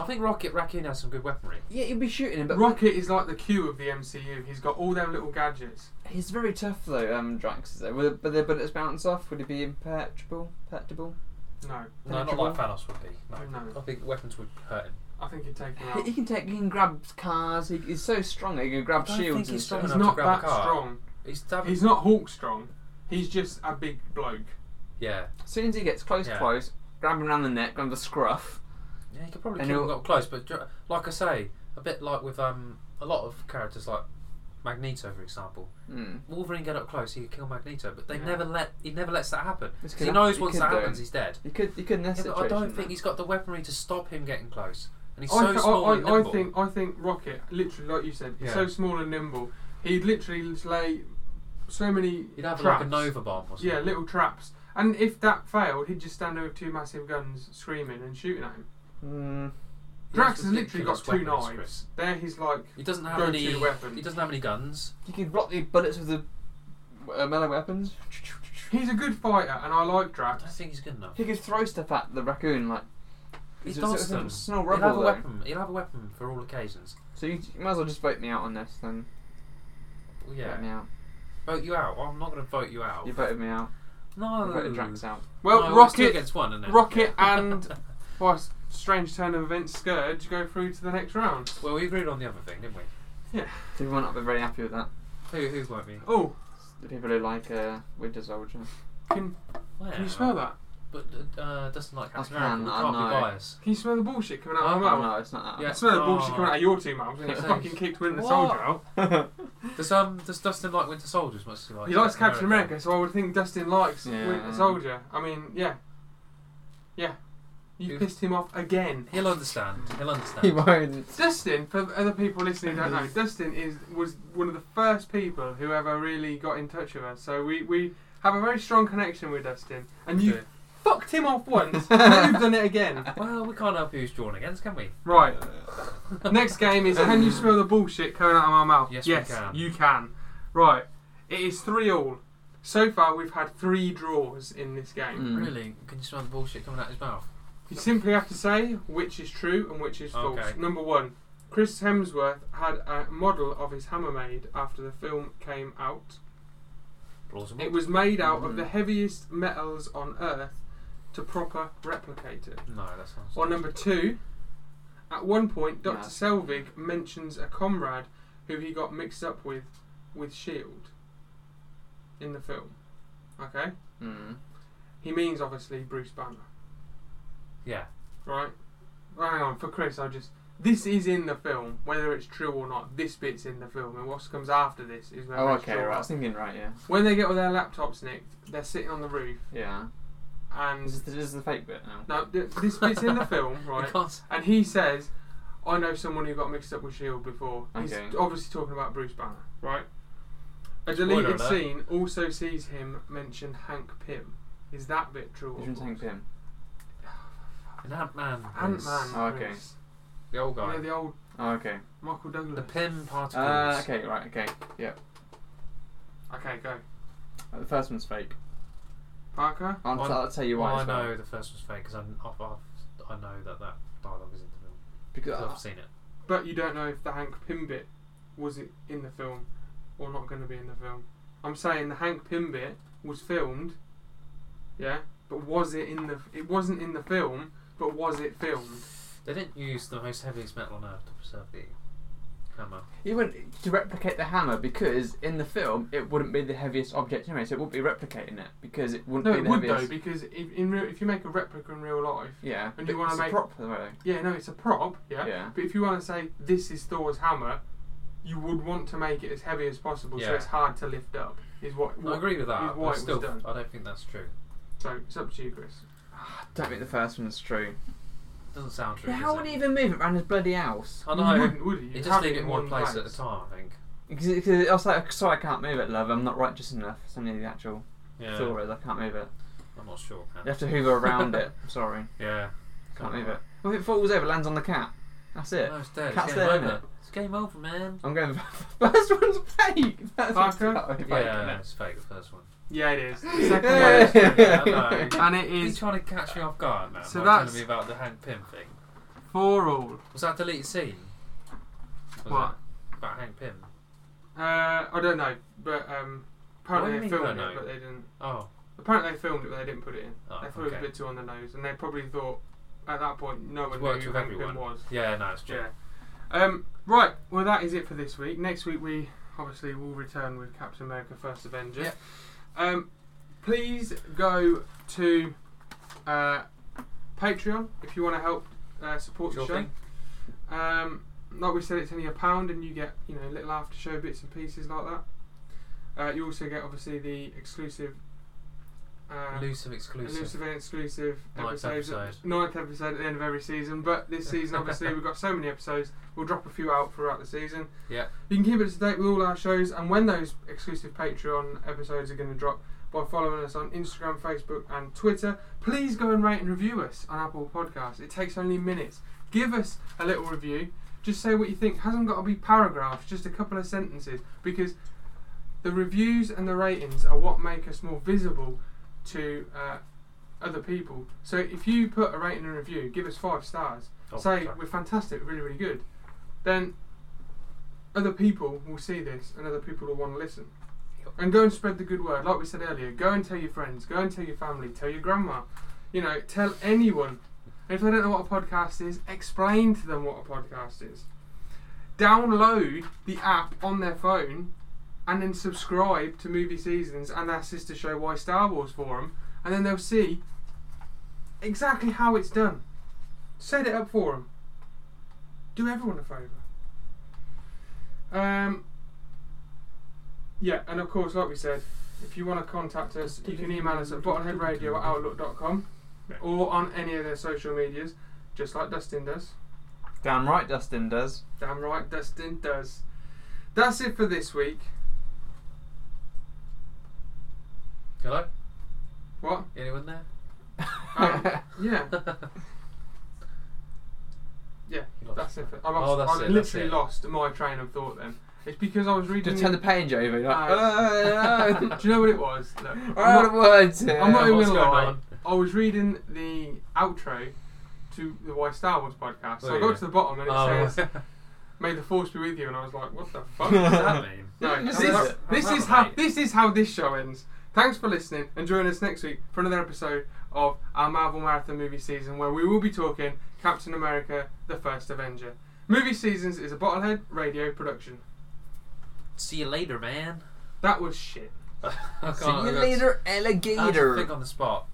[SPEAKER 3] I think Rocket Raccoon has some good weaponry.
[SPEAKER 2] Yeah, you'd be shooting him, but
[SPEAKER 1] Rocket is like the Q of the MCU. He's got all them little gadgets.
[SPEAKER 2] he's very tough though. Um, Drax is though. Would, but the bullets bounce off. Would he be impenetrable? Impenetrable?
[SPEAKER 1] No,
[SPEAKER 3] No, not
[SPEAKER 2] Penetrable?
[SPEAKER 3] like Thanos would be. No.
[SPEAKER 1] No.
[SPEAKER 3] I think weapons would hurt him.
[SPEAKER 1] I think he'd take him
[SPEAKER 2] He,
[SPEAKER 1] out.
[SPEAKER 2] he can take. He can grab cars. He, he's so strong. He can grab
[SPEAKER 3] I don't
[SPEAKER 2] shields
[SPEAKER 3] think
[SPEAKER 2] and
[SPEAKER 3] he's
[SPEAKER 2] stuff.
[SPEAKER 3] strong
[SPEAKER 1] He's not
[SPEAKER 3] enough to grab a
[SPEAKER 1] that
[SPEAKER 3] car.
[SPEAKER 1] strong.
[SPEAKER 3] He's, damn-
[SPEAKER 1] He's not Hulk strong. He's just a big bloke.
[SPEAKER 3] Yeah.
[SPEAKER 2] As soon as he gets close,
[SPEAKER 3] Yeah.
[SPEAKER 2] close, grab him around the neck, grab the scruff.
[SPEAKER 3] Yeah, he could probably
[SPEAKER 2] And
[SPEAKER 3] kill him
[SPEAKER 2] he'll-
[SPEAKER 3] up close, but dr- like I say, a bit like with um a lot of characters like Magneto, for example.
[SPEAKER 2] Mm.
[SPEAKER 3] Wolverine get up close, he could kill Magneto, but they
[SPEAKER 1] Yeah.
[SPEAKER 3] never let he never lets that happen.
[SPEAKER 2] This
[SPEAKER 3] 'Cause
[SPEAKER 2] could
[SPEAKER 3] he
[SPEAKER 2] hap-
[SPEAKER 3] knows
[SPEAKER 2] it
[SPEAKER 3] once
[SPEAKER 2] could
[SPEAKER 3] that
[SPEAKER 2] do.
[SPEAKER 3] happens, he's dead.
[SPEAKER 2] You could, you could in this
[SPEAKER 3] Yeah, but I
[SPEAKER 2] situation,
[SPEAKER 3] don't think
[SPEAKER 2] man.
[SPEAKER 3] he's got the weaponry to stop him getting close, and he's
[SPEAKER 1] I,
[SPEAKER 3] so
[SPEAKER 1] thi-
[SPEAKER 3] small
[SPEAKER 1] I,
[SPEAKER 3] and
[SPEAKER 1] I, I
[SPEAKER 3] nimble.
[SPEAKER 1] think I think Rocket, literally, like you said, he's
[SPEAKER 3] Yeah.
[SPEAKER 1] so small and nimble. He'd literally just lay so many
[SPEAKER 3] He'd have
[SPEAKER 1] traps.
[SPEAKER 3] like a Nova bomb or something.
[SPEAKER 1] Yeah, little traps. And if that failed, he'd just stand there with two massive guns, screaming and shooting at him.
[SPEAKER 2] Mm.
[SPEAKER 3] He
[SPEAKER 1] Drax
[SPEAKER 3] has
[SPEAKER 1] has literally got
[SPEAKER 3] ridiculous
[SPEAKER 1] two
[SPEAKER 3] weapons,
[SPEAKER 1] knives.
[SPEAKER 3] Chris.
[SPEAKER 1] They're his like
[SPEAKER 3] He doesn't have
[SPEAKER 1] go-to
[SPEAKER 3] any.
[SPEAKER 1] weapon.
[SPEAKER 3] He doesn't have any guns.
[SPEAKER 2] You could block the bullets with the uh, melee weapons.
[SPEAKER 1] He's a good fighter, and I like
[SPEAKER 3] I don't
[SPEAKER 1] Drax.
[SPEAKER 3] think he's good enough.
[SPEAKER 2] He could throw stuff at the raccoon like.
[SPEAKER 3] He
[SPEAKER 2] It's-
[SPEAKER 3] does
[SPEAKER 2] it's-
[SPEAKER 3] them.
[SPEAKER 2] it's not
[SPEAKER 3] He'll have
[SPEAKER 2] rubble,
[SPEAKER 3] a
[SPEAKER 2] though.
[SPEAKER 3] weapon. He'll have a weapon for all occasions.
[SPEAKER 2] So you, you might as well just vote me out on this then.
[SPEAKER 3] Well,
[SPEAKER 2] Vote
[SPEAKER 3] yeah.
[SPEAKER 2] me out.
[SPEAKER 3] Vote you out. I'm not going to vote you out.
[SPEAKER 2] You voted me out.
[SPEAKER 3] no.
[SPEAKER 2] You
[SPEAKER 3] Oh.
[SPEAKER 2] voted Drax out.
[SPEAKER 1] Well,
[SPEAKER 3] No, it's two
[SPEAKER 1] Rocket,
[SPEAKER 3] against one, isn't it?
[SPEAKER 1] Rocket, and by strange turn of events, Scourge go through to the next round.
[SPEAKER 3] Well, we agreed on the other thing, didn't we?
[SPEAKER 2] People might not be very happy with that.
[SPEAKER 3] Who who won't be?
[SPEAKER 1] Oh,
[SPEAKER 2] The people who like uh, Winter Soldier.
[SPEAKER 1] can, can you smell that?
[SPEAKER 3] But uh, doesn't like Captain
[SPEAKER 2] I
[SPEAKER 3] America.
[SPEAKER 2] can,
[SPEAKER 3] We
[SPEAKER 2] I
[SPEAKER 3] can't be
[SPEAKER 2] know.
[SPEAKER 3] biased.
[SPEAKER 1] Can you smell the bullshit coming out
[SPEAKER 3] Oh,
[SPEAKER 1] of my
[SPEAKER 2] Oh,
[SPEAKER 1] mouth?
[SPEAKER 2] no, it's not
[SPEAKER 1] I
[SPEAKER 3] Yeah.
[SPEAKER 2] that.
[SPEAKER 1] smell the bullshit
[SPEAKER 3] Oh.
[SPEAKER 1] coming out of your two mouths when you
[SPEAKER 3] Thanks.
[SPEAKER 1] fucking kicked Winter
[SPEAKER 3] What?
[SPEAKER 1] Solder Soldier out.
[SPEAKER 3] Does um does Dustin like Winter Soldier as much as he likes?
[SPEAKER 1] He likes Captain America, so I would think Dustin likes
[SPEAKER 2] Oh, Yeah.
[SPEAKER 1] Winter Soldier. I mean, yeah. Yeah. You
[SPEAKER 3] Who-
[SPEAKER 1] pissed him off again.
[SPEAKER 3] He'll understand. He'll understand.
[SPEAKER 2] he won't.
[SPEAKER 1] Dustin, for other people listening who don't know, Dustin is was one of the first people who ever really got in touch with us. So we, we have a very strong connection with Dustin. And you
[SPEAKER 3] Okay.
[SPEAKER 1] fucked him off once, and now you've done it again.
[SPEAKER 2] Mm.
[SPEAKER 3] Well, we can't help who's drawn against, can we?
[SPEAKER 1] Right. Next game is Can You Smell the Bullshit Coming Out of My Mouth?
[SPEAKER 3] Yes, we can.
[SPEAKER 1] you can. Right. It is three all. So far, we've had three draws in this game.
[SPEAKER 2] Mm.
[SPEAKER 3] Really? Can you smell the bullshit coming out his mouth?
[SPEAKER 1] You simply have to say which is true and which is false.
[SPEAKER 3] Okay.
[SPEAKER 1] Number one, Chris Hemsworth had a model of his hammer made after the film came out.
[SPEAKER 3] Plausible.
[SPEAKER 1] It was made out of
[SPEAKER 2] Mhm.
[SPEAKER 1] the heaviest metals on Earth to proper replicate it.
[SPEAKER 3] No, that sounds.
[SPEAKER 1] Or number two, at one point, Dr.
[SPEAKER 2] Yeah.
[SPEAKER 1] Selvig mentions a comrade who he got mixed up with with S.H.I.E.L.D. E in the film. Okay?
[SPEAKER 2] Mm.
[SPEAKER 1] He means obviously Bruce Banner.
[SPEAKER 3] Yeah.
[SPEAKER 1] right? Well, Hang on, for Chris, I just this is in the film, whether it's true or not. This bit's in the film, and what comes after this is whether
[SPEAKER 2] Oh,
[SPEAKER 1] it's
[SPEAKER 2] okay,
[SPEAKER 1] true or
[SPEAKER 2] right. I
[SPEAKER 1] not.
[SPEAKER 2] was thinking, right, yeah.
[SPEAKER 1] When they get all their laptops nicked, they're sitting on the roof,
[SPEAKER 2] Yeah.
[SPEAKER 1] and
[SPEAKER 2] Is this, this is the fake bit now?
[SPEAKER 1] no, th- this bit's in the film,
[SPEAKER 3] You
[SPEAKER 1] right?
[SPEAKER 3] can't.
[SPEAKER 1] And he says, "I know someone who got mixed up with Shield E before." He's
[SPEAKER 2] Okay.
[SPEAKER 1] obviously talking about Bruce Banner, right? A
[SPEAKER 3] Spoiler
[SPEAKER 1] deleted
[SPEAKER 3] alert.
[SPEAKER 1] scene also sees him mention Hank Pym. Is that bit true or
[SPEAKER 2] Which one's Hank
[SPEAKER 1] false?
[SPEAKER 2] Pym?
[SPEAKER 3] An Ant Man.
[SPEAKER 1] Ant Man.
[SPEAKER 2] Oh, okay.
[SPEAKER 3] The old guy.
[SPEAKER 1] Yeah, the old
[SPEAKER 2] Oh, okay.
[SPEAKER 1] Michael Douglas.
[SPEAKER 3] The Pym particles.
[SPEAKER 2] Uh, okay, right, okay.
[SPEAKER 1] Okay, go.
[SPEAKER 2] Uh, The first one's fake.
[SPEAKER 1] Parker?
[SPEAKER 2] I'll,
[SPEAKER 3] Well,
[SPEAKER 2] I'll tell you why.
[SPEAKER 3] Well, Oh, I
[SPEAKER 2] as well.
[SPEAKER 3] know the first was fake because I, I, I know that that dialogue is in the film
[SPEAKER 2] Because
[SPEAKER 3] because
[SPEAKER 2] I-
[SPEAKER 3] I've seen it.
[SPEAKER 1] But you don't know if the Hank Pym bit was it in the film or not going to be in the film. I'm saying the Hank Pym bit was filmed, yeah, but was it in the? It wasn't in the film, but was it filmed?
[SPEAKER 3] They didn't use the most heaviest metal on earth to preserve the hammer.
[SPEAKER 2] You wouldn't to replicate the hammer because in the film it wouldn't be the heaviest object anyway, so it wouldn't be replicating it because it wouldn't
[SPEAKER 1] No,
[SPEAKER 2] be
[SPEAKER 1] it
[SPEAKER 2] the
[SPEAKER 1] would though
[SPEAKER 2] heaviest.
[SPEAKER 1] because if in real, if you make a replica in real life,
[SPEAKER 2] Yeah,
[SPEAKER 1] And
[SPEAKER 2] but
[SPEAKER 1] you wanna
[SPEAKER 2] it's a
[SPEAKER 1] make-
[SPEAKER 2] prop though.
[SPEAKER 1] yeah, no, it's a prop, yeah.
[SPEAKER 2] Yeah.
[SPEAKER 1] But if you want to say this is Thor's hammer, you would want to make it as heavy as possible, so
[SPEAKER 3] Yeah.
[SPEAKER 1] it's hard to lift up. Is what, what
[SPEAKER 3] I agree with
[SPEAKER 1] is
[SPEAKER 3] that.
[SPEAKER 1] why
[SPEAKER 3] But
[SPEAKER 1] it
[SPEAKER 3] still,
[SPEAKER 1] was done.
[SPEAKER 3] I don't think that's true.
[SPEAKER 1] So it's up to you, Chris.
[SPEAKER 2] Don't think the first one's true.
[SPEAKER 3] Doesn't sound true.
[SPEAKER 2] Yeah,
[SPEAKER 3] does
[SPEAKER 2] how
[SPEAKER 3] it?
[SPEAKER 2] would he even move it around his bloody house?
[SPEAKER 3] I
[SPEAKER 1] You
[SPEAKER 3] know.
[SPEAKER 1] wouldn't, would you?
[SPEAKER 3] You
[SPEAKER 1] You'd
[SPEAKER 3] just
[SPEAKER 1] have
[SPEAKER 3] leave it
[SPEAKER 1] in
[SPEAKER 3] in one place, at a time. I think.
[SPEAKER 2] Because because I was like, sorry, I can't move it, love. I'm not righteous enough. It's only the actual
[SPEAKER 3] Yeah.
[SPEAKER 2] Thor is. I can't move it.
[SPEAKER 3] I'm not sure. man.
[SPEAKER 2] You have to hoover around it. I'm sorry,
[SPEAKER 3] Yeah.
[SPEAKER 2] can't move it. Well, if it falls over, it lands on the cat. That's it.
[SPEAKER 3] No, it's dead. It's
[SPEAKER 2] Cat's
[SPEAKER 3] game
[SPEAKER 2] there,
[SPEAKER 3] over.
[SPEAKER 2] innit?
[SPEAKER 3] It's game over, man.
[SPEAKER 2] I'm going. First one's fake. First one's
[SPEAKER 1] Parker?
[SPEAKER 2] totally fake.
[SPEAKER 3] Yeah, it's fake. The first one.
[SPEAKER 1] Yeah, it is. The second one
[SPEAKER 2] Yeah.
[SPEAKER 1] is true.
[SPEAKER 3] Yeah, I know.
[SPEAKER 1] And it
[SPEAKER 3] He's
[SPEAKER 1] is
[SPEAKER 3] trying to catch me off guard, man.
[SPEAKER 1] So
[SPEAKER 3] by
[SPEAKER 1] that's-
[SPEAKER 3] telling me about the Hank Pym thing.
[SPEAKER 1] for all.
[SPEAKER 3] Was that a deleted scene? Was
[SPEAKER 1] What?
[SPEAKER 3] It? About Hank Pym.
[SPEAKER 1] Uh, I don't know, but um,
[SPEAKER 3] What
[SPEAKER 1] apparently
[SPEAKER 3] do you
[SPEAKER 1] they
[SPEAKER 3] mean you
[SPEAKER 1] filmed
[SPEAKER 3] don't
[SPEAKER 1] it,
[SPEAKER 3] know?
[SPEAKER 1] but they didn't.
[SPEAKER 3] Oh.
[SPEAKER 1] Apparently they filmed it, but they didn't put it in.
[SPEAKER 3] oh
[SPEAKER 1] they thought it was
[SPEAKER 3] okay.
[SPEAKER 1] a bit too on the nose, and they probably thought at that point no
[SPEAKER 3] It's
[SPEAKER 1] one
[SPEAKER 3] worked
[SPEAKER 1] knew
[SPEAKER 3] with
[SPEAKER 1] who Hank Pym
[SPEAKER 3] everyone.
[SPEAKER 1] was.
[SPEAKER 3] Yeah, no, it's true.
[SPEAKER 1] Yeah. Um, right. Well, that is it for this week. Next week we obviously will return with Captain America: First Avenger.
[SPEAKER 3] Yep.
[SPEAKER 1] Um, please go to uh, Patreon if you want to help uh, support
[SPEAKER 3] Sure
[SPEAKER 1] the show.
[SPEAKER 3] thing.
[SPEAKER 1] Um, like we said, it's only a pound, and you get you know little after show bits and pieces like that. Uh, you also get obviously the exclusive. Uh,
[SPEAKER 3] Elusive exclusive.
[SPEAKER 1] Elusive and exclusive
[SPEAKER 3] Ninth
[SPEAKER 1] episodes.
[SPEAKER 3] episode.
[SPEAKER 1] Ninth episode at the end of every season. But this season, obviously, we've got so many episodes. We'll drop a few out throughout the season.
[SPEAKER 3] Yeah.
[SPEAKER 1] You can keep up to date with all our shows and when those exclusive Patreon episodes are going to drop by following us on Instagram, Facebook, and Twitter. Please go and rate and review us on Apple Podcasts. It takes only minutes. Give us a little review. Just say what you think. Hasn't got to be paragraphs, just a couple of sentences. Because the reviews and the ratings are what make us more visible to uh, other people. So if you put a rating and review, give us five stars,
[SPEAKER 3] Oh,
[SPEAKER 1] say
[SPEAKER 3] sorry.
[SPEAKER 1] we're fantastic, really, really good, then other people will see this and other people will want to listen.
[SPEAKER 3] Yep.
[SPEAKER 1] And go and spread the good word. Like we said earlier, go and tell your friends, go and tell your family, tell your grandma, you know, tell anyone. If they don't know what a podcast is, explain to them what a podcast is. Download the app on their phone and then subscribe to Movie Seasons and our sister show Why Star Wars for them, and then they'll see exactly how it's done. Set it up for them. Do everyone a favour. Um, yeah, and of course, like we said, if you want to contact us, you can email us at bottomheadradio at outlook.com or on any of their social medias, just like Dustin does.
[SPEAKER 2] Damn right, Dustin does.
[SPEAKER 1] Damn right, Dustin does. That's it for this week.
[SPEAKER 3] Hello?
[SPEAKER 1] What?
[SPEAKER 3] Anyone there?
[SPEAKER 1] Um, yeah. Yeah,
[SPEAKER 3] You lost
[SPEAKER 1] that's
[SPEAKER 3] it.
[SPEAKER 1] it. I lost,
[SPEAKER 3] Oh, that's
[SPEAKER 1] I
[SPEAKER 3] it, that's
[SPEAKER 1] literally
[SPEAKER 3] it.
[SPEAKER 1] lost my train of thought then. It's because I was reading.
[SPEAKER 2] Just turn the page over. You're like,
[SPEAKER 1] Uh,
[SPEAKER 2] "Oh, no."
[SPEAKER 1] do you know what it was? Look, I'm
[SPEAKER 2] Oh,
[SPEAKER 1] not-
[SPEAKER 2] words.
[SPEAKER 1] I'm not even
[SPEAKER 3] What's
[SPEAKER 1] gonna
[SPEAKER 3] going
[SPEAKER 1] lie.
[SPEAKER 3] on?
[SPEAKER 1] I was reading the outro to the Why Star Wars podcast. So
[SPEAKER 3] Oh,
[SPEAKER 1] I got
[SPEAKER 3] yeah.
[SPEAKER 1] to the bottom and it
[SPEAKER 3] Oh,
[SPEAKER 1] says, "May the Force be with you," and I was like, "What the fuck?"
[SPEAKER 3] what does that mean?
[SPEAKER 1] No,
[SPEAKER 2] This
[SPEAKER 1] this,
[SPEAKER 2] is
[SPEAKER 1] is,
[SPEAKER 2] it.
[SPEAKER 1] this is how this is how this show ends. Thanks for listening and join us next week for another episode of our Marvel Marathon movie season where we will be talking Captain America the First Avenger. Movie Seasons is a bottlehead radio production.
[SPEAKER 3] See you later, man.
[SPEAKER 1] That was shit.
[SPEAKER 3] I can't-
[SPEAKER 2] See you
[SPEAKER 3] I got-
[SPEAKER 2] later,
[SPEAKER 3] I had to
[SPEAKER 2] alligator.
[SPEAKER 3] Think on the spot.